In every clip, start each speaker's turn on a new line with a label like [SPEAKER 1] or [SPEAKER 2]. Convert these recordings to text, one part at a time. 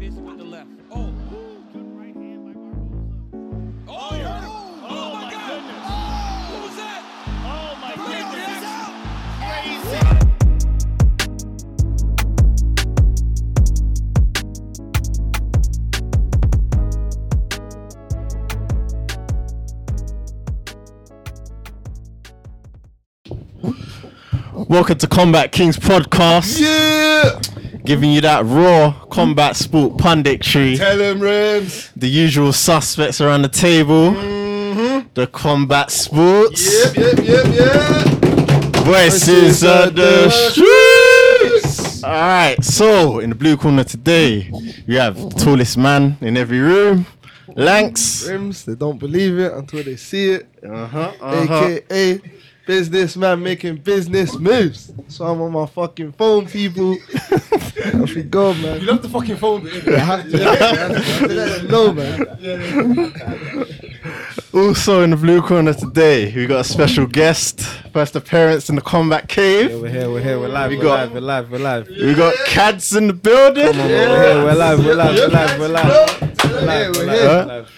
[SPEAKER 1] left. Oh. Oh, you heard him. Oh,
[SPEAKER 2] Oh,
[SPEAKER 1] my
[SPEAKER 2] my
[SPEAKER 1] God.
[SPEAKER 2] goodness.
[SPEAKER 1] Oh, what was that?
[SPEAKER 2] Oh my
[SPEAKER 1] Playoff
[SPEAKER 2] goodness.
[SPEAKER 1] action.
[SPEAKER 3] Welcome to Combat Kings podcast.
[SPEAKER 4] Yeah!
[SPEAKER 3] Giving you that raw combat sport punditry.
[SPEAKER 4] Tell him, Rams.
[SPEAKER 3] The usual suspects around the table.
[SPEAKER 4] Mm-hmm.
[SPEAKER 3] The combat sports.
[SPEAKER 4] Yep, yep, yep, yep.
[SPEAKER 3] Voices of the
[SPEAKER 4] streets.
[SPEAKER 3] Alright, so in the blue corner today, we have the tallest man in every room, Lanks.
[SPEAKER 4] Rims, they don't believe it until they see it.
[SPEAKER 3] Uh-huh,
[SPEAKER 4] AKA businessman making business moves. So I'm on my fucking phone, people. Off you go, man. You love the fucking phone, baby. I have to. I have to let them know, man.
[SPEAKER 3] Also in the blue corner today, we got a special guest. First appearance in the combat cave.
[SPEAKER 5] We're here, we're here, we're live,
[SPEAKER 3] We
[SPEAKER 5] we are
[SPEAKER 3] got-
[SPEAKER 5] live, we're live, we're live.
[SPEAKER 3] We got Cads in the building.
[SPEAKER 5] We're here, we're live, we're live, we're live, we're live. We're
[SPEAKER 4] Yeah,
[SPEAKER 5] live,
[SPEAKER 4] we're
[SPEAKER 5] we're live,
[SPEAKER 4] here.
[SPEAKER 5] we're live.
[SPEAKER 3] uh,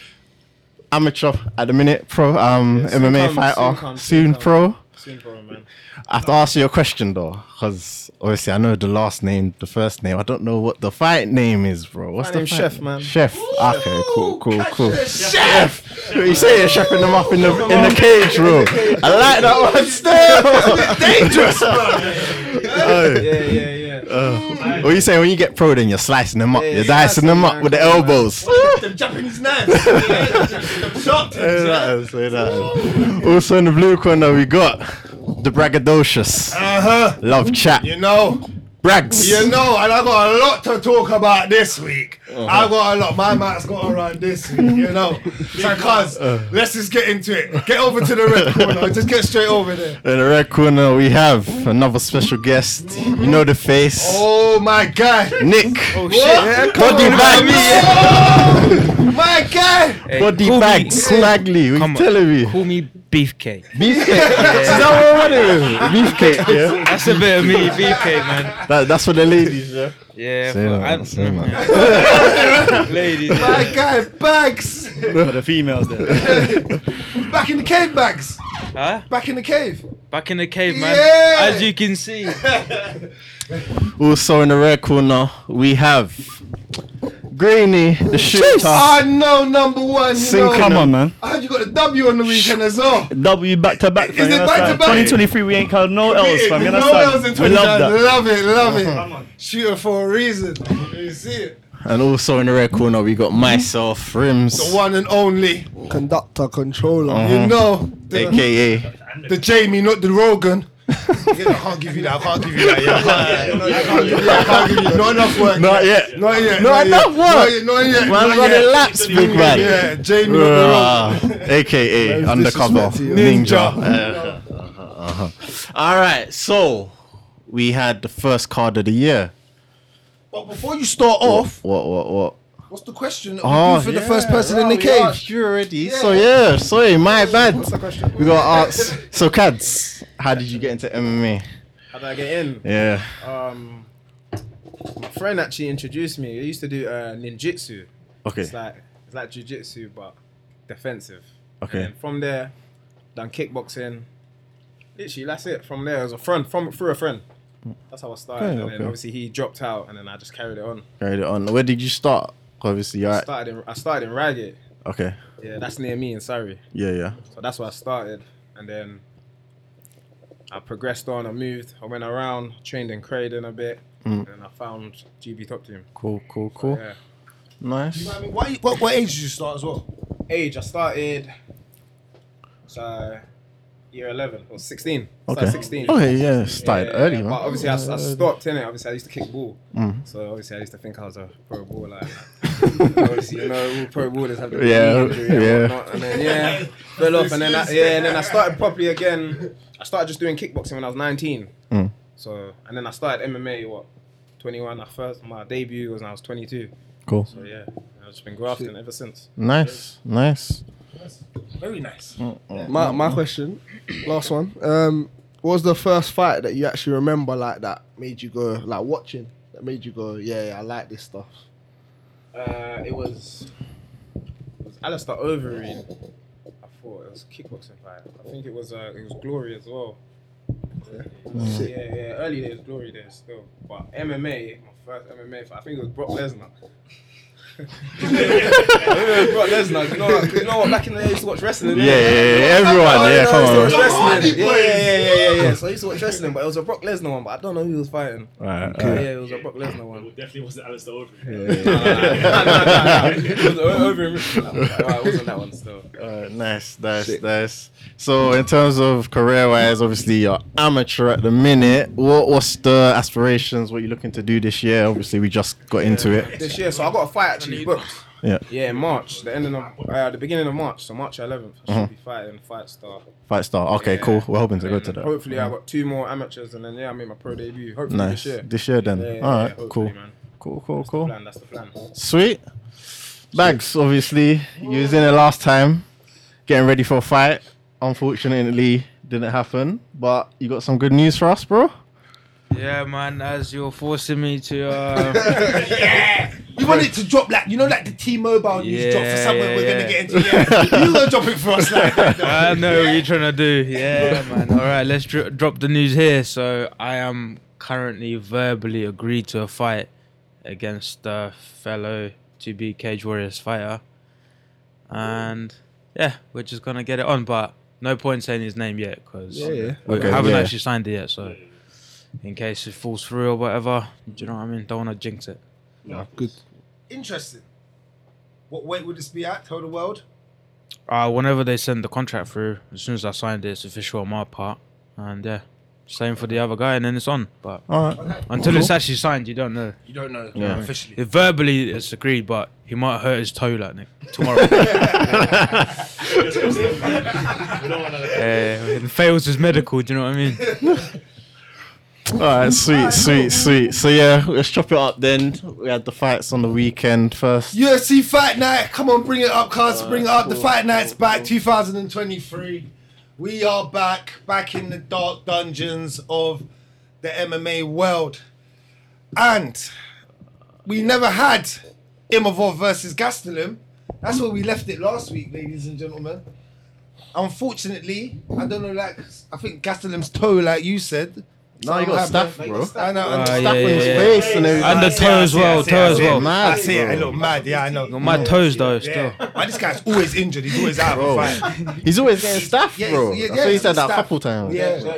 [SPEAKER 3] Amateur at the minute, pro um
[SPEAKER 5] soon
[SPEAKER 3] MMA
[SPEAKER 5] come, soon
[SPEAKER 3] fighter.
[SPEAKER 5] come,
[SPEAKER 3] soon
[SPEAKER 5] soon come.
[SPEAKER 3] pro.
[SPEAKER 5] Soon for him, man.
[SPEAKER 3] I have to ask you a question though, because obviously I know the last name, the first name. I don't know what the fight name is, bro. What's
[SPEAKER 5] My
[SPEAKER 3] the
[SPEAKER 5] name's
[SPEAKER 3] fight
[SPEAKER 5] Chef,
[SPEAKER 3] name?
[SPEAKER 5] man.
[SPEAKER 3] Chef. Okay, cool, cool, cool. Chef. You say you're chefing them up in the in the cage room. I like that one still. Dangerous, bro.
[SPEAKER 5] Yeah, yeah, yeah.
[SPEAKER 3] What you saying when you get pro? Then you're slicing them up.
[SPEAKER 5] Yeah,
[SPEAKER 3] You're
[SPEAKER 5] yeah,
[SPEAKER 3] dicing them up
[SPEAKER 5] man,
[SPEAKER 3] with the
[SPEAKER 5] come on.
[SPEAKER 3] elbows.
[SPEAKER 2] Japanese knives. Shot.
[SPEAKER 3] Say that is, say that is. Also in the blue corner we got the braggadocious.
[SPEAKER 4] Uh huh.
[SPEAKER 3] Love chat.
[SPEAKER 4] You know.
[SPEAKER 3] Brags.
[SPEAKER 4] You know, and I got a lot to talk about this week. I got a lot. My mat's got to run this week, you know. So, cuz, let's just get into it. Get over to the red corner. Just get straight over there.
[SPEAKER 3] In the red corner, we have another special guest. You know the face.
[SPEAKER 4] Oh my god.
[SPEAKER 3] Nick.
[SPEAKER 4] Yeah, come
[SPEAKER 3] Body
[SPEAKER 4] on,
[SPEAKER 3] bag.
[SPEAKER 4] man. Oh, my god.
[SPEAKER 3] Body
[SPEAKER 6] call
[SPEAKER 3] bag.
[SPEAKER 6] me-
[SPEAKER 3] Snaggly. What you
[SPEAKER 6] Come on.
[SPEAKER 3] telling me?
[SPEAKER 6] Call me Beefcake.
[SPEAKER 3] Beefcake. Is that what I wanted? Beefcake, yeah.
[SPEAKER 6] That's a bit of me, Beefcake, man.
[SPEAKER 3] That, that's for the ladies, yeah.
[SPEAKER 6] Yeah,
[SPEAKER 3] Say that,
[SPEAKER 6] but I-
[SPEAKER 3] say
[SPEAKER 6] ladies.
[SPEAKER 4] My god. Bags.
[SPEAKER 3] For the females there.
[SPEAKER 4] Back in the cave, bags.
[SPEAKER 6] Huh?
[SPEAKER 4] Back in the cave.
[SPEAKER 6] Back in the cave, man.
[SPEAKER 4] Yeah.
[SPEAKER 6] As you can see.
[SPEAKER 3] Also in the red corner, we have Greeny, the shooter.
[SPEAKER 4] I know number one. You
[SPEAKER 3] Sing
[SPEAKER 4] know.
[SPEAKER 3] come on,
[SPEAKER 7] man.
[SPEAKER 4] I heard Ah, you got a W on the weekend as well.
[SPEAKER 7] W back to back.
[SPEAKER 4] Is
[SPEAKER 7] fam,
[SPEAKER 4] it back
[SPEAKER 7] you
[SPEAKER 4] to
[SPEAKER 7] understand?
[SPEAKER 4] back?
[SPEAKER 7] 2023, we ain't called no L's, fam. You
[SPEAKER 4] no
[SPEAKER 7] understand?
[SPEAKER 4] else in
[SPEAKER 7] we
[SPEAKER 4] 20
[SPEAKER 7] love that.
[SPEAKER 4] Love Oh, it, love it. Shoot her for a reason. You see it?
[SPEAKER 3] And also in the red corner, we got myself, Rims,
[SPEAKER 4] The one and only.
[SPEAKER 5] Conductor, controller.
[SPEAKER 4] You know, the,
[SPEAKER 3] aka
[SPEAKER 4] the Jamie, not the Rogan. Yeah, I can't give you that. I can't give you that. Yeah, I can't give you that. I can't give you that. Not enough work.
[SPEAKER 3] Not yet.
[SPEAKER 4] Not yet.
[SPEAKER 3] Not enough work.
[SPEAKER 4] yet. Not yet. Not yet.
[SPEAKER 3] Man
[SPEAKER 4] not
[SPEAKER 3] running
[SPEAKER 4] yet.
[SPEAKER 3] laps, big man.
[SPEAKER 4] Yeah, Jamie, not
[SPEAKER 3] Uh, AKA undercover ninja.
[SPEAKER 4] Ninja.
[SPEAKER 3] Uh, uh-huh. All right, so we had the first card of the year.
[SPEAKER 4] the Rogan. But before you start off,
[SPEAKER 3] What? What? What?
[SPEAKER 4] what's the question that
[SPEAKER 3] Oh,
[SPEAKER 4] we do for
[SPEAKER 3] yeah.
[SPEAKER 4] the first person in the cage?
[SPEAKER 3] You already? So yeah, sorry, my bad. We got asked. So Cads, how did you get into MMA?
[SPEAKER 5] How did I get in?
[SPEAKER 3] Yeah.
[SPEAKER 5] Um, my friend actually introduced me. He used to do uh, ninjutsu.
[SPEAKER 3] Okay.
[SPEAKER 5] It's like, it's like jujitsu, but defensive.
[SPEAKER 3] Okay.
[SPEAKER 5] And then from there, done kickboxing. Literally, that's it. From there, it was a friend, from through a friend. That's how I started.
[SPEAKER 3] Okay,
[SPEAKER 5] and
[SPEAKER 3] okay.
[SPEAKER 5] then obviously he dropped out, and then I just carried it on.
[SPEAKER 3] Carried it on. Where did you start? Obviously, you right.
[SPEAKER 5] Started in, I started in Reigate.
[SPEAKER 3] Okay.
[SPEAKER 5] Yeah, that's near me in Surrey.
[SPEAKER 3] Yeah, yeah.
[SPEAKER 5] So that's where I started. And then I progressed on, I moved, I went around, trained in Croydon a bit, and then I found GB Top Team.
[SPEAKER 3] Cool, cool, Mm. cool.
[SPEAKER 5] Yeah.
[SPEAKER 3] Nice.
[SPEAKER 4] I mean, what, what, what age did you start as well?
[SPEAKER 5] Age, I started so year 11 or 16. Started
[SPEAKER 3] Okay. Oh,
[SPEAKER 5] 16.
[SPEAKER 3] Okay, yeah. Started
[SPEAKER 5] Yeah,
[SPEAKER 3] early,
[SPEAKER 5] yeah,
[SPEAKER 3] man. Mm.
[SPEAKER 5] But obviously, I, s- I stopped in it. Obviously, I used to kick ball, so obviously, I used to think I was a pro baller. and obviously, you know, all pro ballers have the knee
[SPEAKER 3] Yeah,
[SPEAKER 5] injury and
[SPEAKER 3] yeah.
[SPEAKER 5] whatnot, and then yeah, fell off, and then I, yeah, and then I started properly again. I started just doing kickboxing when I was 19.
[SPEAKER 3] Mm.
[SPEAKER 5] So, and then I started MMA what 21. I first my debut was when I was 22.
[SPEAKER 3] Cool.
[SPEAKER 5] So yeah, I've just been grafting ever since.
[SPEAKER 3] Nice, nice.
[SPEAKER 4] Very nice.
[SPEAKER 2] My, my question, last one. Um, what was the first fight that you actually remember like that made you go like watching? That made you go, yeah, I like this stuff.
[SPEAKER 5] Uh, it was it was Alistair Overeem. I thought it was a kickboxing fight. I think it was uh, it was Glory as well. Yeah, yeah, early days, Glory days still. But MMA, my first MMA fight, I think it was Brock Lesnar. I think it was Brock Lesnar. You know, what- you know what? Back in the day, I used to watch wrestling.
[SPEAKER 3] Yeah,
[SPEAKER 5] innit?
[SPEAKER 3] yeah, yeah, everyone. Yeah, come
[SPEAKER 5] I
[SPEAKER 3] on.
[SPEAKER 5] used to watch wrestling. Yeah, yeah, yeah, yeah, yeah, yeah. So I used to watch wrestling, but it was a Brock Lesnar one, but I don't know who he was fighting.
[SPEAKER 3] Alright,
[SPEAKER 5] Yeah,
[SPEAKER 3] alright.
[SPEAKER 5] it was a Brock Lesnar one.
[SPEAKER 8] definitely wasn't Alistair Overeem.
[SPEAKER 5] Nah, nah, nah. It was o- over in Richmond. Alright, it wasn't that one still.
[SPEAKER 3] Alright, nice, nice, nice. So, in terms of career-wise, obviously you're amateur at the minute. What, what's the aspirations? What you looking to do this year? Obviously, we just got into it.
[SPEAKER 5] This year, so I got a fight actually booked.
[SPEAKER 3] Yeah,
[SPEAKER 5] Yeah, in March, the ending of uh, the beginning of March, so March 11th. I should be fighting Fight Star.
[SPEAKER 3] fight star. Okay,
[SPEAKER 5] Yeah.
[SPEAKER 3] cool. We're hoping Uh-huh. to go to that.
[SPEAKER 5] Hopefully, I got two more amateurs, and then yeah, I made my pro debut. Hopefully
[SPEAKER 3] Nice.
[SPEAKER 5] this year.
[SPEAKER 3] This year, then.
[SPEAKER 5] Yeah, yeah, yeah,
[SPEAKER 3] Alright,
[SPEAKER 5] hopefully,
[SPEAKER 3] cool.
[SPEAKER 5] man.
[SPEAKER 3] Cool, cool,
[SPEAKER 5] That's the
[SPEAKER 3] cool.
[SPEAKER 5] plan, that's the plan.
[SPEAKER 3] Sweet. Bags, obviously, you was in it last time, getting ready for a fight. Unfortunately, didn't happen. But you got some good news for us, bro.
[SPEAKER 6] Yeah, man. As you're forcing me to, uh,
[SPEAKER 4] You want it to drop like you know, like the T-Mobile news
[SPEAKER 6] Yeah,
[SPEAKER 4] drop for somewhere
[SPEAKER 6] yeah,
[SPEAKER 4] we're
[SPEAKER 6] yeah.
[SPEAKER 4] gonna get into. Yeah, you gonna drop it for us like that. though.
[SPEAKER 6] I know what you're trying to do. Yeah, man. All right, let's dro- drop the news here. So I am currently verbally agreed to a fight against a fellow to be Cage Warriors fighter, and yeah, we're just gonna get it on. But no point saying his name yet because
[SPEAKER 9] yeah.
[SPEAKER 6] we
[SPEAKER 3] Okay,
[SPEAKER 6] haven't
[SPEAKER 3] yeah.
[SPEAKER 6] actually signed it yet. So in case it falls through or whatever, do you know what I mean? Don't want to jinx it.
[SPEAKER 9] Good.
[SPEAKER 4] Interesting. What weight would this be at? Tell the world.
[SPEAKER 6] Uh, whenever they send the contract through, as soon as I signed it, it's official on my part. And yeah, same for the other guy, and then it's on. But
[SPEAKER 7] Oh,
[SPEAKER 3] Alright.
[SPEAKER 6] until it's actually signed, you don't know.
[SPEAKER 4] You don't know
[SPEAKER 3] Yeah.
[SPEAKER 4] officially.
[SPEAKER 6] It verbally, it's agreed, but he might hurt his toe like Nick tomorrow. yeah, it fails his medical. Do you know what I mean?
[SPEAKER 3] All right, sweet, sweet, sweet. So yeah, let's chop it up then. We had the fights on the weekend first.
[SPEAKER 4] UFC Fight Night. Come on, bring it up, cuz. bring it up. the Fight Night's back. 2023. We are back. Back in the dark dungeons of the MMA world. And we never had Imavov versus Gastelum. That's where we left it last week, ladies and gentlemen. Unfortunately, I don't know, like, I think Gastelum's toe, like you said.
[SPEAKER 3] No, Oh, you got staff, bro.
[SPEAKER 4] I know, and
[SPEAKER 6] Uh,
[SPEAKER 4] stuff
[SPEAKER 6] yeah,
[SPEAKER 4] in his
[SPEAKER 6] yeah, yeah.
[SPEAKER 4] face.
[SPEAKER 3] Face and everything.
[SPEAKER 6] And the toe as well, toe as well.
[SPEAKER 4] I
[SPEAKER 3] Mad,
[SPEAKER 4] see it. I
[SPEAKER 3] bro.
[SPEAKER 4] look mad. Yeah, I know.
[SPEAKER 6] Got my toes though, still.
[SPEAKER 4] Yeah. Why this guy's always injured? He's always out of a fight.
[SPEAKER 3] He's always getting staff,
[SPEAKER 4] Yeah,
[SPEAKER 3] bro.
[SPEAKER 4] yeah, yeah,
[SPEAKER 3] That's what he said that
[SPEAKER 4] staff.
[SPEAKER 3] couple times.
[SPEAKER 4] Yeah.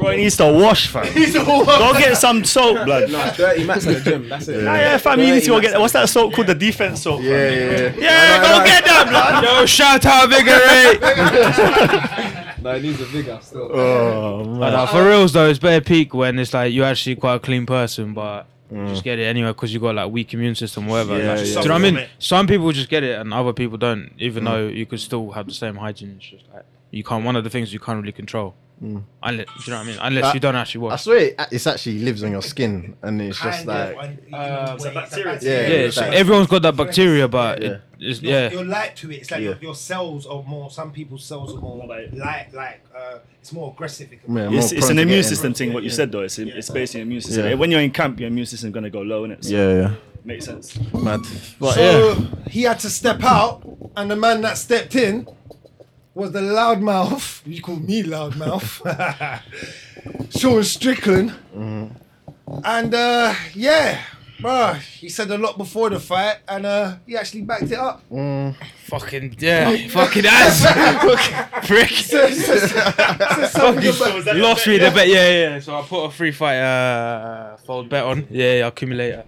[SPEAKER 7] Bro, he needs to wash, fam.
[SPEAKER 4] He's all
[SPEAKER 7] Go get some soap, blood.
[SPEAKER 5] Nah, 30 mats at the gym. That's it.
[SPEAKER 7] Yeah, yeah, fam. You need to go
[SPEAKER 5] 30
[SPEAKER 7] get what's that soap called? The defense soap. Yeah,
[SPEAKER 3] yeah.
[SPEAKER 7] yeah. Go get that, blood.
[SPEAKER 6] Yo, shout out Vigorate!
[SPEAKER 5] mats. No, it needs a bigger still.
[SPEAKER 3] Oh man.
[SPEAKER 6] nah, for reals though, it's better peak when it's like you're actually quite a clean person, but you just get it anyway because you got like weak immune system, whatever.
[SPEAKER 3] Mm. Yeah,
[SPEAKER 6] Like,
[SPEAKER 3] yeah. Mm.
[SPEAKER 6] Do you know what I
[SPEAKER 7] Suffer from
[SPEAKER 6] mean?
[SPEAKER 7] it.
[SPEAKER 6] Some people just get it and other people don't, even though you could still have the same hygiene. It's just like you can't. One of the things you can't really control. Unless, do you know what I mean? Unless
[SPEAKER 3] Mm. Uh,
[SPEAKER 6] you don't actually
[SPEAKER 3] I
[SPEAKER 6] wash.
[SPEAKER 3] swear, it, it's actually lives on your skin, and it's just
[SPEAKER 4] uh,
[SPEAKER 3] like
[SPEAKER 8] it's a bacteria.
[SPEAKER 3] yeah,
[SPEAKER 6] Yeah,
[SPEAKER 3] it's
[SPEAKER 6] so
[SPEAKER 3] like-
[SPEAKER 6] everyone's got that bacteria, but
[SPEAKER 3] Yeah.
[SPEAKER 6] it, it's,
[SPEAKER 4] You're,
[SPEAKER 6] yeah,
[SPEAKER 4] you're light to it. It's like
[SPEAKER 3] Yeah.
[SPEAKER 4] your, your cells are more. Some people's cells are more
[SPEAKER 8] Like-
[SPEAKER 4] light. Like uh, it's more aggressive. It can-
[SPEAKER 3] man,
[SPEAKER 7] It's,
[SPEAKER 3] more
[SPEAKER 7] it's
[SPEAKER 3] prone
[SPEAKER 7] an
[SPEAKER 3] to
[SPEAKER 7] immune
[SPEAKER 3] getting-
[SPEAKER 7] system thing. What you said though, it's, it's based on your immune system.
[SPEAKER 3] Yeah.
[SPEAKER 7] When you're in camp, your immune system's gonna go low, innit? So
[SPEAKER 3] Yeah,
[SPEAKER 7] Makes sense.
[SPEAKER 3] yeah, mad. But
[SPEAKER 4] So
[SPEAKER 3] yeah,
[SPEAKER 4] he had to step out, and the man that stepped in was the loudmouth. You call me loudmouth, Sean Strickland. And uh, yeah, bruh, he said a lot before the fight, and uh, he actually backed it up.
[SPEAKER 6] fucking yeah, fucking ass, prick.
[SPEAKER 4] Said- said- said something about-
[SPEAKER 6] Lost me the bet, yeah, yeah. So I put a free fight uh, fold bet on, yeah, yeah, accumulator,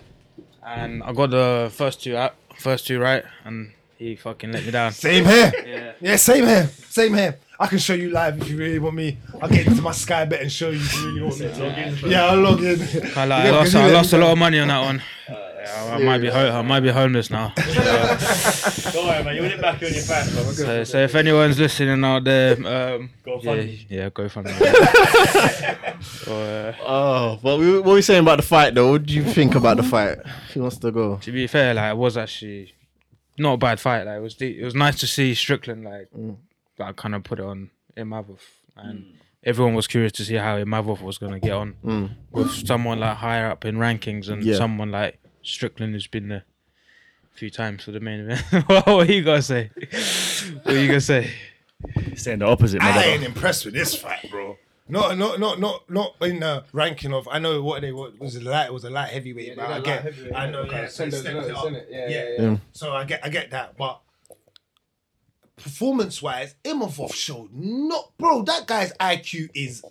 [SPEAKER 6] and I got the first two out, first two right, and he fucking let me down.
[SPEAKER 4] Same here.
[SPEAKER 6] Yeah.
[SPEAKER 4] Yeah, same here. Same here. I can show you live if you really want me. I'll get into my Sky bet and show you if you really want me. Yeah, I'll log in.
[SPEAKER 6] I, like, I lost, I lost a lot of money on that one. Uh, Yeah, I might be, ho- I might be homeless now.
[SPEAKER 8] Don't worry, man. You win it back on your fans, bro. We're
[SPEAKER 6] So, so if anyone's listening out there, um,
[SPEAKER 8] Go
[SPEAKER 6] yeah,
[SPEAKER 8] fund me.
[SPEAKER 6] yeah, go fund me. Or, uh,
[SPEAKER 3] oh, but we, what were we saying about the fight though? What do you think about the fight? Who wants to go?
[SPEAKER 6] to be fair, like it was actually not a bad fight. Like it was, de- it was nice to see Strickland like, like kind of put it on Imavov, and everyone was curious to see how Imavov was gonna get on with someone like higher up in rankings and
[SPEAKER 3] Yeah.
[SPEAKER 6] someone like Strickland who's been there a few times for the main event. what are you gonna say? What you gonna say?
[SPEAKER 7] Saying the opposite, my
[SPEAKER 4] I
[SPEAKER 7] brother.
[SPEAKER 4] ain't impressed with this fight, bro. No, no, no, no, not in the ranking of. I know what they what was it light. It was a light heavyweight,
[SPEAKER 5] they
[SPEAKER 4] but
[SPEAKER 5] got light
[SPEAKER 4] again,
[SPEAKER 5] heavyweight,
[SPEAKER 4] I
[SPEAKER 5] yeah.
[SPEAKER 4] know.
[SPEAKER 5] Okay,
[SPEAKER 4] Yeah, so
[SPEAKER 5] send
[SPEAKER 4] they
[SPEAKER 5] those
[SPEAKER 4] stepped it
[SPEAKER 5] notes,
[SPEAKER 4] up.
[SPEAKER 5] innit? Yeah, yeah,
[SPEAKER 4] yeah. So I get, I get that, but performance-wise, Imavov showed not, bro. That guy's IQ is,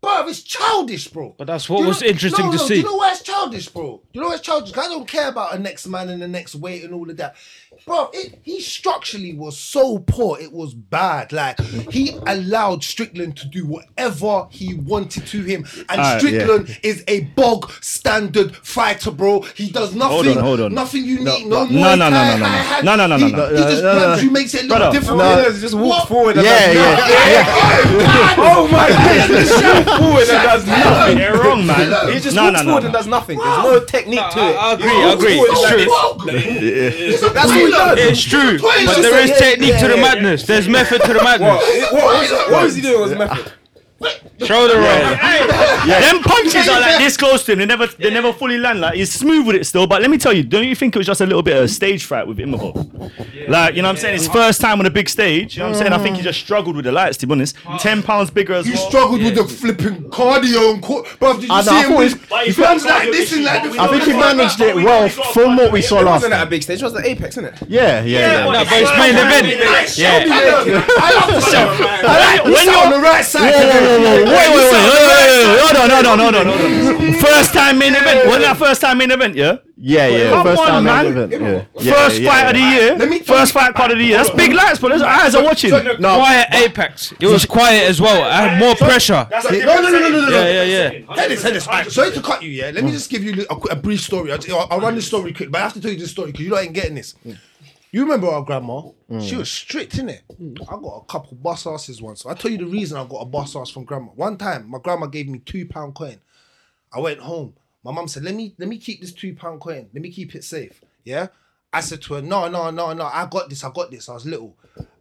[SPEAKER 4] bro, it's childish, bro.
[SPEAKER 6] But that's what
[SPEAKER 4] You
[SPEAKER 6] was
[SPEAKER 4] know-
[SPEAKER 6] interesting
[SPEAKER 4] no,
[SPEAKER 6] to
[SPEAKER 4] no,
[SPEAKER 6] see.
[SPEAKER 4] You know why it's childish, bro? You know why it's childish? 'Cause I don't care about the next man and the next weight and all of that. Bro, it, he structurally was so poor, it was bad. Like, he allowed Strickland to do whatever he wanted to him.
[SPEAKER 3] Alright,
[SPEAKER 4] And
[SPEAKER 3] yeah.
[SPEAKER 4] Strickland is a bog standard fighter, bro. He does nothing,
[SPEAKER 7] on, hold on.
[SPEAKER 4] nothing unique,
[SPEAKER 3] No,
[SPEAKER 4] no,
[SPEAKER 3] but-
[SPEAKER 4] more.
[SPEAKER 7] no, no, no, no, no, no. No, no, no, no,
[SPEAKER 4] He,
[SPEAKER 7] no.
[SPEAKER 4] he just
[SPEAKER 3] No, no,
[SPEAKER 4] grabs
[SPEAKER 3] no.
[SPEAKER 4] you, makes it look
[SPEAKER 3] Brother,
[SPEAKER 4] different.
[SPEAKER 3] no.
[SPEAKER 4] He
[SPEAKER 5] Just walk forward. And
[SPEAKER 3] Yeah,
[SPEAKER 5] does
[SPEAKER 3] yeah, yeah.
[SPEAKER 4] Oh my god!
[SPEAKER 5] Forward and does nothing.
[SPEAKER 7] They're wrong, man.
[SPEAKER 5] He just
[SPEAKER 7] No,
[SPEAKER 5] walks
[SPEAKER 7] no, no,
[SPEAKER 5] forward
[SPEAKER 7] no.
[SPEAKER 5] and does nothing. There's no technique to it.
[SPEAKER 6] I agree,
[SPEAKER 5] He
[SPEAKER 6] I
[SPEAKER 5] walks
[SPEAKER 6] agree.
[SPEAKER 5] forward
[SPEAKER 6] It's
[SPEAKER 5] like
[SPEAKER 6] true.
[SPEAKER 5] this.
[SPEAKER 4] That's what he does.
[SPEAKER 6] It's true,
[SPEAKER 4] Wait,
[SPEAKER 6] but
[SPEAKER 4] just
[SPEAKER 6] there
[SPEAKER 4] say,
[SPEAKER 6] is
[SPEAKER 4] yeah,
[SPEAKER 6] technique
[SPEAKER 4] yeah,
[SPEAKER 6] to the
[SPEAKER 4] yeah.
[SPEAKER 6] madness. There's method to the madness.
[SPEAKER 5] What, what, what was he doing? Was
[SPEAKER 10] Ah,
[SPEAKER 5] method?
[SPEAKER 6] Shoulder roll.
[SPEAKER 7] Them punches are like this close to him. They never, they never fully land. Like he's smooth with it still. But let me tell you, don't you think it was just a little bit of stage fright with Imahov? like you know what I'm saying? His first time on a big stage. You know what I'm saying? I think he just struggled with the lights. To be honest, ten pounds bigger as
[SPEAKER 4] You
[SPEAKER 7] well.
[SPEAKER 4] struggled with the flipping cardio and co- bro. Did you
[SPEAKER 3] I know,
[SPEAKER 4] see
[SPEAKER 3] I
[SPEAKER 4] him?
[SPEAKER 3] thought
[SPEAKER 4] with-
[SPEAKER 3] it's-
[SPEAKER 4] He runs like this and like this.
[SPEAKER 3] I think he managed it well from what we saw
[SPEAKER 5] It
[SPEAKER 3] last
[SPEAKER 5] wasn't at
[SPEAKER 3] time.
[SPEAKER 5] a big stage. It was the apex, innit?
[SPEAKER 3] Yeah, yeah, yeah.
[SPEAKER 6] No, but it's main event. Yeah.
[SPEAKER 4] I love myself.
[SPEAKER 7] Like, when
[SPEAKER 4] He's on
[SPEAKER 7] you're
[SPEAKER 4] the right side.
[SPEAKER 3] Yeah, yeah, yeah, yeah.
[SPEAKER 7] Wait, wait, wait, wait, wait, wait, wait, hold on, hold on, hold on, hold on. First time main event. Wasn't that first time main event? Yeah.
[SPEAKER 3] Yeah, yeah.
[SPEAKER 7] Come
[SPEAKER 3] First
[SPEAKER 7] on,
[SPEAKER 3] time
[SPEAKER 7] man.
[SPEAKER 3] event. Yeah. Yeah,
[SPEAKER 7] First
[SPEAKER 3] yeah,
[SPEAKER 7] fight
[SPEAKER 3] yeah.
[SPEAKER 7] of the year.
[SPEAKER 4] Let me-
[SPEAKER 7] first fight card of the year. That's big lights, but those eyes are watching.
[SPEAKER 6] Quiet apex. It was quiet as well. I had more pressure.
[SPEAKER 11] That's a
[SPEAKER 4] No,
[SPEAKER 11] different
[SPEAKER 4] no, no, no,
[SPEAKER 11] setting.
[SPEAKER 4] no, no, no.
[SPEAKER 6] Yeah, yeah, yeah.
[SPEAKER 4] Head this, head this. Alright, Sorry to cut you, yeah.
[SPEAKER 3] Mm.
[SPEAKER 4] Let me just give you a, qu- a brief story. I'll, I'll- I'll run this story quick, but I have to tell you this story because you lot ain't getting this.
[SPEAKER 3] Mm.
[SPEAKER 4] You remember our grandma? She was strict, innit? I got a couple boss asses once. I'll tell you the reason I got a boss ass from grandma. One time, my grandma gave me two pound coin. I went home. My mum said, "Let me let me keep this two pound coin. Let me keep it safe." Yeah. I said to her, "No, no, no, no. I got this. I got this. I was little.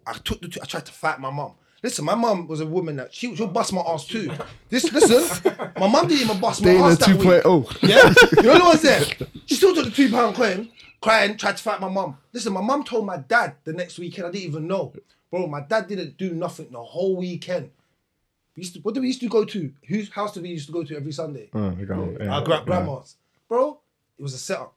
[SPEAKER 4] I took the two. I tried to fight my mum. Listen, my mum was a woman that she she'll bust my ass too. This listen, my mum didn't even bust my
[SPEAKER 10] Dana
[SPEAKER 4] ass that week.
[SPEAKER 3] Oh,
[SPEAKER 10] 2.0.
[SPEAKER 4] Yeah, you know what I'm saying? She still took the two pound coin, crying, tried to fight my mum. Listen, my mum told my dad the next weekend. I didn't even know, bro. My dad didn't do nothing the whole weekend. We used to, what did we used to go to? Whose house did we used to go to every Sunday? Our gra- grandma's. Bro, it was a setup.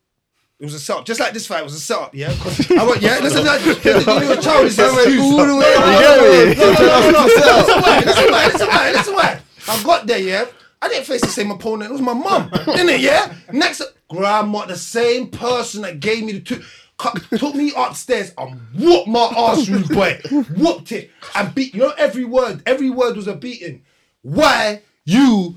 [SPEAKER 4] It was a setup. Just like this fight was a setup, yeah? 'Cause I went, yeah, listen, like, when you were a child, it's just all the way. No, no, no, no, no. Listen why, listen why, listen why, listen why. I got there, yeah? I didn't face the same opponent. It was my mum, innit, yeah? Next, grandma, the same person that gave me the two. cu- Took me upstairs and whooped my ass, rude boy. Whooped it and beat. You know every word. Every word was a beating. Why you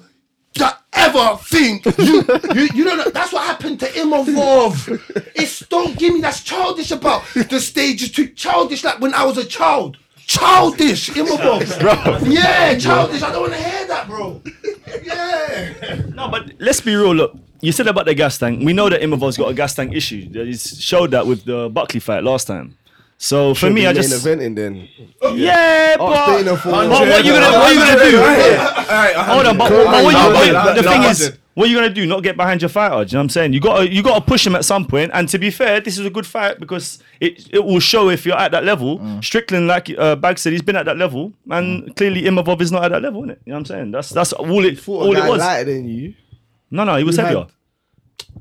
[SPEAKER 4] to ever think you you, you don't know that's what happened to Imovov. It's don't give me that's childish about the stage is too childish like when I was a child. Childish Imovov. Yeah, childish. I don't wanna hear that, bro. Yeah.
[SPEAKER 7] No, but let's be real. Look, you said about the gas tank. We know that Imovov's got a gas tank issue. He's showed that with the Buckley fight last time. So for me, I just
[SPEAKER 3] eventing then.
[SPEAKER 7] yeah, but,
[SPEAKER 10] Dana for-
[SPEAKER 7] but what you gonna what you gonna do? Hold on, but, but what you,
[SPEAKER 3] Hundred.
[SPEAKER 7] but the
[SPEAKER 5] Hundred.
[SPEAKER 7] thing is,
[SPEAKER 5] Hundred.
[SPEAKER 7] what you gonna do? Not get behind your fighter? Do you know what I'm saying? You gotta you gotta push him at some point. And to be fair, this is a good fight because it it will show if you're at that level. Strickland, like uh, Bag said, he's been at that level, and clearly Imovov is not at that level, is it? You know what I'm saying? That's that's all it all it was.
[SPEAKER 10] lighter than you.
[SPEAKER 7] no, no, he was
[SPEAKER 10] You
[SPEAKER 7] heavier.
[SPEAKER 10] had-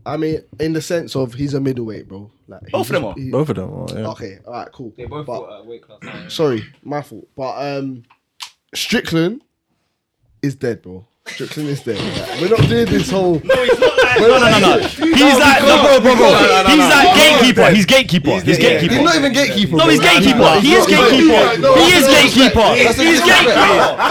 [SPEAKER 10] I mean, in the sense of he's a middleweight, bro. Like he
[SPEAKER 7] Both of them
[SPEAKER 10] just-
[SPEAKER 7] are.
[SPEAKER 10] he-
[SPEAKER 3] Both of them. Are, yeah.
[SPEAKER 10] Okay, all right, cool.
[SPEAKER 5] They both
[SPEAKER 10] But-
[SPEAKER 5] fought at weight class.
[SPEAKER 10] sorry, my fault. But um, Strickland is dead, bro. Strickland is dead. Like, we're not doing this whole.
[SPEAKER 7] No, no, no, no. He's like no, bro, bro, bro. He's like gatekeeper. He's gatekeeper. He's gatekeeper.
[SPEAKER 10] He's not even gatekeeper.
[SPEAKER 7] No,
[SPEAKER 10] bro.
[SPEAKER 7] he's gatekeeper. He is
[SPEAKER 10] He's not-
[SPEAKER 7] gatekeeper.
[SPEAKER 10] No,
[SPEAKER 7] He is gatekeeper.
[SPEAKER 10] that's a disrespect. That's a
[SPEAKER 7] He is
[SPEAKER 10] disrespect.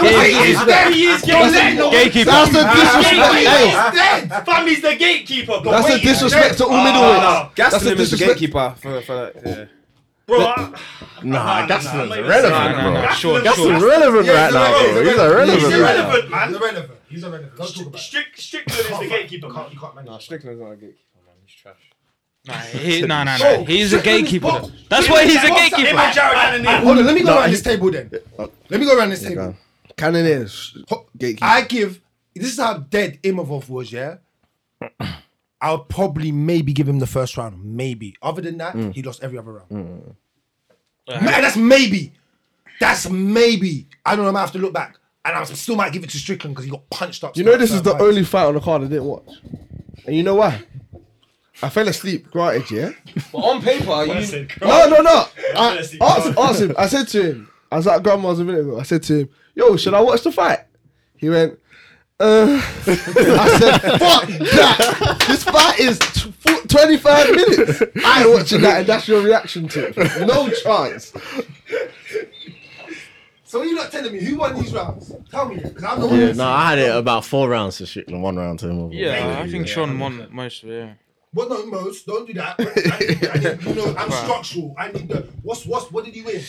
[SPEAKER 7] gatekeeper.
[SPEAKER 4] He's dead. He's
[SPEAKER 7] Gatekeeper.
[SPEAKER 10] That's a disrespect. Hey,
[SPEAKER 4] dead.
[SPEAKER 11] Fam, he's the gatekeeper. But
[SPEAKER 10] That's a
[SPEAKER 11] wait,
[SPEAKER 10] disrespect to all middleweights. That's
[SPEAKER 5] Gastelum
[SPEAKER 10] a
[SPEAKER 5] is the
[SPEAKER 10] disrespect.
[SPEAKER 5] gatekeeper for, for that. Yeah.
[SPEAKER 11] Bro, I-
[SPEAKER 3] Nah, that's
[SPEAKER 11] nah, I'm not even
[SPEAKER 3] irrelevant,
[SPEAKER 11] saying that.
[SPEAKER 3] bro.
[SPEAKER 11] Gastelum
[SPEAKER 3] That's
[SPEAKER 11] is-
[SPEAKER 3] irrelevant right now, bro. He's
[SPEAKER 11] He's
[SPEAKER 3] irrelevant.
[SPEAKER 11] irrelevant, man.
[SPEAKER 4] irrelevant. He's irrelevant. Don't talk about
[SPEAKER 11] Strick, Strickland is the gatekeeper. man.
[SPEAKER 4] it. You can't manage.
[SPEAKER 5] Strickland's not a gatekeeper, man. He's trash.
[SPEAKER 6] Nah, he, nah, nah, nah. He's a gatekeeper.
[SPEAKER 4] box.
[SPEAKER 6] That's why he's a
[SPEAKER 11] Him
[SPEAKER 6] gatekeeper.
[SPEAKER 11] and Jared Allen.
[SPEAKER 4] Hold on, let me go around this table then. Let me go around this table.
[SPEAKER 10] Cannoneers. Gatekeeper.
[SPEAKER 4] I give. This is how dead Imavov was, yeah. I'll probably maybe give him the first round. Maybe. Other than that, he lost every other round. Man, that's maybe. That's maybe. I don't know. I might have to look back. And I still might give it to Strickland because he got punched up.
[SPEAKER 10] You know, this is the only fight on the card I didn't watch. And you know why? I fell asleep, granted, yeah?
[SPEAKER 5] But on paper, you.
[SPEAKER 10] No, no, no. I asked, asked him, I said to him, I was at grandma's a minute ago, I said to him, yo, should I watch the fight? He went, uh. I said, fuck that. This fight is tw- tw- 25 minutes. I ain't watching that and that's your reaction to it. No chance.
[SPEAKER 4] So you're not telling me who won these rounds? Tell me, because I'm the one.
[SPEAKER 3] Yeah,
[SPEAKER 4] that's-
[SPEAKER 3] no, I had it about four rounds to shit and one round to him.
[SPEAKER 6] Yeah, I think Sean won most of it. Yeah.
[SPEAKER 4] Well, no, most don't do that. I need, I need, you know, I'm structural. I need the what's what's what did he win?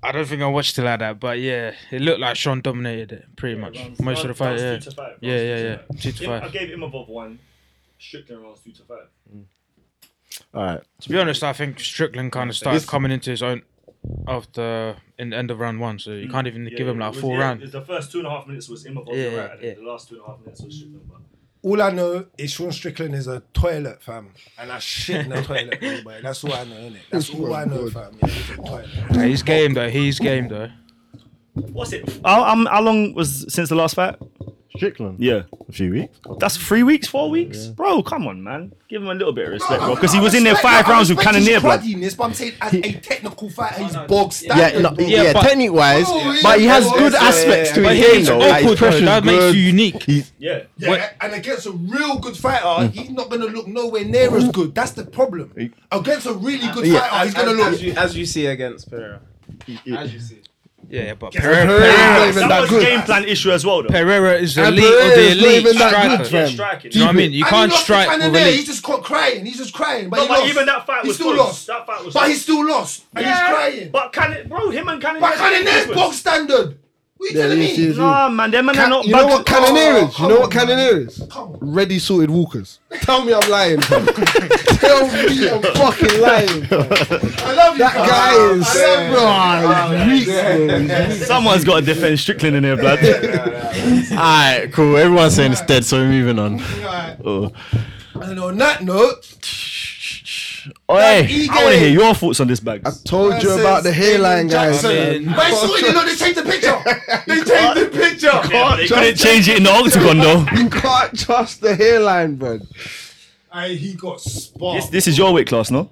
[SPEAKER 6] I don't think I watched it like that, but yeah, it looked like Sean dominated it pretty much most of the fight. Yeah,
[SPEAKER 11] Two to five.
[SPEAKER 6] yeah, yeah, yeah.
[SPEAKER 11] rounds
[SPEAKER 6] Two
[SPEAKER 11] two
[SPEAKER 6] to
[SPEAKER 11] to five. I
[SPEAKER 6] five.
[SPEAKER 11] gave Imabov one. Strickland rounds two to five.
[SPEAKER 3] All right.
[SPEAKER 6] To be honest, I think Strickland kind of started coming into his own after in the end of round one, so you can't even give him
[SPEAKER 11] it
[SPEAKER 6] like
[SPEAKER 11] was-
[SPEAKER 6] four
[SPEAKER 11] yeah,
[SPEAKER 6] rounds.
[SPEAKER 11] it was The first two and a half minutes was Imabov,
[SPEAKER 6] Yeah,
[SPEAKER 11] yeah, right? And
[SPEAKER 6] yeah.
[SPEAKER 11] then the last two and a half minutes was Strickland. But
[SPEAKER 4] All I know is Sean Strickland is a toilet fam, and I shit in the toilet, bro, but That's all I know, innit? That's all I know, fam. Yeah, he's a toilet.
[SPEAKER 6] Yeah, he's game though. He's game though.
[SPEAKER 11] what's it?
[SPEAKER 7] How, um, how long was since the last fight?
[SPEAKER 3] Strickland.
[SPEAKER 7] Yeah.
[SPEAKER 3] A few weeks.
[SPEAKER 7] That's three weeks, four weeks? Bro, come on, man. Give him a little bit of respect, bro. Because he
[SPEAKER 4] I
[SPEAKER 7] was in there
[SPEAKER 4] respect-
[SPEAKER 7] five
[SPEAKER 4] I
[SPEAKER 7] rounds with
[SPEAKER 4] respect his
[SPEAKER 7] Cannoneer, bro.
[SPEAKER 4] bloodiness, but I'm saying as a technical fighter, he's bog standard.
[SPEAKER 3] Yeah, no,
[SPEAKER 4] bro.
[SPEAKER 3] yeah,
[SPEAKER 6] but-
[SPEAKER 3] technique wise,
[SPEAKER 4] Oh,
[SPEAKER 3] but he
[SPEAKER 4] yeah,
[SPEAKER 3] has
[SPEAKER 4] yeah,
[SPEAKER 3] good
[SPEAKER 4] yeah,
[SPEAKER 3] aspects to
[SPEAKER 6] But
[SPEAKER 3] his
[SPEAKER 6] yeah,
[SPEAKER 3] game
[SPEAKER 6] it's
[SPEAKER 3] though. Like, his
[SPEAKER 6] awkward, though.
[SPEAKER 3] pressure's
[SPEAKER 6] That
[SPEAKER 3] good.
[SPEAKER 6] makes you unique.
[SPEAKER 3] He's,
[SPEAKER 11] Yeah.
[SPEAKER 4] Yeah, and against a real good
[SPEAKER 3] Mm.
[SPEAKER 4] fighter, he's not gonna look nowhere near as good. That's the problem. Against a really good
[SPEAKER 3] Yeah.
[SPEAKER 4] fighter, he's gonna
[SPEAKER 5] as,
[SPEAKER 4] look.
[SPEAKER 5] as you, as you see against Pereira. As you see.
[SPEAKER 6] Yeah, but
[SPEAKER 10] Pereira
[SPEAKER 6] Pereira,
[SPEAKER 10] ain't even
[SPEAKER 7] That
[SPEAKER 10] that
[SPEAKER 7] was
[SPEAKER 10] good.
[SPEAKER 7] game plan issue as well, though.
[SPEAKER 6] Pereira is the
[SPEAKER 10] And
[SPEAKER 6] elite of the
[SPEAKER 10] Pereira's not
[SPEAKER 6] elite
[SPEAKER 10] even that
[SPEAKER 6] striker.
[SPEAKER 10] good,
[SPEAKER 6] Do
[SPEAKER 7] Yeah,
[SPEAKER 10] fam.
[SPEAKER 7] striking.
[SPEAKER 6] you know what I mean? You
[SPEAKER 4] And
[SPEAKER 6] can't
[SPEAKER 4] he lost
[SPEAKER 6] strike
[SPEAKER 4] to
[SPEAKER 6] with
[SPEAKER 4] Cannoneer,
[SPEAKER 6] elite.
[SPEAKER 4] He's just caught crying. He's just crying. But
[SPEAKER 7] No,
[SPEAKER 4] he
[SPEAKER 7] but
[SPEAKER 4] lost.
[SPEAKER 7] even that fight
[SPEAKER 4] he
[SPEAKER 7] was
[SPEAKER 4] still
[SPEAKER 7] close.
[SPEAKER 4] lost.
[SPEAKER 11] That fight was
[SPEAKER 4] but
[SPEAKER 11] close.
[SPEAKER 4] he still lost. And he's crying. But,
[SPEAKER 11] But can it, bro? Him and Cannoneer.
[SPEAKER 4] but Cannoneer's bog standard. What are you telling me?
[SPEAKER 10] he is.
[SPEAKER 7] Nah, man, them men are
[SPEAKER 10] Can-
[SPEAKER 7] not
[SPEAKER 10] you know
[SPEAKER 7] back-
[SPEAKER 10] what Cannoneer is? You know
[SPEAKER 4] come
[SPEAKER 10] what
[SPEAKER 4] on,
[SPEAKER 10] Cannoneer is?
[SPEAKER 4] Come on.
[SPEAKER 10] Ready sorted walkers. Tell me I'm lying. fam. Tell me I'm fucking lying. fam.
[SPEAKER 4] I love you.
[SPEAKER 10] That
[SPEAKER 4] fam.
[SPEAKER 10] guy is
[SPEAKER 4] I
[SPEAKER 6] Ah,
[SPEAKER 10] bro, he's weak, bro.
[SPEAKER 7] Oh, Someone's got to defend Strickland in there, blood.
[SPEAKER 3] Alright, cool. Everyone's saying it's dead, so we're moving on.
[SPEAKER 4] Alright.
[SPEAKER 3] Oh.
[SPEAKER 4] And on that note,
[SPEAKER 7] Oi,
[SPEAKER 4] Ige.
[SPEAKER 7] I want to hear your thoughts on this, bag.
[SPEAKER 10] I told you
[SPEAKER 4] Versus
[SPEAKER 10] about the hairline, guys.
[SPEAKER 4] Jackson.
[SPEAKER 10] man.
[SPEAKER 6] mean-
[SPEAKER 4] but I saw it. You know, they changed the picture. They changed the picture.
[SPEAKER 7] They couldn't change it in the octagon, though.
[SPEAKER 10] You can't trust the hairline, bro.
[SPEAKER 4] Aye, he got spot.
[SPEAKER 7] This, this is your weight class, no?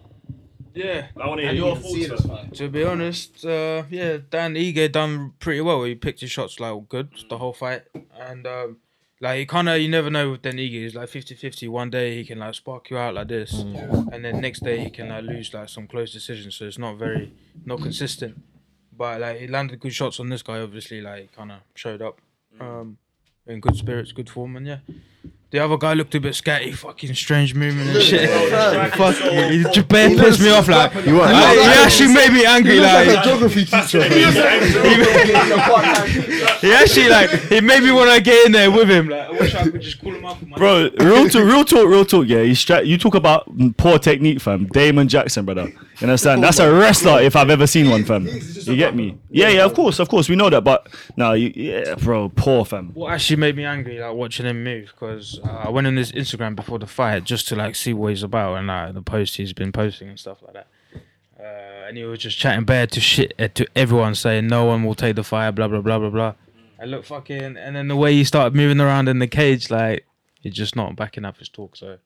[SPEAKER 6] Yeah,
[SPEAKER 11] I want to hear your thoughts. man.
[SPEAKER 6] to be honest, uh, yeah, Dan Ige done pretty well. He picked his shots like good
[SPEAKER 11] Mm.
[SPEAKER 6] the whole fight, and um, like you kind of you never know with Dan Ige. He's like 50-50. One day he can like spark you out like this,
[SPEAKER 11] Mm.
[SPEAKER 6] and then next day he can like lose like some close decisions. So it's not very not consistent. But like he landed good shots on this guy. Obviously, like kind of showed up,
[SPEAKER 11] Mm.
[SPEAKER 6] um, in good spirits, good form, and yeah. The other guy looked a bit scatty, fucking strange movement and shit. Fuck, he Japan pissed me off like.
[SPEAKER 3] You want?
[SPEAKER 6] Like, he actually made me angry. Like,
[SPEAKER 10] Like a geography teacher.
[SPEAKER 6] he actually like he made me want to get in there with him. Like, I wish I could just call him up. on my-
[SPEAKER 7] Bro, real talk, real talk, real talk. Yeah, you, stra- you talk about mm, poor technique, fam. Damon Jackson, brother. You understand? That's a wrestler if I've ever seen one, fam. You get me? Yeah, yeah, of course, of course. We know that, but no, you, yeah, bro, poor, fam.
[SPEAKER 6] What actually made me angry, like watching him move, because uh, I went on his Instagram before the fight just to like see what he's about and like the posts he's been posting and stuff like that. Uh, and he was just chatting bad to shit uh, to everyone, saying no one will take the fire, blah blah blah blah blah. And look, fucking, and then the way he started moving around in the cage, like he's just not backing up his talk. So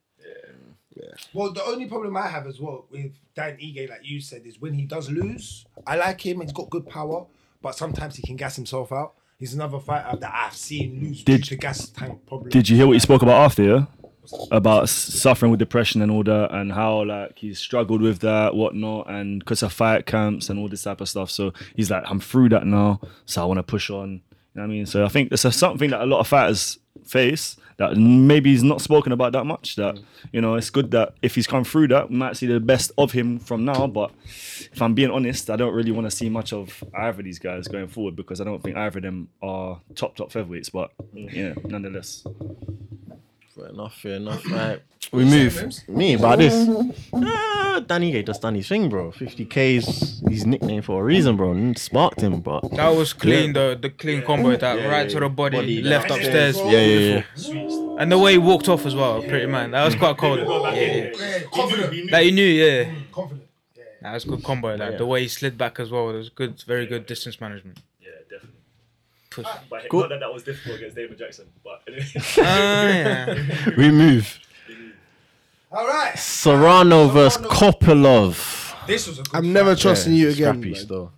[SPEAKER 4] Well, the only problem I have as well with Dan Ige, like you said, is when he does lose, I like him. He's got good power, but sometimes he can gas himself out. He's another fighter that I've seen lose
[SPEAKER 7] Did-
[SPEAKER 4] due to gas tank problem.
[SPEAKER 7] Did you hear what he spoke about after? Yeah? About s- suffering with depression and all that, and how like he's struggled with that, whatnot, and because of fight camps and all this type of stuff. So he's like, I'm through that now, so I want to push on. You know what I mean? So I think this is something that a lot of fighters face that maybe he's not spoken about that much. That you know, it's good that if he's come through that, we might see the best of him from now. But if I'm being honest, I don't really want to see much of either of these guys going forward because I don't think either of them are top top featherweights. But yeah, nonetheless.
[SPEAKER 3] Fair enough, fair enough. Right. We move. Me about this. Ah, Danny Gay does Danny's thing, bro. 50k is his nickname for a reason, bro. And it sparked him, but
[SPEAKER 6] that was clean though, the clean combo, that
[SPEAKER 3] Yeah,
[SPEAKER 6] right
[SPEAKER 3] yeah,
[SPEAKER 6] to the body,
[SPEAKER 3] body,
[SPEAKER 6] left
[SPEAKER 3] left
[SPEAKER 6] upstairs.
[SPEAKER 3] yeah, yeah, yeah.
[SPEAKER 11] Sweet.
[SPEAKER 6] And the way he walked off as well, pretty man. That was quite cold. Yeah, yeah.
[SPEAKER 11] yeah.
[SPEAKER 4] confident.
[SPEAKER 11] He knew-
[SPEAKER 6] That you knew, yeah.
[SPEAKER 4] confident.
[SPEAKER 6] That was good combo. Like the way he slid back as well. It was good, very good distance management.
[SPEAKER 11] Yeah, definitely.
[SPEAKER 6] Push.
[SPEAKER 11] But not that that was difficult against David Jackson. But anyway.
[SPEAKER 6] Ah, yeah.
[SPEAKER 3] We move.
[SPEAKER 4] All right.
[SPEAKER 3] Serrano versus Kopilov.
[SPEAKER 4] This was a good.
[SPEAKER 10] I'm never trusting you again.
[SPEAKER 3] Scrappy
[SPEAKER 10] man.
[SPEAKER 3] still.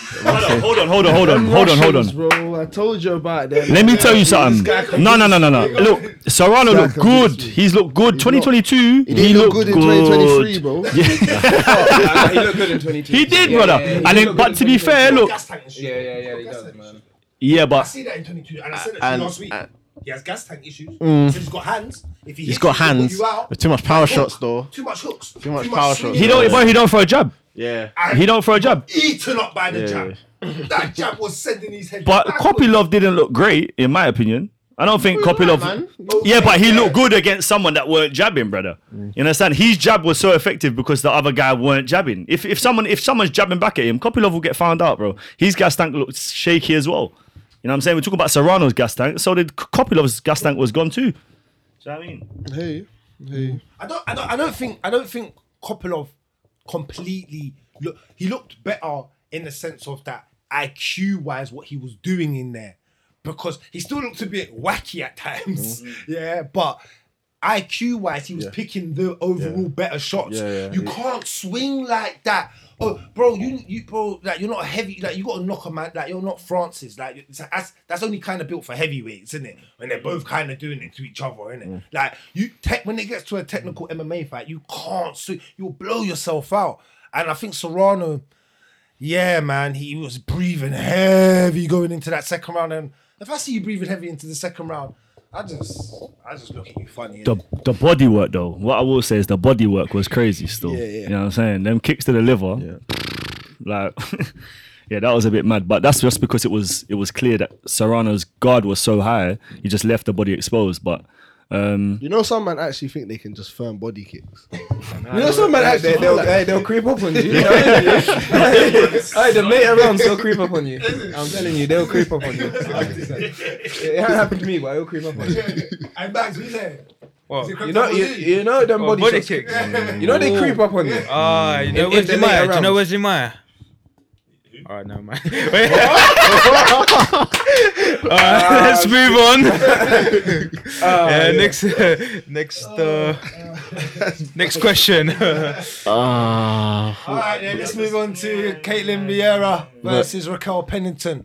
[SPEAKER 7] Hold on, hold on, hold on, hold on, hold on.
[SPEAKER 10] Russians, bro. I told you about that.
[SPEAKER 7] Let me tell you something. No, no, no, no, no. Look, Serrano
[SPEAKER 10] This guy
[SPEAKER 7] looked
[SPEAKER 10] can do
[SPEAKER 7] good.
[SPEAKER 10] this.
[SPEAKER 7] He's looked good. 2022.
[SPEAKER 10] He didn't look good in 2023, bro.
[SPEAKER 5] Nah, he looked good in 22.
[SPEAKER 7] He did,
[SPEAKER 5] Yeah,
[SPEAKER 7] brother.
[SPEAKER 5] yeah, yeah, he
[SPEAKER 7] and then,
[SPEAKER 5] looked
[SPEAKER 7] but
[SPEAKER 5] good
[SPEAKER 7] to
[SPEAKER 5] in
[SPEAKER 7] be
[SPEAKER 5] 22.
[SPEAKER 7] fair, look.
[SPEAKER 4] Gas tank issues.
[SPEAKER 5] Yeah, yeah, yeah,
[SPEAKER 4] He's got
[SPEAKER 5] he
[SPEAKER 4] gas
[SPEAKER 5] does,
[SPEAKER 4] tank
[SPEAKER 5] man.
[SPEAKER 4] issues.
[SPEAKER 7] Yeah,
[SPEAKER 4] I
[SPEAKER 7] but
[SPEAKER 4] see that in 22, and I said it
[SPEAKER 3] And-
[SPEAKER 4] last week.
[SPEAKER 3] and- Mm.
[SPEAKER 4] he has gas tank issues. So he's got hands. If he
[SPEAKER 3] he's got hands.
[SPEAKER 4] You out.
[SPEAKER 3] Too much power shots though.
[SPEAKER 4] Too much hooks. Too
[SPEAKER 3] much power
[SPEAKER 4] swing.
[SPEAKER 3] shots.
[SPEAKER 7] he don't. But he don't throw a jab.
[SPEAKER 3] Yeah.
[SPEAKER 7] He don't throw a jab.
[SPEAKER 4] Eaten up by the
[SPEAKER 3] Yeah,
[SPEAKER 4] jab. That jab was sending his head.
[SPEAKER 7] But
[SPEAKER 4] backwards.
[SPEAKER 7] Kopilov didn't look great, in my opinion. I don't think Kopilov.
[SPEAKER 4] Okay,
[SPEAKER 7] Yeah, but he
[SPEAKER 4] yeah.
[SPEAKER 7] looked good against someone that weren't jabbing, brother. You understand? His jab was so effective because the other guy weren't jabbing. If if someone if someone's jabbing back at him, Kopilov will get found out, bro. His gas tank looked shaky as well. You know what I'm saying? We're talking about Serrano's gas tank. So did K- Kopilov's gas tank was gone too. Do you know what I mean?
[SPEAKER 10] Hey, hey.
[SPEAKER 4] I don't, I don't, I don't think, I don't think Kopilov completely look. He looked better in the sense of that IQ wise, what he was doing in there, because he still looked a bit wacky at times. Yeah, but. IQ wise, he was picking the overall better shots.
[SPEAKER 3] yeah.
[SPEAKER 4] You can't swing like that. Oh, bro, you, you, bro, like you're not a heavy. Like you got to knock a man. Like you're not Francis. Like it's- that's that's only kind of built for heavyweights, isn't it? When they're both kind of doing it to each other, isn't it? Like you, tech when it gets to a technical MMA fight, you can't swing. You'll blow yourself out. And I think Serrano, yeah, man, he was breathing heavy going into that second round. And if I see you breathing heavy into the second round, I just, I just look at you funny.
[SPEAKER 7] The
[SPEAKER 4] innit?
[SPEAKER 7] the body work though. What I will say is the body work was crazy still. You know what I'm saying? Them kicks to the liver. Like Yeah, that was a bit mad, but that's just because it was it was clear that Serrano's guard was so high, he just left the body exposed. But um,
[SPEAKER 10] You know, some men actually think they can just firm body kicks.
[SPEAKER 5] You know
[SPEAKER 10] some man actually
[SPEAKER 5] they'll,
[SPEAKER 10] like-
[SPEAKER 5] hey, they'll creep up on you. hey, the later rounds they'll creep up on you. I'm telling you, they'll creep up on you. it hasn't happened to me, but it'll creep up on you.
[SPEAKER 4] And Bags, we there.
[SPEAKER 6] Well,
[SPEAKER 5] You know, you, you know them
[SPEAKER 6] oh,
[SPEAKER 5] body, Oh.
[SPEAKER 6] body
[SPEAKER 5] shots.
[SPEAKER 6] kicks.
[SPEAKER 5] You know they creep up on you.
[SPEAKER 6] Ah, you know
[SPEAKER 5] in the
[SPEAKER 6] Wesley Meyer.
[SPEAKER 5] later
[SPEAKER 6] Do you know
[SPEAKER 5] rounds.
[SPEAKER 6] Wesley Meyer? All right, never mind. All right, let's move on. yeah, next, next, uh, next question.
[SPEAKER 3] Ah.
[SPEAKER 4] All right, then let's move on to Caitlin Vieira versus Raquel Pennington.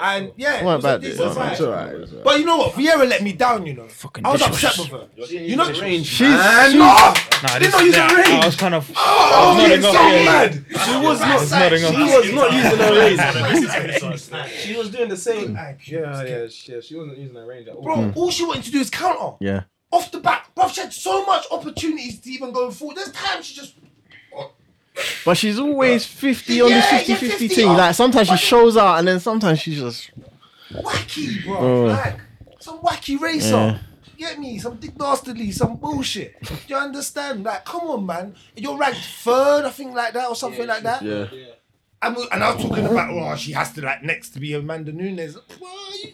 [SPEAKER 4] And yeah, it
[SPEAKER 3] weren't
[SPEAKER 4] was a
[SPEAKER 3] bad,
[SPEAKER 4] decent
[SPEAKER 3] it weren't bad.
[SPEAKER 4] fight.
[SPEAKER 10] It's alright. it's alright.
[SPEAKER 4] But you know what? Vieira let me down. You know, I was upset with her. You know,
[SPEAKER 5] Strange.
[SPEAKER 4] she's no,
[SPEAKER 6] Nah,
[SPEAKER 4] didn't know you
[SPEAKER 6] nah,
[SPEAKER 4] were
[SPEAKER 6] I
[SPEAKER 4] range.
[SPEAKER 6] was kind of
[SPEAKER 4] Oh,
[SPEAKER 6] nodding
[SPEAKER 4] it's so
[SPEAKER 6] off, yeah, yeah.
[SPEAKER 4] mad.
[SPEAKER 5] She was not.
[SPEAKER 6] nodding off.
[SPEAKER 5] She was not using her range.
[SPEAKER 11] range.
[SPEAKER 5] She was doing the same. Yeah, Oh, yeah, Mm. yeah. She wasn't using her range at all.
[SPEAKER 4] Bro, all she wanted to do is counter
[SPEAKER 3] Yeah.
[SPEAKER 4] off the back. Bro, she had so much opportunities to even go forward. There's times she just
[SPEAKER 3] But she's always 50 on
[SPEAKER 4] Yeah,
[SPEAKER 3] this 50
[SPEAKER 4] yeah,
[SPEAKER 3] 50
[SPEAKER 4] 50
[SPEAKER 3] thing.
[SPEAKER 4] up.
[SPEAKER 3] Like sometimes she shows out and then sometimes she's just.
[SPEAKER 4] wacky, bro.
[SPEAKER 3] Oh.
[SPEAKER 4] Like some wacky racer.
[SPEAKER 3] Yeah.
[SPEAKER 4] Get me some dick dastardly, some bullshit. Do you understand? Like, come on, man. You're ranked third, I think, like that, or something like that.
[SPEAKER 3] Yeah.
[SPEAKER 4] And, we, and I was talking about, oh, she has to like next to be Amanda Nunes. Well, you,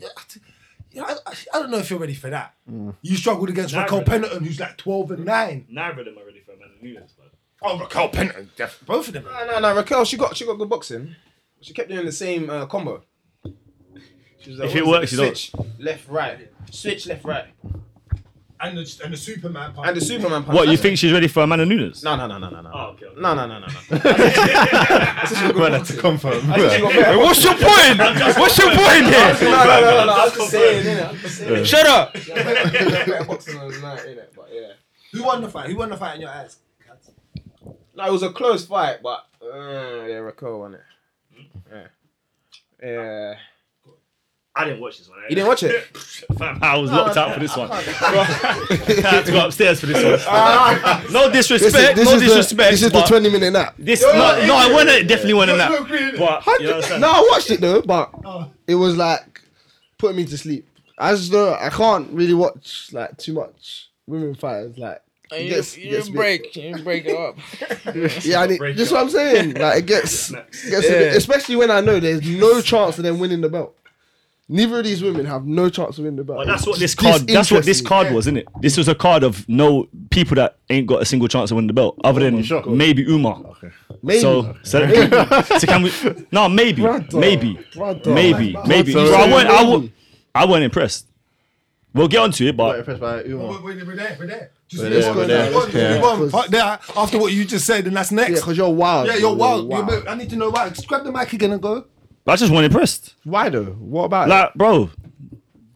[SPEAKER 4] you know, I, I don't know if you're ready for that.
[SPEAKER 3] Mm.
[SPEAKER 4] You struggled against
[SPEAKER 11] Nah,
[SPEAKER 4] Raquel
[SPEAKER 11] really.
[SPEAKER 4] Pennington, who's like 12 and 9.
[SPEAKER 11] Neither of them are really for Amanda Nunes, but
[SPEAKER 4] Oh, Raquel Pennington, def- both of them.
[SPEAKER 5] No, no, no. Raquel, she got she got good boxing. She kept doing the same uh, combo. She was like,
[SPEAKER 7] If it
[SPEAKER 5] what
[SPEAKER 7] works,
[SPEAKER 5] is
[SPEAKER 7] it don't.
[SPEAKER 5] switch left right, switch left right,
[SPEAKER 4] And the, and the Superman part.
[SPEAKER 5] and the Superman. punch.
[SPEAKER 7] what you think she's ready for Amanda Nunes?
[SPEAKER 5] No, no, no, no, no, no.
[SPEAKER 11] oh, okay. okay.
[SPEAKER 5] No, no, no, no, no.
[SPEAKER 3] Well, that's confirm.
[SPEAKER 6] Hey, what's your point? What's your point here?
[SPEAKER 5] no, no, no, no, no. I was just saying, innit? I was just saying.
[SPEAKER 6] Shut up.
[SPEAKER 5] Better boxing on the night, innit? But yeah.
[SPEAKER 4] Who won the fight? Who won the fight in your eyes?
[SPEAKER 5] No, it was a close fight, but uh, yeah, Raquel won it. Yeah. Yeah.
[SPEAKER 11] I didn't watch this one.
[SPEAKER 5] You didn't watch it?
[SPEAKER 7] Fam, I was locked out for this one. I had to go upstairs for this one. no
[SPEAKER 10] This
[SPEAKER 7] disrespect,
[SPEAKER 10] is, this
[SPEAKER 7] no
[SPEAKER 10] is the,
[SPEAKER 7] disrespect.
[SPEAKER 10] this is the
[SPEAKER 7] but
[SPEAKER 10] 20 minute nap.
[SPEAKER 7] This, no, no, I went it. Definitely went in that. But you know what I'm
[SPEAKER 10] No, I watched it though, but
[SPEAKER 4] Oh.
[SPEAKER 10] it was like putting me to sleep. As though I can't really watch like too much women fighters. Like it gets- it gets a bit-
[SPEAKER 6] you break it up.
[SPEAKER 10] Yeah, I need,
[SPEAKER 11] break
[SPEAKER 10] just what I'm saying. Like it gets,
[SPEAKER 11] Next.
[SPEAKER 10] gets a bit, especially when I know there's no chance of them winning the belt. Neither of these women have no chance of winning the battle.
[SPEAKER 7] But that's what this card. That's what this
[SPEAKER 10] Disinterested.
[SPEAKER 7] card was, isn't it? This was a card of no people that ain't got a single chance to win the belt, other than maybe Umar.
[SPEAKER 10] Maybe.
[SPEAKER 7] So, so, so can we? No, maybe,
[SPEAKER 10] Brother,
[SPEAKER 7] maybe,
[SPEAKER 10] brother.
[SPEAKER 7] maybe, maybe.
[SPEAKER 3] Brother.
[SPEAKER 7] Bro, I weren't, I, wa- I weren't impressed. We'll get onto it,
[SPEAKER 3] Not
[SPEAKER 7] but
[SPEAKER 3] impressed by Umar.
[SPEAKER 4] We're, we're there, we're there. Just
[SPEAKER 3] We're
[SPEAKER 4] let's
[SPEAKER 3] there,
[SPEAKER 4] go
[SPEAKER 3] we're there,
[SPEAKER 4] now.
[SPEAKER 3] let's go.
[SPEAKER 4] One, one. Fuck that. After what you just said, and that's
[SPEAKER 10] Yeah,
[SPEAKER 4] next.
[SPEAKER 10] because you're wild.
[SPEAKER 4] Yeah, you're wild. You- I need to know why. Just grab the mic again and go.
[SPEAKER 7] I just weren't impressed.
[SPEAKER 3] Why though? What about it?
[SPEAKER 7] Like, bro,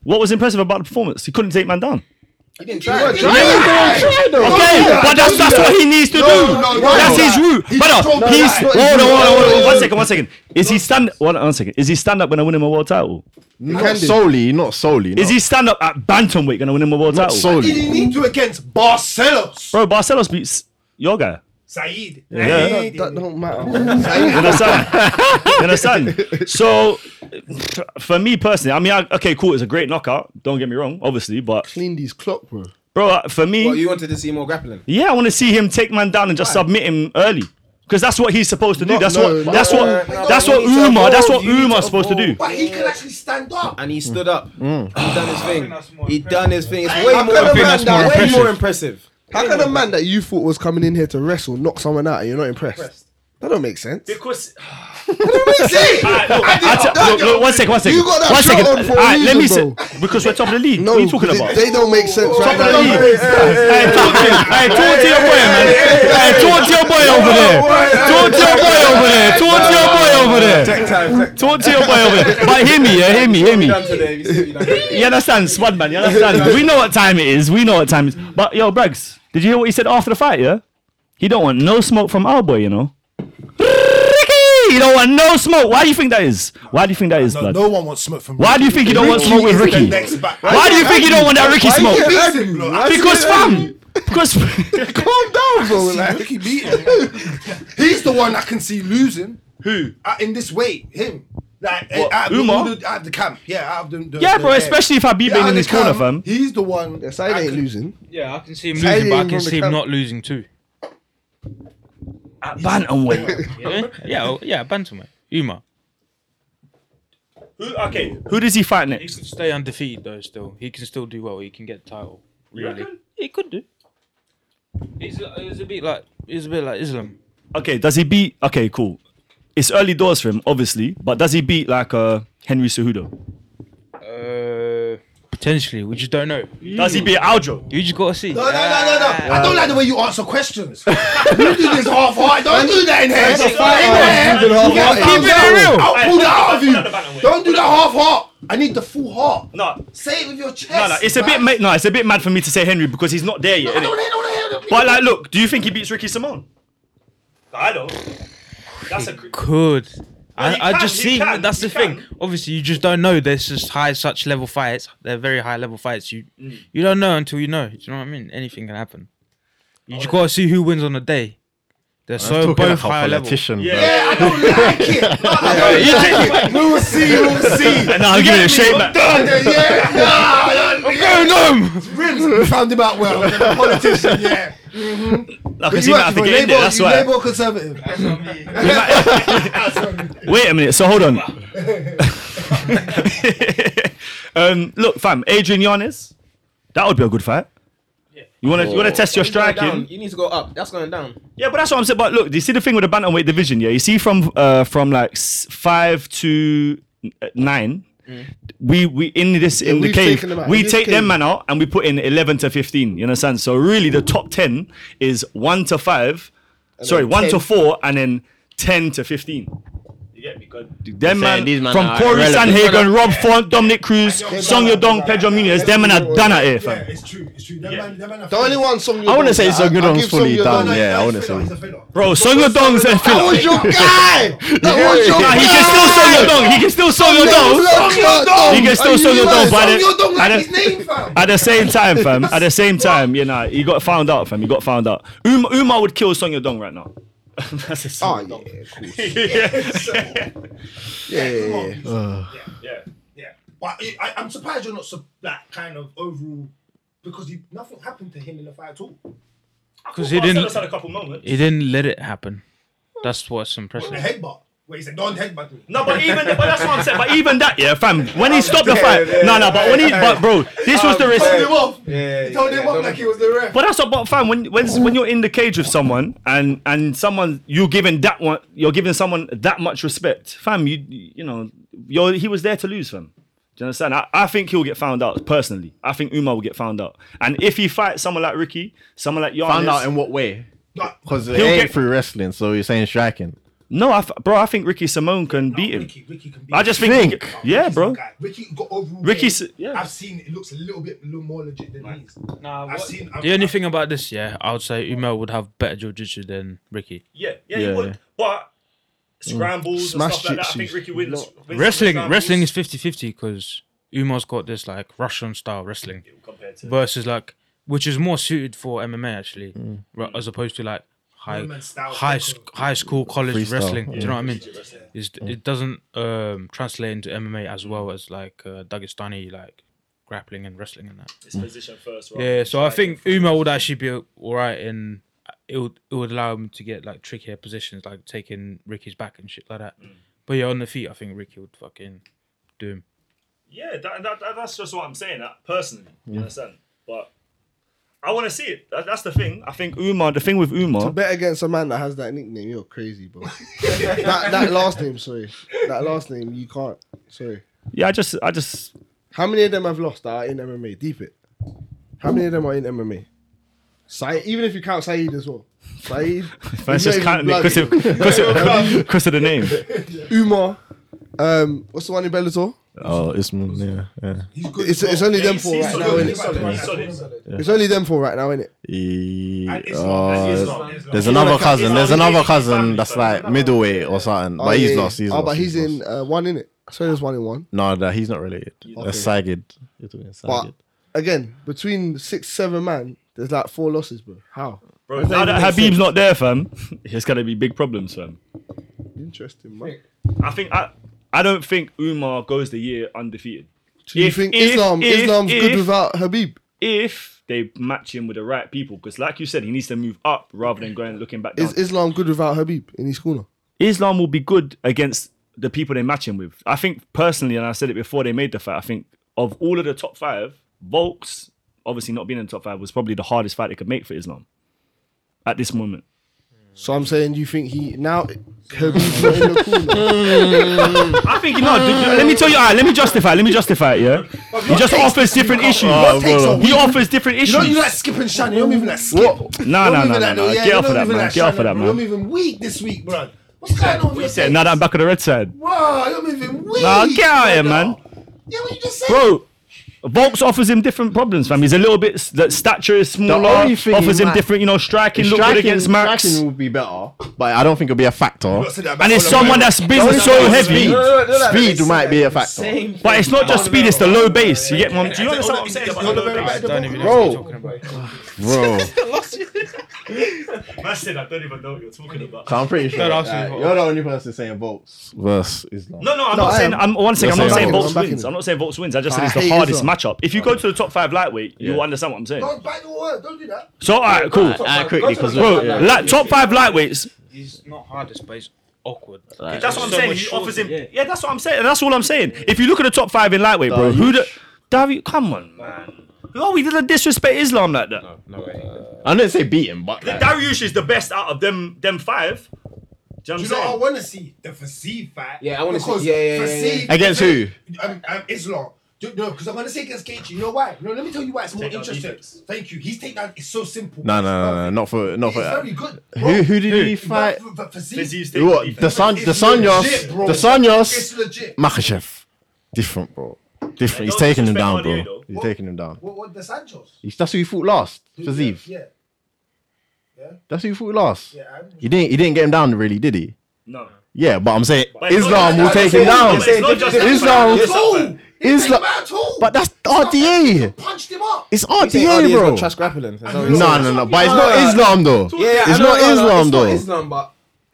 [SPEAKER 7] what was impressive about the performance? He couldn't take man down.
[SPEAKER 5] He didn't try.
[SPEAKER 10] Try it, try it, though.
[SPEAKER 7] Okay, but that's, that's what he needs to do.
[SPEAKER 4] Oh, no,
[SPEAKER 7] that's
[SPEAKER 4] no.
[SPEAKER 7] his route.
[SPEAKER 4] He's
[SPEAKER 7] Brother,
[SPEAKER 4] strong. No,
[SPEAKER 7] he's.
[SPEAKER 4] that's
[SPEAKER 7] Hold
[SPEAKER 4] not his
[SPEAKER 7] on, hold on,
[SPEAKER 4] route.
[SPEAKER 7] hold on, One second, one second. Is he stand? One, one second. Is he stand up going to win him a world title?
[SPEAKER 3] Not solely, not solely.
[SPEAKER 7] Is he stand up at bantamweight going to win him a world
[SPEAKER 3] not
[SPEAKER 7] title?
[SPEAKER 4] Did he
[SPEAKER 3] solely?
[SPEAKER 4] need to against Barcelos?
[SPEAKER 7] Bro, Barcelos beats your guy.
[SPEAKER 11] Saeed.
[SPEAKER 7] Yeah.
[SPEAKER 11] Saeed.
[SPEAKER 10] That don't matter.
[SPEAKER 7] You understand? you understand? So, for me personally, I mean, I, okay, cool. It's a great knockout. Don't get me wrong, obviously, but
[SPEAKER 10] Clean these clock, bro.
[SPEAKER 7] bro, for me,
[SPEAKER 5] Well, you wanted to see more grappling.
[SPEAKER 7] Yeah, I want to see him take man down and just submit him early. Because that's what he's supposed to do.
[SPEAKER 10] No,
[SPEAKER 7] that's
[SPEAKER 10] no,
[SPEAKER 7] what
[SPEAKER 10] no,
[SPEAKER 7] that's what
[SPEAKER 5] no,
[SPEAKER 7] that's
[SPEAKER 5] you
[SPEAKER 7] what
[SPEAKER 5] need to
[SPEAKER 7] Umar that's what
[SPEAKER 5] evolve, you need to
[SPEAKER 7] Umar's supposed to do.
[SPEAKER 4] But he can actually stand up.
[SPEAKER 5] And he stood up.
[SPEAKER 7] Mm.
[SPEAKER 5] He done his thing. He done his thing. It's way
[SPEAKER 10] I
[SPEAKER 5] more,
[SPEAKER 10] could've
[SPEAKER 5] impressive.
[SPEAKER 10] ran that.
[SPEAKER 5] way
[SPEAKER 10] Impressive.
[SPEAKER 5] more impressive.
[SPEAKER 10] How can a man that you thought was coming in here to wrestle knock someone out and you're not impressed? That don't make sense.
[SPEAKER 7] Because
[SPEAKER 10] See?
[SPEAKER 7] I
[SPEAKER 10] didn't-
[SPEAKER 7] tell- look, look, one second, one second,
[SPEAKER 10] You got that
[SPEAKER 7] one
[SPEAKER 10] shot
[SPEAKER 7] second.
[SPEAKER 10] on for a
[SPEAKER 7] Alright, let me
[SPEAKER 10] reason,
[SPEAKER 7] say because we're top of the league.
[SPEAKER 10] No,
[SPEAKER 7] what are you talking
[SPEAKER 10] 'cause it-
[SPEAKER 7] about?
[SPEAKER 10] they don't make sense right
[SPEAKER 7] Top of
[SPEAKER 10] now.
[SPEAKER 7] the league. Hey, talk to him. Hey, talk to your boy, man. Hey, talk to your boy over there. Talk to your boy over there. Talk to your boy over Oh, there.
[SPEAKER 5] Tech time. Tech
[SPEAKER 7] Talk to your boy over there. But hear me, yeah, hear me, hear me.
[SPEAKER 5] Done today. You see what you done today.
[SPEAKER 7] You understand, Swan man, you understand. we know what time it is. We know what time it is. But yo, Braggs, did you hear what he said after the fight, yeah? He don't want no smoke from our boy, you know. Ricky! You don't want no smoke. Why do you think that is? Why do you think that is, blood?
[SPEAKER 4] No one wants smoke from.
[SPEAKER 7] Why do you think you don't want smoke with Ricky?
[SPEAKER 4] Next back.
[SPEAKER 7] Why do you think you don't want that Ricky smoke? Because
[SPEAKER 10] fam.
[SPEAKER 7] fam! Because
[SPEAKER 10] Calm down, bro. Like,
[SPEAKER 4] Ricky beat him. He's the one I can see losing. Who? in this weight, him. Like
[SPEAKER 7] What,
[SPEAKER 4] out, of
[SPEAKER 7] Umar?
[SPEAKER 4] The, out of the camp, yeah, out of the. the
[SPEAKER 7] Yeah,
[SPEAKER 4] the-
[SPEAKER 7] bro, especially if I beat
[SPEAKER 4] Yeah, out
[SPEAKER 7] Bane in
[SPEAKER 4] of
[SPEAKER 7] his
[SPEAKER 4] the
[SPEAKER 7] corner,
[SPEAKER 4] camp,
[SPEAKER 7] fam.
[SPEAKER 4] He's the one.
[SPEAKER 10] yeah, Saeed
[SPEAKER 4] I
[SPEAKER 10] ain't
[SPEAKER 4] can-
[SPEAKER 10] losing.
[SPEAKER 6] Yeah, I can see him
[SPEAKER 10] Say
[SPEAKER 6] losing, but I
[SPEAKER 10] it
[SPEAKER 6] can
[SPEAKER 10] from
[SPEAKER 6] see
[SPEAKER 10] the
[SPEAKER 6] him
[SPEAKER 10] camp.
[SPEAKER 6] not losing too.
[SPEAKER 7] At Bantamweight.
[SPEAKER 6] Yeah, yeah, oh, yeah bantamweight. Umar.
[SPEAKER 7] Who- okay. Who does he fight
[SPEAKER 6] He
[SPEAKER 7] next?
[SPEAKER 6] can stay undefeated though. Still, he can still do well. He can get the title. Really, he could do. He's, he's a bit like he's a bit like Islam.
[SPEAKER 7] Okay, does he beat okay, cool. It's early doors for him, obviously, but does he beat like uh Henry Cejudo?
[SPEAKER 6] Uh, potentially, we just don't know.
[SPEAKER 7] Does he beat Aljo?
[SPEAKER 6] You just gotta see.
[SPEAKER 4] Oh, No, no, no, no, no. I don't like the way you answer questions. you do this half hearted. Don't do that in here.
[SPEAKER 10] That's a
[SPEAKER 4] In
[SPEAKER 10] fight, man.
[SPEAKER 4] here.
[SPEAKER 10] Keep it half-hearted.
[SPEAKER 4] Yeah,
[SPEAKER 10] Keep
[SPEAKER 7] it real.
[SPEAKER 4] I'll pull that out of
[SPEAKER 7] Not about
[SPEAKER 4] you.
[SPEAKER 7] that
[SPEAKER 4] Don't do that half heart. I need the full heart.
[SPEAKER 7] No.
[SPEAKER 4] Say it with your chest.
[SPEAKER 7] No, no, it's a bit
[SPEAKER 4] man.
[SPEAKER 7] ma- no, it's a bit mad for me to say Henry because he's not there yet.
[SPEAKER 4] I
[SPEAKER 7] innit?
[SPEAKER 4] don't, I don't hear the-
[SPEAKER 7] But like, look, do you think he beats Ricky Simon? I don't. That's a
[SPEAKER 6] Could.
[SPEAKER 7] he
[SPEAKER 6] I, I
[SPEAKER 7] can,
[SPEAKER 6] just
[SPEAKER 7] he
[SPEAKER 6] see
[SPEAKER 7] can,
[SPEAKER 6] that's
[SPEAKER 7] he
[SPEAKER 6] the thing.
[SPEAKER 7] can.
[SPEAKER 6] Obviously, you just don't know. There's just high such level fights. They're very high level fights. You
[SPEAKER 7] Mm.
[SPEAKER 6] you don't know until you know. Do you know what I mean? Anything can happen. You
[SPEAKER 7] Oh,
[SPEAKER 6] just gotta see who wins on the day. They're so
[SPEAKER 3] Talking
[SPEAKER 6] both
[SPEAKER 3] like a
[SPEAKER 6] high level.
[SPEAKER 3] politician. bro.
[SPEAKER 4] Yeah, I don't like it. No, I don't
[SPEAKER 7] we'll see, we'll see. No, I'm giving it a shake back.
[SPEAKER 4] yeah, yeah, yeah. Rims, we found him out well. He's a politician, yeah.
[SPEAKER 7] Like, 'cause he might have to get in there. That's
[SPEAKER 4] you
[SPEAKER 7] why.
[SPEAKER 4] Labour or Conservative?
[SPEAKER 7] Wait a minute. So hold on. um, look, fam, Adrian Yanis, that would be a good fight. You wanna
[SPEAKER 4] Oh.
[SPEAKER 7] you wanna test your
[SPEAKER 5] Down.
[SPEAKER 7] striking?
[SPEAKER 5] You need to go up. That's going down.
[SPEAKER 7] Yeah, but that's what I'm saying. But look, you see the thing with the bantamweight division, yeah. You see from uh, from like s- five to uh, nine. We we in this in the
[SPEAKER 10] we've
[SPEAKER 7] cave.
[SPEAKER 10] taken them out.
[SPEAKER 7] We
[SPEAKER 10] We've
[SPEAKER 7] take them
[SPEAKER 10] taken-
[SPEAKER 7] man out and we put in eleven to fifteen. You understand? So really, the top ten is one to five. sorry, one to
[SPEAKER 10] 10.
[SPEAKER 7] four, and then ten to fifteen. You get me? 'Cause
[SPEAKER 3] saying
[SPEAKER 7] Them man,
[SPEAKER 3] these man
[SPEAKER 7] from
[SPEAKER 3] are
[SPEAKER 7] Corey
[SPEAKER 3] irrelevant.
[SPEAKER 7] Sanhagen, Rob Font, Dominic Cruz, Song Yadong, Pedro Munez. Them man are done at here,
[SPEAKER 4] Yeah,
[SPEAKER 7] fam.
[SPEAKER 4] it's true, it's true. That man, that man
[SPEAKER 10] The only one song you
[SPEAKER 3] I wouldn't say Song Yudong's fully done, yeah. I wouldn't say.
[SPEAKER 7] Bro, Song Yadong's a
[SPEAKER 10] That was your guy. That was your
[SPEAKER 7] Nah,
[SPEAKER 10] guy.
[SPEAKER 7] he can still Song Yadong. He can still Song Yadong. He can still Song Yadong, but
[SPEAKER 4] Song
[SPEAKER 7] at the-
[SPEAKER 4] Yudong
[SPEAKER 7] at
[SPEAKER 4] like
[SPEAKER 7] the-
[SPEAKER 4] his name, fam.
[SPEAKER 7] At the same time, fam. At the same time, you know, he got found out, fam. He got found out. Um, Umar would kill Song Yadong right now. That's a
[SPEAKER 10] Oh,
[SPEAKER 7] song.
[SPEAKER 10] yeah, of course.
[SPEAKER 7] yeah.
[SPEAKER 10] Yeah, yeah, yeah.
[SPEAKER 4] Yeah, but I, I, I'm surprised you're not su- that kind of overall because he, nothing happened to him in the fight at all.
[SPEAKER 6] Because he didn't
[SPEAKER 7] had a couple moments.
[SPEAKER 6] he didn't let it happen. That's what's
[SPEAKER 4] The
[SPEAKER 6] impressive.
[SPEAKER 4] headbutt. Wait, he said, don't headbutt me.
[SPEAKER 7] No, but even but that's what I'm saying. But even that, yeah, fam. When he stopped the fight,
[SPEAKER 5] yeah,
[SPEAKER 7] no, no. But when he, but bro, this was the
[SPEAKER 4] Told him
[SPEAKER 7] risk.
[SPEAKER 4] off.
[SPEAKER 5] Yeah,
[SPEAKER 4] He told
[SPEAKER 5] yeah,
[SPEAKER 4] him off
[SPEAKER 5] don't-
[SPEAKER 4] like he was the ref.
[SPEAKER 7] But that's what, but fam. When when when you're in the cage with someone and and someone you're giving that one, you're giving someone that much respect, fam. You you know, you're he was there to lose, fam. Do you understand? I, I think he'll get found out personally. I think Umar will get found out. And if he fights someone like Ricky, someone like Giannis,
[SPEAKER 3] Found out in what way? Because it
[SPEAKER 7] He'll
[SPEAKER 3] ain't
[SPEAKER 7] get-
[SPEAKER 3] through wrestling, so you're saying striking.
[SPEAKER 7] no, I f bro, I think Ricky Simone can beat him.
[SPEAKER 4] Ricky, Ricky can be.
[SPEAKER 7] I just think, he
[SPEAKER 3] Think.
[SPEAKER 7] get- yeah, bro.
[SPEAKER 4] Ricky got overall.
[SPEAKER 7] Ricky's-
[SPEAKER 4] game.
[SPEAKER 7] yeah.
[SPEAKER 4] I've seen it looks a little bit little more legit than these.
[SPEAKER 6] Nah,
[SPEAKER 4] I've seen. I've,
[SPEAKER 6] The only
[SPEAKER 4] I've,
[SPEAKER 6] thing about this, yeah, I would say Umar would have better jiu-jitsu than Ricky.
[SPEAKER 7] Yeah, yeah,
[SPEAKER 3] Yeah,
[SPEAKER 7] he
[SPEAKER 3] yeah.
[SPEAKER 7] would. But scrambles
[SPEAKER 10] Smash
[SPEAKER 7] and stuff like that. I think
[SPEAKER 10] jitsus.
[SPEAKER 7] Ricky wins. wins from
[SPEAKER 6] Wrestling,
[SPEAKER 7] scrambles
[SPEAKER 6] wrestling is 50-50 because Umar's got this like Russian style wrestling
[SPEAKER 7] compared to
[SPEAKER 6] versus like, which is more suited for MMA actually, ra- as opposed to like high,
[SPEAKER 4] Roman style
[SPEAKER 6] high,
[SPEAKER 4] taekwondo.
[SPEAKER 6] sc- high school college
[SPEAKER 3] Freestyle,
[SPEAKER 6] wrestling. Do you know what I mean? It's, It doesn't um, translate into MMA as well as like uh, Dagestani like grappling and wrestling and that.
[SPEAKER 7] his position first. rather
[SPEAKER 6] Yeah,
[SPEAKER 7] than
[SPEAKER 6] so I
[SPEAKER 7] striking.
[SPEAKER 6] think Uma would actually be all right, and it would it would allow him to get like trickier positions, like taking Ricky's back and shit like that.
[SPEAKER 7] Mm.
[SPEAKER 6] But yeah, on the feet, I think Ricky would fucking do him.
[SPEAKER 7] Yeah, that, that, that, that's just what I'm saying. That personally, you understand? But I want to see it. That, that's the thing. I think Umar. The thing with Umar.
[SPEAKER 10] Bet against a man that has that nickname, you're crazy, bro. that, that last name, sorry. That last name, you can't. Sorry.
[SPEAKER 7] Yeah, I just, I just.
[SPEAKER 10] How many of them have lost that are in MMA? Deep it. How many of them are in MMA? Saeed, even if you count Saeed as well. Saeed.
[SPEAKER 7] Fans just
[SPEAKER 10] he's not
[SPEAKER 7] counting
[SPEAKER 10] even
[SPEAKER 7] me because of, because of, because of the name.
[SPEAKER 10] blood. Umar. Um, what's the one in Bellator?
[SPEAKER 3] Oh, Ismail, yeah, yeah.
[SPEAKER 4] he's good.
[SPEAKER 10] It's,
[SPEAKER 4] as
[SPEAKER 10] it's
[SPEAKER 4] well.
[SPEAKER 10] only them four
[SPEAKER 7] He's
[SPEAKER 10] right
[SPEAKER 7] solid, he's
[SPEAKER 10] now, innit?
[SPEAKER 7] solid, he's solid.
[SPEAKER 10] It's only them four right now, innit?
[SPEAKER 3] He-
[SPEAKER 4] And Islam,
[SPEAKER 3] oh,
[SPEAKER 4] and
[SPEAKER 3] there's,
[SPEAKER 4] Islam, Islam.
[SPEAKER 3] there's
[SPEAKER 4] He's
[SPEAKER 3] another
[SPEAKER 10] like a-
[SPEAKER 3] cousin. There's
[SPEAKER 7] he's like-
[SPEAKER 3] another
[SPEAKER 7] he's like
[SPEAKER 3] cousin
[SPEAKER 7] family,
[SPEAKER 3] that's
[SPEAKER 7] so
[SPEAKER 3] like middleweight or something,
[SPEAKER 10] Oh,
[SPEAKER 3] but he's
[SPEAKER 10] yeah,
[SPEAKER 3] lost. He's
[SPEAKER 10] Oh,
[SPEAKER 3] lost.
[SPEAKER 10] but he's
[SPEAKER 3] lost.
[SPEAKER 10] in uh, one, innit? So there's one in one.
[SPEAKER 3] No, no, he's not related. That's Sagid. You're talking
[SPEAKER 10] But
[SPEAKER 3] Sagid.
[SPEAKER 10] again, between six, seven man, there's like four losses, bro. How?
[SPEAKER 7] Bro, now that Habib's not there, fam, it's gonna be big problems, fam.
[SPEAKER 10] Interesting, man.
[SPEAKER 7] I think I, I don't think Umar goes the year undefeated.
[SPEAKER 10] Do you
[SPEAKER 7] If-
[SPEAKER 10] think
[SPEAKER 7] if-
[SPEAKER 10] Islam
[SPEAKER 7] if-
[SPEAKER 10] Islam's good
[SPEAKER 7] if-
[SPEAKER 10] without Habib?
[SPEAKER 7] If they match him with the right people, because like you said, he needs to move up rather than going looking back down.
[SPEAKER 10] Is Islam good without Habib in his corner?
[SPEAKER 7] Islam will be good against the people they match him with. I think personally, and I said it before they made the fight, I think of all of the top five, Volks, obviously not being in the top five, was probably the hardest fight they could make for Islam at this moment.
[SPEAKER 10] So I'm saying, you think he now Habib's not in the corner?
[SPEAKER 7] I think, no, d- d- let me tell you, alright, let me justify, let me justify it, yeah? He just offers different issues.
[SPEAKER 4] What takes a
[SPEAKER 7] He offers different
[SPEAKER 4] You don't
[SPEAKER 7] issues.
[SPEAKER 4] you like skip and shine. You don't even like skip.
[SPEAKER 7] Nah,
[SPEAKER 4] You're
[SPEAKER 7] nah,
[SPEAKER 4] not
[SPEAKER 7] nah,
[SPEAKER 4] even
[SPEAKER 7] nah,
[SPEAKER 4] like-
[SPEAKER 7] nah.
[SPEAKER 4] yeah,
[SPEAKER 7] Get
[SPEAKER 4] you're
[SPEAKER 7] off of
[SPEAKER 4] not
[SPEAKER 7] that,
[SPEAKER 4] even
[SPEAKER 7] man.
[SPEAKER 4] like
[SPEAKER 7] Get off of
[SPEAKER 4] shining, bro.
[SPEAKER 7] that, man.
[SPEAKER 4] You're not even weak this week, bro. What's going on with
[SPEAKER 7] Now
[SPEAKER 4] your
[SPEAKER 7] that I'm back on the red side.
[SPEAKER 4] Wow, you're not even weak.
[SPEAKER 7] Nah, get out of here,
[SPEAKER 4] brother.
[SPEAKER 7] man.
[SPEAKER 4] Yeah, what you just said?
[SPEAKER 7] Bro, Volks offers him different problems, fam. He's a little bit that stature is smaller.
[SPEAKER 3] only thing he
[SPEAKER 7] Offers him
[SPEAKER 3] might-
[SPEAKER 7] different, you know, striking, look good against Max.
[SPEAKER 3] striking will be better, but I don't think it'll be a factor.
[SPEAKER 4] Said that about
[SPEAKER 7] And it's
[SPEAKER 4] all of
[SPEAKER 7] someone
[SPEAKER 4] them.
[SPEAKER 7] that's
[SPEAKER 3] Oh,
[SPEAKER 7] been so heavy,
[SPEAKER 3] Speed,
[SPEAKER 5] no, no,
[SPEAKER 3] speed
[SPEAKER 5] no,
[SPEAKER 3] might be a factor.
[SPEAKER 5] Same.
[SPEAKER 7] but it's not just speed; it's the low base. You get one? Do you understand what I'm saying?
[SPEAKER 4] It's all about right at the
[SPEAKER 6] Don't
[SPEAKER 4] moment.
[SPEAKER 6] even know what
[SPEAKER 10] Bro.
[SPEAKER 6] you're talking about.
[SPEAKER 3] Bro,
[SPEAKER 7] I said I don't even know what you're talking about.
[SPEAKER 3] so I'm pretty sure
[SPEAKER 6] ask
[SPEAKER 3] that
[SPEAKER 6] me.
[SPEAKER 3] you're the only person saying Volks versus Islam.
[SPEAKER 7] No, no, I'm
[SPEAKER 10] No,
[SPEAKER 7] not
[SPEAKER 10] I
[SPEAKER 7] saying.
[SPEAKER 10] am.
[SPEAKER 7] I'm one thing. I'm not
[SPEAKER 3] saying
[SPEAKER 7] saying
[SPEAKER 3] I'm
[SPEAKER 7] Volks
[SPEAKER 10] backing
[SPEAKER 7] wins.
[SPEAKER 10] him.
[SPEAKER 7] I'm not saying Volks wins. I just said
[SPEAKER 10] I
[SPEAKER 7] it's the
[SPEAKER 10] hate
[SPEAKER 7] hardest
[SPEAKER 10] Islam.
[SPEAKER 7] matchup. If you go to the top five lightweight, you'll understand what I'm saying.
[SPEAKER 4] Don't bite the word. Don't do that.
[SPEAKER 7] So, alright, cool.
[SPEAKER 3] Ah, quickly, because
[SPEAKER 7] Bro, like top five lightweights.
[SPEAKER 6] He's not hardest, but he's awkward.
[SPEAKER 7] That's what I'm saying. He offers him. Yeah, that's what I'm saying. That's all I'm saying. If you look at the top five in lightweight, bro, who the Davi? Come on, man. Oh, No, we didn't disrespect Islam like that.
[SPEAKER 5] No way.
[SPEAKER 3] I didn't say beat him, but
[SPEAKER 7] Like,
[SPEAKER 3] like,
[SPEAKER 7] Darius is the best out of them them five. Do you know
[SPEAKER 4] Do you know
[SPEAKER 7] what
[SPEAKER 4] what I
[SPEAKER 7] I'm saying?
[SPEAKER 4] want to see? The Fasib fight.
[SPEAKER 5] Yeah, I wanna see-
[SPEAKER 4] Because
[SPEAKER 5] yeah, yeah, yeah,
[SPEAKER 4] Fasib-
[SPEAKER 3] against who?
[SPEAKER 4] Um, um, Islam. Do, no, because I'm going to say against Gaethje. You know why? No, let me tell you why it's more
[SPEAKER 7] Takedown
[SPEAKER 4] interesting.
[SPEAKER 7] defense.
[SPEAKER 4] Thank you. His takedown is so simple.
[SPEAKER 3] No, no, no, no, not for, not
[SPEAKER 4] It's
[SPEAKER 3] for. uh,
[SPEAKER 4] very good.
[SPEAKER 3] Who, who did he fight?
[SPEAKER 7] Disease
[SPEAKER 4] Fasib.
[SPEAKER 7] take
[SPEAKER 3] What?
[SPEAKER 7] defense.
[SPEAKER 3] The son,
[SPEAKER 4] It's
[SPEAKER 3] the son,
[SPEAKER 4] legit, bro.
[SPEAKER 3] the son,
[SPEAKER 4] It's legit.
[SPEAKER 3] Makachev. Different, bro. Different. He's
[SPEAKER 7] don't
[SPEAKER 3] taking him
[SPEAKER 7] disrespect
[SPEAKER 3] down,
[SPEAKER 7] Manu,
[SPEAKER 3] bro.
[SPEAKER 7] though.
[SPEAKER 3] He's taking him down.
[SPEAKER 4] What, what, the Sanchos?
[SPEAKER 3] He's, that's who he fought last. Fazeev.
[SPEAKER 4] Yeah.
[SPEAKER 3] That's who he fought last.
[SPEAKER 4] Yeah. I'm-
[SPEAKER 3] He didn't. He didn't get him down, really, did he?
[SPEAKER 7] No.
[SPEAKER 3] Yeah, but I'm saying
[SPEAKER 7] But it's not
[SPEAKER 3] Islam
[SPEAKER 7] just-
[SPEAKER 3] will take him
[SPEAKER 7] it's not-
[SPEAKER 3] down.
[SPEAKER 7] it's not just-
[SPEAKER 3] Islam.
[SPEAKER 7] it's not-
[SPEAKER 4] Tool! He
[SPEAKER 3] Islam-
[SPEAKER 4] take him out tool!
[SPEAKER 3] But that's
[SPEAKER 4] He
[SPEAKER 3] RDA.
[SPEAKER 4] punched him up.
[SPEAKER 3] It's
[SPEAKER 5] RDA
[SPEAKER 3] RDA,
[SPEAKER 5] is
[SPEAKER 3] bro.
[SPEAKER 5] not trash grappling. That's all it is.
[SPEAKER 3] No, no, no. But it's not
[SPEAKER 5] No.
[SPEAKER 3] Islam though.
[SPEAKER 5] Yeah,
[SPEAKER 3] It's
[SPEAKER 5] I know,
[SPEAKER 3] not
[SPEAKER 5] no, no,
[SPEAKER 3] Islam
[SPEAKER 5] it's not
[SPEAKER 3] though.
[SPEAKER 5] Islam, but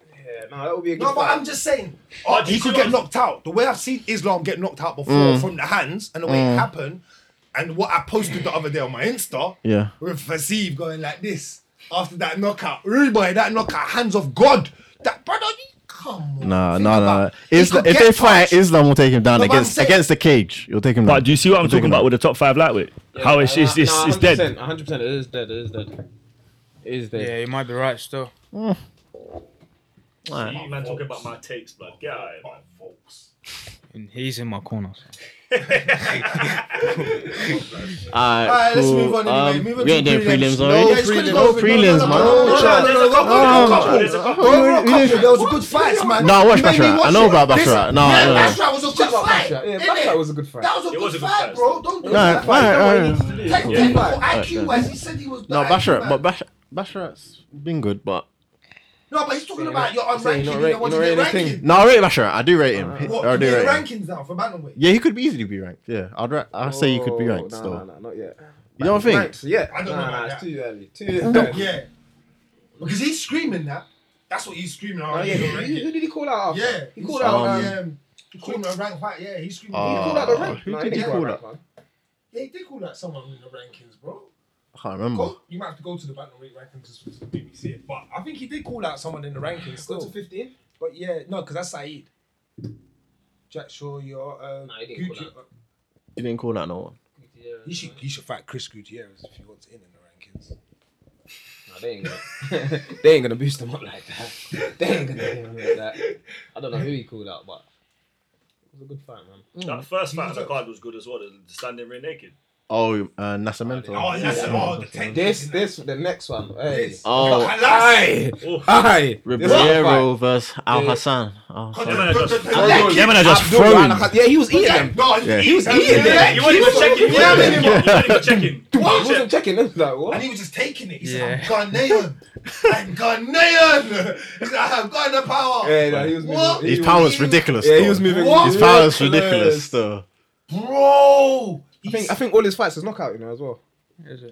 [SPEAKER 5] yeah, no, that would be a good.
[SPEAKER 4] No, but
[SPEAKER 5] fight.
[SPEAKER 4] I'm just saying, oh, he
[SPEAKER 7] you
[SPEAKER 4] could
[SPEAKER 7] see
[SPEAKER 4] get
[SPEAKER 7] what-
[SPEAKER 4] knocked out. The way I've seen Islam get knocked out before
[SPEAKER 3] Mm.
[SPEAKER 4] from the hands and the way it happened, and what I posted the other day on my Insta,
[SPEAKER 3] Yeah.
[SPEAKER 4] with Fasib going like this after that knockout. Really, boy, that knockout, hands of God. That brother, you Come on.
[SPEAKER 3] Nah,
[SPEAKER 4] Think
[SPEAKER 3] nah, nah.
[SPEAKER 4] about-
[SPEAKER 3] nah.
[SPEAKER 4] He
[SPEAKER 3] Isla-
[SPEAKER 4] could
[SPEAKER 3] if
[SPEAKER 4] get
[SPEAKER 3] they fight,
[SPEAKER 4] touched.
[SPEAKER 3] Islam will take him down
[SPEAKER 4] No, but I'm
[SPEAKER 3] against
[SPEAKER 4] saying-
[SPEAKER 3] against the cage. He'll take him down.
[SPEAKER 7] But do you see what I'm talking about
[SPEAKER 3] about?
[SPEAKER 7] with the top five lightweight? How it's it's, it's, it's dead.
[SPEAKER 5] 100%. It is dead. It is dead. It is dead.
[SPEAKER 6] Yeah, you might be right still.
[SPEAKER 11] You man talking about my takes, blood. Get out of here, man.
[SPEAKER 6] And he's in my corner. so.
[SPEAKER 3] Alright,
[SPEAKER 4] Alright, let's
[SPEAKER 3] cool.
[SPEAKER 4] move on anyway.
[SPEAKER 3] Um,
[SPEAKER 4] Move on
[SPEAKER 3] we
[SPEAKER 4] to
[SPEAKER 3] ain't doing prelims,
[SPEAKER 4] prelims.
[SPEAKER 3] already.
[SPEAKER 4] Yeah, it's quick,
[SPEAKER 3] No
[SPEAKER 4] go for it.
[SPEAKER 3] prelims,
[SPEAKER 4] No, no,
[SPEAKER 3] man.
[SPEAKER 4] no,
[SPEAKER 3] No,
[SPEAKER 4] no, no, no, no, no,
[SPEAKER 3] Oh.
[SPEAKER 4] no, no, no, no.
[SPEAKER 11] There's a couple.
[SPEAKER 4] There were a couple. There was a good fights, man.
[SPEAKER 3] I watched
[SPEAKER 4] You made me
[SPEAKER 3] Bachelor. I
[SPEAKER 4] watch
[SPEAKER 3] know
[SPEAKER 4] it.
[SPEAKER 3] about Bachelor.
[SPEAKER 4] Listen,
[SPEAKER 3] No,
[SPEAKER 4] yeah,
[SPEAKER 3] no, no.
[SPEAKER 4] Bachelor was a good fight.
[SPEAKER 5] Yeah,
[SPEAKER 4] innit?
[SPEAKER 5] Bachelor was a good fight.
[SPEAKER 4] That was a
[SPEAKER 11] It was a
[SPEAKER 4] good
[SPEAKER 11] good
[SPEAKER 4] fight,
[SPEAKER 11] fight.
[SPEAKER 4] bro. Don't do
[SPEAKER 3] Nah,
[SPEAKER 4] that.
[SPEAKER 3] alright, alright.
[SPEAKER 4] Tech- Technical IQ wise, he said he was.
[SPEAKER 3] No,
[SPEAKER 4] the
[SPEAKER 3] Bashrat,
[SPEAKER 4] IQ
[SPEAKER 3] but
[SPEAKER 4] man.
[SPEAKER 3] Bash- Bashrat's been good, but
[SPEAKER 4] No, but he's talking
[SPEAKER 5] You're
[SPEAKER 4] about
[SPEAKER 5] not-
[SPEAKER 4] your
[SPEAKER 5] you're saying
[SPEAKER 4] unranked.
[SPEAKER 5] you're
[SPEAKER 4] You
[SPEAKER 5] not
[SPEAKER 4] don't want to get
[SPEAKER 5] rating- you're not rating
[SPEAKER 4] ranking.
[SPEAKER 3] no, I rate Bashrat. I do rate him. He-
[SPEAKER 4] What?
[SPEAKER 3] I
[SPEAKER 4] You
[SPEAKER 3] do
[SPEAKER 4] made
[SPEAKER 3] rate him.
[SPEAKER 4] rankings now for bantamweight.
[SPEAKER 3] Yeah, he could easily be ranked. Yeah, I'd ra- I say he could be ranked
[SPEAKER 5] Oh, Nah,
[SPEAKER 3] still.
[SPEAKER 5] Nah, nah, not yet.
[SPEAKER 3] You don't think?
[SPEAKER 5] Ranked, yeah.
[SPEAKER 4] I don't
[SPEAKER 5] nah,
[SPEAKER 4] know
[SPEAKER 5] nah,
[SPEAKER 4] about
[SPEAKER 5] it's
[SPEAKER 4] that.
[SPEAKER 5] too early. Too early.
[SPEAKER 4] Yeah. Because he's screaming that. That's what he's screaming.
[SPEAKER 5] Oh,
[SPEAKER 4] Oh,
[SPEAKER 5] yeah.
[SPEAKER 4] yeah,
[SPEAKER 5] Who who did he call out? after?
[SPEAKER 4] yeah.
[SPEAKER 5] He called out. um,
[SPEAKER 4] um, he called him a rank fight. Yeah, he's screaming.
[SPEAKER 5] He
[SPEAKER 3] Uh,
[SPEAKER 5] called out the rank.
[SPEAKER 3] who
[SPEAKER 5] Nah,
[SPEAKER 3] did he
[SPEAKER 5] didn't
[SPEAKER 3] call
[SPEAKER 5] out
[SPEAKER 3] out?
[SPEAKER 5] the rank,
[SPEAKER 4] Yeah, he did call that someone in the rankings, bro.
[SPEAKER 3] I can't remember.
[SPEAKER 4] Go, you might have to go to the bantamweight rankings just to maybe see it. But I think he did call out someone in the rankings
[SPEAKER 5] man. Go to
[SPEAKER 4] still.
[SPEAKER 5] 15.
[SPEAKER 4] But yeah, no, because that's Saeed. Jack Shaw, your uh,
[SPEAKER 5] Nah, he didn't call
[SPEAKER 4] Guti-
[SPEAKER 3] You didn't call out no one.
[SPEAKER 4] You should you should fight Chris Gutierrez if you want in in the rankings.
[SPEAKER 5] Nah, they ain't gonna. they ain't gonna boost him up like that. They ain't gonna him like that. I don't know who he called out, but it was a good fight, man.
[SPEAKER 11] That first fight on the card was good as well. The the standing rear naked.
[SPEAKER 3] Oh, uh, Nasser Mental.
[SPEAKER 4] Oh, that's oh, the ten.
[SPEAKER 5] This, this, the next one. Hey.
[SPEAKER 4] This.
[SPEAKER 3] Oh,
[SPEAKER 4] Aye.
[SPEAKER 11] Oh,
[SPEAKER 5] Hi.
[SPEAKER 3] Ribeiro versus Al
[SPEAKER 5] Yeah.
[SPEAKER 3] Hassan.
[SPEAKER 7] Oh,
[SPEAKER 3] Al
[SPEAKER 11] yeah,
[SPEAKER 3] Hassan.
[SPEAKER 11] man, I just-
[SPEAKER 7] Yeah, man, I just throw him.
[SPEAKER 5] Yeah, he was eating him.
[SPEAKER 4] No, he was eating
[SPEAKER 11] Yeah, you
[SPEAKER 4] it.
[SPEAKER 11] weren't even checking. You weren't even- you weren't even checking.
[SPEAKER 5] He wasn't checking. It was like,
[SPEAKER 4] And
[SPEAKER 5] what?
[SPEAKER 4] he was just taking it. He said,
[SPEAKER 6] Yeah.
[SPEAKER 4] I'm Ghanaian. I'm Ghanaian. He said, I have Ghana power.
[SPEAKER 5] Yeah, no, he was
[SPEAKER 4] What?
[SPEAKER 5] moving.
[SPEAKER 3] His
[SPEAKER 5] he was-
[SPEAKER 3] power's ridiculous.
[SPEAKER 5] Yeah, he
[SPEAKER 3] though.
[SPEAKER 5] was moving.
[SPEAKER 4] What?
[SPEAKER 3] His power's ridiculous, though.
[SPEAKER 4] Bro.
[SPEAKER 5] I think, I think all his fights is knockout, you know, as well.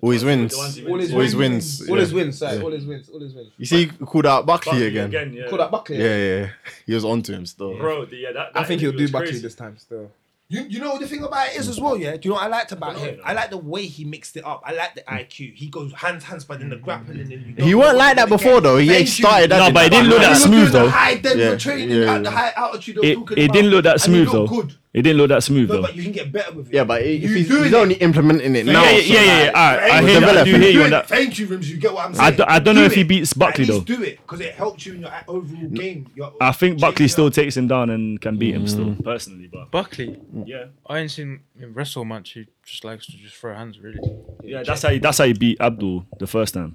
[SPEAKER 3] All his wins.
[SPEAKER 11] The ones he
[SPEAKER 5] All
[SPEAKER 3] All his
[SPEAKER 5] his
[SPEAKER 11] wins.
[SPEAKER 3] wins.
[SPEAKER 5] All
[SPEAKER 3] yeah.
[SPEAKER 5] his wins, sorry,
[SPEAKER 3] Yeah.
[SPEAKER 5] all his wins, all his wins.
[SPEAKER 3] You see, he called out Buckley
[SPEAKER 11] Buckley
[SPEAKER 3] again.
[SPEAKER 11] yeah.
[SPEAKER 5] Call that Buckley.
[SPEAKER 3] Yeah, yeah. yeah. He was onto him still.
[SPEAKER 11] Bro, the- yeah, that,
[SPEAKER 5] I
[SPEAKER 11] that
[SPEAKER 5] think he'll
[SPEAKER 11] interview
[SPEAKER 5] do
[SPEAKER 11] was
[SPEAKER 5] Buckley
[SPEAKER 11] crazy.
[SPEAKER 5] this time still.
[SPEAKER 4] You, you know the thing about it is as well, yeah. Do you know what I liked about him? I like the way he mixed it up. I like the IQ. He goes hands, hands, but then the grappling. And you
[SPEAKER 3] He weren't like that before, though. He
[SPEAKER 4] Thank
[SPEAKER 3] started
[SPEAKER 4] you.
[SPEAKER 3] that.
[SPEAKER 7] No,
[SPEAKER 3] in
[SPEAKER 7] but he didn't look
[SPEAKER 3] back.
[SPEAKER 7] that
[SPEAKER 4] He was doing
[SPEAKER 7] smooth,
[SPEAKER 4] the
[SPEAKER 7] though.
[SPEAKER 4] High Denver
[SPEAKER 3] Yeah,
[SPEAKER 4] training
[SPEAKER 3] yeah,
[SPEAKER 4] at the
[SPEAKER 3] yeah.
[SPEAKER 4] high altitude. Of
[SPEAKER 7] It, it didn't look that smooth though.
[SPEAKER 4] Good.
[SPEAKER 7] It didn't look that smooth
[SPEAKER 4] No,
[SPEAKER 7] though.
[SPEAKER 4] but you can get better with it.
[SPEAKER 3] Yeah, but he- if
[SPEAKER 4] You
[SPEAKER 3] he's,
[SPEAKER 4] doing
[SPEAKER 3] he's
[SPEAKER 4] it.
[SPEAKER 3] only implementing it now.
[SPEAKER 7] yeah, yeah,
[SPEAKER 3] so
[SPEAKER 7] yeah, yeah, yeah. All right, I,
[SPEAKER 4] Hey,
[SPEAKER 7] hear, I do
[SPEAKER 3] developing.
[SPEAKER 7] hear you on
[SPEAKER 4] it.
[SPEAKER 7] that.
[SPEAKER 4] Thank you, Rims. You get what I'm
[SPEAKER 7] I
[SPEAKER 4] saying.
[SPEAKER 7] d- I don't know
[SPEAKER 4] Do
[SPEAKER 7] if he
[SPEAKER 4] it.
[SPEAKER 7] beats Buckley,
[SPEAKER 4] At least
[SPEAKER 7] though.
[SPEAKER 4] do it because it helped you in your overall game. Your,
[SPEAKER 7] I think Buckley
[SPEAKER 4] change
[SPEAKER 7] still
[SPEAKER 4] your-
[SPEAKER 7] takes him down and can beat him still, personally. But
[SPEAKER 6] Buckley,
[SPEAKER 11] Yeah,
[SPEAKER 6] I ain't seen him wrestle much. He just likes to just throw hands, really.
[SPEAKER 7] yeah, that's how he, that's how he beat Abdul the first time.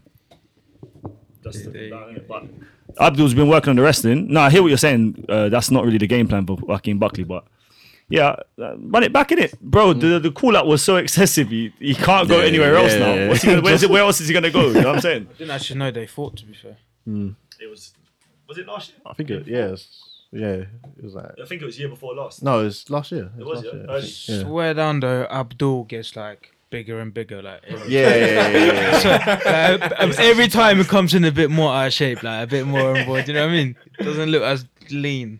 [SPEAKER 11] that's the thing. But
[SPEAKER 7] Abdul's been working on the wrestling. No, I hear what you're saying. Uh, that's not really the game plan for fucking Buckley, but yeah, uh, run it back in it, bro. The, the call out was so excessive. He, he can't go
[SPEAKER 3] Yeah,
[SPEAKER 7] anywhere
[SPEAKER 3] yeah,
[SPEAKER 7] else
[SPEAKER 3] yeah,
[SPEAKER 7] now.
[SPEAKER 3] yeah.
[SPEAKER 7] What's he gonna, where's it, where else is he gonna go? You know what I'm saying?
[SPEAKER 6] Didn't actually know they fought, to be fair.
[SPEAKER 11] it was. Was it last year?
[SPEAKER 3] I think it, yeah, it's, yeah, it was like
[SPEAKER 11] I think it was year before last.
[SPEAKER 3] no, it was last year. It
[SPEAKER 11] It
[SPEAKER 3] was
[SPEAKER 11] was,
[SPEAKER 3] last year.
[SPEAKER 11] yeah.
[SPEAKER 3] Yeah.
[SPEAKER 6] Swear down though, Abdul gets like bigger and bigger. Like every,
[SPEAKER 3] Yeah, yeah, yeah, yeah, yeah.
[SPEAKER 6] so, like, ab- every time it comes in a bit more out of shape, like a bit more on board. You know what I mean? Doesn't look as lean,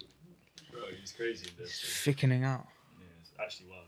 [SPEAKER 11] Bro, he's crazy in this.
[SPEAKER 6] thickening out.
[SPEAKER 11] Yeah, it's actually wild.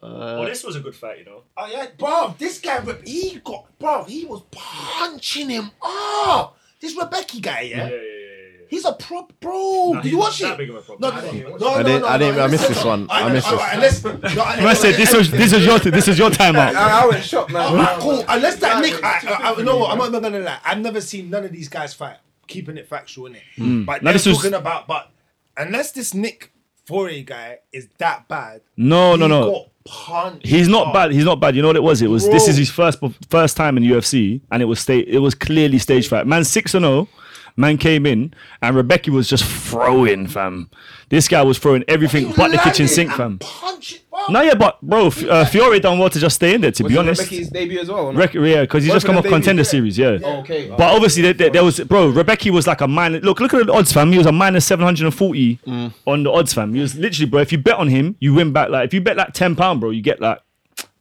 [SPEAKER 3] Uh,
[SPEAKER 11] oh, this was a good fight, you know.
[SPEAKER 4] Oh yeah, bro. This guy, Reb- he got, bro. He was punching him up. This Rebecca guy, yeah.
[SPEAKER 11] Yeah, yeah, yeah, yeah.
[SPEAKER 4] He's a prop, bro.
[SPEAKER 11] Nah,
[SPEAKER 4] Do
[SPEAKER 11] he's
[SPEAKER 4] you
[SPEAKER 11] not
[SPEAKER 4] watch
[SPEAKER 11] that
[SPEAKER 4] it?
[SPEAKER 11] big of a prop.
[SPEAKER 4] No, no,
[SPEAKER 11] I didn't
[SPEAKER 4] no,
[SPEAKER 11] watch
[SPEAKER 4] no,
[SPEAKER 3] I
[SPEAKER 4] no,
[SPEAKER 3] didn't-
[SPEAKER 4] no,
[SPEAKER 3] I didn't-
[SPEAKER 4] no,
[SPEAKER 3] I missed
[SPEAKER 4] listen.
[SPEAKER 3] this one. I
[SPEAKER 4] know,
[SPEAKER 3] missed
[SPEAKER 4] all
[SPEAKER 3] this.
[SPEAKER 4] right, Unless, no, I-
[SPEAKER 7] Man said this was this was your this is your timeout.
[SPEAKER 5] I, I went shocked, man.
[SPEAKER 4] Ah, cool. Unless that Nick, I, I, I, you know what? I'm not even gonna lie. I've never seen none of these guys fight. Keeping it factual, innit? But
[SPEAKER 7] Hmm. Now,
[SPEAKER 4] they're
[SPEAKER 7] this was-
[SPEAKER 4] talking about, but unless this Nick Fourier guy is that bad,
[SPEAKER 7] No, no,
[SPEAKER 4] he
[SPEAKER 7] no.
[SPEAKER 4] got punched
[SPEAKER 7] He's not
[SPEAKER 4] up.
[SPEAKER 7] bad. He's not bad. You know what it was? It was this
[SPEAKER 4] Bro.
[SPEAKER 7] is his first perf- first time in UFC, and it was sta- It was clearly stage fight. Man six and zero. Man came in, and Rebecca was just throwing, fam. This guy was throwing
[SPEAKER 4] He
[SPEAKER 7] everything
[SPEAKER 4] was
[SPEAKER 7] but the
[SPEAKER 4] landing
[SPEAKER 7] kitchen sink,
[SPEAKER 4] and
[SPEAKER 7] fam.
[SPEAKER 4] punching- bro.
[SPEAKER 7] No, yeah, but bro, F- uh, Fiore done well to just stay in there. To
[SPEAKER 5] Was
[SPEAKER 7] be
[SPEAKER 5] it
[SPEAKER 7] honest,
[SPEAKER 5] Becky's debut as well. or not?
[SPEAKER 7] Rec- yeah, because he's just come
[SPEAKER 5] Wasn't
[SPEAKER 7] off
[SPEAKER 5] it
[SPEAKER 7] contender
[SPEAKER 5] Davies?
[SPEAKER 7] series, yeah.
[SPEAKER 5] Oh, okay.
[SPEAKER 7] But obviously, there, there, there was bro. Rebecca was like a minus. Look, look at the odds, fam. He was a minus seven hundred and forty on the odds, fam. He was literally, bro. If you bet on him, you win back. Like if you bet like ten pound, bro, you get like,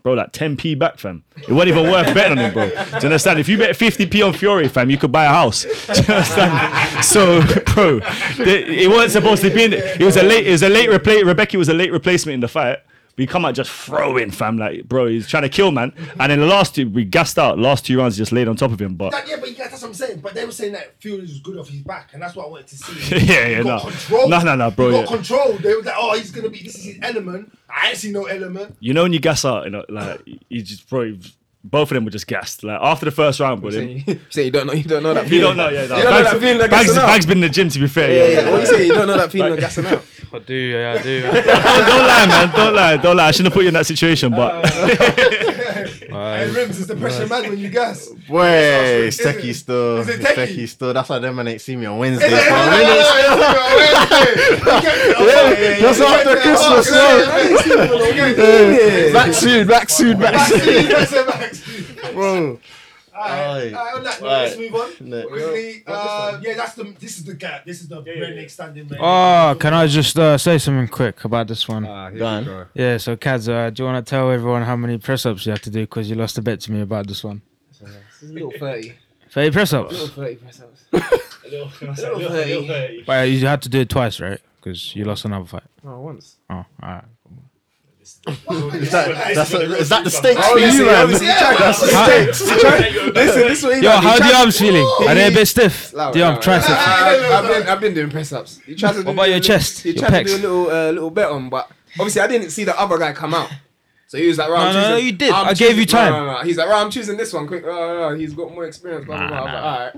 [SPEAKER 7] bro, like ten p back, fam. It wasn't even worth betting on him, bro. Do you understand? If you bet fifty p on Fury, fam, you could buy a house. Do you understand? so, bro, the, it wasn't supposed to be in it. It was a late. It was a late replay. Rebecca was a late replacement in the fight. We come out just throwing, fam. Like, bro, he's trying to kill, man. And then the last two, we gassed out. Last two rounds, just laid on top of him. But
[SPEAKER 4] That, yeah, but yeah, that's what I'm saying. But they were saying that Fury was good off his back, and that's what I wanted to see.
[SPEAKER 7] Yeah, yeah,
[SPEAKER 4] He got
[SPEAKER 7] no.
[SPEAKER 4] control.
[SPEAKER 7] No, no, no, bro,
[SPEAKER 4] He got
[SPEAKER 7] yeah.
[SPEAKER 4] control. They were like, oh, he's gonna be. This is his element. I ain't see no element.
[SPEAKER 7] you know when you gas out, you know, like you just bro, you- both of them were just gassed. Like after the first round, but
[SPEAKER 5] You
[SPEAKER 7] then
[SPEAKER 5] oh, say you don't know, you don't know that
[SPEAKER 7] you don't
[SPEAKER 5] feeling.
[SPEAKER 7] know, yeah.
[SPEAKER 5] You don't know that feeling that
[SPEAKER 7] Bags,
[SPEAKER 5] gassing out.
[SPEAKER 7] Bags been in the gym to be fair.
[SPEAKER 5] Yeah, yeah. What you say? You don't know that feeling of gassing out.
[SPEAKER 6] I do, yeah, I do.
[SPEAKER 7] Don't, don't lie, man. Don't lie. Don't lie. I shouldn't have put you in that situation, but
[SPEAKER 5] Uh,
[SPEAKER 4] And Rims is the pressure man when you gas.
[SPEAKER 3] Boy, it's techie still.
[SPEAKER 4] Is it
[SPEAKER 3] It's
[SPEAKER 4] techie?
[SPEAKER 3] techie still. That's why them man ain't see me on Wednesday.
[SPEAKER 4] Yeah,
[SPEAKER 3] fam.
[SPEAKER 4] yeah, yeah, yeah,
[SPEAKER 3] Just after Christmas, yeah. Back soon, back soon, back soon. Bro.
[SPEAKER 4] Alright, alright, on that note,
[SPEAKER 3] Alright.
[SPEAKER 4] let's move on.
[SPEAKER 3] Next.
[SPEAKER 4] Quickly, uh, yeah, that's the this is the gap. This is the redneck standing man.
[SPEAKER 7] Ah.
[SPEAKER 6] Oh, can I just uh, say something quick about this one?
[SPEAKER 5] Ah, here
[SPEAKER 3] Done.
[SPEAKER 5] we go.
[SPEAKER 6] yeah, so Kaz, uh, do you want to tell everyone how many press ups you have to do? Because you lost a bet to me about this one.
[SPEAKER 5] This is a little thirty.
[SPEAKER 6] 30 press ups?
[SPEAKER 5] Little thirty percent.
[SPEAKER 11] A little, a little, a little thirty.
[SPEAKER 6] But you had to do it twice, right? Because you lost another fight.
[SPEAKER 5] No, once.
[SPEAKER 6] Oh, alright.
[SPEAKER 3] Is that, that's a, is that the stakes
[SPEAKER 5] Oh,
[SPEAKER 3] for
[SPEAKER 5] yeah,
[SPEAKER 3] you,
[SPEAKER 5] yeah,
[SPEAKER 3] man?
[SPEAKER 5] yeah, yeah.
[SPEAKER 3] That's the stakes.
[SPEAKER 5] Listen, this way.
[SPEAKER 6] Yo, how the arms feeling? Are they a bit stiff?
[SPEAKER 5] Loud,
[SPEAKER 6] The arm
[SPEAKER 5] loud,
[SPEAKER 6] tricep.
[SPEAKER 5] loud. I- I've been, I've been doing press ups. You tried to do
[SPEAKER 6] about
[SPEAKER 5] a
[SPEAKER 6] your
[SPEAKER 5] little-
[SPEAKER 6] chest?
[SPEAKER 5] You
[SPEAKER 6] Your
[SPEAKER 5] tried to do
[SPEAKER 6] pecs?
[SPEAKER 5] a little, uh, little bet on, but obviously I didn't see the other guy come out. So he was like, right,
[SPEAKER 6] No,
[SPEAKER 5] I'm
[SPEAKER 6] no, no,
[SPEAKER 5] choosing-
[SPEAKER 6] you did.
[SPEAKER 5] I'm
[SPEAKER 6] I gave you
[SPEAKER 5] choosing-
[SPEAKER 6] time.
[SPEAKER 5] No, no, no. He's like, right, I'm choosing this one quick. No, no, no, he's got more experience. Blah, blah, blah. I was like, all right.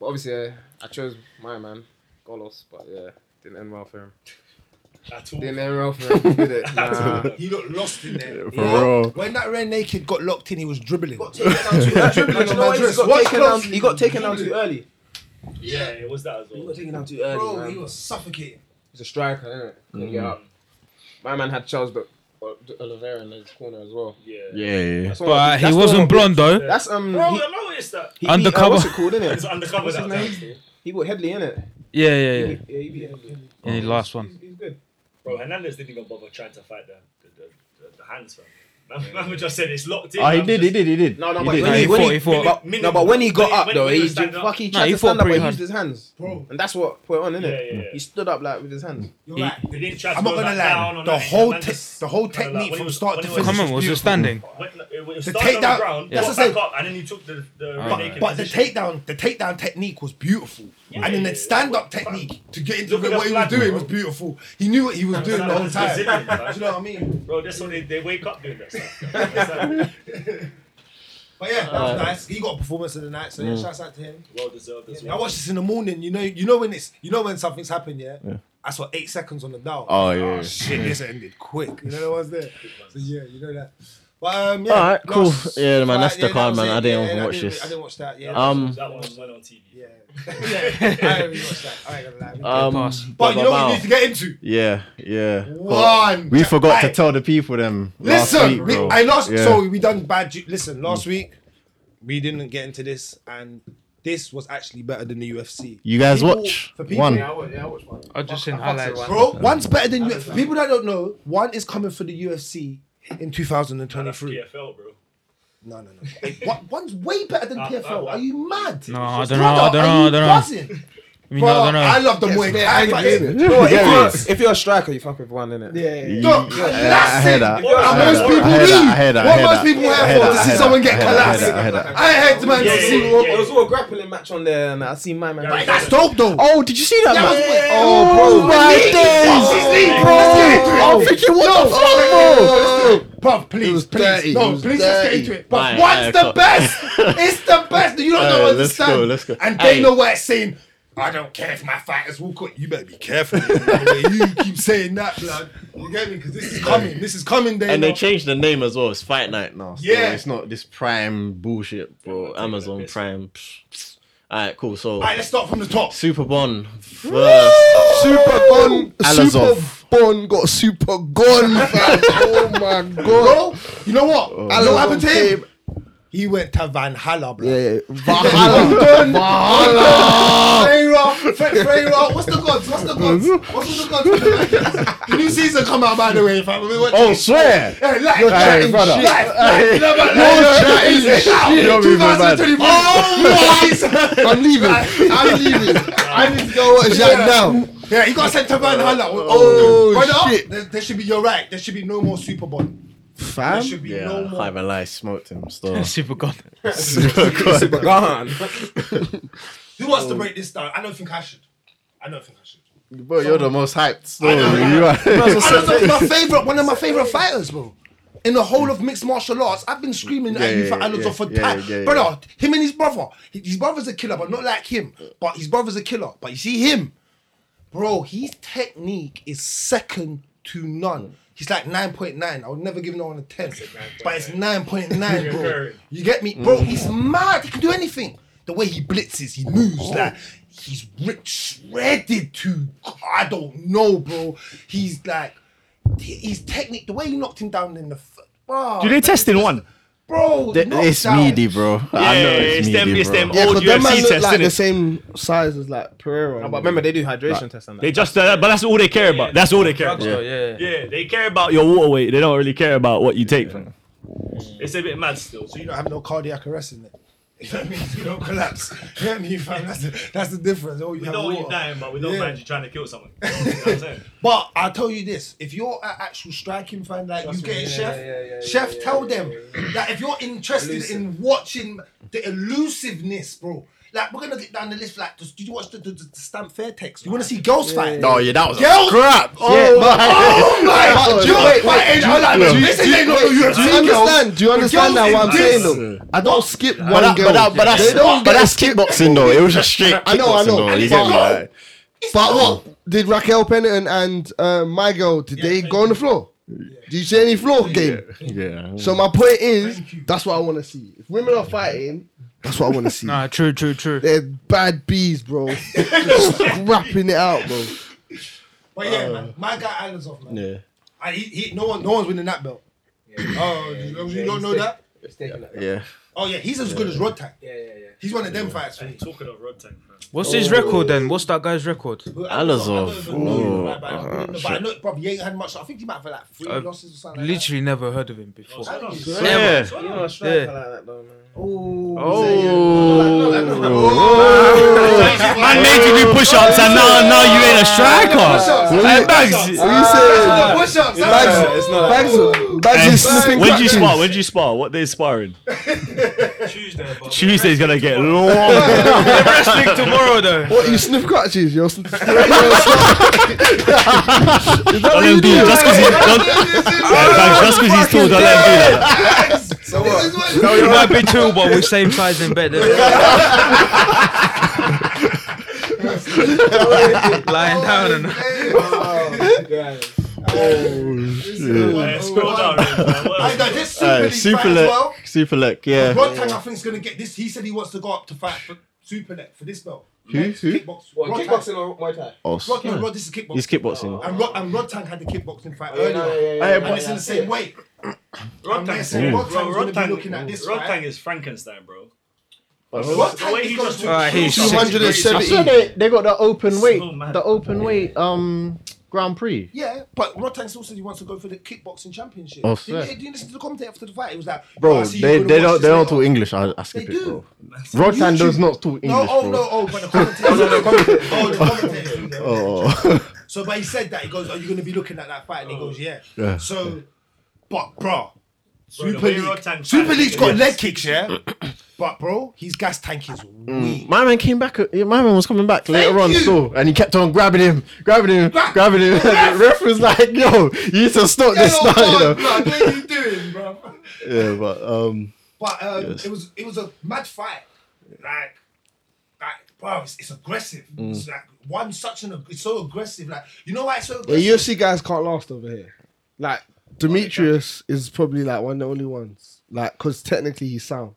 [SPEAKER 5] But obviously, uh, I chose my man, Golos, but yeah, didn't end well for him.
[SPEAKER 11] At all.
[SPEAKER 5] Didn't end well for him. Did it? Nah.
[SPEAKER 4] He got lost in there.
[SPEAKER 3] For real.
[SPEAKER 4] When that redneck kid got locked in, he was dribbling.
[SPEAKER 5] Dribbling on my dress. He got taken down- He got taken down too early.
[SPEAKER 11] Yeah, it was that as
[SPEAKER 5] He
[SPEAKER 11] well.
[SPEAKER 5] got taken down too early.
[SPEAKER 4] Bro, he
[SPEAKER 5] man.
[SPEAKER 4] was suffocating.
[SPEAKER 5] He's a striker, isn't it? Couldn't
[SPEAKER 6] Mm.
[SPEAKER 5] get up. My man had Charles but uh, Oliveira in his corner as well.
[SPEAKER 11] Yeah.
[SPEAKER 3] Yeah, yeah.
[SPEAKER 5] That's one
[SPEAKER 6] But
[SPEAKER 5] of-
[SPEAKER 6] uh,
[SPEAKER 5] that's
[SPEAKER 6] he
[SPEAKER 5] one
[SPEAKER 6] wasn't
[SPEAKER 5] of-
[SPEAKER 6] blonde, though.
[SPEAKER 5] That's um.
[SPEAKER 11] Bro,
[SPEAKER 5] he,
[SPEAKER 11] I noticed that.
[SPEAKER 5] he beat, uh,
[SPEAKER 6] Undercover.
[SPEAKER 5] what's it called, innit?
[SPEAKER 11] It's undercover
[SPEAKER 5] What's his
[SPEAKER 11] that
[SPEAKER 5] name?
[SPEAKER 11] time.
[SPEAKER 5] He bought Headley, innit?
[SPEAKER 6] Yeah, yeah, yeah.
[SPEAKER 5] Yeah, he beat Headley.
[SPEAKER 6] And he lost one.
[SPEAKER 5] He's good.
[SPEAKER 11] Bro, Hernandez didn't even bother trying to fight the, the, the, the, the hands, man. Man, man just said it's locked in.
[SPEAKER 5] Ah,
[SPEAKER 3] Oh, he
[SPEAKER 11] man.
[SPEAKER 3] did, he
[SPEAKER 11] Just-
[SPEAKER 3] did, he did.
[SPEAKER 5] No, no,
[SPEAKER 3] He
[SPEAKER 5] but
[SPEAKER 3] did.
[SPEAKER 5] when
[SPEAKER 6] Nah,
[SPEAKER 5] he,
[SPEAKER 6] he
[SPEAKER 5] when
[SPEAKER 6] fought,
[SPEAKER 5] he,
[SPEAKER 6] he fought.
[SPEAKER 5] but-
[SPEAKER 11] Minimum.
[SPEAKER 5] no, but when he got
[SPEAKER 11] When-
[SPEAKER 5] up
[SPEAKER 11] when-
[SPEAKER 5] though,
[SPEAKER 11] when
[SPEAKER 5] he
[SPEAKER 11] he
[SPEAKER 5] just
[SPEAKER 11] stand up.
[SPEAKER 5] fucking
[SPEAKER 6] Nah,
[SPEAKER 5] tried
[SPEAKER 6] he
[SPEAKER 5] to
[SPEAKER 6] fought
[SPEAKER 5] stand up, but
[SPEAKER 6] pretty
[SPEAKER 5] he
[SPEAKER 6] hard.
[SPEAKER 5] used his hands. And that's what put it on, innit?
[SPEAKER 11] Yeah, yeah, yeah.
[SPEAKER 5] He stood up like with his hands.
[SPEAKER 4] You're
[SPEAKER 6] He-
[SPEAKER 4] right.
[SPEAKER 11] They didn't try to
[SPEAKER 4] I'm not
[SPEAKER 11] go
[SPEAKER 4] gonna
[SPEAKER 11] back down
[SPEAKER 4] lie.
[SPEAKER 11] on
[SPEAKER 4] The
[SPEAKER 11] that.
[SPEAKER 4] whole
[SPEAKER 11] Man
[SPEAKER 4] te-
[SPEAKER 11] just-
[SPEAKER 4] the whole
[SPEAKER 11] kinda like,
[SPEAKER 4] technique
[SPEAKER 11] when he
[SPEAKER 4] from
[SPEAKER 11] was-
[SPEAKER 4] start
[SPEAKER 11] when
[SPEAKER 4] to
[SPEAKER 11] he
[SPEAKER 4] finish
[SPEAKER 6] Come on, was it standing?
[SPEAKER 11] When, it was
[SPEAKER 4] The
[SPEAKER 11] started on the
[SPEAKER 4] takedown-
[SPEAKER 11] ground,
[SPEAKER 4] that's
[SPEAKER 11] got
[SPEAKER 4] the same.
[SPEAKER 11] back up, and then he took the, the
[SPEAKER 4] But,
[SPEAKER 11] naked
[SPEAKER 4] but the
[SPEAKER 11] position.
[SPEAKER 4] takedown, the takedown technique was beautiful, and
[SPEAKER 11] Yeah,
[SPEAKER 4] then
[SPEAKER 11] yeah,
[SPEAKER 4] the
[SPEAKER 11] yeah.
[SPEAKER 4] stand-up technique to get into
[SPEAKER 11] Look at
[SPEAKER 4] the, what
[SPEAKER 11] the
[SPEAKER 4] he was
[SPEAKER 11] flag,
[SPEAKER 4] doing
[SPEAKER 11] bro.
[SPEAKER 4] was beautiful. He knew what he was doing the whole time. Do you
[SPEAKER 11] Brazilian,
[SPEAKER 4] know
[SPEAKER 11] man.
[SPEAKER 4] what I mean?
[SPEAKER 11] Bro, that's what they, they wake up doing that stuff. You understand?
[SPEAKER 4] But yeah, that was nice. He got a performance of the night, so yeah, shouts out to him.
[SPEAKER 11] well deserved as
[SPEAKER 4] I
[SPEAKER 11] well.
[SPEAKER 4] watched this in the morning. You know, you know when it's, you know when something's happened. Yeah, I saw eight seconds on the dial.
[SPEAKER 3] Oh, yeah.
[SPEAKER 4] shit, this ended quick. You know the ones there. So yeah, you know that. But um, yeah.
[SPEAKER 3] Alright, cool.
[SPEAKER 4] last
[SPEAKER 3] Yeah, man,
[SPEAKER 4] fight,
[SPEAKER 3] that's the
[SPEAKER 4] yeah, that
[SPEAKER 3] card,
[SPEAKER 4] was
[SPEAKER 3] man.
[SPEAKER 4] it.
[SPEAKER 3] I didn't
[SPEAKER 4] Yeah,
[SPEAKER 3] even watch
[SPEAKER 4] didn't-
[SPEAKER 3] this.
[SPEAKER 4] I didn't watch that. Yeah.
[SPEAKER 3] Um,
[SPEAKER 11] That one was well on TV.
[SPEAKER 4] yeah. yeah, I haven't watched that. I ain't gonna lie.
[SPEAKER 3] um,
[SPEAKER 6] pass.
[SPEAKER 4] but you know what you need to get into?
[SPEAKER 3] Yeah, yeah.
[SPEAKER 4] One.
[SPEAKER 3] We forgot to
[SPEAKER 4] Right.
[SPEAKER 3] tell the people them. last
[SPEAKER 4] Listen,
[SPEAKER 3] week,
[SPEAKER 4] we,
[SPEAKER 3] bro.
[SPEAKER 4] I lost.
[SPEAKER 3] Yeah. Mm.
[SPEAKER 4] So we done bad. ju- Listen, last week we didn't get into this, and this was actually better than the UFC.
[SPEAKER 3] You guys
[SPEAKER 4] People-
[SPEAKER 3] watch
[SPEAKER 4] for people-
[SPEAKER 3] one.
[SPEAKER 5] Yeah, I watched, yeah, I watched one.
[SPEAKER 6] I've just seen
[SPEAKER 5] I fucked it
[SPEAKER 6] highlights.
[SPEAKER 5] one.
[SPEAKER 4] Bro, one's better than UFC. For people that don't know, one is coming for the UFC in
[SPEAKER 11] That's
[SPEAKER 4] 2023.
[SPEAKER 11] PFL, bro.
[SPEAKER 4] No, no, no. One- one's way better than PFL. Are you mad?
[SPEAKER 6] No, I
[SPEAKER 4] Brother,
[SPEAKER 6] don't know, I don't know, I
[SPEAKER 4] are you
[SPEAKER 6] don't know.
[SPEAKER 4] buzzing?
[SPEAKER 6] I mean,
[SPEAKER 4] Bro,
[SPEAKER 6] I
[SPEAKER 4] I
[SPEAKER 6] don't know.
[SPEAKER 4] love the Muay Thai fighting.
[SPEAKER 5] Bro, if, you're, if you're a striker, you fuck with one, innit? Yeah.
[SPEAKER 3] Yeah,
[SPEAKER 4] Dog,
[SPEAKER 3] I hear that. I
[SPEAKER 4] What
[SPEAKER 3] hear
[SPEAKER 4] most
[SPEAKER 3] that,
[SPEAKER 4] people
[SPEAKER 3] I hear that, I
[SPEAKER 4] need.
[SPEAKER 3] hear that, I
[SPEAKER 4] What
[SPEAKER 3] hear
[SPEAKER 4] most
[SPEAKER 3] that.
[SPEAKER 4] people
[SPEAKER 3] I
[SPEAKER 4] here
[SPEAKER 3] hear
[SPEAKER 4] for
[SPEAKER 3] that,
[SPEAKER 4] to
[SPEAKER 3] I
[SPEAKER 4] see
[SPEAKER 3] hear
[SPEAKER 4] someone
[SPEAKER 3] that,
[SPEAKER 4] get
[SPEAKER 3] I hear that,
[SPEAKER 4] collapsed.
[SPEAKER 3] I hear that.
[SPEAKER 4] I hate the man
[SPEAKER 11] Yeah,
[SPEAKER 4] to
[SPEAKER 11] yeah,
[SPEAKER 4] see
[SPEAKER 11] yeah,
[SPEAKER 4] what-
[SPEAKER 11] yeah.
[SPEAKER 5] There was all a grappling match on there, and I seen my man.
[SPEAKER 11] Right,
[SPEAKER 4] That's dope though.
[SPEAKER 3] Oh, did you see that?
[SPEAKER 4] That was
[SPEAKER 3] man?
[SPEAKER 4] wet.
[SPEAKER 3] Oh,
[SPEAKER 4] Oh,
[SPEAKER 3] my
[SPEAKER 4] my
[SPEAKER 3] days!
[SPEAKER 4] knee.
[SPEAKER 3] Bro,
[SPEAKER 4] Oh,
[SPEAKER 3] I'm
[SPEAKER 4] his knee.
[SPEAKER 3] thinking, what the
[SPEAKER 4] Oh,
[SPEAKER 3] fuck, bro?
[SPEAKER 4] Bruv, please, please,
[SPEAKER 10] dirty, it
[SPEAKER 4] no,
[SPEAKER 10] was
[SPEAKER 4] please, let's get
[SPEAKER 10] dirty.
[SPEAKER 4] into it. But
[SPEAKER 3] Alright,
[SPEAKER 4] one's
[SPEAKER 3] alright,
[SPEAKER 4] the
[SPEAKER 3] cool.
[SPEAKER 4] best. it's the best. You don't know,
[SPEAKER 3] Alright, let's go,
[SPEAKER 4] understand.
[SPEAKER 3] let's go.
[SPEAKER 4] And they
[SPEAKER 3] Aye.
[SPEAKER 4] know what it's saying. I don't care if my fighters walk away. You better be careful. you know, you keep saying that, blood. You get me? Because this is coming. This is coming. They
[SPEAKER 3] And
[SPEAKER 4] know.
[SPEAKER 3] they changed the name as well. It's Fight Night now. so
[SPEAKER 4] Yeah.
[SPEAKER 3] It's not this Prime bullshit, bro. Amazon Prime. Alright, cool. So,
[SPEAKER 4] Alright, let's start from the top.
[SPEAKER 3] Super Bon first.
[SPEAKER 10] Super gun,
[SPEAKER 3] Alazov.
[SPEAKER 10] super bon got super gun. fam. oh my god!
[SPEAKER 4] Bro, you know what?
[SPEAKER 3] Oh.
[SPEAKER 4] I know
[SPEAKER 10] Alazov
[SPEAKER 4] what happened to him.
[SPEAKER 10] came-
[SPEAKER 4] He went to Van Halla, blood.
[SPEAKER 10] Yeah, yeah. Valhalla,
[SPEAKER 4] Freira, Fre- Freira, what's the gods? What's the gods? What's the gods? the new season come out, by the way, fam. We watch-
[SPEAKER 3] Oh, swear!
[SPEAKER 4] Hey, life,
[SPEAKER 3] You're
[SPEAKER 4] life,
[SPEAKER 3] chatting
[SPEAKER 4] life,
[SPEAKER 3] shit.
[SPEAKER 4] life,
[SPEAKER 3] Hey.
[SPEAKER 4] life, life, life,
[SPEAKER 3] chatting
[SPEAKER 4] life,
[SPEAKER 3] shit.
[SPEAKER 4] life,
[SPEAKER 3] You're moving mad.
[SPEAKER 4] 2023. Oh, my!
[SPEAKER 10] I'm leaving. I'm leaving. I need to go watch that now.
[SPEAKER 4] Yeah, you got sent to Van Hala. Oh, brother, There, there should be, you're right, there should be no more Super Bowl. There
[SPEAKER 3] Fam?
[SPEAKER 4] should be
[SPEAKER 11] Yeah,
[SPEAKER 4] no
[SPEAKER 3] I
[SPEAKER 4] more.
[SPEAKER 3] even lie, smoked him still.
[SPEAKER 6] Super gone.
[SPEAKER 5] Super gone.
[SPEAKER 4] Who wants to break this down? I don't think I should. I don't think I should.
[SPEAKER 3] Bro, you're the most hyped still. You
[SPEAKER 4] I
[SPEAKER 3] are.
[SPEAKER 4] don't know, my favorite, one of my favorite fighters, bro. In the whole of mixed martial arts, I've been screaming
[SPEAKER 3] Yeah,
[SPEAKER 4] at you
[SPEAKER 3] yeah,
[SPEAKER 4] for
[SPEAKER 3] yeah,
[SPEAKER 4] Alonso for
[SPEAKER 3] yeah,
[SPEAKER 4] time.
[SPEAKER 3] yeah, yeah.
[SPEAKER 4] Brother, him and his brother, his brother's a killer, but not like him. But his brother's a killer. But you see him, bro, his technique is second to none. He's like 9.9. I would never give no one a 10. But it's 9.9, bro. You get me? Bro, he's mad. He can do anything. The way he blitzes, he moves, like he's ripped, shredded to I don't know, bro. He's like his technique, the way he knocked him down in the f- bro.
[SPEAKER 7] Do they test in one?
[SPEAKER 4] Bro,
[SPEAKER 3] It's
[SPEAKER 4] knockdown.
[SPEAKER 3] meaty, bro.
[SPEAKER 7] Yeah,
[SPEAKER 3] I know it's
[SPEAKER 7] it's them-
[SPEAKER 3] meaty,
[SPEAKER 7] it's them
[SPEAKER 3] bro.
[SPEAKER 10] Yeah,
[SPEAKER 7] Old
[SPEAKER 10] because them man
[SPEAKER 7] UFC
[SPEAKER 10] look
[SPEAKER 7] test,
[SPEAKER 10] like
[SPEAKER 7] innit?
[SPEAKER 10] the same size as like Pereira.
[SPEAKER 5] but remember, they do hydration tests and that.
[SPEAKER 7] They just, uh, but that's all they care about. That's all they care about.
[SPEAKER 6] Yeah, yeah.
[SPEAKER 7] Yeah, they care about your water weight. They don't really care about what you take from them.
[SPEAKER 11] It's a bit mad still. So
[SPEAKER 4] You don't have no cardiac arrest in it. You know what I mean? You don't collapse. You know what I mean, fam? That's the, that's the difference. Oh, you
[SPEAKER 11] we
[SPEAKER 4] have
[SPEAKER 11] know
[SPEAKER 4] water.
[SPEAKER 11] you're dying, but we don't
[SPEAKER 4] Yeah.
[SPEAKER 11] mind you trying to kill someone. You know what I'm saying?
[SPEAKER 4] But I'll tell you this: if you're an actual striking fan, like you get a chef, chef, tell them that if you're interested in watching the elusiveness, bro. Like we're gonna get down the list. Like, just- did you watch the, the, the stamp fair text? You want to see girls fight?
[SPEAKER 3] No, Oh, yeah, that was
[SPEAKER 4] Girls-
[SPEAKER 3] crap. Oh,
[SPEAKER 4] Oh my
[SPEAKER 10] But
[SPEAKER 4] god!
[SPEAKER 10] do you-
[SPEAKER 4] Girls
[SPEAKER 10] wait, wait,
[SPEAKER 4] fighting, I'm like,
[SPEAKER 10] do you-
[SPEAKER 4] this
[SPEAKER 10] do you-
[SPEAKER 4] ain't no
[SPEAKER 10] wait,
[SPEAKER 4] UFC
[SPEAKER 10] Do you
[SPEAKER 4] girls.
[SPEAKER 10] understand? Do you
[SPEAKER 4] The girls
[SPEAKER 10] understand now what
[SPEAKER 4] in
[SPEAKER 10] I'm saying
[SPEAKER 4] this-
[SPEAKER 10] though? I don't skip
[SPEAKER 3] But,
[SPEAKER 10] one
[SPEAKER 3] that,
[SPEAKER 10] girl.
[SPEAKER 3] but, that, but that's
[SPEAKER 10] They don't
[SPEAKER 3] but
[SPEAKER 10] get-
[SPEAKER 3] that's kickboxing though. It was just straight.
[SPEAKER 10] I know, I
[SPEAKER 3] kickboxing,
[SPEAKER 10] know.
[SPEAKER 3] though.
[SPEAKER 10] And
[SPEAKER 3] You
[SPEAKER 10] it's
[SPEAKER 3] get me?
[SPEAKER 10] not-
[SPEAKER 3] Like,
[SPEAKER 10] But what did Raquel Pennington and uh, my girl? Did they go on the floor? Do you see any floor game?
[SPEAKER 3] yeah.
[SPEAKER 10] So my point is, that's what I want to see. If women are fighting, that's what I want to see.
[SPEAKER 6] Nah, true, true, true.
[SPEAKER 10] They're bad bees, bro. Scrapping it out, bro.
[SPEAKER 4] But yeah, man, my guy Allen's off, man.
[SPEAKER 3] Yeah.
[SPEAKER 4] I, he, he, no one, no one's winning that belt. Oh, you, you don't know that?
[SPEAKER 3] Yeah.
[SPEAKER 4] Oh yeah, he's as good as Rod Tank.
[SPEAKER 5] yeah, yeah.
[SPEAKER 4] He's one of them fights. for me.
[SPEAKER 11] Talking of road tank, man.
[SPEAKER 6] What's his record then? What's that guy's record?
[SPEAKER 3] Alazov.
[SPEAKER 4] No,
[SPEAKER 3] Oh.
[SPEAKER 4] but I but I know, bro, he ain't had much. I think he might have had like three losses or something. Like
[SPEAKER 6] Literally never heard of him before.
[SPEAKER 3] Yeah.
[SPEAKER 5] You know, a striker
[SPEAKER 6] Yeah.
[SPEAKER 5] like that, though, man.
[SPEAKER 4] that. Ooh.
[SPEAKER 7] Oh, Man made you do push-ups and now, now you ain't a striker. Like, Bags,
[SPEAKER 10] What you saying?
[SPEAKER 4] What's up?
[SPEAKER 10] Bags, bags, bags is sniffing
[SPEAKER 7] Um, when do you
[SPEAKER 10] crack
[SPEAKER 7] spar?
[SPEAKER 10] things.
[SPEAKER 7] When do you spar? What day is sparring?
[SPEAKER 11] Tuesday, but
[SPEAKER 7] Tuesday's gonna get long. wrestling tomorrow though.
[SPEAKER 10] What you sniff crutches? You're sn-
[SPEAKER 7] Don't let him do it. Just because he's don't- Yeah, Bags, just 'cause he's tall, don't let him do that.
[SPEAKER 6] No, Oh, you might be two, but we're same size in bed. Lying down and
[SPEAKER 11] yeah, scroll down. man. What
[SPEAKER 4] I
[SPEAKER 11] else?
[SPEAKER 4] got this Super
[SPEAKER 3] Uh,
[SPEAKER 4] League
[SPEAKER 3] super
[SPEAKER 4] fight as well.
[SPEAKER 3] leg. Super leg. Yeah.
[SPEAKER 4] Rod Tank, I think, is going to get this. He said he wants to go up to fight for Super League for this belt.
[SPEAKER 3] Who? Who?
[SPEAKER 4] Kickbox.
[SPEAKER 5] What,
[SPEAKER 4] Rod Tank.
[SPEAKER 5] kickboxing or Muay Thai?
[SPEAKER 3] Oh,
[SPEAKER 4] Rod, no,
[SPEAKER 3] yeah.
[SPEAKER 4] Rod, this is kickboxing.
[SPEAKER 3] He's kickboxing.
[SPEAKER 4] and, Rod, and Rod Tank had the kickboxing fight
[SPEAKER 5] Yeah,
[SPEAKER 4] earlier.
[SPEAKER 5] no, yeah, yeah,
[SPEAKER 4] And
[SPEAKER 5] yeah,
[SPEAKER 4] it's
[SPEAKER 5] yeah.
[SPEAKER 4] in the same weight.
[SPEAKER 11] Rod
[SPEAKER 4] I'm
[SPEAKER 11] tank.
[SPEAKER 4] saying Rod
[SPEAKER 11] Bro,
[SPEAKER 4] Tank's gonna be
[SPEAKER 11] Rod tank.
[SPEAKER 4] looking at this
[SPEAKER 11] Rod
[SPEAKER 4] fight.
[SPEAKER 11] tank is Frankenstein, bro.
[SPEAKER 4] Rod
[SPEAKER 11] The way
[SPEAKER 4] Tank
[SPEAKER 11] he
[SPEAKER 4] is going
[SPEAKER 11] just
[SPEAKER 4] to
[SPEAKER 11] took
[SPEAKER 6] Alright, he's
[SPEAKER 11] shots.
[SPEAKER 10] 270.
[SPEAKER 3] I saw they, they got the open weight,
[SPEAKER 11] mad.
[SPEAKER 3] the open weight um Grand Prix.
[SPEAKER 4] Yeah, but Rod Tanks also he wants to go for the kickboxing championship.
[SPEAKER 3] Oh,
[SPEAKER 4] did, you,
[SPEAKER 3] sick.
[SPEAKER 4] did you listen to the commentator after the fight? It was like, oh, I
[SPEAKER 3] Bro,
[SPEAKER 4] see you
[SPEAKER 3] they,
[SPEAKER 4] gonna
[SPEAKER 3] they
[SPEAKER 4] watch
[SPEAKER 3] don't
[SPEAKER 4] this
[SPEAKER 3] they don't
[SPEAKER 4] later.
[SPEAKER 3] talk English. I, I skip
[SPEAKER 4] They
[SPEAKER 3] it,
[SPEAKER 4] do.
[SPEAKER 3] bro. Rotan does not talk English,
[SPEAKER 4] No, oh
[SPEAKER 3] bro.
[SPEAKER 4] no, oh, but the commentator. oh, the commentator. oh, the commentator.
[SPEAKER 3] Oh,
[SPEAKER 4] So, but he said that he goes, "Are you going to be looking at that fight?" And he goes, "Yeah."
[SPEAKER 3] Yeah.
[SPEAKER 4] So, but bro,
[SPEAKER 11] Bro, the
[SPEAKER 4] Super
[SPEAKER 11] way
[SPEAKER 4] League,
[SPEAKER 11] Rod Tank
[SPEAKER 4] Super
[SPEAKER 11] fights,
[SPEAKER 4] League's got
[SPEAKER 11] yes.
[SPEAKER 4] leg kicks, yeah. but bro, his gas tank is
[SPEAKER 3] Mm.
[SPEAKER 4] weak.
[SPEAKER 3] my man came back. uh, My man was coming back later on
[SPEAKER 4] you.
[SPEAKER 3] still, and he kept on grabbing him, grabbing him,
[SPEAKER 4] Grab-
[SPEAKER 3] grabbing him. the ref was like, "Yo, you need to stop this
[SPEAKER 4] Yellow
[SPEAKER 3] now." You
[SPEAKER 4] card,
[SPEAKER 3] know?
[SPEAKER 4] blood, what are you doing, bro?
[SPEAKER 3] Yeah, but um,
[SPEAKER 4] But um, it was it was a mad fight. Like, like, bro, it's, it's aggressive. It's like one such an ag- it's so aggressive. Like, you know why it's so
[SPEAKER 10] The
[SPEAKER 4] aggressive?
[SPEAKER 10] UFC guys can't last over here. Like Demetrius is probably like one of the only ones. Like, cause technically he's sound.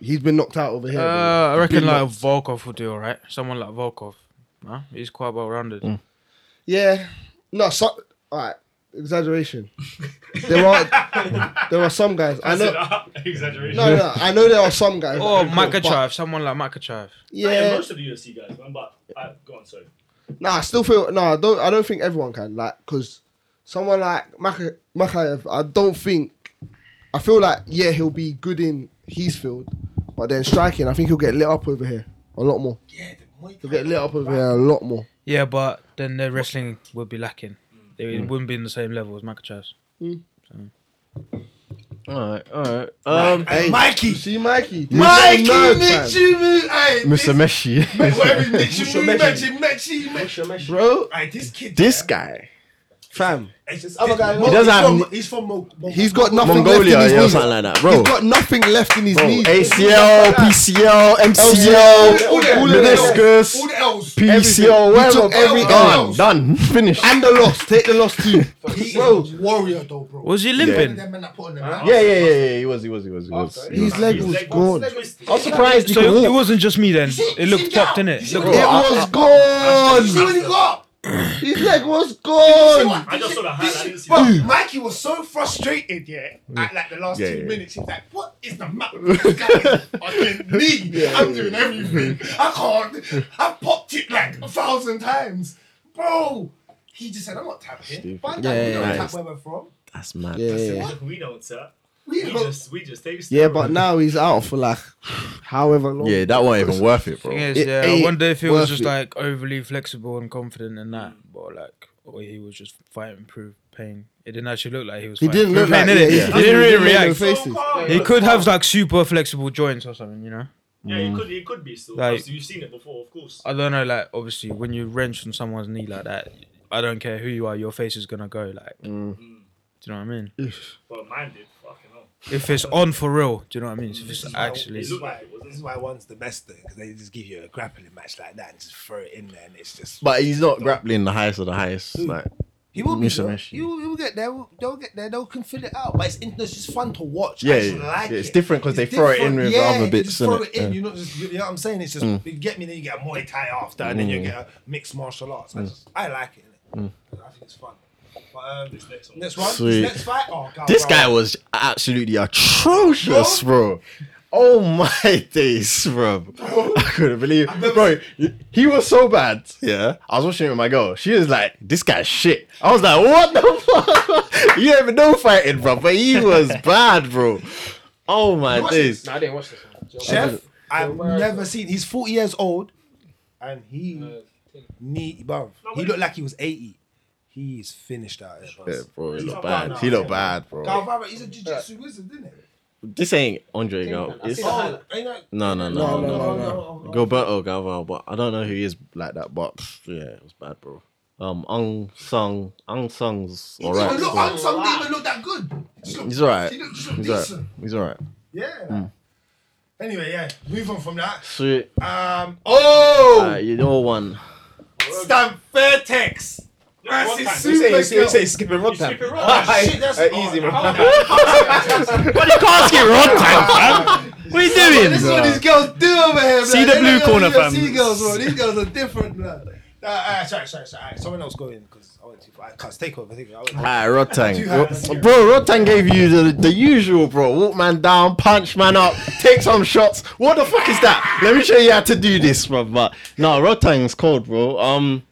[SPEAKER 10] He's been knocked out over here.
[SPEAKER 6] Uh,
[SPEAKER 10] bro.
[SPEAKER 6] I reckon like Volkov would do all right. Someone like Volkov, huh? He's quite well rounded.
[SPEAKER 10] Yeah. No, so, all right. Exaggeration. there are there are some guys. I know.
[SPEAKER 11] Exaggeration.
[SPEAKER 10] No, no. I know there are some guys.
[SPEAKER 6] Or
[SPEAKER 10] that can kill, but
[SPEAKER 6] Oh, Makachev, someone like Makachev.
[SPEAKER 11] Yeah,
[SPEAKER 10] Yeah.
[SPEAKER 11] most of the UFC guys, man, but uh, go on, sorry.
[SPEAKER 10] Nah, I still feel. No, I don't. I don't think everyone can. Like, cause someone like Maka- Makayev, I don't think. I feel like yeah, he'll be good in his field, but then striking, I think he'll get lit up over here a lot more.
[SPEAKER 4] Yeah, the
[SPEAKER 10] They get lit up over here a lot more.
[SPEAKER 6] Yeah, but then their wrestling would be lacking. They wouldn't be in the same level as Makachev's.
[SPEAKER 3] All right, all right. Um,
[SPEAKER 10] Hey, Mikey, see Mikey,
[SPEAKER 4] Mikey
[SPEAKER 10] Nerve time.
[SPEAKER 4] Nichimu, aye,
[SPEAKER 3] Mr. Meshi.
[SPEAKER 4] this- whatever his Nichimu, Mechi, Mechi, Mechi,
[SPEAKER 10] bro.
[SPEAKER 4] aye, this kid,
[SPEAKER 3] This guy.
[SPEAKER 10] Fam,
[SPEAKER 4] it's this other guy,
[SPEAKER 3] He doesn't
[SPEAKER 4] he's
[SPEAKER 3] have-
[SPEAKER 4] from, he's from Mo- Mo-
[SPEAKER 10] he's got nothing
[SPEAKER 3] Mongolia,
[SPEAKER 10] left in his
[SPEAKER 3] yeah,
[SPEAKER 10] knees.
[SPEAKER 3] something like that, bro.
[SPEAKER 10] He's got nothing left in his
[SPEAKER 3] Bro,
[SPEAKER 10] knees.
[SPEAKER 3] ACL, PCL,
[SPEAKER 4] all
[SPEAKER 3] MCL,
[SPEAKER 4] the- all the- all
[SPEAKER 3] meniscus,
[SPEAKER 4] the L's.
[SPEAKER 3] PCL,
[SPEAKER 10] He
[SPEAKER 3] whatever.
[SPEAKER 10] took every
[SPEAKER 3] Done,
[SPEAKER 10] L.
[SPEAKER 3] done, finished.
[SPEAKER 10] and the loss. Take the loss too.
[SPEAKER 4] He is a warrior though, bro.
[SPEAKER 6] Was he limping?
[SPEAKER 4] Them men that put on them, man.
[SPEAKER 3] Yeah, yeah, yeah, yeah. He was, he was, he was, he was. He was.
[SPEAKER 10] His leg was gone.
[SPEAKER 3] I'm surprised he
[SPEAKER 6] So
[SPEAKER 3] could
[SPEAKER 6] it,
[SPEAKER 3] walk.
[SPEAKER 6] wasn't just me then. It looked popped in it.
[SPEAKER 10] It was gone.
[SPEAKER 4] See what he got?
[SPEAKER 10] His leg was
[SPEAKER 4] See
[SPEAKER 10] gone.
[SPEAKER 4] what-
[SPEAKER 7] I just saw the highlight. I didn't see
[SPEAKER 4] Bro,
[SPEAKER 7] the-
[SPEAKER 4] Mikey was so frustrated, yeah, at like the last
[SPEAKER 3] Yeah,
[SPEAKER 4] two
[SPEAKER 3] yeah.
[SPEAKER 4] minutes. He's like, What is the matter with this guy? fucking knee? I'm doing everything. I can't. I popped it like a thousand times. Bro, he just said, I'm not tapping. Find out we don't
[SPEAKER 3] yeah,
[SPEAKER 4] tap
[SPEAKER 3] yeah.
[SPEAKER 4] where we're from.
[SPEAKER 3] That's mad.
[SPEAKER 10] Yeah.
[SPEAKER 7] We don't tell.
[SPEAKER 4] We
[SPEAKER 7] We
[SPEAKER 4] don't-
[SPEAKER 7] just, we just take
[SPEAKER 10] Yeah, but now he's out for like however long.
[SPEAKER 3] Yeah, that wasn't even worth it, bro.
[SPEAKER 6] Thing is,
[SPEAKER 10] It
[SPEAKER 6] yeah, I
[SPEAKER 10] ain't
[SPEAKER 6] wonder if he was
[SPEAKER 10] worth
[SPEAKER 6] just
[SPEAKER 10] it.
[SPEAKER 6] like overly flexible and confident in that, but like, or he was just fighting through pain. It didn't actually look like he was.
[SPEAKER 10] He
[SPEAKER 6] fighting
[SPEAKER 10] didn't
[SPEAKER 6] through
[SPEAKER 10] look like
[SPEAKER 6] pain,
[SPEAKER 10] it.
[SPEAKER 6] did
[SPEAKER 10] Yeah.
[SPEAKER 6] He didn't really
[SPEAKER 10] He didn't
[SPEAKER 6] react.
[SPEAKER 10] look faces.
[SPEAKER 6] He could have like super flexible joints or something, you know.
[SPEAKER 7] Yeah, it could, it could be still.
[SPEAKER 6] Like-
[SPEAKER 7] Like, you've seen it before, of course.
[SPEAKER 6] I don't know, like obviously when you wrench on someone's knee like that, I don't care who you are, your face is gonna go. Like,
[SPEAKER 10] Mm.
[SPEAKER 6] do you know what I mean?
[SPEAKER 7] But mine did. Fucking hell.
[SPEAKER 6] If it's on for real, do you know what I mean? If it's actually,
[SPEAKER 7] It looked like it
[SPEAKER 4] This is
[SPEAKER 7] wasn't.
[SPEAKER 4] why one's the best thing because they just give you a grappling match like that and just throw it in there, and it's just.
[SPEAKER 3] But he's not grappling the highest of the highest. Like,
[SPEAKER 4] He will be.
[SPEAKER 3] Mr.
[SPEAKER 4] though.
[SPEAKER 3] Meshi.
[SPEAKER 4] He will, he will get there. We'll- They'll get there. They'll can fill it out. But it's, in- it's just fun to watch.
[SPEAKER 3] Yeah,
[SPEAKER 4] I just
[SPEAKER 3] yeah.
[SPEAKER 4] like
[SPEAKER 3] Yeah, it's
[SPEAKER 4] it.
[SPEAKER 3] different 'cause they throw it in with the other
[SPEAKER 4] you
[SPEAKER 3] bits,
[SPEAKER 4] just throw
[SPEAKER 3] innit?
[SPEAKER 4] it in.
[SPEAKER 3] Yeah. Mm.
[SPEAKER 4] You know, just, you know what I'm saying? It's just you get me. Then you get a Muay Thai after, and then you get a mixed martial arts.
[SPEAKER 3] Mm.
[SPEAKER 4] I just I like it. innit? I think it's fun. But um,
[SPEAKER 7] This next one.
[SPEAKER 4] next one.
[SPEAKER 3] Sweet.
[SPEAKER 4] This next fight. Oh, God,
[SPEAKER 3] This
[SPEAKER 4] bro.
[SPEAKER 3] guy was absolutely atrocious, bro. Oh my days, bro. I couldn't believe Bro, he was so bad. Yeah. I was watching it with my girl. She was like, this guy's shit. I was like, what the fuck? you don't even know fighting, bro. But he was bad, bro. Oh my
[SPEAKER 4] What's
[SPEAKER 3] days.
[SPEAKER 5] No, I didn't watch this one.
[SPEAKER 4] Chef, I've never seen. He's 40 years old, and he, knee, bruv, he looked like he was 80. He's finished out. here, bruv.
[SPEAKER 3] Yeah, bro, he looked
[SPEAKER 7] bad
[SPEAKER 3] bad.
[SPEAKER 7] now,
[SPEAKER 3] He looked bad, bro.
[SPEAKER 4] Galvara, he's a jiu-jitsu wizard, isn't it?
[SPEAKER 3] This ain't Andre Gal. It's
[SPEAKER 4] Oh, ain't that?
[SPEAKER 3] no, no, no, no,
[SPEAKER 4] no, no, no.
[SPEAKER 3] Gilberto oh, Galvao, but I don't know who he is like that. But pff, yeah, it was bad, bro. Um, Ung Sung, Ung Sung's all right.
[SPEAKER 4] Even look, I'm some didn't even look that good. Just look-
[SPEAKER 3] He's all right.
[SPEAKER 4] He looked, just looked
[SPEAKER 3] He's all right. Hmm.
[SPEAKER 4] decent.
[SPEAKER 3] He's all right.
[SPEAKER 4] Yeah. like- Anyway, yeah. Move on from that.
[SPEAKER 3] Sweet.
[SPEAKER 4] Um. Oh,
[SPEAKER 3] Uh, you all won.
[SPEAKER 4] Stan Fairtex versus Super
[SPEAKER 5] skipping rod time.
[SPEAKER 4] Shit, that's easy, man.
[SPEAKER 12] But you can't skip rod time, fam. What are you doing?
[SPEAKER 4] This is what these girls do over here, man.
[SPEAKER 12] See the
[SPEAKER 4] They
[SPEAKER 12] blue
[SPEAKER 4] don't
[SPEAKER 12] corner,
[SPEAKER 4] even
[SPEAKER 12] fam.
[SPEAKER 4] See girls, bro. These girls are different, man. Uh, uh, sorry, sorry, sorry. Alright, Someone else go in because I went too far. I can't take over. Take over. I went too
[SPEAKER 3] Alright, Rotang.
[SPEAKER 4] You have this here.
[SPEAKER 3] Bro, Rotang gave you the, the usual, bro. Walk man down, punch man up, take some shots. What the fuck is that? Let me show you how to do this, bro. But no, Rotang's cold, bro. Um,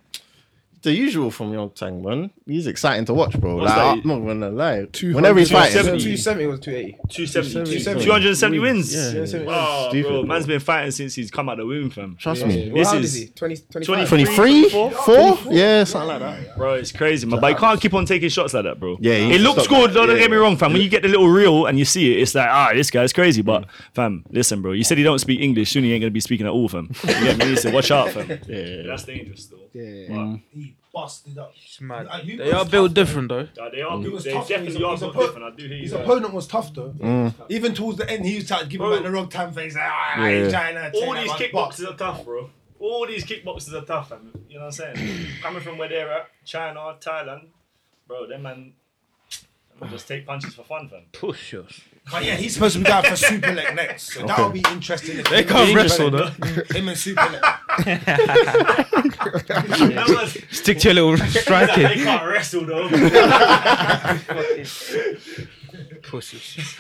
[SPEAKER 3] the usual from Rotang, man. He's exciting to watch, bro. Like,
[SPEAKER 12] that?
[SPEAKER 3] I'm not gonna lie. Whenever he's fighting,
[SPEAKER 12] 270.
[SPEAKER 5] 270 was 280.
[SPEAKER 7] 270.
[SPEAKER 12] 270 wins.
[SPEAKER 7] Oh,
[SPEAKER 3] Stupid,
[SPEAKER 7] bro.
[SPEAKER 12] Man's been fighting since he's come out of the womb, fam.
[SPEAKER 3] trust me.
[SPEAKER 12] This
[SPEAKER 5] How old
[SPEAKER 12] is-
[SPEAKER 5] is he? 20, 25?
[SPEAKER 3] 23, 4? Yeah, something like that.
[SPEAKER 12] Bro, it's crazy, man. But you can't keep on taking shots like that, bro.
[SPEAKER 3] Yeah, you
[SPEAKER 12] it
[SPEAKER 3] need to
[SPEAKER 12] looks
[SPEAKER 3] stop
[SPEAKER 12] good.
[SPEAKER 3] that.
[SPEAKER 12] Don't
[SPEAKER 3] Yeah.
[SPEAKER 12] get me wrong, fam. When you get the little reel and you see it, it's like, ah, this guy's crazy. But fam, listen, bro. You said he don't speak English. Soon he ain't gonna be speaking at all, fam. You get me? So watch out, fam.
[SPEAKER 7] That's dangerous, though. Yeah.
[SPEAKER 4] far. He busted up.
[SPEAKER 6] it's mad.
[SPEAKER 4] Are you
[SPEAKER 6] They
[SPEAKER 4] guys
[SPEAKER 6] are built
[SPEAKER 4] tough,
[SPEAKER 6] different though.
[SPEAKER 7] they are.
[SPEAKER 4] was
[SPEAKER 7] They
[SPEAKER 4] tough, he's
[SPEAKER 7] definitely
[SPEAKER 4] a-
[SPEAKER 7] are
[SPEAKER 4] he's a
[SPEAKER 7] built
[SPEAKER 4] pro-
[SPEAKER 7] different. I do hear you.
[SPEAKER 4] His
[SPEAKER 7] there.
[SPEAKER 4] opponent was tough though.
[SPEAKER 3] Mm.
[SPEAKER 4] Even towards the end, he was trying to give him like, the wrong time face. Like, ah, I ain't trying to take
[SPEAKER 7] All
[SPEAKER 4] that
[SPEAKER 7] these
[SPEAKER 4] one, but-
[SPEAKER 7] kickboxers are tough, bro. All these kickboxers are tough, fam. You know what I'm saying? Coming from where they're at, China, Thailand, bro, them man, them man just take punches for fun, fam.
[SPEAKER 6] Push us.
[SPEAKER 4] But yeah, he's supposed to be down for Superleg next, so that'll be interesting. If they
[SPEAKER 6] Can't wrestle though.
[SPEAKER 4] Him and Superleg.
[SPEAKER 7] Them man's-
[SPEAKER 6] Stick to your little
[SPEAKER 7] they
[SPEAKER 6] striking.
[SPEAKER 7] can't wrestle though. Them
[SPEAKER 6] Pussies.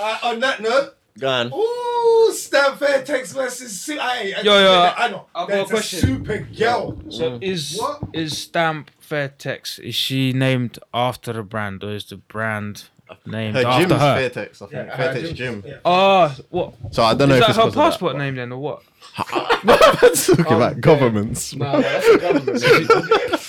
[SPEAKER 4] uh, on that note,
[SPEAKER 3] Gone.
[SPEAKER 4] Ooh, Stan Fairtex versus Su- I, I,
[SPEAKER 6] Yo, yo,
[SPEAKER 4] I know.
[SPEAKER 6] I've got a
[SPEAKER 4] That's
[SPEAKER 6] question.
[SPEAKER 4] Super girl.
[SPEAKER 6] So is
[SPEAKER 4] What?
[SPEAKER 6] is Stamp Fairtex? Is she named after the brand or is the brand named
[SPEAKER 3] Her gym's
[SPEAKER 6] after her.
[SPEAKER 3] Fairtex, I think. Fairtex gym.
[SPEAKER 6] Oh, what?
[SPEAKER 3] So I don't know
[SPEAKER 6] Is
[SPEAKER 3] if
[SPEAKER 6] that
[SPEAKER 3] it's
[SPEAKER 6] her
[SPEAKER 3] 'cause of that.
[SPEAKER 6] passport name then, or what?
[SPEAKER 3] That's talking about governments.
[SPEAKER 6] I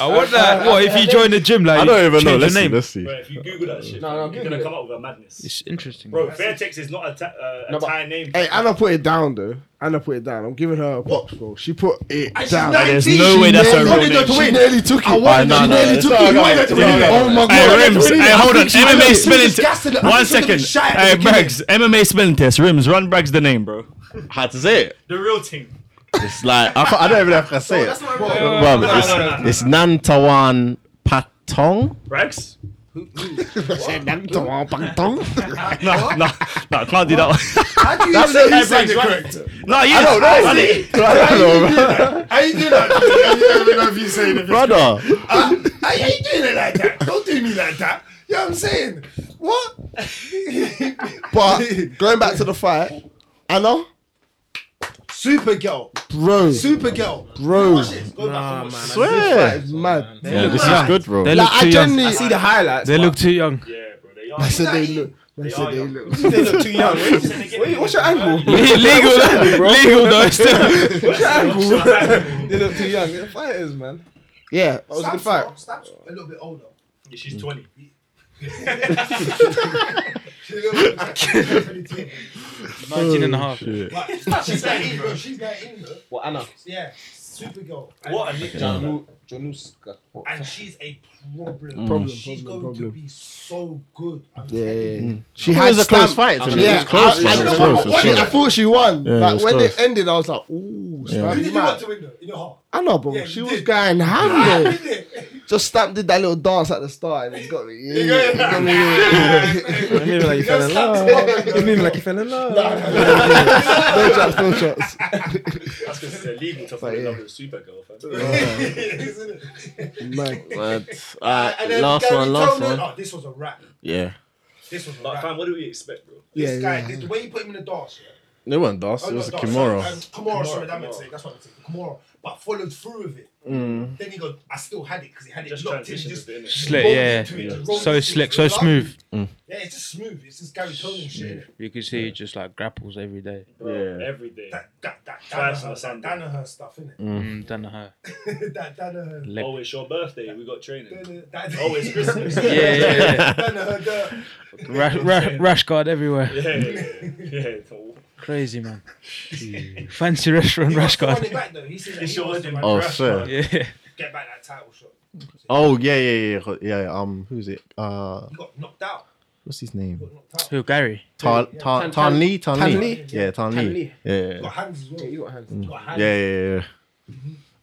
[SPEAKER 6] want that. What if you join the gym? Like,
[SPEAKER 3] I
[SPEAKER 6] you
[SPEAKER 3] don't even know.
[SPEAKER 6] change
[SPEAKER 3] Let's
[SPEAKER 6] your
[SPEAKER 3] see.
[SPEAKER 6] name.
[SPEAKER 3] Let's see.
[SPEAKER 11] Bro, if you Google that shit,
[SPEAKER 5] no,
[SPEAKER 11] you're
[SPEAKER 5] Google
[SPEAKER 11] gonna
[SPEAKER 5] it.
[SPEAKER 11] come up with a madness.
[SPEAKER 6] It's interesting.
[SPEAKER 11] Bro, Fairtex is not a, ta- uh, a Thai name.
[SPEAKER 10] Hey, Anna put it down though. Anna put it down. I'm giving her a props, bro. She put it down.
[SPEAKER 7] There's no way that's her real name.
[SPEAKER 10] She nearly took it. I wanted
[SPEAKER 3] no,
[SPEAKER 10] she
[SPEAKER 3] no,
[SPEAKER 10] nearly
[SPEAKER 3] it's
[SPEAKER 10] took
[SPEAKER 3] not
[SPEAKER 10] it.
[SPEAKER 3] a
[SPEAKER 10] You wanted her to
[SPEAKER 3] guy.
[SPEAKER 10] win it.
[SPEAKER 3] Yeah.
[SPEAKER 10] Oh my god.
[SPEAKER 7] Hey,
[SPEAKER 10] I
[SPEAKER 7] Rims,
[SPEAKER 10] think
[SPEAKER 7] hey,
[SPEAKER 10] she-
[SPEAKER 7] hold
[SPEAKER 10] I
[SPEAKER 7] on.
[SPEAKER 10] think she won
[SPEAKER 7] MMA
[SPEAKER 10] it.
[SPEAKER 7] spelling
[SPEAKER 10] She disgusted
[SPEAKER 7] test.
[SPEAKER 10] her. I
[SPEAKER 7] One
[SPEAKER 10] think she took
[SPEAKER 7] second.
[SPEAKER 10] a shot at
[SPEAKER 7] Hey,
[SPEAKER 10] the beginning.
[SPEAKER 7] Brags, MMA spelling test. Rims, run Brags the name, bro.
[SPEAKER 3] How to say it?
[SPEAKER 11] The real thing.
[SPEAKER 3] It's like I, can't- I don't even have to say it. Bro, it's,
[SPEAKER 11] no, no, no.
[SPEAKER 3] it's Nantawan Patong.
[SPEAKER 11] Rex?
[SPEAKER 7] Nah, nah, nah, can't do that one.
[SPEAKER 4] How do you say
[SPEAKER 3] That's
[SPEAKER 4] that?
[SPEAKER 3] correct.
[SPEAKER 7] Nah, you don't
[SPEAKER 3] I
[SPEAKER 7] know.
[SPEAKER 3] don't know,
[SPEAKER 4] How you do that?
[SPEAKER 3] brother.
[SPEAKER 4] How you doing it like that? Don't do me like that. You know what I'm saying? What?
[SPEAKER 10] But going back to the fight, Anna,
[SPEAKER 4] Supergirl.
[SPEAKER 10] bro,
[SPEAKER 4] Supergirl.
[SPEAKER 10] bro,
[SPEAKER 5] Nah, man.
[SPEAKER 3] Swear.
[SPEAKER 10] it's mad.
[SPEAKER 3] Yeah, this is good, bro.
[SPEAKER 6] They look
[SPEAKER 10] Like, I
[SPEAKER 6] too young.
[SPEAKER 10] genuinely,
[SPEAKER 5] I see the highlights.
[SPEAKER 6] They
[SPEAKER 5] but
[SPEAKER 6] look too young.
[SPEAKER 11] Yeah, bro, they are.
[SPEAKER 10] said they look. I
[SPEAKER 11] They
[SPEAKER 10] said
[SPEAKER 11] are
[SPEAKER 10] they
[SPEAKER 11] young.
[SPEAKER 10] look.
[SPEAKER 5] they look too young. Wait, what's your angle?
[SPEAKER 6] legal, legal though. Still.
[SPEAKER 11] What's your angle?
[SPEAKER 5] They look too young. They're fighters, man.
[SPEAKER 10] Yeah,
[SPEAKER 5] That was a good fight.
[SPEAKER 4] Stab's a little bit older.
[SPEAKER 11] She's 20.
[SPEAKER 6] Nineteen and a half.
[SPEAKER 3] Oh,
[SPEAKER 4] She's 19, bro. She's 19, bro.
[SPEAKER 5] What Anna?
[SPEAKER 4] Yeah. Supergirl.
[SPEAKER 11] What a nickname.
[SPEAKER 5] Januska.
[SPEAKER 4] And she's a problem.
[SPEAKER 10] Mm. Problem,
[SPEAKER 4] She's
[SPEAKER 10] problem,
[SPEAKER 4] going to
[SPEAKER 10] problem.
[SPEAKER 4] be so good. I'm
[SPEAKER 10] yeah, yeah. yeah.
[SPEAKER 3] She has Mm. a close fight. to me. uh, It
[SPEAKER 10] Yeah,
[SPEAKER 3] was close.
[SPEAKER 10] I, I,
[SPEAKER 3] man. It was
[SPEAKER 10] I,
[SPEAKER 3] close, it was
[SPEAKER 10] I, I
[SPEAKER 3] close.
[SPEAKER 10] thought she won.
[SPEAKER 3] Yeah, it
[SPEAKER 10] like
[SPEAKER 3] was
[SPEAKER 10] when
[SPEAKER 3] close.
[SPEAKER 10] it ended, I was like, ooh,
[SPEAKER 3] Yeah.
[SPEAKER 10] Stamp
[SPEAKER 4] Who
[SPEAKER 10] yeah.
[SPEAKER 4] did you want to win though? In your heart.
[SPEAKER 10] I know, bro.
[SPEAKER 4] Yeah,
[SPEAKER 10] she
[SPEAKER 4] you
[SPEAKER 10] was
[SPEAKER 4] did.
[SPEAKER 10] going ham though.
[SPEAKER 4] Did it?
[SPEAKER 10] Just Stamp did that little dance at the start, and it got me. Yeah, yeah,
[SPEAKER 5] Maybe like you fell in love. Maybe like you fell in love.
[SPEAKER 10] no shots, no shots.
[SPEAKER 11] That's because it's illegal to fall in love with a super girl.
[SPEAKER 10] Man,
[SPEAKER 3] But, uh,
[SPEAKER 4] And then
[SPEAKER 3] last
[SPEAKER 4] Gary
[SPEAKER 3] one, last one.
[SPEAKER 4] Tillman- Oh, this was a rap.
[SPEAKER 3] Yeah.
[SPEAKER 4] This was a
[SPEAKER 11] Like,
[SPEAKER 4] rap.
[SPEAKER 11] fam, what do we expect, bro?
[SPEAKER 10] yeah,
[SPEAKER 4] This guy,
[SPEAKER 10] yeah.
[SPEAKER 4] the- the way you put him in the dance, yeah.
[SPEAKER 3] It wasn't Das.
[SPEAKER 4] Oh,
[SPEAKER 3] It
[SPEAKER 4] no,
[SPEAKER 3] was a
[SPEAKER 4] no, sorry, um,
[SPEAKER 3] Kimura.
[SPEAKER 4] Kimura, sorry,
[SPEAKER 11] Kimura,
[SPEAKER 4] that meant
[SPEAKER 11] Kimura.
[SPEAKER 4] it. That's what I'm saying. Kimura, but followed through with it.
[SPEAKER 3] Mm.
[SPEAKER 4] Then he goes, I still had it because he had it
[SPEAKER 11] Just
[SPEAKER 4] locked in. he
[SPEAKER 11] transition
[SPEAKER 4] Just
[SPEAKER 11] a bit, innit?
[SPEAKER 6] Slick,
[SPEAKER 4] rolled
[SPEAKER 6] yeah.
[SPEAKER 4] into it, just rolled
[SPEAKER 6] So
[SPEAKER 4] into it,
[SPEAKER 6] slick,
[SPEAKER 4] just
[SPEAKER 6] so
[SPEAKER 4] loved
[SPEAKER 3] Mm.
[SPEAKER 6] smooth.
[SPEAKER 4] it. Yeah, it's just smooth. It's just Gary Tony shit. innit?
[SPEAKER 6] You can see he just like grapples every day.
[SPEAKER 11] Bro, every day.
[SPEAKER 4] That that that
[SPEAKER 11] Twice on a
[SPEAKER 4] Danaher, that
[SPEAKER 11] Sunday.
[SPEAKER 4] Danaher stuff, isn't it?
[SPEAKER 6] Mm, don't know her.
[SPEAKER 3] Mm.
[SPEAKER 4] that Danaher.
[SPEAKER 6] Leg-
[SPEAKER 11] Oh, it's your birthday. We got training.
[SPEAKER 4] Danaher- that-
[SPEAKER 11] Oh, it's Christmas.
[SPEAKER 6] Yeah, yeah, yeah.
[SPEAKER 4] Danaher, the-
[SPEAKER 6] Ra- ra- rash guard everywhere.
[SPEAKER 11] Yeah, yeah, yeah. It's all-
[SPEAKER 6] Crazy man. Fancy restaurant
[SPEAKER 4] he
[SPEAKER 6] rash
[SPEAKER 4] wants to run
[SPEAKER 6] guard.
[SPEAKER 4] it back though. He said that
[SPEAKER 11] It's
[SPEAKER 4] he
[SPEAKER 11] your
[SPEAKER 4] wants to
[SPEAKER 11] birthday,
[SPEAKER 3] Oh,
[SPEAKER 4] run-
[SPEAKER 11] bruh.
[SPEAKER 3] shit.
[SPEAKER 6] Yeah.
[SPEAKER 4] get back that title shot.
[SPEAKER 3] Oh, yeah, yeah, yeah, yeah. yeah, Um, who's it? Uh,
[SPEAKER 4] He got knocked out.
[SPEAKER 3] what's his name?
[SPEAKER 4] He got knocked out.
[SPEAKER 6] Who? Gary.
[SPEAKER 3] Tan Tan Tan Lee. Tan
[SPEAKER 5] Tan
[SPEAKER 3] Lee. Yeah, Tan
[SPEAKER 5] Tan
[SPEAKER 3] Lee.
[SPEAKER 5] Lee.
[SPEAKER 3] Yeah.
[SPEAKER 4] He got hands as well.
[SPEAKER 5] Yeah,
[SPEAKER 4] He
[SPEAKER 5] you got hands.
[SPEAKER 4] got
[SPEAKER 3] Yeah, yeah,
[SPEAKER 4] hands.
[SPEAKER 3] yeah.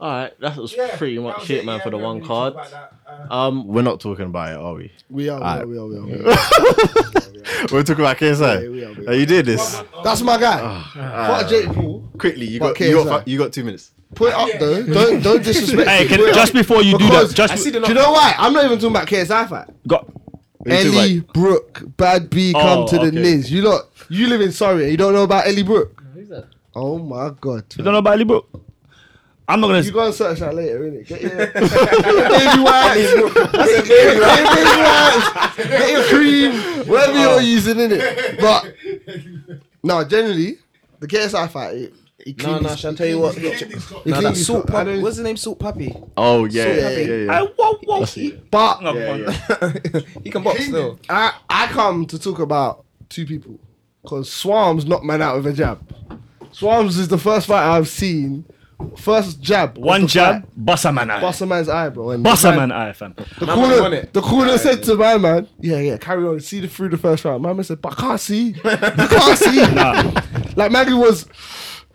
[SPEAKER 3] All right, that was
[SPEAKER 4] Yeah,
[SPEAKER 3] pretty
[SPEAKER 4] that
[SPEAKER 3] much
[SPEAKER 4] was
[SPEAKER 3] it, man, for the
[SPEAKER 4] we
[SPEAKER 3] one
[SPEAKER 4] really
[SPEAKER 3] card.
[SPEAKER 4] talked about that, uh,
[SPEAKER 3] Um, we're not talking about it, are we?
[SPEAKER 10] We are, we
[SPEAKER 3] Alright.
[SPEAKER 10] are, we are, we are. We are.
[SPEAKER 3] We're talking about
[SPEAKER 10] Yeah, we are,
[SPEAKER 3] KSI.
[SPEAKER 10] we
[SPEAKER 3] Oh, you did this
[SPEAKER 10] That's my guy.
[SPEAKER 3] Ah.
[SPEAKER 10] Fuck Jake Paul.
[SPEAKER 3] quickly. You
[SPEAKER 10] Fuck
[SPEAKER 3] got you
[SPEAKER 10] KSI.
[SPEAKER 3] got fi- you got two minutes.
[SPEAKER 10] Put it up though. Don't don't disrespect.
[SPEAKER 7] Hey,
[SPEAKER 10] it.
[SPEAKER 7] can,
[SPEAKER 10] Put it
[SPEAKER 7] just
[SPEAKER 10] up.
[SPEAKER 7] before you do that,
[SPEAKER 10] Because
[SPEAKER 7] just
[SPEAKER 10] do you know why? I'm not even talking about KSI fight.
[SPEAKER 7] got.
[SPEAKER 3] We're talking
[SPEAKER 10] Ellie Brooke, Bad B, come
[SPEAKER 7] Oh,
[SPEAKER 10] to the
[SPEAKER 3] okay.
[SPEAKER 10] Niz. You lot, you live in Surrey. You don't know about Ellie Brooke. Who's that? Oh my god.
[SPEAKER 7] You don't know about Ali, bro. I'm not gonna.
[SPEAKER 10] You go and search that later, innit? Get your, get your baby wipes. Get your baby wipes. Get your cream. Whatever
[SPEAKER 5] Oh.
[SPEAKER 10] you're using, innit? But, no, generally, the KSI fight, it, it
[SPEAKER 5] No, no, shall I tell you what? No, that salt puppy. What's his name? Salt puppy.
[SPEAKER 3] Oh yeah,
[SPEAKER 5] So
[SPEAKER 3] yeah,
[SPEAKER 5] happy.
[SPEAKER 3] yeah, yeah.
[SPEAKER 7] I, whoa, whoa.
[SPEAKER 10] But
[SPEAKER 3] Yeah, yeah.
[SPEAKER 5] He can box still.
[SPEAKER 10] I, I come to talk about two people because Swarms knocked man out with a jab. Swarms is the first fight I've seen. First jab. of
[SPEAKER 7] One
[SPEAKER 10] the
[SPEAKER 7] jab,
[SPEAKER 10] fight.
[SPEAKER 7] bossa man eye.
[SPEAKER 10] Bust a man's eye, bro. And
[SPEAKER 7] Bossa
[SPEAKER 10] man-
[SPEAKER 7] man eye, fam.
[SPEAKER 10] The
[SPEAKER 5] Man won
[SPEAKER 10] corner,
[SPEAKER 5] it.
[SPEAKER 10] the corner said to my man, yeah, yeah, carry on, see the through the first round. My man said, but I can't see. I can't see. Like Maggie was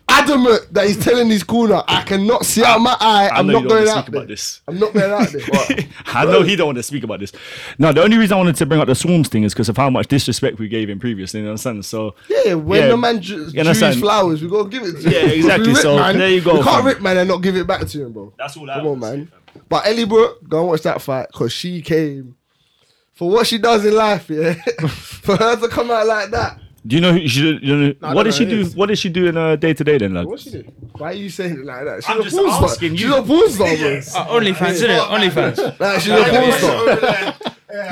[SPEAKER 10] adamant that he's telling his corner, I cannot see out my eye.
[SPEAKER 7] I
[SPEAKER 10] I'm
[SPEAKER 7] know you don't
[SPEAKER 10] not
[SPEAKER 7] want
[SPEAKER 10] going
[SPEAKER 7] to
[SPEAKER 10] out
[SPEAKER 7] speak about
[SPEAKER 10] there.
[SPEAKER 7] this.
[SPEAKER 10] I'm not going out there.
[SPEAKER 7] I know he don't want to speak about this. No, the only reason I wanted to bring up the swarms thing is because of how much disrespect we gave him previously. You understand? So
[SPEAKER 10] Yeah, when
[SPEAKER 7] Yeah.
[SPEAKER 10] the man ju-
[SPEAKER 7] You
[SPEAKER 10] drew his
[SPEAKER 7] understand?
[SPEAKER 10] flowers, we gotta give it to him.
[SPEAKER 7] Yeah, exactly.
[SPEAKER 10] We rip
[SPEAKER 7] So, there you go,
[SPEAKER 10] We can't
[SPEAKER 7] fam.
[SPEAKER 10] rip man and not give it back to him, bro.
[SPEAKER 11] That's all I
[SPEAKER 10] Come
[SPEAKER 11] have
[SPEAKER 10] on,
[SPEAKER 11] to say,
[SPEAKER 10] man.
[SPEAKER 11] fam.
[SPEAKER 10] But Ellie Brooke, go and watch that fight because she came for what she does in life. Yeah, for her to come out like that.
[SPEAKER 7] do you know who she? You know,
[SPEAKER 5] I
[SPEAKER 7] what
[SPEAKER 5] don't
[SPEAKER 7] did she
[SPEAKER 5] know who
[SPEAKER 7] do?
[SPEAKER 5] it is.
[SPEAKER 7] What did she do in her day to day then, lad?
[SPEAKER 5] What's she do?
[SPEAKER 10] Why are you saying it like that? She's
[SPEAKER 7] I'm
[SPEAKER 10] a
[SPEAKER 7] just
[SPEAKER 10] porn star.
[SPEAKER 7] asking
[SPEAKER 10] She's
[SPEAKER 7] you.
[SPEAKER 10] a porn star, bro.
[SPEAKER 6] Uh, OnlyFans, isn't it? OnlyFans.
[SPEAKER 10] Like, she's a porn star.
[SPEAKER 4] over there.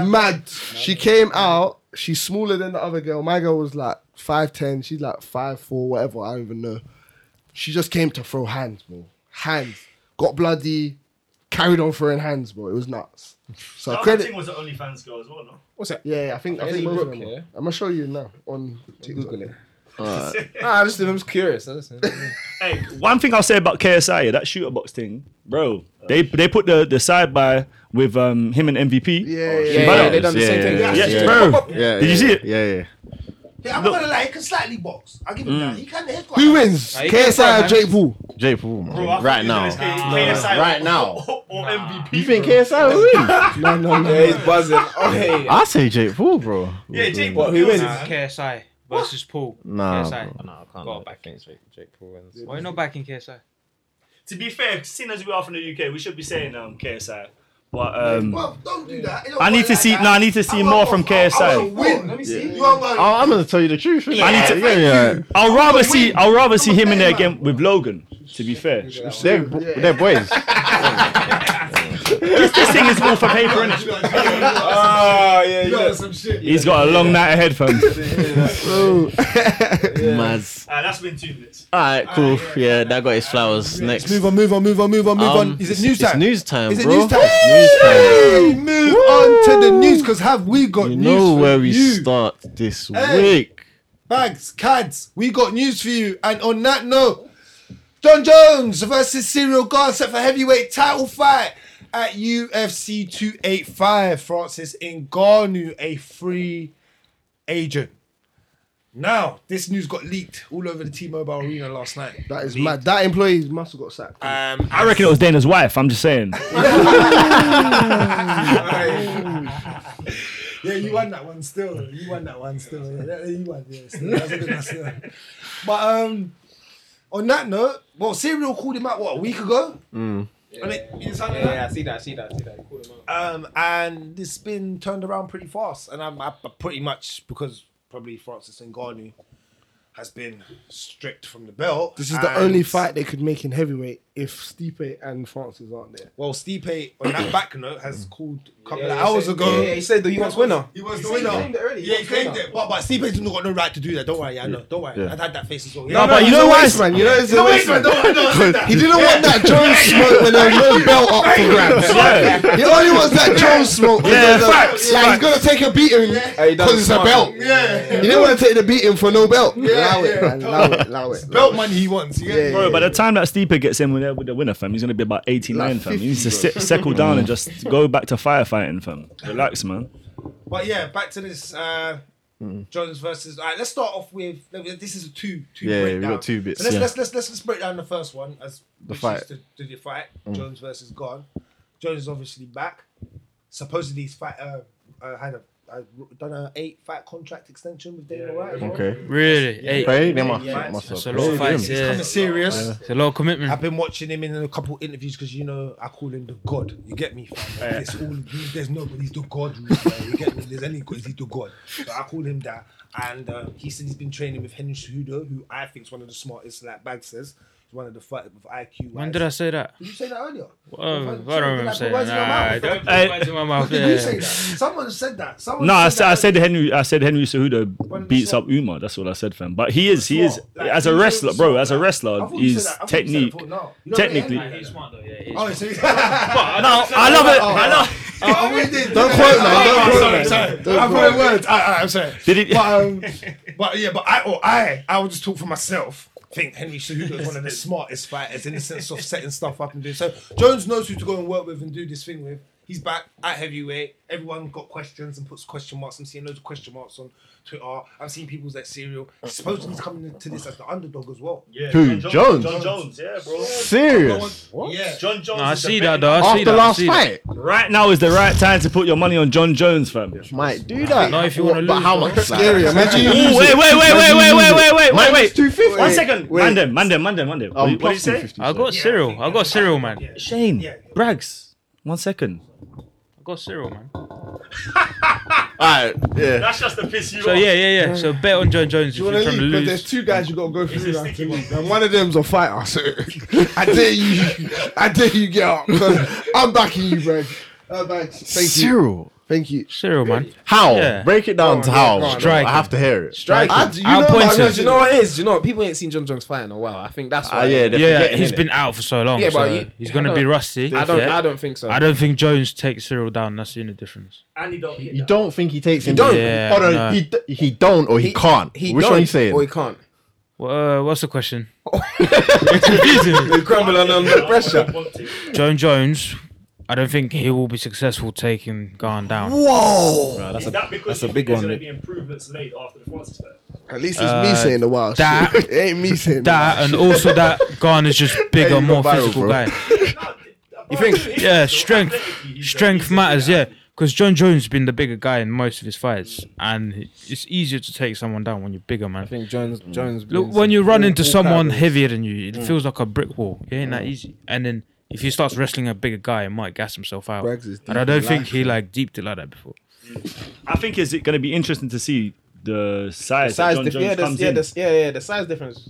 [SPEAKER 10] Mad. She came out. she's smaller than the other girl. My girl was like five ten. She's like five four, whatever. I don't even know. She just came to throw hands, bro. Hands got bloody, carried on throwing hands, bro. It was nuts. So
[SPEAKER 11] That
[SPEAKER 10] credit.
[SPEAKER 11] thing was an OnlyFans girl as well, no?
[SPEAKER 5] What's that?
[SPEAKER 10] Yeah, yeah, I think I
[SPEAKER 5] Ellie
[SPEAKER 10] think both of
[SPEAKER 5] Brooke,
[SPEAKER 10] them.
[SPEAKER 5] yeah?
[SPEAKER 10] are. I'm gonna show you now on TikTok.
[SPEAKER 5] Google it. Nah, I just I'm just curious. I just,
[SPEAKER 11] Hey,
[SPEAKER 7] One thing I'll say about KSI, yeah, that shooter box thing, bro. They they put the, the side by with um him and MVP.
[SPEAKER 10] Yeah, yeah,
[SPEAKER 5] yeah,
[SPEAKER 7] But-
[SPEAKER 5] yeah, they done the same thing.
[SPEAKER 3] Yeah, yeah,
[SPEAKER 5] Yeah,
[SPEAKER 7] yeah.
[SPEAKER 3] yeah.
[SPEAKER 7] Bro.
[SPEAKER 3] Yeah,
[SPEAKER 7] Did you
[SPEAKER 3] yeah,
[SPEAKER 7] see it?
[SPEAKER 3] Yeah, yeah.
[SPEAKER 4] Yeah, I'm not gonna lie, he can slightly box. I'll give him that. He can. He's got
[SPEAKER 10] Who wins?
[SPEAKER 5] Nah, you can't
[SPEAKER 10] KSI or
[SPEAKER 5] throw
[SPEAKER 10] Jake Paul?
[SPEAKER 3] Jay Paul, man.
[SPEAKER 11] bro, I
[SPEAKER 3] right
[SPEAKER 11] think
[SPEAKER 3] now.
[SPEAKER 11] it's KSI or-
[SPEAKER 3] Right now.
[SPEAKER 11] Or, or MVP.
[SPEAKER 3] You think KSI will win?
[SPEAKER 10] No, no, no.
[SPEAKER 5] yeah, he's buzzing. Oh, hey.
[SPEAKER 3] I say Jake Paul, bro.
[SPEAKER 11] Yeah, Jake
[SPEAKER 5] What,
[SPEAKER 11] Paul
[SPEAKER 5] who
[SPEAKER 11] kills
[SPEAKER 5] wins?
[SPEAKER 11] it.
[SPEAKER 6] KSI versus Paul.
[SPEAKER 3] Nah,
[SPEAKER 6] KSI.
[SPEAKER 3] bro.
[SPEAKER 13] I
[SPEAKER 6] Why
[SPEAKER 13] can't. lie,
[SPEAKER 6] Go
[SPEAKER 13] I
[SPEAKER 6] back.
[SPEAKER 13] think Jake, Jake Paul wins.
[SPEAKER 6] are you not backing KSI?
[SPEAKER 11] To be fair, seeing as we are from the UK, we should be saying um, KSI. But um,
[SPEAKER 4] Well, don't do that.
[SPEAKER 7] I need to see. No, I need to see more from KSI.
[SPEAKER 4] Win. Let me see. You are
[SPEAKER 3] Oh, I'm gonna tell you the truth. innit?
[SPEAKER 7] I need to-
[SPEAKER 3] Yeah, yeah.
[SPEAKER 7] I'll rather see. I'll rather see him in there
[SPEAKER 4] man.
[SPEAKER 7] again with Logan. To be fair, this
[SPEAKER 3] They're, they're boys.
[SPEAKER 7] thing is all for paper, innit?
[SPEAKER 5] Oh, yeah, yeah.
[SPEAKER 4] some shit.
[SPEAKER 7] He's got a long night ahead, fam.
[SPEAKER 13] Maz.
[SPEAKER 11] uh, that's been two minutes.
[SPEAKER 13] All right, cool. yeah, that got his flowers. Next.
[SPEAKER 10] Move on, move on, move on, move on, move
[SPEAKER 13] Um,
[SPEAKER 10] on. Is it news
[SPEAKER 13] It's
[SPEAKER 10] time?
[SPEAKER 13] news time,
[SPEAKER 10] Is it
[SPEAKER 13] bro.
[SPEAKER 10] news time?
[SPEAKER 13] It's news time.
[SPEAKER 4] Hey, move on to the news, cause have we got
[SPEAKER 13] You
[SPEAKER 4] news
[SPEAKER 13] know
[SPEAKER 4] for
[SPEAKER 13] where we
[SPEAKER 4] you?
[SPEAKER 13] start this
[SPEAKER 4] Hey.
[SPEAKER 13] week.
[SPEAKER 4] Bags, cads, we got news for you. And on that note, John Jones versus Serial God set for heavyweight title fight at UFC 285. Francis Ngannou, a free agent. Now, this news got leaked all over the T-Mobile Arena last night.
[SPEAKER 10] That is mad. That employee must have got sacked.
[SPEAKER 4] Um,
[SPEAKER 7] I reckon it was Dana's wife. I'm just saying.
[SPEAKER 4] yeah, you won that one still. You won that one still. Yeah, yeah, you won. Yeah, still. That's a good one still. But um, on that note, well, Serial called him out what a week ago. And it, it's something like-
[SPEAKER 5] Yeah, I see that, I see that, I see that. Cool, man.
[SPEAKER 4] Um, and it's been turned around pretty fast. And I'm I, I pretty much because probably Francis Ngannou has been stripped from the belt.
[SPEAKER 10] This is the
[SPEAKER 4] and-
[SPEAKER 10] only fight they could make in heavyweight if Stipe and Francis aren't there.
[SPEAKER 4] Well, Stipe on that back note has called a couple
[SPEAKER 5] Yeah,
[SPEAKER 4] of
[SPEAKER 5] he
[SPEAKER 4] hours
[SPEAKER 5] said-
[SPEAKER 4] ago.
[SPEAKER 5] Yeah, he said that he wants winner.
[SPEAKER 4] He was the
[SPEAKER 5] said he
[SPEAKER 4] winner.
[SPEAKER 5] claimed it already. He
[SPEAKER 4] Yeah, he
[SPEAKER 5] was
[SPEAKER 4] claimed
[SPEAKER 5] winner.
[SPEAKER 4] it. But but Stipe's not got no right to do that. Don't worry, I know. Don't worry. I had that face as well. Yeah,
[SPEAKER 7] No, but you know
[SPEAKER 10] He's a
[SPEAKER 7] why?
[SPEAKER 10] waste man. You know, he's a
[SPEAKER 4] no, wait,
[SPEAKER 10] waste
[SPEAKER 4] man,
[SPEAKER 10] man.
[SPEAKER 4] don't worry, don't worry.
[SPEAKER 10] He didn't want that Jones smoke when there was no belt up for grabs.
[SPEAKER 7] Yeah.
[SPEAKER 10] He only wants that Jones smoke. when
[SPEAKER 7] Yeah,
[SPEAKER 10] there's a-
[SPEAKER 7] facts,
[SPEAKER 10] Like he's gonna take a beating
[SPEAKER 5] Hey, he done
[SPEAKER 10] because it's a
[SPEAKER 5] smart.
[SPEAKER 10] belt.
[SPEAKER 4] Yeah.
[SPEAKER 10] He didn't want to take the beating for no belt. allow it,
[SPEAKER 4] yeah.
[SPEAKER 10] man. Allow it. Allow it.
[SPEAKER 4] Belt money he wants. Yeah.
[SPEAKER 10] Yeah,
[SPEAKER 7] Bro, by the time that Stipe gets in with the, with the winner, fam, he's gonna be about 89,
[SPEAKER 10] Like
[SPEAKER 7] fam. He needs to sit, settle down and just go back to firefighting, fam. Relax, man.
[SPEAKER 4] But yeah, back to this. Uh, Jones versus. All right, let's start off with. This is a two two
[SPEAKER 3] Yeah, we
[SPEAKER 4] breakdown.
[SPEAKER 3] got two bits,
[SPEAKER 4] So let's,
[SPEAKER 3] yeah.
[SPEAKER 4] let's let's let's let's break down the first one as the
[SPEAKER 3] fight. Mm.
[SPEAKER 4] To, to the fight. Jones versus Gone. Jones is obviously back. Supposedly he's fight. Uh, uh, had a. I done an eight fight contract extension with Dana White. as well.
[SPEAKER 3] Okay.
[SPEAKER 6] Really? Hey,
[SPEAKER 3] Pray, they must
[SPEAKER 4] Yeah.
[SPEAKER 3] must
[SPEAKER 6] That's
[SPEAKER 3] have.
[SPEAKER 6] a lot of fights,
[SPEAKER 4] It's
[SPEAKER 6] yeah.
[SPEAKER 4] coming serious.
[SPEAKER 6] It's a lot of commitment.
[SPEAKER 4] I've been watching him in a couple interviews because you know I call him the God. You get me? fam? It's all, there's nobody's the God. really, man. You get me? There's any God, he's the God. So I call him that, and uh, he said he's been training with Henry Cejudo, who I think is one of the smartest. Like Bag says, he's one of the fight with IQ.
[SPEAKER 6] When did I say that?
[SPEAKER 4] Did you say that earlier? If
[SPEAKER 6] Oh, I
[SPEAKER 4] I-
[SPEAKER 6] don't
[SPEAKER 4] sorry,
[SPEAKER 6] remember
[SPEAKER 4] like,
[SPEAKER 6] saying
[SPEAKER 4] why is
[SPEAKER 6] that.
[SPEAKER 4] it your mouth?
[SPEAKER 6] Nah, Don't put
[SPEAKER 7] Hey.
[SPEAKER 6] words in my mouth.
[SPEAKER 4] Did you
[SPEAKER 6] yeah.
[SPEAKER 4] say that? Someone said that. Someone
[SPEAKER 7] No, I
[SPEAKER 4] said
[SPEAKER 7] said,
[SPEAKER 11] er
[SPEAKER 7] I
[SPEAKER 4] that
[SPEAKER 7] said Henry. I said Henry
[SPEAKER 4] Well,
[SPEAKER 7] Cejudo beats
[SPEAKER 4] so-
[SPEAKER 7] up Umar. That's what I said, fam. But he is, he
[SPEAKER 11] er
[SPEAKER 7] is
[SPEAKER 4] Like,
[SPEAKER 7] as a
[SPEAKER 4] he's
[SPEAKER 7] wrestler, bro. As a
[SPEAKER 4] smart.
[SPEAKER 7] wrestler,
[SPEAKER 4] I thought you said
[SPEAKER 7] his
[SPEAKER 4] that- I thought you said that
[SPEAKER 7] technique.
[SPEAKER 4] before now. You know what I mean?
[SPEAKER 7] Technically,
[SPEAKER 4] Henry-
[SPEAKER 6] He's smart though, yeah.
[SPEAKER 4] Oh, it's oh,
[SPEAKER 7] no, I love it. I love.
[SPEAKER 4] we did.
[SPEAKER 10] Don't quote man. Don't
[SPEAKER 4] Oh,
[SPEAKER 10] quote
[SPEAKER 4] sorry,
[SPEAKER 10] man.
[SPEAKER 4] sorry.
[SPEAKER 10] Don't
[SPEAKER 4] I'm
[SPEAKER 10] quote
[SPEAKER 4] putting words. I, I, I'm sorry.
[SPEAKER 7] Did it?
[SPEAKER 4] But, um, but yeah, but I, or I, I will just talk for myself. Think Henry Cejudo is one of the smartest fighters in the sense of setting stuff up and doing so. Jones knows who to go and work with and do this thing with. He's back at heavyweight. Everyone got questions and puts question marks. I'm seeing loads of question marks on Twitter. I'm seeing people's that serial. Supposedly he's coming into this as the underdog as well.
[SPEAKER 11] Yeah,
[SPEAKER 3] Who,
[SPEAKER 11] John Jones.
[SPEAKER 3] Jones?
[SPEAKER 11] John Jones, yeah, bro.
[SPEAKER 3] Serious.
[SPEAKER 4] Yeah.
[SPEAKER 11] John Jones.
[SPEAKER 6] Nah, I
[SPEAKER 11] is
[SPEAKER 6] see
[SPEAKER 11] the
[SPEAKER 6] that
[SPEAKER 11] best.
[SPEAKER 6] though. I see
[SPEAKER 3] After
[SPEAKER 6] that, I
[SPEAKER 3] last
[SPEAKER 6] see that.
[SPEAKER 3] fight,
[SPEAKER 7] Right now is the right time to put your money on John Jones, fam.
[SPEAKER 3] might do that.
[SPEAKER 6] Not if you wanna
[SPEAKER 3] But
[SPEAKER 6] lose,
[SPEAKER 3] how
[SPEAKER 6] bro.
[SPEAKER 3] much? like-
[SPEAKER 10] Scary. Imagine you
[SPEAKER 7] Ooh,
[SPEAKER 10] lose
[SPEAKER 7] wait, wait,
[SPEAKER 10] it.
[SPEAKER 7] wait, wait, wait, wait, wait, wait, wait, wait.
[SPEAKER 3] Two fifty.
[SPEAKER 7] One second.
[SPEAKER 10] Wait.
[SPEAKER 7] Mandem, Mandem, Mandem, Mandem.
[SPEAKER 3] Um,
[SPEAKER 7] What, what did you
[SPEAKER 3] plus
[SPEAKER 7] say?
[SPEAKER 3] 250,
[SPEAKER 6] I got
[SPEAKER 4] Yeah, I
[SPEAKER 6] Cyril.
[SPEAKER 4] think
[SPEAKER 6] I got
[SPEAKER 4] that's
[SPEAKER 6] Cyril,
[SPEAKER 4] fine.
[SPEAKER 6] man.
[SPEAKER 4] Yeah.
[SPEAKER 7] Shane,
[SPEAKER 4] Yeah.
[SPEAKER 7] Braggs. One second.
[SPEAKER 6] I got Cyril, man.
[SPEAKER 3] Alright, yeah.
[SPEAKER 11] That's just to piss you
[SPEAKER 6] So
[SPEAKER 11] off.
[SPEAKER 6] yeah, yeah, yeah. So bet on John Jones if
[SPEAKER 10] You
[SPEAKER 6] you're
[SPEAKER 10] wanna
[SPEAKER 6] trying to
[SPEAKER 10] leave? 'Cause there's
[SPEAKER 6] lose.
[SPEAKER 10] two guys you gotta go through,
[SPEAKER 11] a
[SPEAKER 10] now
[SPEAKER 11] sticky
[SPEAKER 10] to
[SPEAKER 11] one.
[SPEAKER 10] leave. and one of them's a fighter. So I dare you, I dare you get up. 'cause I'm backing you, bro. Uh, thanks. Thank you.
[SPEAKER 3] Cyril.
[SPEAKER 10] Thank you.
[SPEAKER 6] Cyril, man.
[SPEAKER 3] How?
[SPEAKER 6] Yeah.
[SPEAKER 3] Break it down to how.
[SPEAKER 6] Strike
[SPEAKER 3] I have to hear it.
[SPEAKER 5] Strike.
[SPEAKER 10] I, you
[SPEAKER 6] I'll
[SPEAKER 10] know,
[SPEAKER 6] point
[SPEAKER 10] about
[SPEAKER 6] to-
[SPEAKER 10] that,
[SPEAKER 5] Do you know what it is? Do you know what? People ain't seen John Jones fight in a while. I think that's why.
[SPEAKER 3] Ah, yeah, they're
[SPEAKER 6] Yeah,
[SPEAKER 3] forgetting,
[SPEAKER 6] he's
[SPEAKER 3] innit?
[SPEAKER 6] been out for so long.
[SPEAKER 5] Yeah, but
[SPEAKER 6] so
[SPEAKER 5] you-
[SPEAKER 6] he's
[SPEAKER 5] I
[SPEAKER 6] gonna be
[SPEAKER 5] don't-
[SPEAKER 6] rusty.
[SPEAKER 5] I don't.
[SPEAKER 6] yeah.
[SPEAKER 5] I don't think so.
[SPEAKER 6] I don't think Jones takes Cyril down. That's the only difference.
[SPEAKER 11] And he don't.
[SPEAKER 3] You don't think he takes him?
[SPEAKER 5] don't.
[SPEAKER 6] Yeah,
[SPEAKER 3] oh, no,
[SPEAKER 6] no.
[SPEAKER 3] he d- he don't or he, can't.
[SPEAKER 5] He
[SPEAKER 3] Which
[SPEAKER 5] don't,
[SPEAKER 3] one are you saying?
[SPEAKER 5] Or he can't.
[SPEAKER 6] Wha- uh, what's the question? It's confusing.
[SPEAKER 5] He crumbling under pressure.
[SPEAKER 11] want to.
[SPEAKER 6] Joan Jones, I don't think he will be successful taking Garn down.
[SPEAKER 11] That's a, that because that's a big there's one. There's going to be improvements made after the Francis fair.
[SPEAKER 10] At least it's
[SPEAKER 6] Uh,
[SPEAKER 10] me saying the wild
[SPEAKER 6] that-
[SPEAKER 10] shit. It ain't me saying
[SPEAKER 6] That and also that Garn is just bigger,
[SPEAKER 3] you
[SPEAKER 6] more
[SPEAKER 3] got viral,
[SPEAKER 6] physical
[SPEAKER 3] bro.
[SPEAKER 6] guy.
[SPEAKER 11] You think?
[SPEAKER 6] Yeah, strength, strength matters. Yeah, because John Jones has been the bigger guy in most of his fights, and it's easier to take someone down when you're bigger,
[SPEAKER 5] I
[SPEAKER 6] man.
[SPEAKER 5] think Jones. Jones.
[SPEAKER 6] Look,
[SPEAKER 5] wins
[SPEAKER 6] when you
[SPEAKER 5] all-
[SPEAKER 6] run into
[SPEAKER 5] all
[SPEAKER 6] someone
[SPEAKER 5] categories.
[SPEAKER 6] heavier than you, it feels like a brick wall. It ain't that easy. And then if he starts wrestling a bigger guy, he might gas himself out.
[SPEAKER 10] Braggs is
[SPEAKER 6] And I don't think he like deeped it like that before.
[SPEAKER 7] I think is it going to be interesting to see the size,
[SPEAKER 5] Size
[SPEAKER 7] that John
[SPEAKER 5] dif-
[SPEAKER 7] Jones
[SPEAKER 5] yeah, the,
[SPEAKER 7] comes
[SPEAKER 5] yeah,
[SPEAKER 7] in.
[SPEAKER 5] the, yeah, yeah, the size difference.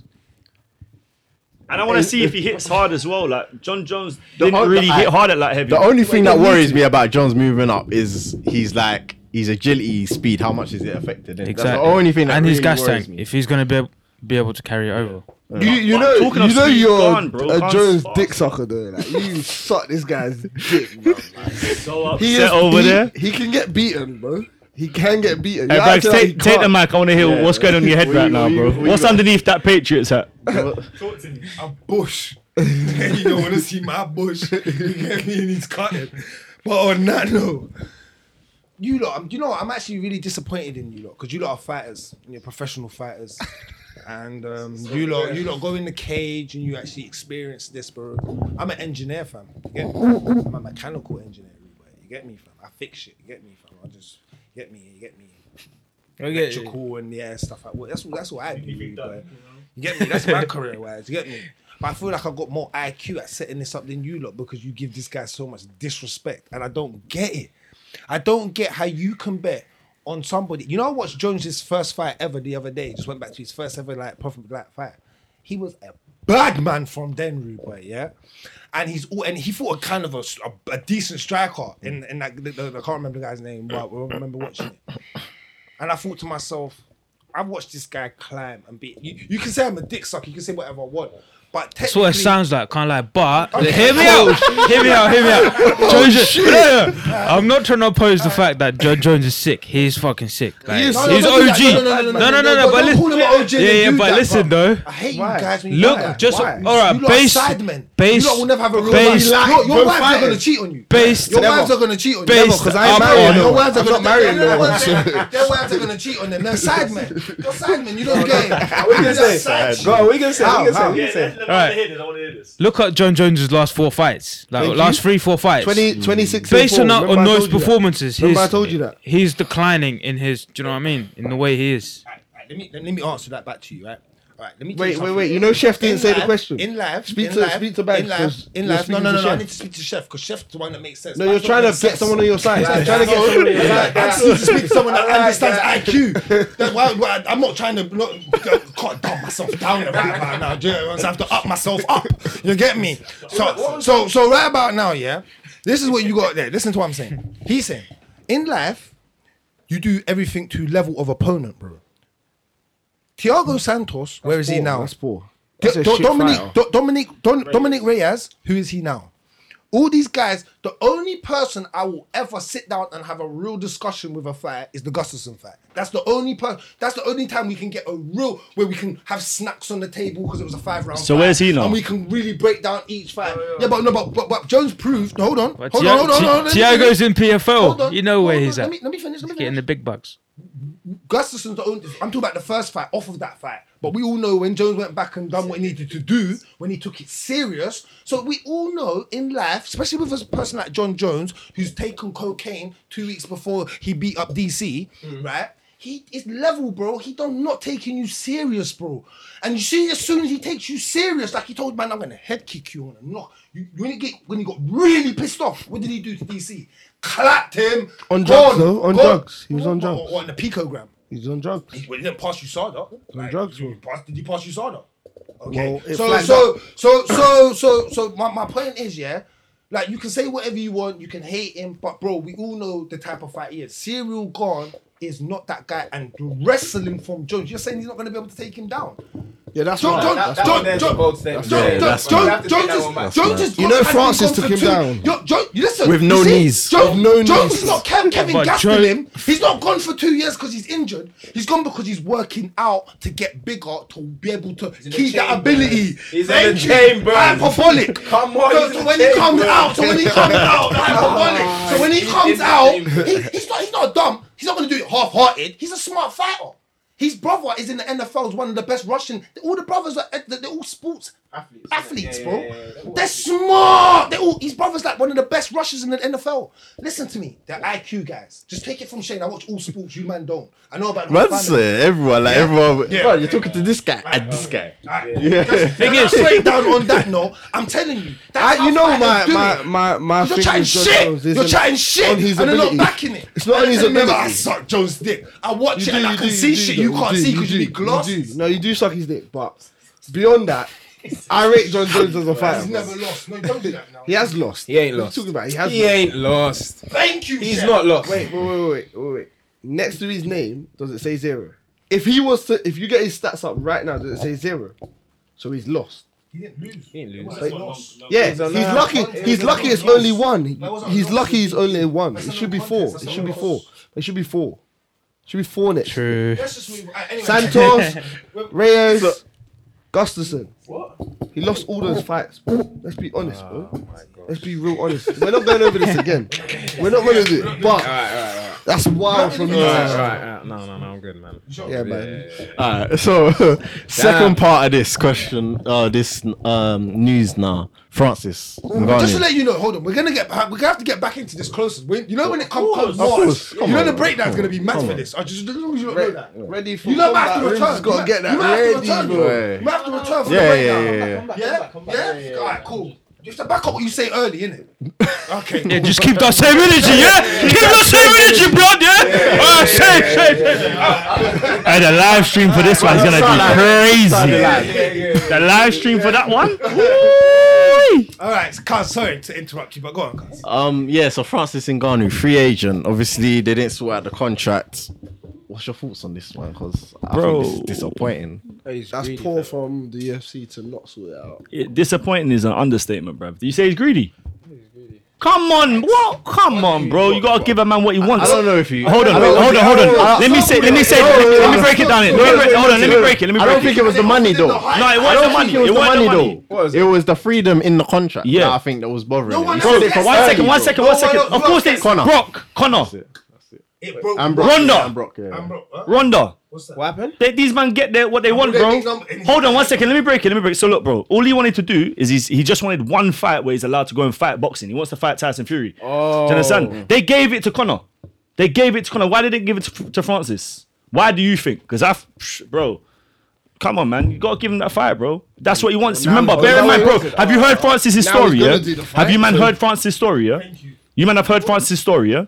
[SPEAKER 7] And I want to see if he hits hard as well. Like John Jones didn't
[SPEAKER 3] on-
[SPEAKER 7] really
[SPEAKER 3] the-
[SPEAKER 7] hit hard at light heavy.
[SPEAKER 3] The only thing that worries me about John's moving up is he's like his agility, speed. How much is it affected? innit?
[SPEAKER 6] Exactly.
[SPEAKER 3] That's the only thing that
[SPEAKER 6] and
[SPEAKER 3] really
[SPEAKER 6] his gas
[SPEAKER 3] worries
[SPEAKER 6] tank,
[SPEAKER 3] me.
[SPEAKER 6] if he's gonna be ab- be able to carry it over.
[SPEAKER 10] that. You, you
[SPEAKER 7] But
[SPEAKER 10] know,
[SPEAKER 7] talking
[SPEAKER 10] you
[SPEAKER 7] of
[SPEAKER 10] know
[SPEAKER 7] speed,
[SPEAKER 10] you're
[SPEAKER 7] gone, bro.
[SPEAKER 10] a
[SPEAKER 7] Gone
[SPEAKER 10] Jones
[SPEAKER 7] fast.
[SPEAKER 10] dick sucker, though. Like, you suck this guy's dick, bro.
[SPEAKER 11] Go up.
[SPEAKER 10] He
[SPEAKER 7] Set
[SPEAKER 10] is
[SPEAKER 7] over
[SPEAKER 10] beat-
[SPEAKER 7] there.
[SPEAKER 10] He can get beaten, bro. He can get beaten.
[SPEAKER 7] Hey,
[SPEAKER 10] You're
[SPEAKER 7] Brax,
[SPEAKER 10] acting like he
[SPEAKER 7] take, take the
[SPEAKER 10] can't.
[SPEAKER 7] mic. I want to hear what's going on in your head right now, bro. what's underneath that Patriots hat?
[SPEAKER 11] Talk to me.
[SPEAKER 4] I'm bush. you don't want to see my bush. You get me? And he's cutting. But on that note, you lot, I'm- you know, what? I'm actually really disappointed in you lot because you lot are fighters and you're professional fighters. And um, you lot, you lot go in the cage and you actually experience this, bro. I'm an engineer, fam. You get me? I'm a mechanical engineer. everybody. You get me, fam? I fix shit. You get me, fam? I just get me, you get me. Electrical and yeah, stuff like that. That's what that's what I do. Really, boy. You get me? That's my career wise. You get me? But I feel like I got more IQ at setting this up than you lot because you give this guy so much disrespect, and I don't get it. I don't get how you can bet on somebody. You know, I watched Jones's first fight ever the other day. Just went back to his first ever like profit black fight. He was a bad man from then, Rupert, yeah. And he's all, and he fought a kind of a, s- a- a decent striker in in that the, the- I can't remember the guy's name, but I remember watching it. And I thought to myself, I've watched this guy climb and beat. You, you can say I'm a dick sucker. You can say whatever I want, but
[SPEAKER 6] That's what it
[SPEAKER 4] technically,
[SPEAKER 6] sounds like, kind of like, but hear me out, hear me out, hear me out. Jones, No, no, no. I'm not trying to oppose the fact that Joe Jones is sick. He's fucking sick. Like,
[SPEAKER 10] is.
[SPEAKER 6] he's
[SPEAKER 10] No,
[SPEAKER 4] no, don't do that. No,
[SPEAKER 6] OG.
[SPEAKER 4] no, no, no,
[SPEAKER 6] No, no, no, no.
[SPEAKER 4] no,
[SPEAKER 6] But
[SPEAKER 4] don't call him an OG
[SPEAKER 6] listen,
[SPEAKER 4] and
[SPEAKER 6] yeah, yeah.
[SPEAKER 4] do
[SPEAKER 6] But
[SPEAKER 4] that,
[SPEAKER 6] listen
[SPEAKER 4] bro.
[SPEAKER 6] though.
[SPEAKER 4] I hate
[SPEAKER 5] Why?
[SPEAKER 4] you guys. When you
[SPEAKER 6] Look,
[SPEAKER 4] do that.
[SPEAKER 6] just
[SPEAKER 5] Why?
[SPEAKER 6] all right.
[SPEAKER 4] you lot
[SPEAKER 6] Base,
[SPEAKER 4] are sidemen.
[SPEAKER 6] base,
[SPEAKER 4] you lot will never have a real
[SPEAKER 6] base-
[SPEAKER 4] wife. Your, your
[SPEAKER 10] Bro,
[SPEAKER 4] wives are gonna
[SPEAKER 10] fighters.
[SPEAKER 4] cheat on you.
[SPEAKER 6] based,
[SPEAKER 4] Your wives are gonna cheat on you.
[SPEAKER 6] based
[SPEAKER 10] because I ain't
[SPEAKER 6] up
[SPEAKER 10] married,
[SPEAKER 6] on-
[SPEAKER 10] Oh, no
[SPEAKER 4] Your wives are
[SPEAKER 10] I'm
[SPEAKER 4] gonna
[SPEAKER 10] not marrying
[SPEAKER 4] no, no,
[SPEAKER 10] no
[SPEAKER 4] no,
[SPEAKER 10] one.
[SPEAKER 4] Their their wives are gonna cheat on them. They're sidemen. You're sidemen. You don't get it.
[SPEAKER 5] What you gonna
[SPEAKER 4] They're
[SPEAKER 5] say?
[SPEAKER 4] side shit.
[SPEAKER 5] Go. on, What you gonna say? What you gonna say? What you gonna
[SPEAKER 11] Yeah,
[SPEAKER 5] say?
[SPEAKER 11] let, let,
[SPEAKER 6] Alright.
[SPEAKER 11] me hear this. I want to hear this.
[SPEAKER 6] Look at John Jones' last four fights, like last three, four fights.
[SPEAKER 10] 20, 26 and
[SPEAKER 6] Based
[SPEAKER 10] four.
[SPEAKER 6] on, that,
[SPEAKER 10] Remember
[SPEAKER 6] on
[SPEAKER 10] I
[SPEAKER 6] those
[SPEAKER 10] told you that?
[SPEAKER 6] performances,
[SPEAKER 10] Remember I
[SPEAKER 6] he's,
[SPEAKER 10] told you that?
[SPEAKER 6] he's declining in his. Do you know what I mean? In the way he is.
[SPEAKER 4] Alright, alright, Let me let me answer that back to you. Right. Alright. Let me. tell
[SPEAKER 10] Wait,
[SPEAKER 4] you
[SPEAKER 10] wait,
[SPEAKER 4] something.
[SPEAKER 10] wait. You know, Chef didn't
[SPEAKER 4] In
[SPEAKER 10] say the
[SPEAKER 4] life-
[SPEAKER 10] question.
[SPEAKER 4] In live,
[SPEAKER 10] Speak
[SPEAKER 4] in
[SPEAKER 10] to-
[SPEAKER 4] live,
[SPEAKER 10] speak to Bags,
[SPEAKER 4] In
[SPEAKER 10] 'cause
[SPEAKER 4] live, in
[SPEAKER 10] you're
[SPEAKER 4] live. No,
[SPEAKER 10] speaking
[SPEAKER 4] no,
[SPEAKER 10] to
[SPEAKER 4] no, no. I
[SPEAKER 10] Chef.
[SPEAKER 4] need to speak to chef because chef's the one that makes sense.
[SPEAKER 10] No, you're
[SPEAKER 4] I
[SPEAKER 10] trying
[SPEAKER 4] don't
[SPEAKER 10] to
[SPEAKER 4] make sense.
[SPEAKER 10] get someone on your side. You're
[SPEAKER 4] Right,
[SPEAKER 10] trying to get
[SPEAKER 4] right.
[SPEAKER 10] someone on your
[SPEAKER 4] Right,
[SPEAKER 10] side.
[SPEAKER 4] I just need to speak to someone that understands IQ. That's why, why I'm not trying to not, cut down myself down right about now. Do you know what I'm saying? I have to up myself up. You get me? So, so, so right about now, yeah. This is what you got there. Listen to what I'm saying. He's saying, in life, you do everything to level of opponent, bro. Thiago Santos, where is he
[SPEAKER 10] Poor,
[SPEAKER 4] now?
[SPEAKER 10] That's poor.
[SPEAKER 4] Do-
[SPEAKER 10] That's a
[SPEAKER 4] Do-
[SPEAKER 10] shit
[SPEAKER 4] Dominic,
[SPEAKER 10] fighter.
[SPEAKER 4] Do- Dominic, Don- Dominic Reyes. Who is he now? All these guys. The only person I will ever sit down and have a real discussion with a fight is the Gustafson fight. That's the only person. That's the only time we can get a real where we can have snacks on the table because it was a five round.
[SPEAKER 7] So
[SPEAKER 4] fight,
[SPEAKER 7] where's he now?
[SPEAKER 4] And we can really break down each fight. Yeah, but no, but, but but Jones proved. Hold on,
[SPEAKER 6] But
[SPEAKER 4] hold
[SPEAKER 6] Ti-
[SPEAKER 4] on, hold on,
[SPEAKER 6] Ti-
[SPEAKER 4] hold on. let me
[SPEAKER 6] Tiago's
[SPEAKER 4] finish.
[SPEAKER 6] in
[SPEAKER 4] Hold
[SPEAKER 6] PFL.
[SPEAKER 4] on,
[SPEAKER 6] You know where
[SPEAKER 4] hold on,
[SPEAKER 6] he's
[SPEAKER 4] Let
[SPEAKER 6] at.
[SPEAKER 4] me, let me finish. Let me
[SPEAKER 6] Getting
[SPEAKER 4] finish.
[SPEAKER 6] the big bucks.
[SPEAKER 4] Gustafson's the only. I'm talking about the first fight off of that fight, but we all know when Jones went back and done what he needed to do when he took it serious. So we all know in life, especially with a person like John Jones who's taken cocaine two weeks before he beat up DC, right? He is level, bro. He don't not taking you serious, bro. And you see, as soon as he takes you serious, like he told man, I'm gonna head kick you and knock you. When he get when he got really pissed off, what did he do to DC? Clapped him Gone,
[SPEAKER 10] On drugs, though, on
[SPEAKER 4] gone.
[SPEAKER 10] drugs. He was on
[SPEAKER 4] What- what-
[SPEAKER 10] drugs.
[SPEAKER 4] What, in the picogram?
[SPEAKER 10] He's on drugs.
[SPEAKER 4] Well, he didn't pass you soda. Like,
[SPEAKER 10] drugs,
[SPEAKER 4] Did he pass, did he pass you soda? Okay.
[SPEAKER 10] Well, it
[SPEAKER 4] so,
[SPEAKER 10] flagged
[SPEAKER 4] so, so, so, so, so, my, my point is, yeah, Like you can say whatever you want, you can hate him, but bro, we all know the type of fight he is. Serial Gone is not that guy, and wrestling from Jones, you're saying he's not going to be able to take him down.
[SPEAKER 10] Yeah, that's
[SPEAKER 4] John,
[SPEAKER 10] right.
[SPEAKER 4] John,
[SPEAKER 5] That- that
[SPEAKER 4] John,
[SPEAKER 5] one there's
[SPEAKER 4] John,
[SPEAKER 5] a bold statement.
[SPEAKER 4] John,
[SPEAKER 5] Yeah,
[SPEAKER 4] John,
[SPEAKER 5] that's
[SPEAKER 4] John,
[SPEAKER 5] fine. You have to
[SPEAKER 4] John
[SPEAKER 5] take that
[SPEAKER 4] just-
[SPEAKER 5] one back.
[SPEAKER 4] John just
[SPEAKER 10] You
[SPEAKER 4] got-
[SPEAKER 10] know
[SPEAKER 4] I think
[SPEAKER 10] Francis
[SPEAKER 4] gone
[SPEAKER 10] took
[SPEAKER 4] for
[SPEAKER 10] him
[SPEAKER 4] two.
[SPEAKER 10] down.
[SPEAKER 4] Yo, John, you listen.
[SPEAKER 10] With no
[SPEAKER 4] you see,
[SPEAKER 10] knees.
[SPEAKER 4] John,
[SPEAKER 10] With no
[SPEAKER 4] John's
[SPEAKER 10] knees.
[SPEAKER 4] not Kev, Kevin
[SPEAKER 6] but
[SPEAKER 4] Gastelum.
[SPEAKER 6] Joe-
[SPEAKER 4] him. He's not gone for two years because he's injured. He's gone because he's working out to get bigger to be able to
[SPEAKER 5] in the
[SPEAKER 4] keep that
[SPEAKER 5] chamber.
[SPEAKER 4] ability.
[SPEAKER 5] He's in
[SPEAKER 4] Thank
[SPEAKER 5] the
[SPEAKER 4] you.
[SPEAKER 5] chamber.
[SPEAKER 4] Hyperbolic.
[SPEAKER 5] Come on,
[SPEAKER 4] So,
[SPEAKER 5] he's
[SPEAKER 4] so
[SPEAKER 5] in
[SPEAKER 4] when
[SPEAKER 5] the
[SPEAKER 4] he comes
[SPEAKER 5] chamber.
[SPEAKER 4] out, so when he comes out, hyperbolic. So when he
[SPEAKER 5] He's in
[SPEAKER 4] comes
[SPEAKER 5] the
[SPEAKER 4] out,
[SPEAKER 5] chamber.
[SPEAKER 4] he, he's not he's not dumb. He's not gonna do it half-hearted. He's a smart fighter. His brother is in the NFL, is one of the best Russian. All the brothers are they're all sports
[SPEAKER 5] Athletes, isn't it?
[SPEAKER 4] athletes,
[SPEAKER 5] Yeah,
[SPEAKER 4] bro.
[SPEAKER 5] yeah, yeah, yeah. They're all
[SPEAKER 4] They're smart. They all his brother's like one of the best rushers in the NFL. Listen to me, they're IQ guys. Just take it from Shane. I watch all sports. You man don't. I know about. the
[SPEAKER 3] Man
[SPEAKER 4] family.
[SPEAKER 3] said everyone, like everyone. bro, you're talking to this guy and this guy.
[SPEAKER 4] Thing is, straight down on that note, I'm telling you. That's
[SPEAKER 10] I, you
[SPEAKER 4] how
[SPEAKER 10] know
[SPEAKER 4] fighters
[SPEAKER 10] my
[SPEAKER 4] do
[SPEAKER 10] my
[SPEAKER 4] it.
[SPEAKER 10] my my
[SPEAKER 4] You're
[SPEAKER 10] thing
[SPEAKER 4] chatting
[SPEAKER 10] with John Jones
[SPEAKER 4] shit.
[SPEAKER 10] is
[SPEAKER 4] You're
[SPEAKER 10] an-
[SPEAKER 4] chatting shit.
[SPEAKER 10] on
[SPEAKER 4] and
[SPEAKER 10] his
[SPEAKER 4] they're not
[SPEAKER 10] ability.
[SPEAKER 4] backing it.
[SPEAKER 10] It's not
[SPEAKER 4] And
[SPEAKER 10] on his
[SPEAKER 4] I remember,
[SPEAKER 10] ability.
[SPEAKER 4] I suck Joe's dick. I watch
[SPEAKER 10] You
[SPEAKER 4] it and
[SPEAKER 10] do,
[SPEAKER 4] I
[SPEAKER 10] you
[SPEAKER 4] can
[SPEAKER 10] do,
[SPEAKER 4] see
[SPEAKER 10] you do,
[SPEAKER 4] shit.
[SPEAKER 10] though,
[SPEAKER 4] You can't
[SPEAKER 10] do,
[SPEAKER 4] see because
[SPEAKER 10] do,
[SPEAKER 4] you need
[SPEAKER 10] do.
[SPEAKER 4] glasses.
[SPEAKER 10] No, you do suck his dick, but beyond that, I rate John Jones as a fighter.
[SPEAKER 4] He's
[SPEAKER 10] bro.
[SPEAKER 4] never lost. No, don't do that now.
[SPEAKER 10] He has lost.
[SPEAKER 5] He ain't
[SPEAKER 10] What are you
[SPEAKER 5] lost.
[SPEAKER 10] talking about? He has
[SPEAKER 5] He
[SPEAKER 10] lost.
[SPEAKER 5] ain't lost.
[SPEAKER 4] Thank you.
[SPEAKER 5] He's
[SPEAKER 4] Shaq.
[SPEAKER 5] not lost.
[SPEAKER 10] Wait, wait, wait, wait, wait, wait. Next to his name, does it say zero? If he was to, if you get his stats up right now, does it say zero? So he's lost.
[SPEAKER 4] He didn't lose.
[SPEAKER 5] He ain't lose.
[SPEAKER 4] He lost.
[SPEAKER 10] Yeah, he's lucky.
[SPEAKER 4] It
[SPEAKER 10] He's
[SPEAKER 4] was
[SPEAKER 10] lucky.
[SPEAKER 4] a
[SPEAKER 10] It's
[SPEAKER 4] loss.
[SPEAKER 10] only one.
[SPEAKER 4] That was a
[SPEAKER 10] He's
[SPEAKER 4] loss.
[SPEAKER 10] lucky. It's only one. It
[SPEAKER 4] That's
[SPEAKER 10] should be
[SPEAKER 4] another
[SPEAKER 10] four.
[SPEAKER 4] contest.
[SPEAKER 10] It
[SPEAKER 4] That's
[SPEAKER 10] should be
[SPEAKER 4] another
[SPEAKER 10] four. It should be four. It should be four next.
[SPEAKER 6] True.
[SPEAKER 4] Let's just move. uh, Anyway,
[SPEAKER 10] Santos, Reyes, Gustafsson.
[SPEAKER 4] What? Oh
[SPEAKER 10] He lost all those fights. bro. Let's be honest, bro. Let's be real honest. We're not going over this again. We're not going to do it. But that's wild from you.
[SPEAKER 5] Alright,
[SPEAKER 10] guys.
[SPEAKER 5] alright, alright. No, no, no, I'm good, man.
[SPEAKER 10] Yeah, man.
[SPEAKER 13] Alright, so second part of this question, uh, this um, news now, Francis.
[SPEAKER 4] Just to
[SPEAKER 13] Ngannou.
[SPEAKER 4] let you know, hold on, we're gonna get back, we're gonna have to get back into this closest. We, you know when it comes comes
[SPEAKER 13] of
[SPEAKER 4] March,
[SPEAKER 13] course.
[SPEAKER 4] you
[SPEAKER 13] Come
[SPEAKER 4] know
[SPEAKER 13] on,
[SPEAKER 4] the breakdown's
[SPEAKER 13] come
[SPEAKER 4] gonna be mad for
[SPEAKER 13] on.
[SPEAKER 4] this. I just as long as you don't know that.
[SPEAKER 10] Ready for
[SPEAKER 4] You know I have to
[SPEAKER 10] combat.
[SPEAKER 4] return.
[SPEAKER 10] We've just got to get
[SPEAKER 4] You
[SPEAKER 10] that
[SPEAKER 4] might have to
[SPEAKER 10] ready,
[SPEAKER 4] return,
[SPEAKER 10] bro.
[SPEAKER 4] You might have to return for
[SPEAKER 3] Yeah,
[SPEAKER 4] the
[SPEAKER 3] yeah,
[SPEAKER 4] breakdown.
[SPEAKER 3] yeah, yeah.
[SPEAKER 4] Yeah, yeah. All right, cool. You have to back up what you say early, innit? Okay.
[SPEAKER 6] Yeah, just keep that same energy, yeah? Keep that same energy, blood, yeah? Ah, same, same, same. Hey, the live stream for this one's gonna be crazy. The live stream for that one?
[SPEAKER 4] All right, Cuz, sorry to interrupt you, but go on, Cuz.
[SPEAKER 13] Um, yeah, so Francis Ngannou, free agent. Obviously, they didn't sort out the contract. What's your thoughts on this one? Because I
[SPEAKER 7] Bro.
[SPEAKER 13] think this is disappointing.
[SPEAKER 10] That's poor from the UFC to not sort it out.
[SPEAKER 7] It- disappointing is an understatement, bruv. You say he's greedy. Come on, what? Come on, bro. You gotta give a man what he wants.
[SPEAKER 3] I don't know if you.
[SPEAKER 7] Hold on,
[SPEAKER 3] I don't
[SPEAKER 7] hold
[SPEAKER 3] think-
[SPEAKER 7] on, hold
[SPEAKER 3] I
[SPEAKER 7] on.
[SPEAKER 3] don't know.
[SPEAKER 7] Let me say, let me say, let me break it down. here. Let me break- Hold on, let me break it. Let me
[SPEAKER 3] I don't
[SPEAKER 7] break it.
[SPEAKER 3] think it was the money though.
[SPEAKER 7] No, it
[SPEAKER 3] I
[SPEAKER 7] wasn't
[SPEAKER 3] don't
[SPEAKER 7] the money.
[SPEAKER 3] think it was the money though.
[SPEAKER 5] What was
[SPEAKER 3] it? was the freedom in the contract.
[SPEAKER 7] Yeah.
[SPEAKER 3] that I think that was bothering.
[SPEAKER 4] No
[SPEAKER 3] him.
[SPEAKER 4] one
[SPEAKER 3] He
[SPEAKER 4] else
[SPEAKER 3] sold it for
[SPEAKER 4] gets
[SPEAKER 7] One
[SPEAKER 4] Early,
[SPEAKER 7] second, one
[SPEAKER 4] bro.
[SPEAKER 7] second,
[SPEAKER 4] No
[SPEAKER 7] one
[SPEAKER 4] one
[SPEAKER 7] second.
[SPEAKER 4] else-
[SPEAKER 7] Of course, they
[SPEAKER 3] Connor.
[SPEAKER 7] Brock, Connor,
[SPEAKER 4] It broke.
[SPEAKER 3] And
[SPEAKER 4] bro.
[SPEAKER 3] Brock,
[SPEAKER 7] Ronda.
[SPEAKER 3] yeah, and Brock, yeah.
[SPEAKER 4] And bro, huh?
[SPEAKER 7] Ronda.
[SPEAKER 5] What happened?
[SPEAKER 7] They, these man get their what they want,
[SPEAKER 4] they
[SPEAKER 7] bro.
[SPEAKER 4] think I'm-
[SPEAKER 7] Hold on one second. Let me break it. Let me break it. So look, bro. All he wanted to do is he's, he just wanted one fight where he's allowed to go and fight boxing. He wants to fight Tyson Fury. Oh. Do you understand? They gave it to Connor. They gave it to Connor. Why did they give it to, to Francis? Why do you think? Because I, psh, bro. Come on, man. You gotta give him that fight, bro. That's what he wants. Remember, bear in mind, bro. Have you heard Francis's story? Yeah? Have you man heard Francis's story? Yeah. You man have heard Francis's story? Yeah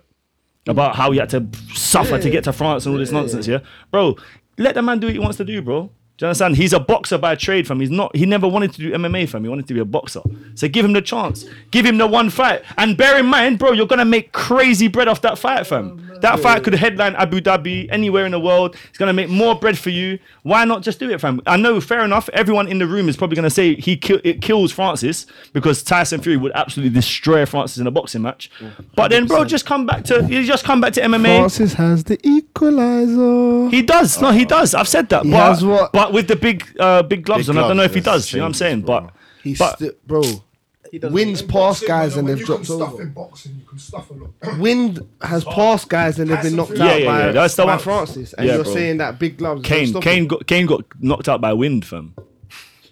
[SPEAKER 7] about how he had to suffer to get to France and all this nonsense, yeah? Bro, let the man do what he wants to do, bro. Do you understand? He's a boxer by trade, fam. He's not. He never wanted to do MMA, fam. He wanted to be a boxer. So give him the chance. Give him the one fight. And bear in mind, bro, you're gonna make crazy bread off that fight, fam. that fight could headline Abu Dhabi anywhere in the world. It's gonna make more bread for you. Why not just do it, fam? I know, fair enough. Everyone in the room is probably gonna say he kill, it kills Francis because Tyson Fury would absolutely destroy Francis in a boxing match. But then, bro, just come back to you. Just come back to MMA.
[SPEAKER 14] Francis has the equalizer.
[SPEAKER 7] He does. No, he does. I've said that. but,
[SPEAKER 14] has what?
[SPEAKER 7] but with the big uh, big gloves,
[SPEAKER 3] Big
[SPEAKER 7] and I don't know if
[SPEAKER 3] gloves,
[SPEAKER 7] he does.
[SPEAKER 3] yes,
[SPEAKER 7] You know what I'm saying?
[SPEAKER 3] changes,
[SPEAKER 7] But
[SPEAKER 10] He's
[SPEAKER 7] But-
[SPEAKER 10] still, bro. Wins past guys and they've dropped
[SPEAKER 4] You can stuff in
[SPEAKER 10] over.
[SPEAKER 4] boxing, you can stuff a lot.
[SPEAKER 10] Wind has passed guys and they've been knocked
[SPEAKER 4] Yeah,
[SPEAKER 10] out
[SPEAKER 7] yeah,
[SPEAKER 10] by,
[SPEAKER 7] yeah, that's the
[SPEAKER 10] by
[SPEAKER 7] one.
[SPEAKER 10] Francis. And
[SPEAKER 7] Yeah,
[SPEAKER 10] you're
[SPEAKER 7] bro.
[SPEAKER 10] saying that big gloves. don't
[SPEAKER 7] Kane
[SPEAKER 10] stop
[SPEAKER 7] Kane
[SPEAKER 10] him.
[SPEAKER 7] got, Kane got knocked out by wind, fam.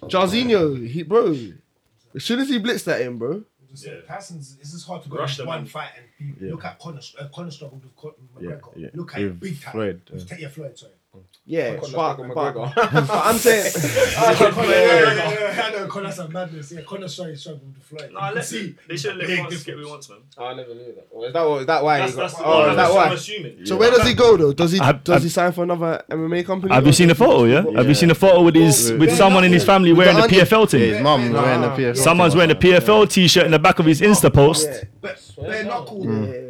[SPEAKER 10] Jarzinho, he bro. As soon as he blitzed at him, bro.
[SPEAKER 4] Yeah. Tyson's it's just hard to go
[SPEAKER 11] Rush
[SPEAKER 4] to
[SPEAKER 11] them
[SPEAKER 4] one
[SPEAKER 11] in.
[SPEAKER 4] fight and be, look at Connor. Uh, Connor struggled with Con- McGregor.
[SPEAKER 3] yeah. uh.
[SPEAKER 4] Look at
[SPEAKER 3] With
[SPEAKER 4] Big Time.
[SPEAKER 3] Floyd,
[SPEAKER 4] With T- yeah, Floyd. Sorry.
[SPEAKER 5] Yeah, but,
[SPEAKER 4] Conor
[SPEAKER 5] but- but I'm saying
[SPEAKER 15] I know Connor's a madness. Yeah, Connor's trying to struggle with the flight.
[SPEAKER 11] Nah, let's
[SPEAKER 15] see.
[SPEAKER 11] see. They should have
[SPEAKER 15] Big
[SPEAKER 11] let us get
[SPEAKER 15] difference.
[SPEAKER 11] we want, man.
[SPEAKER 5] Oh, I never knew that. Or is that what, is that why?
[SPEAKER 11] That's,
[SPEAKER 5] he got,
[SPEAKER 11] that's the
[SPEAKER 5] oh,
[SPEAKER 11] one.
[SPEAKER 5] is that
[SPEAKER 11] That's what I'm
[SPEAKER 5] why?
[SPEAKER 11] assuming.
[SPEAKER 10] So where does he go though? Does he
[SPEAKER 7] Have-
[SPEAKER 10] does
[SPEAKER 7] have-
[SPEAKER 10] he sign for another MMA company?
[SPEAKER 7] Have
[SPEAKER 10] or
[SPEAKER 7] you seen the
[SPEAKER 10] does he-
[SPEAKER 7] photo? Yeah. Have you seen the photo with his with someone in his family wearing the
[SPEAKER 10] auntie.
[SPEAKER 7] PFL
[SPEAKER 13] Yeah, his
[SPEAKER 7] team?
[SPEAKER 13] mum wearing the PFL.
[SPEAKER 7] Someone's wearing the PFL T-shirt in the back of his Insta post.
[SPEAKER 15] But bare knuckle.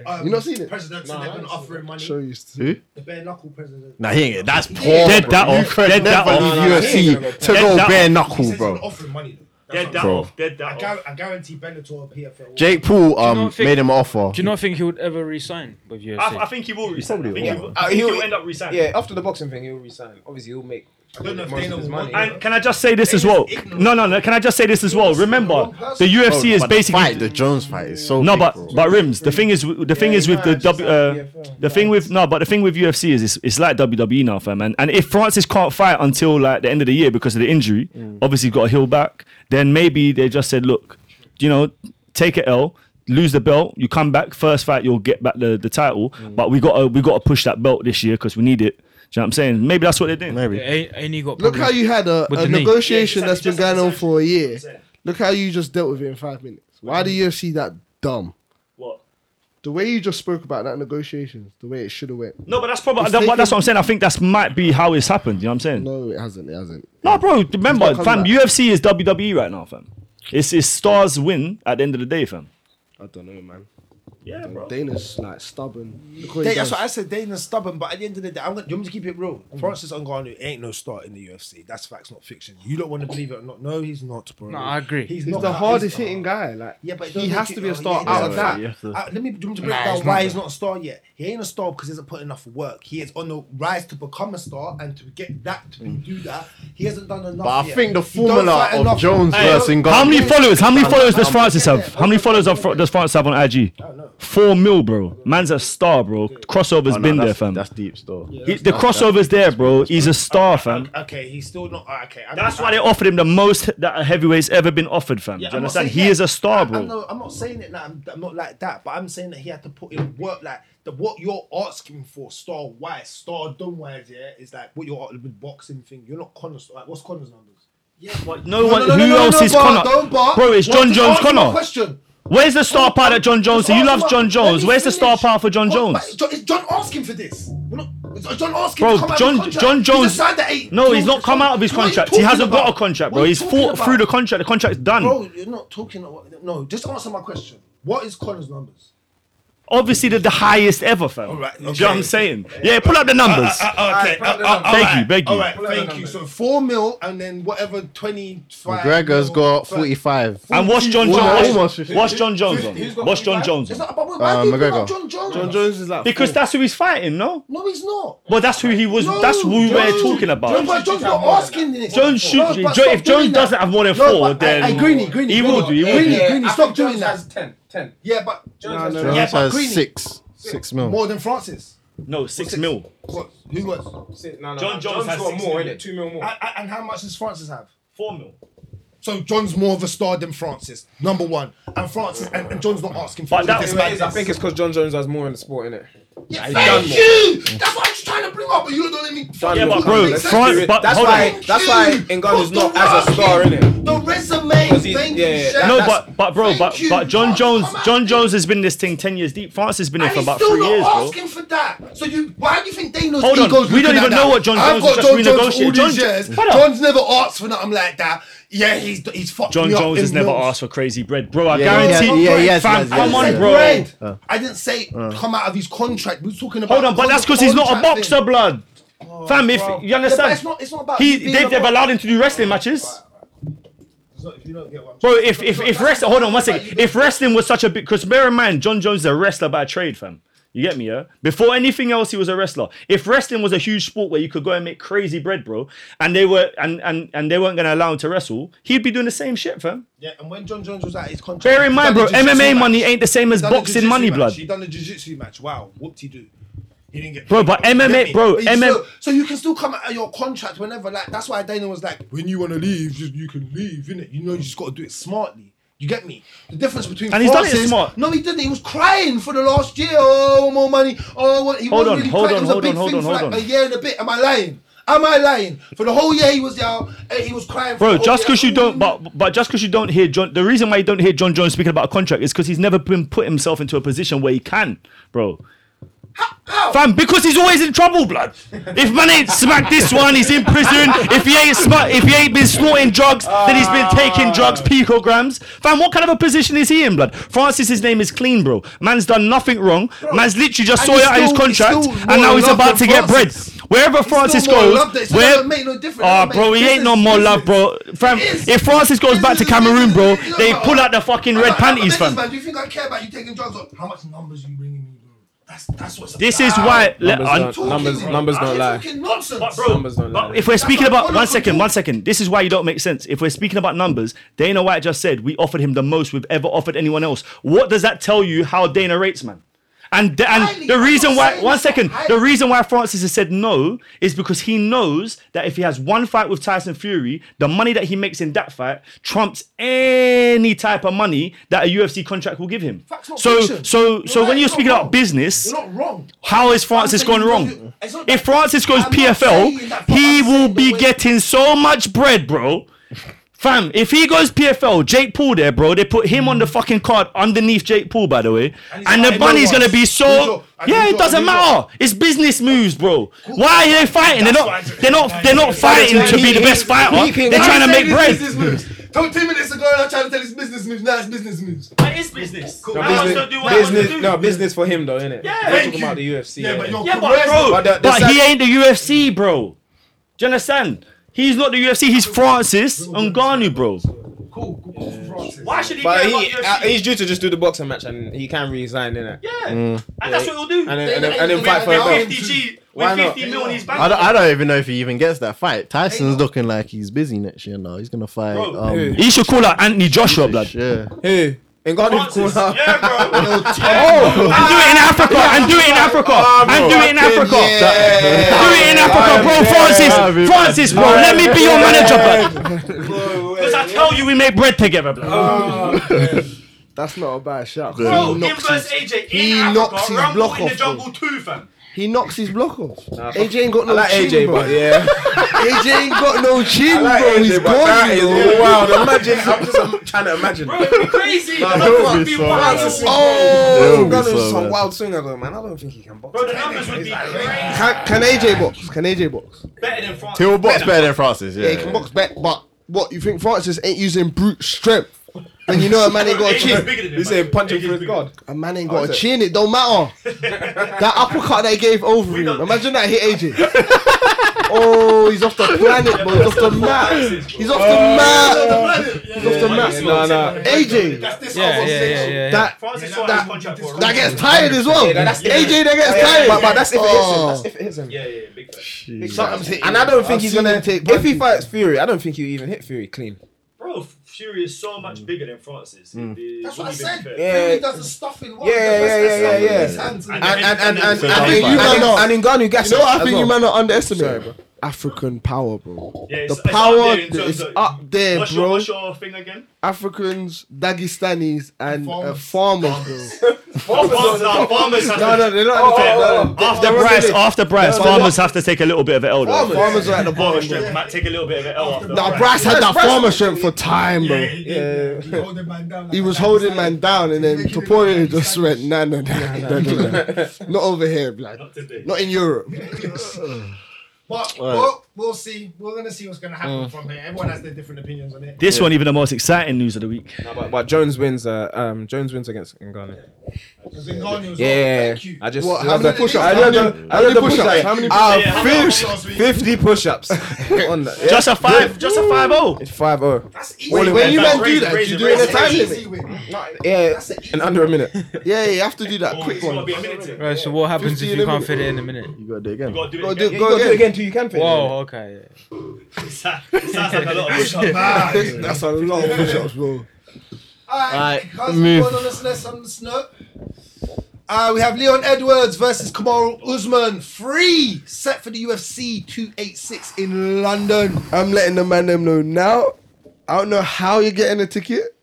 [SPEAKER 15] Um,
[SPEAKER 10] You not seen it?
[SPEAKER 15] Presidents and they've been offering money.
[SPEAKER 10] Sure, you still-
[SPEAKER 13] Who?
[SPEAKER 15] The bare knuckle president.
[SPEAKER 13] Nah, he ain't. get- That's poor.
[SPEAKER 7] Dead
[SPEAKER 13] bro.
[SPEAKER 7] that
[SPEAKER 13] You
[SPEAKER 7] off.
[SPEAKER 13] could
[SPEAKER 7] Dead that
[SPEAKER 13] never
[SPEAKER 7] off.
[SPEAKER 13] leave
[SPEAKER 7] Nah, nah,
[SPEAKER 13] UFC to
[SPEAKER 7] Dead
[SPEAKER 13] go
[SPEAKER 7] that
[SPEAKER 13] bare
[SPEAKER 15] He
[SPEAKER 13] knuckle,
[SPEAKER 15] says he's been
[SPEAKER 13] bro.
[SPEAKER 15] offering money though. That's
[SPEAKER 11] Dead that
[SPEAKER 15] what
[SPEAKER 13] Bro.
[SPEAKER 11] off. Dead
[SPEAKER 15] I'm saying. I,
[SPEAKER 11] that off.
[SPEAKER 15] guar- I guarantee Bellator or PFL.
[SPEAKER 13] Jake Paul um
[SPEAKER 6] not think-
[SPEAKER 13] made him an offer.
[SPEAKER 6] Do you not think he would ever resign with UFC?
[SPEAKER 11] I, I think he will resign. I think he will, I
[SPEAKER 5] Uh,
[SPEAKER 11] think
[SPEAKER 5] he'll-
[SPEAKER 11] he'll end up resigning.
[SPEAKER 5] Yeah, after the boxing thing, he'll resign. Obviously, he'll make.
[SPEAKER 15] I don't know if
[SPEAKER 5] most
[SPEAKER 15] Dana
[SPEAKER 5] of his
[SPEAKER 15] will
[SPEAKER 5] money.
[SPEAKER 15] want it.
[SPEAKER 7] And can I just say this as well? No, no, no. Can I just say this as well? Remember, the
[SPEAKER 13] Bro,
[SPEAKER 7] UFC is
[SPEAKER 13] but the
[SPEAKER 7] basically
[SPEAKER 13] fight, the Jones fight is so
[SPEAKER 7] no,
[SPEAKER 13] big,
[SPEAKER 7] but
[SPEAKER 13] bro.
[SPEAKER 7] but rims. The thing is, the thing is with the W. Uh, the thing with no, but the thing with UFC is it's, it's like WWE now, fam. And, and if Francis can't fight until like the end of the year because of the injury,
[SPEAKER 10] Mm.
[SPEAKER 7] obviously he's got a heel back, then maybe they just said, look, you know, take it L, lose the belt, you come back first fight, you'll get back the, the title.
[SPEAKER 10] Mm.
[SPEAKER 7] But we got to we got to push that belt this year because we need it. Do you know what I'm saying? Maybe that's what they're doing.
[SPEAKER 13] maybe.
[SPEAKER 6] ain't, ain't he got
[SPEAKER 10] Look
[SPEAKER 6] problems?
[SPEAKER 10] how you had a,
[SPEAKER 6] With
[SPEAKER 10] a
[SPEAKER 6] the knee.
[SPEAKER 10] negotiation
[SPEAKER 11] Yeah,
[SPEAKER 10] that's
[SPEAKER 11] exactly,
[SPEAKER 10] been going on
[SPEAKER 11] that's
[SPEAKER 10] for a year.
[SPEAKER 11] saying.
[SPEAKER 10] Look how you just dealt with it in five minutes. Why do you see that dumb?
[SPEAKER 11] What?
[SPEAKER 10] The way you just spoke about that negotiations, the way it should have went.
[SPEAKER 7] No, but that's probably
[SPEAKER 10] It's
[SPEAKER 7] that,
[SPEAKER 10] taken-
[SPEAKER 7] that's what I'm saying. I think that's might be how it's happened. You know what I'm saying?
[SPEAKER 10] No, it hasn't. It hasn't.
[SPEAKER 7] No, bro. Remember,
[SPEAKER 10] It's not
[SPEAKER 7] fam.
[SPEAKER 10] coming
[SPEAKER 7] UFC is WWE right now, fam. It's it's stars win at the end of the day, fam.
[SPEAKER 10] I don't know, man.
[SPEAKER 11] Yeah, bro.
[SPEAKER 10] Dana's like stubborn. Look what he
[SPEAKER 4] They- that's
[SPEAKER 10] does.
[SPEAKER 4] what I said. Dana's stubborn, but at the end of the day, I'm gonna, you want me to keep it real. Francis Ngannou ain't no star in the UFC. That's facts, not fiction. You don't want to believe it or not. No, he's not, bro.
[SPEAKER 6] No, I agree.
[SPEAKER 10] He's the hardest hitting guy. Like
[SPEAKER 4] Yeah, but it
[SPEAKER 10] he
[SPEAKER 4] don't
[SPEAKER 10] has
[SPEAKER 4] make
[SPEAKER 10] to
[SPEAKER 4] it-
[SPEAKER 10] be a
[SPEAKER 4] oh,
[SPEAKER 10] star
[SPEAKER 4] yeah, it
[SPEAKER 10] out
[SPEAKER 4] does.
[SPEAKER 10] of that.
[SPEAKER 4] Uh, let me do you want me to break down why he's not a star yet. He ain't a star because he hasn't put enough work. He is on the rise to become a star and to get that to
[SPEAKER 7] Mm.
[SPEAKER 4] do that. He hasn't done enough.
[SPEAKER 13] But I
[SPEAKER 4] yet.
[SPEAKER 13] think the
[SPEAKER 4] He don't
[SPEAKER 13] formula
[SPEAKER 4] fight
[SPEAKER 13] of
[SPEAKER 4] enough.
[SPEAKER 13] Jones
[SPEAKER 4] Hey,
[SPEAKER 13] versus Ngannou.
[SPEAKER 7] How many followers? How many followers does Francis
[SPEAKER 4] yeah,
[SPEAKER 7] have? How many followers of, Fr- does Francis have on IG? Four mil, bro. Man's a star, bro. Crossover's
[SPEAKER 13] Oh, no,
[SPEAKER 7] been there,
[SPEAKER 13] that's-
[SPEAKER 7] fam.
[SPEAKER 13] That's deep stuff.
[SPEAKER 7] He- the crossover's there, bro. He's a star, fam.
[SPEAKER 4] Okay, he's still not uh, okay. I'm,
[SPEAKER 7] That's why they offered him the most that a heavyweight's ever been offered, fam. Do you
[SPEAKER 4] I'm not
[SPEAKER 7] understand?
[SPEAKER 4] saying-
[SPEAKER 7] He is
[SPEAKER 4] yeah,
[SPEAKER 7] a star,
[SPEAKER 4] I, am
[SPEAKER 7] bro.
[SPEAKER 4] not, I'm not saying it like I'm, I'm not like that, but I'm saying that he had to put in work. Like the what you're asking for, star wise, star done wise, yeah, is like what you're with boxing thing. You're not Connor's. Like, what's Connor's numbers?
[SPEAKER 7] No one.
[SPEAKER 4] no, no,
[SPEAKER 7] Who
[SPEAKER 4] no,
[SPEAKER 7] else
[SPEAKER 4] no,
[SPEAKER 7] is
[SPEAKER 4] Bart,
[SPEAKER 7] Connor?
[SPEAKER 4] don't, Bart.
[SPEAKER 7] Bro, it's
[SPEAKER 4] Why
[SPEAKER 7] John
[SPEAKER 4] don't you
[SPEAKER 7] Jones,
[SPEAKER 4] answer my
[SPEAKER 7] Connor.
[SPEAKER 4] Question.
[SPEAKER 7] Where's the star power that John Jones? So you
[SPEAKER 4] Answer
[SPEAKER 7] love
[SPEAKER 4] my-
[SPEAKER 7] John
[SPEAKER 4] let
[SPEAKER 7] Jones.
[SPEAKER 4] me
[SPEAKER 7] Where's the star
[SPEAKER 4] finish.
[SPEAKER 7] power for John
[SPEAKER 4] Oh,
[SPEAKER 7] Jones?
[SPEAKER 4] but John, is John asking for this? We're not, is John asking
[SPEAKER 7] Bro,
[SPEAKER 4] to come out
[SPEAKER 7] John-
[SPEAKER 4] of his contract?
[SPEAKER 7] John
[SPEAKER 4] He's
[SPEAKER 7] Jones-
[SPEAKER 4] signed the eight-
[SPEAKER 7] No, he's
[SPEAKER 4] Jones-
[SPEAKER 7] not come out of his
[SPEAKER 4] What are you
[SPEAKER 7] contract. He
[SPEAKER 4] talking
[SPEAKER 7] hasn't got a
[SPEAKER 4] about?
[SPEAKER 7] contract,
[SPEAKER 4] What
[SPEAKER 7] bro.
[SPEAKER 4] are you
[SPEAKER 7] He's
[SPEAKER 4] talking
[SPEAKER 7] fought through the
[SPEAKER 4] about?
[SPEAKER 7] contract. The contract's done.
[SPEAKER 4] Bro, you're not talking about. No, just answer my question. What is Connor's numbers?
[SPEAKER 7] Obviously, they're the highest ever, fam.
[SPEAKER 15] Alright,
[SPEAKER 7] Do you know what I'm
[SPEAKER 15] okay.
[SPEAKER 7] saying? Yeah, pull up the numbers.
[SPEAKER 15] Uh, uh, okay.
[SPEAKER 4] Alright,
[SPEAKER 15] uh, uh,
[SPEAKER 7] Beg
[SPEAKER 15] alright,
[SPEAKER 7] you, beg you.
[SPEAKER 15] Alright, thank you. So,
[SPEAKER 4] Four mil and then whatever twenty five.
[SPEAKER 13] McGregor's got 45.
[SPEAKER 7] and what's John
[SPEAKER 13] Almost
[SPEAKER 7] Jones?
[SPEAKER 13] fifty.
[SPEAKER 7] What's John Jones on?
[SPEAKER 4] Who's got
[SPEAKER 7] What's John
[SPEAKER 4] 45?
[SPEAKER 7] Jones
[SPEAKER 4] It's
[SPEAKER 7] on?
[SPEAKER 4] not about why
[SPEAKER 13] Uh,
[SPEAKER 4] do you bring
[SPEAKER 13] McGregor.
[SPEAKER 4] up John Jones.
[SPEAKER 10] John Jones is like
[SPEAKER 7] Because that's who he's fighting, no?
[SPEAKER 4] No, he's not.
[SPEAKER 7] Well, that's who he was.
[SPEAKER 4] No,
[SPEAKER 7] that's who we were
[SPEAKER 4] Jones-
[SPEAKER 7] talking
[SPEAKER 4] John,
[SPEAKER 7] about.
[SPEAKER 4] but John's not asking this.
[SPEAKER 7] John should.
[SPEAKER 4] No, but
[SPEAKER 7] Jo-
[SPEAKER 4] stop
[SPEAKER 7] if John
[SPEAKER 4] doing that.
[SPEAKER 7] doesn't have more than
[SPEAKER 4] No,
[SPEAKER 7] four,
[SPEAKER 4] but
[SPEAKER 7] then
[SPEAKER 4] I, I, Greeny, Greeny,
[SPEAKER 7] he will do. He will
[SPEAKER 4] Greeny,
[SPEAKER 7] do.
[SPEAKER 4] Greeny, stop doing
[SPEAKER 5] That's
[SPEAKER 4] that.
[SPEAKER 5] 10. 10.
[SPEAKER 4] Yeah, but
[SPEAKER 5] Jones
[SPEAKER 10] no,
[SPEAKER 5] has
[SPEAKER 10] no.
[SPEAKER 4] Yeah,
[SPEAKER 13] Jones
[SPEAKER 4] but
[SPEAKER 13] has
[SPEAKER 4] Greeny.
[SPEAKER 13] six. Six mil.
[SPEAKER 4] more than Francis.
[SPEAKER 7] No, six mil.
[SPEAKER 4] What? Who was?
[SPEAKER 5] ten. No, no,
[SPEAKER 7] John
[SPEAKER 5] no,
[SPEAKER 7] Jones has
[SPEAKER 5] got
[SPEAKER 7] six
[SPEAKER 5] more,
[SPEAKER 7] million.
[SPEAKER 5] innit? Two mil more.
[SPEAKER 4] And, and how much does Francis have?
[SPEAKER 7] Four mil.
[SPEAKER 4] So John's more of a star than Francis, number one. And Francis and, and John's not asking for
[SPEAKER 7] But that
[SPEAKER 4] this
[SPEAKER 7] was-
[SPEAKER 4] man.
[SPEAKER 5] I think it's because John Jones has more in the sport, innit?
[SPEAKER 4] Yeah,
[SPEAKER 5] done
[SPEAKER 4] thank you. That's what I'm just trying to bring up, but you don't let me.
[SPEAKER 7] Yeah, but
[SPEAKER 5] more.
[SPEAKER 7] bro,
[SPEAKER 5] Let's
[SPEAKER 7] Fran-
[SPEAKER 5] be real.
[SPEAKER 7] but
[SPEAKER 5] that's
[SPEAKER 7] hold
[SPEAKER 5] why.
[SPEAKER 7] on.
[SPEAKER 5] That's why Ngannou's not as a star, innit?
[SPEAKER 4] The resume.
[SPEAKER 5] 'Cause he's-
[SPEAKER 4] Thank
[SPEAKER 5] yeah,
[SPEAKER 4] you,
[SPEAKER 5] yeah,
[SPEAKER 4] Chef.
[SPEAKER 7] No,
[SPEAKER 5] That's-
[SPEAKER 7] but but bro,
[SPEAKER 4] Thank
[SPEAKER 7] but
[SPEAKER 4] you,
[SPEAKER 7] but John
[SPEAKER 4] Mark.
[SPEAKER 7] Jones,
[SPEAKER 4] Come on.
[SPEAKER 7] John Jones has been in this thing ten years deep. France has been here
[SPEAKER 4] And
[SPEAKER 7] for
[SPEAKER 4] he's
[SPEAKER 7] about
[SPEAKER 4] still
[SPEAKER 7] three
[SPEAKER 4] not
[SPEAKER 7] years, bro.
[SPEAKER 4] asking for that. So you, why do you think Daniel's
[SPEAKER 7] Hold on,
[SPEAKER 4] ego's
[SPEAKER 7] we don't
[SPEAKER 4] looking
[SPEAKER 7] even
[SPEAKER 4] at
[SPEAKER 7] know
[SPEAKER 4] that?
[SPEAKER 7] what John
[SPEAKER 4] I've
[SPEAKER 7] Jones has
[SPEAKER 4] got John
[SPEAKER 7] just
[SPEAKER 4] Jones all
[SPEAKER 7] renegotiated. John-
[SPEAKER 4] these years.
[SPEAKER 7] Hold on.
[SPEAKER 4] John's never asked for nothing like that. Yeah, he's he's fucked
[SPEAKER 7] John
[SPEAKER 4] me up
[SPEAKER 7] Jones
[SPEAKER 4] in
[SPEAKER 7] has never
[SPEAKER 4] mills.
[SPEAKER 7] asked for crazy bread, bro.
[SPEAKER 13] Yeah,
[SPEAKER 7] I
[SPEAKER 13] he
[SPEAKER 7] guarantee.
[SPEAKER 13] has- yeah, he has-
[SPEAKER 7] fam,
[SPEAKER 13] he has-
[SPEAKER 7] come
[SPEAKER 13] he
[SPEAKER 7] on,
[SPEAKER 13] has-
[SPEAKER 7] bro.
[SPEAKER 4] Bread. I didn't say come out of his contract. We were talking about.
[SPEAKER 7] Hold on, but that's because he's not a
[SPEAKER 4] contract
[SPEAKER 7] boxer,
[SPEAKER 4] thing.
[SPEAKER 7] blood. fam, if
[SPEAKER 4] bro.
[SPEAKER 7] you understand,
[SPEAKER 4] Yeah, but it's not- it's not about
[SPEAKER 7] he
[SPEAKER 4] him being
[SPEAKER 7] they've,
[SPEAKER 4] a
[SPEAKER 7] they've
[SPEAKER 4] boxer.
[SPEAKER 7] allowed him to do wrestling matches.
[SPEAKER 4] It's not- if you don't get what I'm
[SPEAKER 7] Bro,
[SPEAKER 4] saying.
[SPEAKER 7] if if, if wrestling, hold on one second. If wrestling was such a big, because bear in mind, John Jones is a wrestler by trade, fam. You get me, yeah? Before anything else, he was a wrestler. If wrestling was a huge sport where you could go and make crazy bread, bro, and they were and and, and they weren't gonna allow him to wrestle, he'd be doing the same shit, fam.
[SPEAKER 4] Yeah, and when John Jones was at his contract.
[SPEAKER 7] Bear in
[SPEAKER 4] he
[SPEAKER 7] mind, bro,
[SPEAKER 4] done the jiu-jitsu
[SPEAKER 7] MMA
[SPEAKER 4] match.
[SPEAKER 7] money ain't the same as
[SPEAKER 4] He done the
[SPEAKER 7] boxing
[SPEAKER 4] jiu-jitsu
[SPEAKER 7] money,
[SPEAKER 4] match.
[SPEAKER 7] blood.
[SPEAKER 4] He done the jiu-jitsu match. Wow, whoopty do. He didn't get.
[SPEAKER 7] Bro, but
[SPEAKER 4] You get
[SPEAKER 7] MMA
[SPEAKER 4] me?
[SPEAKER 7] bro,
[SPEAKER 4] But you
[SPEAKER 7] MM
[SPEAKER 4] still- so you can still come out of your contract whenever. Like that's why Dana was like, when you want to leave, you, you can leave, innit? You know, you just got to do it smartly. You get me? The difference between
[SPEAKER 7] And he's done it
[SPEAKER 4] forces-
[SPEAKER 7] smart.
[SPEAKER 4] No, he didn't. He was crying for the last year. Oh, more money. Oh, what? he
[SPEAKER 7] Hold
[SPEAKER 4] wasn't
[SPEAKER 7] on,
[SPEAKER 4] really
[SPEAKER 7] hold
[SPEAKER 4] crying.
[SPEAKER 7] on,
[SPEAKER 4] It was a
[SPEAKER 7] hold
[SPEAKER 4] big
[SPEAKER 7] on, hold
[SPEAKER 4] thing
[SPEAKER 7] on,
[SPEAKER 4] for
[SPEAKER 7] hold
[SPEAKER 4] like
[SPEAKER 7] on.
[SPEAKER 4] A year and a bit. Am I lying? Am I lying? For the whole year he was there, and he was crying. for
[SPEAKER 7] Bro,
[SPEAKER 4] the whole
[SPEAKER 7] just
[SPEAKER 4] year.
[SPEAKER 7] because you don't, but but just because you don't hear John, the reason why you don't hear John Jones speaking about a contract is because he's never been put himself into a position where he can, bro. Fam, because he's always in trouble, blood. If man ain't smacked this one, he's in prison. If he ain't smack, if he ain't been snorting drugs, then he's been taking drugs, picograms. Fam, what kind of a position is he in, blood? Francis, his name is clean, bro. Man's done nothing wrong. Man's literally just
[SPEAKER 4] and
[SPEAKER 7] saw
[SPEAKER 4] he's
[SPEAKER 7] out his
[SPEAKER 4] still- he's
[SPEAKER 7] contract,
[SPEAKER 4] still
[SPEAKER 7] and now
[SPEAKER 4] more
[SPEAKER 7] he's
[SPEAKER 4] loved
[SPEAKER 7] about to
[SPEAKER 4] than
[SPEAKER 7] get bread.
[SPEAKER 4] Francis.
[SPEAKER 7] Wherever
[SPEAKER 4] still
[SPEAKER 7] Francis
[SPEAKER 4] more
[SPEAKER 7] goes,
[SPEAKER 4] loved than- so
[SPEAKER 7] where,
[SPEAKER 4] that don't make no difference.
[SPEAKER 7] Ah,
[SPEAKER 4] That don't
[SPEAKER 7] bro,
[SPEAKER 4] make
[SPEAKER 7] he ain't no
[SPEAKER 4] business-
[SPEAKER 7] more love, bro. Fam, if Francis goes back to Cameroon, bro, they pull out the fucking red
[SPEAKER 4] I'm a
[SPEAKER 7] panties, fam.
[SPEAKER 4] businessman. Do you think I care about you taking drugs? Or how much numbers you bringing me, bro? That's that's what's.
[SPEAKER 7] This is why. let-
[SPEAKER 5] Numbers
[SPEAKER 7] un-
[SPEAKER 5] don't- numbers- numbers don't lie.
[SPEAKER 4] Fucking nonsense.
[SPEAKER 5] Numbers don't lie.
[SPEAKER 7] if we're speaking
[SPEAKER 4] That's
[SPEAKER 7] about
[SPEAKER 4] like
[SPEAKER 7] one second, one second. This is why you don't make sense. If we're speaking about numbers, Dana White just said we offered him the most we've ever offered anyone else. What does that tell you how Dana rates, man? And the,
[SPEAKER 4] Highly,
[SPEAKER 7] and the
[SPEAKER 4] I'm
[SPEAKER 7] reason
[SPEAKER 4] not
[SPEAKER 7] why
[SPEAKER 4] saying
[SPEAKER 7] one
[SPEAKER 4] that's not
[SPEAKER 7] second,
[SPEAKER 4] highly.
[SPEAKER 7] the reason why Francis has said no is because he knows that if he has one fight with Tyson Fury, the money that he makes in that fight trumps any type of money that a UFC contract will give him.
[SPEAKER 4] Facts, not
[SPEAKER 7] So
[SPEAKER 4] fiction.
[SPEAKER 7] so so
[SPEAKER 4] You're right,
[SPEAKER 7] when you're
[SPEAKER 4] you're
[SPEAKER 7] speaking
[SPEAKER 4] not
[SPEAKER 7] about
[SPEAKER 4] wrong.
[SPEAKER 7] business,
[SPEAKER 4] You're not wrong.
[SPEAKER 7] how is Francis
[SPEAKER 4] I'm
[SPEAKER 7] gone
[SPEAKER 4] saying
[SPEAKER 7] wrong?
[SPEAKER 4] you- it's not
[SPEAKER 7] If
[SPEAKER 4] that-
[SPEAKER 7] Francis goes
[SPEAKER 4] I'm not saying
[SPEAKER 7] PFL,
[SPEAKER 4] that, but
[SPEAKER 7] he
[SPEAKER 4] I'm
[SPEAKER 7] will
[SPEAKER 4] saying the
[SPEAKER 7] be
[SPEAKER 4] way-
[SPEAKER 7] getting so much bread, bro. Fam, if he goes PFL, Jake Paul there, bro, they put him on the fucking card underneath Jake Paul, by the way.
[SPEAKER 4] And
[SPEAKER 7] And,
[SPEAKER 4] he's
[SPEAKER 7] the
[SPEAKER 4] fighting
[SPEAKER 7] money's
[SPEAKER 4] no
[SPEAKER 7] gonna be
[SPEAKER 4] one. New
[SPEAKER 7] so
[SPEAKER 4] York. And
[SPEAKER 7] Yeah,
[SPEAKER 4] New
[SPEAKER 7] it
[SPEAKER 4] York,
[SPEAKER 7] doesn't
[SPEAKER 4] New York.
[SPEAKER 7] matter. It's business moves, bro. Why are they fighting? They're not they're not they're not fighting to be the best fighter. They're trying to make bread.
[SPEAKER 4] bread. Told two minutes ago, I'm trying to tell his business moves. Now it's business moves.
[SPEAKER 11] That is business.
[SPEAKER 5] No,
[SPEAKER 11] I also do what I want to
[SPEAKER 5] business,
[SPEAKER 11] do.
[SPEAKER 5] no, business for him though, innit?
[SPEAKER 11] Yeah,
[SPEAKER 5] We're
[SPEAKER 11] thank
[SPEAKER 5] talking about the UFC.
[SPEAKER 4] Yeah, but
[SPEAKER 5] innit?
[SPEAKER 4] your
[SPEAKER 11] Yeah, but
[SPEAKER 4] career-
[SPEAKER 11] bro,
[SPEAKER 5] But the- the
[SPEAKER 7] But
[SPEAKER 5] sad-
[SPEAKER 7] he ain't the UFC, bro. Do you understand? He's not the UFC, he's Francis Ngannou, bro.
[SPEAKER 4] Cool, cool, cool for Francis.
[SPEAKER 11] Why should he
[SPEAKER 5] But
[SPEAKER 11] care
[SPEAKER 5] he,
[SPEAKER 11] about UFC?
[SPEAKER 5] uh, he's due to just do the boxing match and he can resign, innit?
[SPEAKER 11] yeah, and that's what he'll do.
[SPEAKER 5] And then, and then, and then fight for
[SPEAKER 11] with
[SPEAKER 5] a belt.
[SPEAKER 11] 50 G,
[SPEAKER 5] Why
[SPEAKER 11] with
[SPEAKER 5] not?
[SPEAKER 11] 50 mil in his bank.
[SPEAKER 13] I don't, I don't even know if he even gets that fight. Tyson's looking like he's busy next year now. He's gonna fight.
[SPEAKER 11] Bro,
[SPEAKER 13] um,
[SPEAKER 7] He should call out Anthony Joshua, blood.
[SPEAKER 13] yeah.
[SPEAKER 5] Who? Ngannou
[SPEAKER 11] Francis.
[SPEAKER 5] corner.
[SPEAKER 11] Yeah, bro.
[SPEAKER 7] Oh,
[SPEAKER 11] Ah,
[SPEAKER 7] And do it in Africa. And do it in Africa. And do it in Africa. Do it in Africa, bro. Francis, Francis, bro. Let me be your manager, bro. Because I tell you, we make bread together,
[SPEAKER 11] Oh,
[SPEAKER 7] bro.
[SPEAKER 10] That's not a bad shout.
[SPEAKER 11] Bro,
[SPEAKER 10] He
[SPEAKER 11] him
[SPEAKER 10] knocks
[SPEAKER 11] versus
[SPEAKER 10] his,
[SPEAKER 11] AJ in
[SPEAKER 10] he
[SPEAKER 11] Africa,
[SPEAKER 10] knocks his
[SPEAKER 11] Rumble
[SPEAKER 10] block
[SPEAKER 11] in the
[SPEAKER 10] off,
[SPEAKER 11] jungle too, fam.
[SPEAKER 10] he knocks his block off. AJ ain't got no
[SPEAKER 5] I like
[SPEAKER 10] chin,
[SPEAKER 5] AJ,
[SPEAKER 10] bro.
[SPEAKER 5] but yeah.
[SPEAKER 10] AJ ain't got no chin,
[SPEAKER 5] I like
[SPEAKER 10] bro.
[SPEAKER 5] AJ,
[SPEAKER 10] He's
[SPEAKER 5] but that
[SPEAKER 10] gone,
[SPEAKER 5] is
[SPEAKER 10] you know.
[SPEAKER 5] wild. Imagine, I'm just um, trying to imagine.
[SPEAKER 11] Bro, it'd be crazy.
[SPEAKER 13] Nah,
[SPEAKER 11] The
[SPEAKER 13] that would
[SPEAKER 11] numbers would
[SPEAKER 13] be
[SPEAKER 11] be
[SPEAKER 13] so
[SPEAKER 11] wild.
[SPEAKER 5] Oh,
[SPEAKER 13] That would be
[SPEAKER 5] Ngannou's
[SPEAKER 13] so
[SPEAKER 5] some
[SPEAKER 13] bad.
[SPEAKER 5] wild swinger though, man. I don't think he can box.
[SPEAKER 11] Bro, the numbers would be crazy.
[SPEAKER 10] Can, can AJ box? Can Aj box?
[SPEAKER 11] Better than France.
[SPEAKER 13] He'll box better than Francis. Yeah,
[SPEAKER 10] Yeah, he can box back, but what you think Francis ain't using brute strength? And you know a man ain't got a
[SPEAKER 11] AJ's
[SPEAKER 10] chin.
[SPEAKER 11] bigger than him,
[SPEAKER 5] He said
[SPEAKER 11] man.
[SPEAKER 5] punching
[SPEAKER 11] AJ's
[SPEAKER 5] through his
[SPEAKER 11] bigger.
[SPEAKER 5] guard.
[SPEAKER 10] A man ain't got a chin. It don't matter. that uppercut they gave over him. Imagine that hit AJ. oh, he's off the planet, bro. He's off the map. He's off the map.
[SPEAKER 15] He's
[SPEAKER 10] off the map.
[SPEAKER 5] Nah, nah.
[SPEAKER 10] AJ,
[SPEAKER 6] Yeah, yeah, yeah, yeah. yeah.
[SPEAKER 10] that
[SPEAKER 11] France is signing his contract for a
[SPEAKER 10] that
[SPEAKER 11] reason.
[SPEAKER 10] gets tired as well.
[SPEAKER 5] Yeah, that's-
[SPEAKER 10] AJ that gets
[SPEAKER 5] Yeah,
[SPEAKER 10] tired.
[SPEAKER 5] but, but that's if it hits him. That's
[SPEAKER 10] Oh.
[SPEAKER 5] if it hits him.
[SPEAKER 11] Yeah, yeah, yeah, big fact.
[SPEAKER 5] Something's hitting and I don't think
[SPEAKER 10] I've
[SPEAKER 5] he's
[SPEAKER 10] seen
[SPEAKER 5] gonna
[SPEAKER 10] him take
[SPEAKER 5] If he
[SPEAKER 10] punches.
[SPEAKER 5] fights Fury, I don't think he'll even hit Fury clean.
[SPEAKER 11] Bro, Fury is so much bigger than Francis.
[SPEAKER 10] Mm.
[SPEAKER 4] That's what I said.
[SPEAKER 5] Yeah.
[SPEAKER 4] Fury does the stuff in one.
[SPEAKER 5] Yeah, yeah,
[SPEAKER 4] That's- that's
[SPEAKER 5] yeah,
[SPEAKER 4] how
[SPEAKER 5] yeah,
[SPEAKER 4] he
[SPEAKER 5] yeah.
[SPEAKER 4] gets hands in.
[SPEAKER 11] And-
[SPEAKER 5] And and and and, and,
[SPEAKER 13] I
[SPEAKER 5] and,
[SPEAKER 13] think you
[SPEAKER 10] might not.
[SPEAKER 5] and, and Ngannou
[SPEAKER 10] You
[SPEAKER 5] gas
[SPEAKER 10] know
[SPEAKER 5] it
[SPEAKER 10] what I
[SPEAKER 5] as
[SPEAKER 10] think
[SPEAKER 5] well.
[SPEAKER 10] you might not underestimate?
[SPEAKER 5] Sorry,
[SPEAKER 10] African power, bro.
[SPEAKER 11] Yeah, it's-
[SPEAKER 10] the
[SPEAKER 11] it's up
[SPEAKER 10] power
[SPEAKER 11] there in
[SPEAKER 10] that
[SPEAKER 11] terms
[SPEAKER 10] is
[SPEAKER 11] of-
[SPEAKER 10] up there,
[SPEAKER 11] What's
[SPEAKER 10] bro.
[SPEAKER 11] your, what's your thing again?
[SPEAKER 10] Africans, Dagestanis, and uh, farmers, bro.
[SPEAKER 11] Farmers, Oh, nah, farmers have
[SPEAKER 10] no,
[SPEAKER 11] to-
[SPEAKER 10] no, they're not at the top. no, no.
[SPEAKER 7] After Bryce, after Bryce, farmers have to take a little bit of it out. though.
[SPEAKER 10] Farmers are at the
[SPEAKER 11] Farmer
[SPEAKER 10] bottom. bro.
[SPEAKER 11] strength might take a little bit of it out. after
[SPEAKER 10] Nah,
[SPEAKER 11] that.
[SPEAKER 10] Brass had that farmer strength for time, bro.
[SPEAKER 15] Yeah, he hold the man down.
[SPEAKER 10] He
[SPEAKER 15] like
[SPEAKER 10] was
[SPEAKER 15] a
[SPEAKER 10] holding
[SPEAKER 15] dinosaur.
[SPEAKER 10] man down, and then Taporia just went, nah, nah, nah, nah, nah, nah. Not over here, blood.
[SPEAKER 11] Not today.
[SPEAKER 10] Not in Europe.
[SPEAKER 15] But we'll, we'll see. We're gonna see what's gonna happen
[SPEAKER 5] Mm.
[SPEAKER 15] from here. Everyone has their different opinions on it.
[SPEAKER 7] This one even the most exciting news of the week.
[SPEAKER 5] No, but, but Jones wins. Uh, um, Jones wins against Ngannou.
[SPEAKER 15] Because Ngannou was like,
[SPEAKER 5] Yeah, yeah,
[SPEAKER 15] thank you.
[SPEAKER 5] I just.
[SPEAKER 10] What, how
[SPEAKER 5] I
[SPEAKER 10] many
[SPEAKER 5] don't-
[SPEAKER 10] push-ups?
[SPEAKER 5] I
[SPEAKER 10] How
[SPEAKER 5] don't know.
[SPEAKER 10] many- how
[SPEAKER 5] I don't
[SPEAKER 10] many
[SPEAKER 5] know
[SPEAKER 10] push-ups? How many
[SPEAKER 11] Yeah, how
[SPEAKER 5] Ah,
[SPEAKER 11] many
[SPEAKER 5] fif-
[SPEAKER 11] push-ups we-
[SPEAKER 5] fifty push-ups. On that, yeah.
[SPEAKER 7] Just a five, just a five zero.
[SPEAKER 5] It's five oh.
[SPEAKER 15] That's easy.
[SPEAKER 10] When,
[SPEAKER 11] in
[SPEAKER 10] when
[SPEAKER 11] one
[SPEAKER 10] you
[SPEAKER 11] time.
[SPEAKER 10] men do that,
[SPEAKER 11] Raise
[SPEAKER 10] you
[SPEAKER 11] it,
[SPEAKER 10] do
[SPEAKER 11] raise
[SPEAKER 10] it in
[SPEAKER 11] it,
[SPEAKER 10] a time
[SPEAKER 11] raise
[SPEAKER 10] limit.
[SPEAKER 5] Yeah,
[SPEAKER 15] That's an easy
[SPEAKER 5] in under a minute.
[SPEAKER 10] Yeah, you have to do that
[SPEAKER 11] Oh,
[SPEAKER 10] quick
[SPEAKER 11] it's gotta
[SPEAKER 10] one.
[SPEAKER 11] be a minute thing.
[SPEAKER 6] Right, so what happens
[SPEAKER 10] 50
[SPEAKER 6] if
[SPEAKER 10] in
[SPEAKER 6] you
[SPEAKER 10] a
[SPEAKER 6] can't
[SPEAKER 10] minute.
[SPEAKER 6] fit it in a minute?
[SPEAKER 13] you gotta do it
[SPEAKER 11] You
[SPEAKER 13] again.
[SPEAKER 11] gotta do
[SPEAKER 10] Go
[SPEAKER 11] it
[SPEAKER 10] do,
[SPEAKER 11] again.
[SPEAKER 10] go
[SPEAKER 5] Do it
[SPEAKER 10] again.
[SPEAKER 5] again till you can finish.
[SPEAKER 6] Whoa, okay. yeah.
[SPEAKER 11] It sounds like a lot of push-ups.
[SPEAKER 10] That's a lot of push-ups, bro.
[SPEAKER 13] Alright,
[SPEAKER 15] Alright, guys,
[SPEAKER 13] move.
[SPEAKER 15] going on this list on this note. Uh, we have Leon Edwards versus Kamaru Usman, free set for the UFC 286 in London.
[SPEAKER 10] I'm letting the man them know now. I don't know how you're getting a ticket.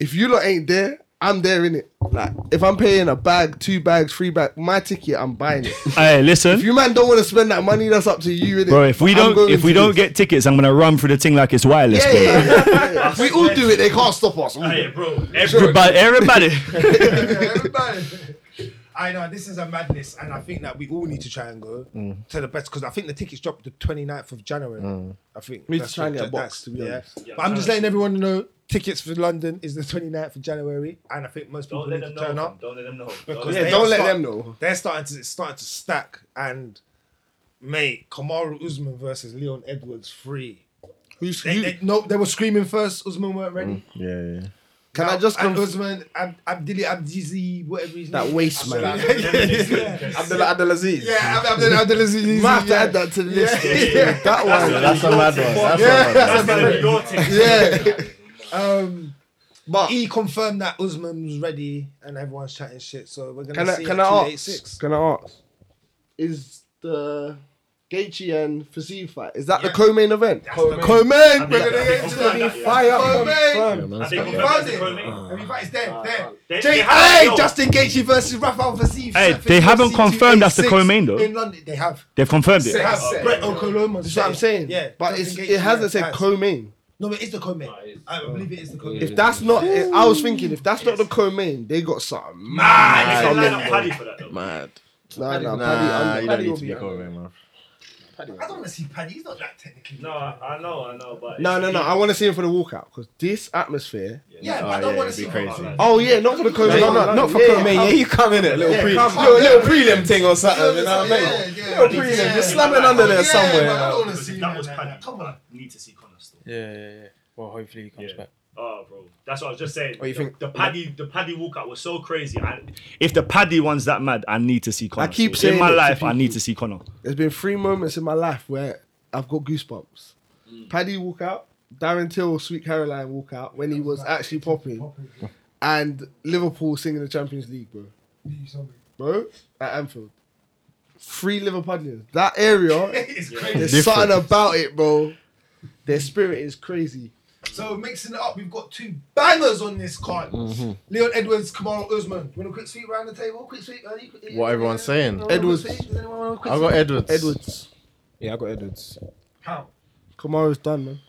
[SPEAKER 10] if you lot ain't there, I'm there in it. Like if I'm paying a bag, two bags, three bags, my ticket, I'm buying it.
[SPEAKER 7] Hey, listen.
[SPEAKER 10] If you man don't want to spend that money, that's up to you. Innit?
[SPEAKER 7] Bro, if we don't if we don't get tickets, I'm gonna run through the thing like it's wireless.
[SPEAKER 10] Yeah,
[SPEAKER 7] bro.
[SPEAKER 10] yeah,
[SPEAKER 15] we all do it. They can't stop us.
[SPEAKER 11] Hey, bro.
[SPEAKER 7] Everybody, everybody.
[SPEAKER 4] I know this is a madness, and I think that we all need to try and go
[SPEAKER 10] Mm.
[SPEAKER 4] to the best because I think the tickets dropped the 29th of January. I think
[SPEAKER 10] We need to
[SPEAKER 4] that's
[SPEAKER 10] try and
[SPEAKER 4] what-
[SPEAKER 10] get a box,
[SPEAKER 4] that's-
[SPEAKER 10] to be honest.
[SPEAKER 4] Yeah. But I'm just letting everyone know tickets for London is the 29th of January, and I think most people
[SPEAKER 11] Don't let
[SPEAKER 4] need
[SPEAKER 11] them
[SPEAKER 4] to
[SPEAKER 11] know.
[SPEAKER 4] turn
[SPEAKER 11] fam.
[SPEAKER 4] up
[SPEAKER 11] Don't let them know.
[SPEAKER 4] because
[SPEAKER 10] Yeah,
[SPEAKER 4] they
[SPEAKER 10] don't
[SPEAKER 4] are
[SPEAKER 10] let
[SPEAKER 4] start-
[SPEAKER 10] them know.
[SPEAKER 4] They're starting to it's starting to stack, and mate, Kamaru Usman versus Leon Edwards free.
[SPEAKER 10] Who's,
[SPEAKER 4] They,
[SPEAKER 10] who-
[SPEAKER 4] they, no, they were screaming first. Usman weren't ready.
[SPEAKER 13] Yeah, yeah.
[SPEAKER 10] Mm. can I just
[SPEAKER 4] And
[SPEAKER 10] confirm?
[SPEAKER 4] Usman Ab- Abdili Abdizi, whatever his
[SPEAKER 10] That
[SPEAKER 4] name.
[SPEAKER 10] waste,
[SPEAKER 4] Abdul-
[SPEAKER 10] man.
[SPEAKER 5] Abdullah Abdulaziz.
[SPEAKER 4] Yeah, Ab- Abdul- Abdulaziz.
[SPEAKER 10] You might have to add that to the list. That one.
[SPEAKER 13] That's a mad one. That's a mad
[SPEAKER 11] That's gonna be your thing.
[SPEAKER 4] Yeah. Um,
[SPEAKER 10] But-
[SPEAKER 4] he confirmed that Usman was ready, and everyone's chatting shit. So we're gonna
[SPEAKER 10] Can I
[SPEAKER 4] see
[SPEAKER 10] can
[SPEAKER 4] at
[SPEAKER 10] I
[SPEAKER 4] 286.
[SPEAKER 10] ask? Can I ask? Is the Gaethje and Fazeev fight is that the co-main event?
[SPEAKER 4] Co-main.
[SPEAKER 10] Co-main.
[SPEAKER 11] We're gonna
[SPEAKER 4] get into that.
[SPEAKER 10] Fire
[SPEAKER 4] Co-main.
[SPEAKER 10] confirmed.
[SPEAKER 11] I think
[SPEAKER 4] Have you
[SPEAKER 11] we're
[SPEAKER 4] found
[SPEAKER 11] back to
[SPEAKER 4] it?
[SPEAKER 11] Chromie.
[SPEAKER 4] Have you found- It's there, there.
[SPEAKER 11] They-
[SPEAKER 4] Jay-
[SPEAKER 11] they
[SPEAKER 4] hey,
[SPEAKER 11] haven't- no.
[SPEAKER 4] Justin Gaethje versus Rafael Vasif.
[SPEAKER 7] Hey, they haven't confirmed that's the co-main, though.
[SPEAKER 4] In London, they have.
[SPEAKER 7] They've confirmed
[SPEAKER 4] They
[SPEAKER 7] it.
[SPEAKER 4] have. Brett Okoloma.
[SPEAKER 10] That's what I'm saying.
[SPEAKER 4] Yeah,
[SPEAKER 10] but it's,
[SPEAKER 4] Justin
[SPEAKER 10] it
[SPEAKER 4] Gaethje
[SPEAKER 10] hasn't said
[SPEAKER 4] has.
[SPEAKER 10] co-main.
[SPEAKER 4] No, but it's the co-main. I believe it is the co-main.
[SPEAKER 10] If that's not, I was thinking if that's not the co-main, they got something. Nah,
[SPEAKER 13] Ah,
[SPEAKER 11] They should line up Paddy for that, though.
[SPEAKER 13] Mad.
[SPEAKER 10] nah,
[SPEAKER 13] Nah,
[SPEAKER 10] Paddy,
[SPEAKER 13] you
[SPEAKER 10] Paddy
[SPEAKER 13] don't
[SPEAKER 10] will
[SPEAKER 13] need to
[SPEAKER 10] be.
[SPEAKER 13] be covering, man.
[SPEAKER 4] I don't want to see Paddy. He's not that technically.
[SPEAKER 11] No, I I know, I know, but
[SPEAKER 10] No,
[SPEAKER 11] it's-
[SPEAKER 10] no, no. I want to see him for the walkout because this atmosphere.
[SPEAKER 4] Yeah, but
[SPEAKER 13] Oh,
[SPEAKER 4] I don't
[SPEAKER 13] yeah,
[SPEAKER 4] want to
[SPEAKER 13] it'd
[SPEAKER 4] see
[SPEAKER 13] be crazy.
[SPEAKER 10] Oh yeah, not for the co-main.
[SPEAKER 5] No, no, not for
[SPEAKER 10] Yeah,
[SPEAKER 5] Chrome, Yeah, you come in it, little
[SPEAKER 10] Yeah,
[SPEAKER 5] pre,
[SPEAKER 10] come.
[SPEAKER 5] little, little prelim thing or something. You know
[SPEAKER 4] Yeah,
[SPEAKER 5] what I mean?
[SPEAKER 4] yeah,
[SPEAKER 5] Little prelim,
[SPEAKER 4] yeah.
[SPEAKER 5] just slam it under
[SPEAKER 4] Yeah,
[SPEAKER 5] there somewhere.
[SPEAKER 4] but I don't want to
[SPEAKER 11] Because
[SPEAKER 4] see
[SPEAKER 11] if
[SPEAKER 4] that.
[SPEAKER 11] that was Paddy, come on. Need to see Connor still.
[SPEAKER 6] Yeah, yeah, yeah. Well, hopefully he comes
[SPEAKER 11] Yeah.
[SPEAKER 6] back.
[SPEAKER 11] Oh, bro, that's what I was just saying.
[SPEAKER 10] Oh,
[SPEAKER 5] What you
[SPEAKER 11] the,
[SPEAKER 5] think-
[SPEAKER 11] the Paddy, the Paddy walkout was so crazy. I,
[SPEAKER 7] If the paddy one's that mad, I need to see Connor.
[SPEAKER 10] keep
[SPEAKER 7] still.
[SPEAKER 10] saying
[SPEAKER 7] in my
[SPEAKER 10] it to
[SPEAKER 7] life, I
[SPEAKER 10] people.
[SPEAKER 7] need to see Connor.
[SPEAKER 10] There's been three moments in my life where I've got goosebumps.
[SPEAKER 4] Mm.
[SPEAKER 10] Paddy walk out, Darren Till, Sweet Caroline walk out when he was actually popping, and Liverpool singing the Champions League, bro. Bro, at Anfield. Three Liverpudlians. That area,
[SPEAKER 4] It's
[SPEAKER 10] there's
[SPEAKER 4] crazy.
[SPEAKER 10] something about it, bro. Their spirit is crazy.
[SPEAKER 4] So mixing it up, we've got two bangers on this card. Leon Edwards, Kamara Usman. You want a quick sweep round the table? Quick sweep. Uh, you- you-
[SPEAKER 13] What everyone's saying.
[SPEAKER 4] Anyone want a
[SPEAKER 10] Edwards.
[SPEAKER 4] quick sweep? Does anyone want a quick
[SPEAKER 13] I got
[SPEAKER 4] sweep?
[SPEAKER 13] Edwards.
[SPEAKER 10] Edwards,
[SPEAKER 5] Yeah, I got Edwards.
[SPEAKER 4] How?
[SPEAKER 10] Kamara's done, man.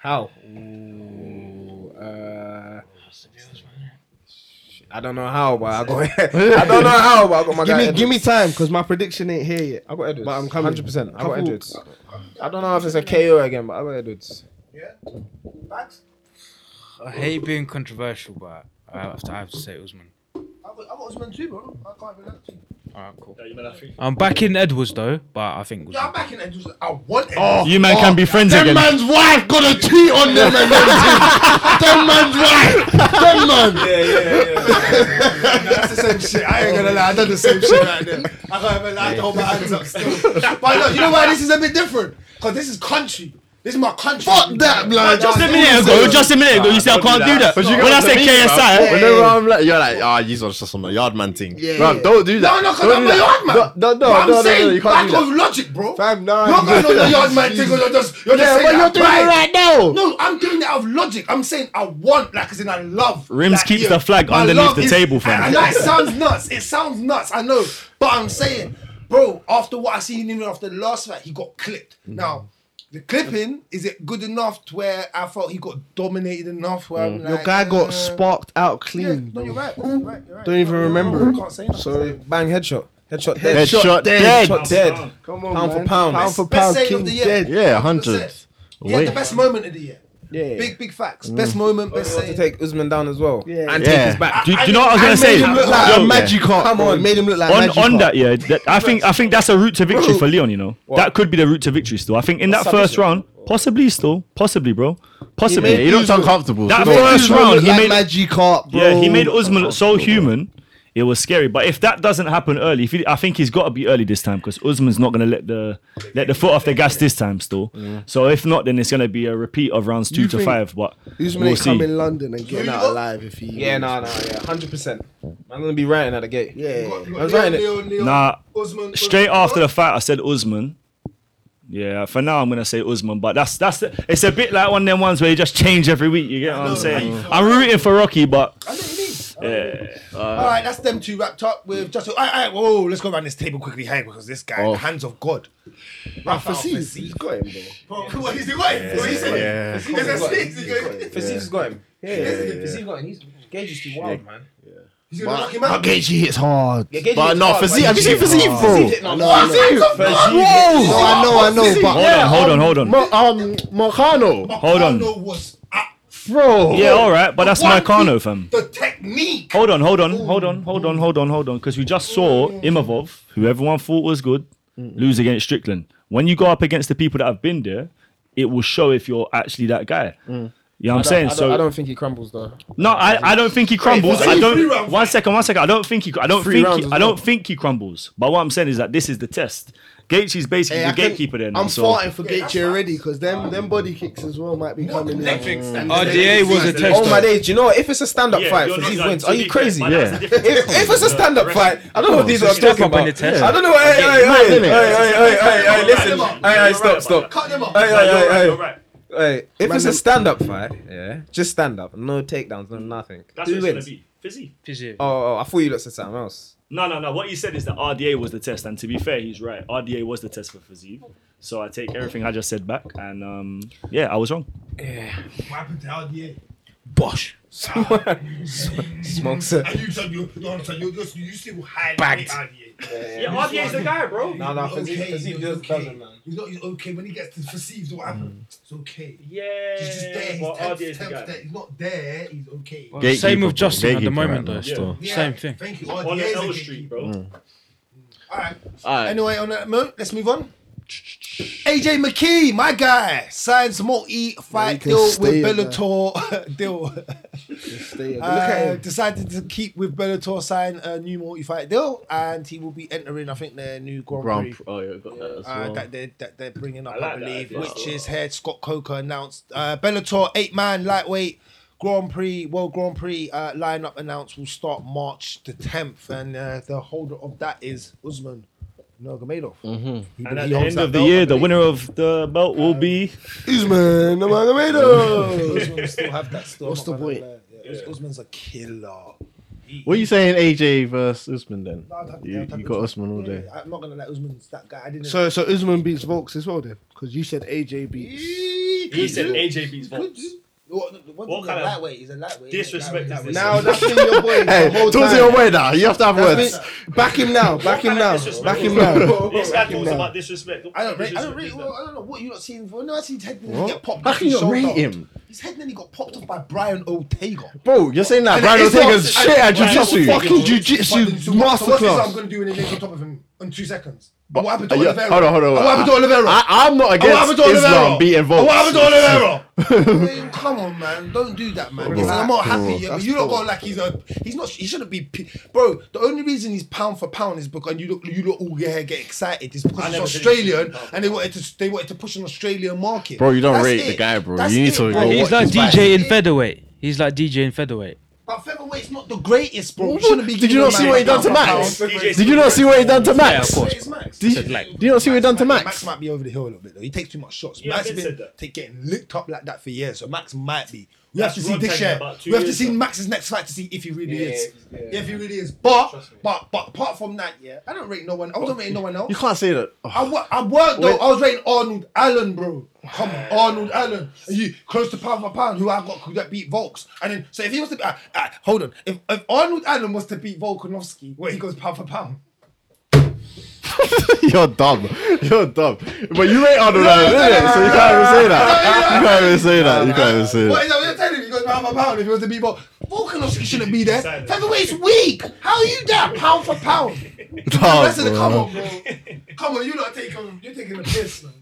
[SPEAKER 5] How? Ooh, uh, I don't know how, but I got. I don't know how, but I got my
[SPEAKER 10] Give
[SPEAKER 5] guy.
[SPEAKER 10] me,
[SPEAKER 5] Edwards.
[SPEAKER 10] give me time, cause my prediction ain't here yet.
[SPEAKER 5] I got Edwards.
[SPEAKER 10] But I'm coming.
[SPEAKER 5] 100%. I got
[SPEAKER 10] Couple-
[SPEAKER 5] Edwards. I don't know if it's a KO again, but I got Edwards.
[SPEAKER 4] Bags?
[SPEAKER 6] I hate being controversial, but I have to, I have to say Usman.
[SPEAKER 4] I got, I got Usman too, bro. I can't even lie to you.
[SPEAKER 6] Alright, cool.
[SPEAKER 11] no, you mean I think-
[SPEAKER 6] I'm back in Edwards though, but I think
[SPEAKER 4] Yeah, I'm
[SPEAKER 6] Usman.
[SPEAKER 4] back in Edwards. I want Edwards.
[SPEAKER 10] Oh,
[SPEAKER 7] You Oh, man can be friends
[SPEAKER 13] That
[SPEAKER 7] again.
[SPEAKER 13] man's wife got a tweet on them and That man's wife. That man.
[SPEAKER 5] Yeah, yeah, yeah.
[SPEAKER 4] That's the same shit. I ain't gonna lie. I done the same shit right there. I can't even lie. I hold my hands up still. But look, you know why this is a bit different? Because this is country. This is my country. Fuck
[SPEAKER 13] that, blood.
[SPEAKER 7] Just a minute ago, just a minute ago, you said I can't do that.
[SPEAKER 13] But you
[SPEAKER 7] When I
[SPEAKER 13] got
[SPEAKER 7] say
[SPEAKER 13] to me, bruv.
[SPEAKER 7] KSI,
[SPEAKER 13] whenever I'm like, you're like, ah, these are just on the yard man thing. Yeah, don't do that.
[SPEAKER 4] No, no, 'cause
[SPEAKER 13] Don't
[SPEAKER 4] I'm
[SPEAKER 13] do
[SPEAKER 4] a
[SPEAKER 13] that.
[SPEAKER 4] yard man.
[SPEAKER 13] No, no,
[SPEAKER 4] But
[SPEAKER 13] no,
[SPEAKER 4] I'm
[SPEAKER 13] no, no,
[SPEAKER 4] saying,
[SPEAKER 13] no, you can't
[SPEAKER 4] back
[SPEAKER 13] do that.
[SPEAKER 4] of logic, bro.
[SPEAKER 10] Fam, nah,
[SPEAKER 4] You're going on the yard man thing. You're just, you're just
[SPEAKER 13] Yeah,
[SPEAKER 4] saying
[SPEAKER 13] but you're
[SPEAKER 4] that
[SPEAKER 13] doing
[SPEAKER 4] pride.
[SPEAKER 13] it right now.
[SPEAKER 4] No, I'm doing it out of logic. I'm saying I want, like, as in I love.
[SPEAKER 7] Rims
[SPEAKER 4] that
[SPEAKER 7] keeps
[SPEAKER 4] year.
[SPEAKER 7] the flag
[SPEAKER 4] My
[SPEAKER 7] underneath
[SPEAKER 4] love
[SPEAKER 7] the table, fam.
[SPEAKER 4] I, I know it sounds nuts. It sounds nuts. I know, but I'm saying, bro. After what I seen him after the last fight, he got clipped.
[SPEAKER 13] Mm.
[SPEAKER 4] Now, the clipping is it good enough to where I felt he got dominated enough? Where
[SPEAKER 13] Mm.
[SPEAKER 4] I'm like,
[SPEAKER 10] Your guy got
[SPEAKER 4] uh,
[SPEAKER 10] sparked out
[SPEAKER 4] Yeah,
[SPEAKER 10] clean.
[SPEAKER 4] no,
[SPEAKER 10] bro.
[SPEAKER 4] you're right. You're right, you're right.
[SPEAKER 10] Don't even
[SPEAKER 4] No, no,
[SPEAKER 10] remember
[SPEAKER 4] no,
[SPEAKER 10] it.
[SPEAKER 4] I can't say nothing.
[SPEAKER 10] So
[SPEAKER 5] Bang headshot. Headshot dead.
[SPEAKER 13] Headshot dead.
[SPEAKER 5] Headshot dead.
[SPEAKER 10] come on,
[SPEAKER 5] Pound for
[SPEAKER 10] man.
[SPEAKER 5] pound.
[SPEAKER 10] pound for
[SPEAKER 4] Best
[SPEAKER 10] pound,
[SPEAKER 4] save of
[SPEAKER 10] king
[SPEAKER 4] the year.
[SPEAKER 10] dead.
[SPEAKER 13] Yeah, hundred.
[SPEAKER 4] He had the
[SPEAKER 13] Wait.
[SPEAKER 4] best moment of the year.
[SPEAKER 10] Yeah. Mm.
[SPEAKER 4] Big, big facts. Best moment, best
[SPEAKER 5] Just to
[SPEAKER 4] save.
[SPEAKER 5] take Usman down as well.
[SPEAKER 10] Yeah.
[SPEAKER 5] And
[SPEAKER 13] Yeah.
[SPEAKER 5] take his back.
[SPEAKER 7] do, you- do you know what I was gonna say?
[SPEAKER 10] Look like
[SPEAKER 7] Yo,
[SPEAKER 10] a magic card. Come on, made him look like
[SPEAKER 7] on
[SPEAKER 10] magic
[SPEAKER 7] on that, yeah, that, I think I think that's a route to victory for Leon. You know, that could be the route to victory still. I think in that first
[SPEAKER 5] submission?
[SPEAKER 7] round, possibly still, possibly, bro, possibly.
[SPEAKER 13] Yeah, he looks uncomfortable.
[SPEAKER 7] That
[SPEAKER 13] Still.
[SPEAKER 7] first round, he made
[SPEAKER 10] magic card, bro.
[SPEAKER 7] yeah, he made Usman
[SPEAKER 16] Oh,
[SPEAKER 7] look so human. It was scary, but if that doesn't happen early, if he, I think he's got to be early this time because Usman's not going to let the let the foot off the gas this time still. So if not, then it's going to be a repeat of rounds two
[SPEAKER 10] You
[SPEAKER 7] to
[SPEAKER 10] think
[SPEAKER 7] five. But
[SPEAKER 10] Usman
[SPEAKER 7] we'll
[SPEAKER 10] ain't come
[SPEAKER 7] see.
[SPEAKER 10] in London and getting out alive if he.
[SPEAKER 5] Yeah, no, no, yeah. 100%. I'm going to be ranting at the gate.
[SPEAKER 10] Yeah.
[SPEAKER 4] You got
[SPEAKER 5] I
[SPEAKER 4] Leon,
[SPEAKER 5] was writing it.
[SPEAKER 4] Leon, Leon,
[SPEAKER 7] Nah,
[SPEAKER 4] Usman,
[SPEAKER 7] straight
[SPEAKER 4] Usman.
[SPEAKER 7] after the fight, I said Usman Yeah, for now I'm gonna say Usman, but that's that's the, it's a bit like one of them ones where you just change every week. You get what I'm saying? I'm rooting for Rocky, but yeah,
[SPEAKER 4] all right, that's them two wrapped up with just. All right, all right, whoa, whoa, let's go around this table quickly, hey, because this guy,
[SPEAKER 16] Oh.
[SPEAKER 4] hands of God. Rafa Fasif.
[SPEAKER 10] He's got him, bro.
[SPEAKER 4] Bro, who- he's got him. What he said.
[SPEAKER 16] Yeah.
[SPEAKER 4] There's a space, he's got him.
[SPEAKER 5] Fasif's got him. Yeah, yeah, yeah. Fasif got him. He's Gage is too wild, man.
[SPEAKER 4] He's gonna knock him
[SPEAKER 16] But
[SPEAKER 4] out.
[SPEAKER 16] Gaethje hits hard.
[SPEAKER 5] Yeah, Gage
[SPEAKER 16] but
[SPEAKER 5] is
[SPEAKER 16] no,
[SPEAKER 5] hard,
[SPEAKER 16] Fazeev.
[SPEAKER 5] but
[SPEAKER 16] Have you seen
[SPEAKER 5] he's-
[SPEAKER 16] Fazeev,
[SPEAKER 5] Fasif hit
[SPEAKER 16] bro?
[SPEAKER 5] not-
[SPEAKER 4] Fasif.
[SPEAKER 10] No, I know, I know, but
[SPEAKER 7] hold on, hold on, hold on,
[SPEAKER 16] Mo- um, Marcano.
[SPEAKER 7] hold on.
[SPEAKER 4] Arnold was at
[SPEAKER 16] Bro.
[SPEAKER 7] Yeah, all right, but that's
[SPEAKER 4] one
[SPEAKER 7] Marcano,
[SPEAKER 4] thing-
[SPEAKER 7] fam.
[SPEAKER 4] the technique.
[SPEAKER 7] Hold on, hold on, hold on, hold on, hold on, hold on, because we just saw Imavov, who everyone thought was good, lose against Strickland. When you go up against the people that have been there, it will show if you're actually that guy. You know what I'm saying?
[SPEAKER 5] I
[SPEAKER 7] so
[SPEAKER 5] don't, I don't think he crumbles though.
[SPEAKER 7] No, I, I don't think he crumbles.
[SPEAKER 4] Wait,
[SPEAKER 7] I
[SPEAKER 4] three
[SPEAKER 7] don't.
[SPEAKER 4] rounds.
[SPEAKER 7] One second, one second. I don't think he. I don't
[SPEAKER 5] Three
[SPEAKER 7] think.
[SPEAKER 5] rounds
[SPEAKER 7] He,
[SPEAKER 5] as
[SPEAKER 7] I don't
[SPEAKER 5] well.
[SPEAKER 7] think he crumbles. But what I'm saying is that this is the test. Gaethje is basically
[SPEAKER 10] Hey, I
[SPEAKER 7] the
[SPEAKER 10] can-
[SPEAKER 7] gatekeeper there now.
[SPEAKER 10] I'm
[SPEAKER 7] so
[SPEAKER 10] fighting for Gaethje already because them them body kicks as well might be coming in.
[SPEAKER 6] RDA was a test.
[SPEAKER 5] Oh my days! Do you know what? if it's a stand-up
[SPEAKER 7] Yeah,
[SPEAKER 5] fight,
[SPEAKER 7] you're not
[SPEAKER 5] Fasif
[SPEAKER 7] done.
[SPEAKER 5] wins.
[SPEAKER 7] To
[SPEAKER 5] Are
[SPEAKER 7] be
[SPEAKER 5] you
[SPEAKER 7] fair,
[SPEAKER 5] crazy?
[SPEAKER 7] but that's a different
[SPEAKER 5] If,
[SPEAKER 7] test.
[SPEAKER 5] if it's a stand-up fight, I don't know what these are
[SPEAKER 6] step
[SPEAKER 5] talking
[SPEAKER 6] up in
[SPEAKER 5] about.
[SPEAKER 6] the test.
[SPEAKER 5] I don't know. Hey, hey, hey, hey, hey, hey, hey, hey, listen.
[SPEAKER 4] Cut them
[SPEAKER 5] Hey, hey, stop,
[SPEAKER 7] up.
[SPEAKER 5] stop.
[SPEAKER 4] Cut them up.
[SPEAKER 7] No,
[SPEAKER 5] Hey,
[SPEAKER 7] you're right,
[SPEAKER 5] hey, hey,
[SPEAKER 7] you're
[SPEAKER 5] hey.
[SPEAKER 7] right.
[SPEAKER 5] Hey, if it's a stand-up fight, yeah, just stand up, no takedowns, no nothing.
[SPEAKER 17] That's
[SPEAKER 5] Who
[SPEAKER 17] what it's gonna
[SPEAKER 5] wins?
[SPEAKER 17] be. Fizzy.
[SPEAKER 5] Oh, oh, I thought you looked at something else.
[SPEAKER 7] No, no, no. What he said is that RDA was the test, and to be fair, he's right. RDA was the test for Fazeev. So I take everything I just said back, and um, yeah, I was wrong.
[SPEAKER 18] What happened to LDA?
[SPEAKER 5] Bosh. Smokes it.
[SPEAKER 18] And you said you, you understand, you just, you still hide
[SPEAKER 5] Bagged.
[SPEAKER 18] LDA.
[SPEAKER 17] Yeah, RDA is the guy, bro.
[SPEAKER 5] No, no, because
[SPEAKER 18] okay,
[SPEAKER 5] he
[SPEAKER 18] you're
[SPEAKER 5] just
[SPEAKER 18] okay.
[SPEAKER 5] doesn't, man.
[SPEAKER 18] He's not he's okay when he gets to perceive what happened. It's okay.
[SPEAKER 17] Yeah.
[SPEAKER 18] He's just there. He's
[SPEAKER 17] but
[SPEAKER 18] tenth,
[SPEAKER 17] RDA is the
[SPEAKER 18] tenth
[SPEAKER 17] guy.
[SPEAKER 18] there. He's not there. He's okay.
[SPEAKER 6] Same
[SPEAKER 3] Gatekeeper,
[SPEAKER 6] with Justin at the
[SPEAKER 3] gatekeeper
[SPEAKER 6] moment,
[SPEAKER 3] right
[SPEAKER 6] though.
[SPEAKER 3] now.
[SPEAKER 6] Still
[SPEAKER 18] Yeah,
[SPEAKER 6] same thing.
[SPEAKER 18] Thank you.
[SPEAKER 17] On
[SPEAKER 18] RDA is
[SPEAKER 17] L
[SPEAKER 18] a
[SPEAKER 17] Street,
[SPEAKER 18] gatekeeper.
[SPEAKER 17] bro.
[SPEAKER 4] All right.
[SPEAKER 3] Alright.
[SPEAKER 4] Anyway, on that note, let's move on. AJ McKee, my guy, signs multi-fight
[SPEAKER 10] can
[SPEAKER 4] deal
[SPEAKER 10] stay
[SPEAKER 4] with
[SPEAKER 10] in there.
[SPEAKER 4] Bellator deal.
[SPEAKER 10] Stay- Look
[SPEAKER 4] Uh,
[SPEAKER 10] at him.
[SPEAKER 4] Decided to keep with Bellator, sign a new multi-fight deal, and he will be entering, I think, their new Grand,
[SPEAKER 3] Grand Prix.
[SPEAKER 4] Prix.
[SPEAKER 3] Oh, yeah, got that as
[SPEAKER 4] Uh,
[SPEAKER 3] well.
[SPEAKER 4] that, they're, that they're bringing up,
[SPEAKER 17] I
[SPEAKER 4] I,
[SPEAKER 17] like that
[SPEAKER 4] believe,
[SPEAKER 17] idea.
[SPEAKER 4] which is head Scott Coker announced. Uh, Bellator eight man lightweight Grand Prix, World Grand Prix uh, lineup announced will start March the 10th, and uh, the holder of that is Usman Nurmagomedov.
[SPEAKER 3] Mm-hmm.
[SPEAKER 4] He-
[SPEAKER 7] And at
[SPEAKER 4] he
[SPEAKER 7] the
[SPEAKER 4] holds
[SPEAKER 7] end
[SPEAKER 4] that
[SPEAKER 7] of the
[SPEAKER 4] belt, I
[SPEAKER 7] year, the
[SPEAKER 4] believe.
[SPEAKER 7] winner of the belt will be.
[SPEAKER 10] Usman Nurmagomedov.
[SPEAKER 4] Oh, Usman will still have that still.
[SPEAKER 3] What's
[SPEAKER 4] I'm not
[SPEAKER 3] the
[SPEAKER 4] gonna
[SPEAKER 3] point?
[SPEAKER 4] lie. Yeah, Usman's a killer.
[SPEAKER 3] What are you saying, AJ versus Usman then?
[SPEAKER 4] I'd have-
[SPEAKER 3] You,
[SPEAKER 4] I'd have
[SPEAKER 3] you
[SPEAKER 4] to
[SPEAKER 3] got
[SPEAKER 4] take-
[SPEAKER 3] Usman all
[SPEAKER 4] Yeah,
[SPEAKER 3] day.
[SPEAKER 4] I'm not gonna let Usman's that guy. I didn't.
[SPEAKER 10] So so Usman beats Volks as well then because you said AJ beats.
[SPEAKER 17] He said AJ beats Volk.
[SPEAKER 4] what, what,
[SPEAKER 17] What
[SPEAKER 4] what
[SPEAKER 17] kind
[SPEAKER 4] kind
[SPEAKER 17] of
[SPEAKER 4] lightweight? He's a lightweight.
[SPEAKER 17] Disrespect is this.
[SPEAKER 10] Now that's in your boy.
[SPEAKER 3] Hey, talk to your boy now. You have to have words.
[SPEAKER 10] Back him now. Back him now. Back him now.
[SPEAKER 17] This guy talks about disrespect.
[SPEAKER 4] I don't, rate, I don't, rate,
[SPEAKER 17] Disrespect is
[SPEAKER 4] well, I don't know what you're not seeing for. No, I see his head nearly
[SPEAKER 3] What?
[SPEAKER 4] get popped.
[SPEAKER 3] How
[SPEAKER 4] off
[SPEAKER 3] can
[SPEAKER 4] his
[SPEAKER 3] you rate
[SPEAKER 4] shoulder.
[SPEAKER 3] him?
[SPEAKER 4] His head nearly got popped off by Brian Ortega.
[SPEAKER 3] Bro, you're saying that.
[SPEAKER 4] And
[SPEAKER 3] Brian
[SPEAKER 4] it's
[SPEAKER 3] Ortega's
[SPEAKER 4] not-
[SPEAKER 3] shit at
[SPEAKER 4] and-
[SPEAKER 3] Jiu-Jitsu.
[SPEAKER 4] Fucking
[SPEAKER 3] Fucking
[SPEAKER 4] But then,
[SPEAKER 3] Jiu-Jitsu
[SPEAKER 4] so what- so what is I'm
[SPEAKER 3] masterclass.
[SPEAKER 4] going to do in the leg on top of him in two seconds?
[SPEAKER 3] But- uh,
[SPEAKER 4] what happened to
[SPEAKER 3] yeah,
[SPEAKER 4] Oliveira?
[SPEAKER 3] Hold on, hold on.
[SPEAKER 4] And What happened to
[SPEAKER 3] I-
[SPEAKER 4] Oliveira?
[SPEAKER 3] I, I'm not
[SPEAKER 4] And what happened
[SPEAKER 3] against
[SPEAKER 4] to Oliveira?
[SPEAKER 3] Islam being
[SPEAKER 4] And What happened to
[SPEAKER 3] Volks.
[SPEAKER 4] Oliveira? Man, Come on, man! Don't do that, man. Listen, I'm not happy. Yeah, but you don't go like he's a. He's not. He shouldn't be. p- Bro, the only reason he's pound for pound is because you look. You look all yeah, get excited. Is because he's
[SPEAKER 17] never did
[SPEAKER 4] Australian and they wanted to. They wanted to push an Australian market.
[SPEAKER 3] Bro, you don't
[SPEAKER 4] That's
[SPEAKER 3] rate
[SPEAKER 4] it.
[SPEAKER 3] the guy, bro.
[SPEAKER 4] That's
[SPEAKER 3] You need
[SPEAKER 4] it,
[SPEAKER 3] to
[SPEAKER 4] bro.
[SPEAKER 3] go
[SPEAKER 6] He's
[SPEAKER 3] watch
[SPEAKER 6] like
[SPEAKER 3] his fight.
[SPEAKER 6] DJ in featherweight. He's like DJ in featherweight.
[SPEAKER 4] But featherweight's not the greatest, bro. You shouldn't be
[SPEAKER 3] Did you not see what he done to Max? Did you not see what he done to Max? Did you, did you not see what he done to
[SPEAKER 4] Max
[SPEAKER 3] Max?
[SPEAKER 4] might be over the hill a little bit though. He takes too much shots.
[SPEAKER 17] Yeah,
[SPEAKER 4] Max
[SPEAKER 17] Ben
[SPEAKER 4] has
[SPEAKER 17] said
[SPEAKER 4] been
[SPEAKER 17] that.
[SPEAKER 4] take, getting licked up like that for years, so Max might be. We have to
[SPEAKER 17] That's
[SPEAKER 4] see
[SPEAKER 17] Rod
[SPEAKER 4] this
[SPEAKER 17] Tagman
[SPEAKER 4] year.
[SPEAKER 17] about two
[SPEAKER 4] We have to
[SPEAKER 17] years
[SPEAKER 4] see
[SPEAKER 17] ago.
[SPEAKER 4] Max's next fight to see if he really
[SPEAKER 5] Yeah,
[SPEAKER 4] is.
[SPEAKER 5] yeah, yeah.
[SPEAKER 4] if he really is. But but but apart from that, yeah, I don't rate no one. I wasn't rating no one else.
[SPEAKER 3] You can't say that. Oh,
[SPEAKER 4] I, wa- I worked though. I was rating Arnold Allen, bro. Come on, Arnold Allen. And you close to pound for pound, who I got who that beat Volks. And then so if he was to be, ah, ah, hold on, if, if Arnold Allen was to beat Volkanovski, where he goes pound for pound.
[SPEAKER 3] You're dumb. You're dumb. But you ain't on the line, innit? So you can't even say that. You can't even say that. You can't even say
[SPEAKER 4] What
[SPEAKER 3] that.
[SPEAKER 4] is that? What you're telling me? He goes pound for pound. If he was to beat Volk, Volkanovski shouldn't be there.
[SPEAKER 17] Silence.
[SPEAKER 4] Featherweight's weak. How are you down pound for pound?
[SPEAKER 3] Nah,
[SPEAKER 4] That's the
[SPEAKER 3] bro.
[SPEAKER 4] come on, bro. Come on, you're not taking you're taking a piss, man.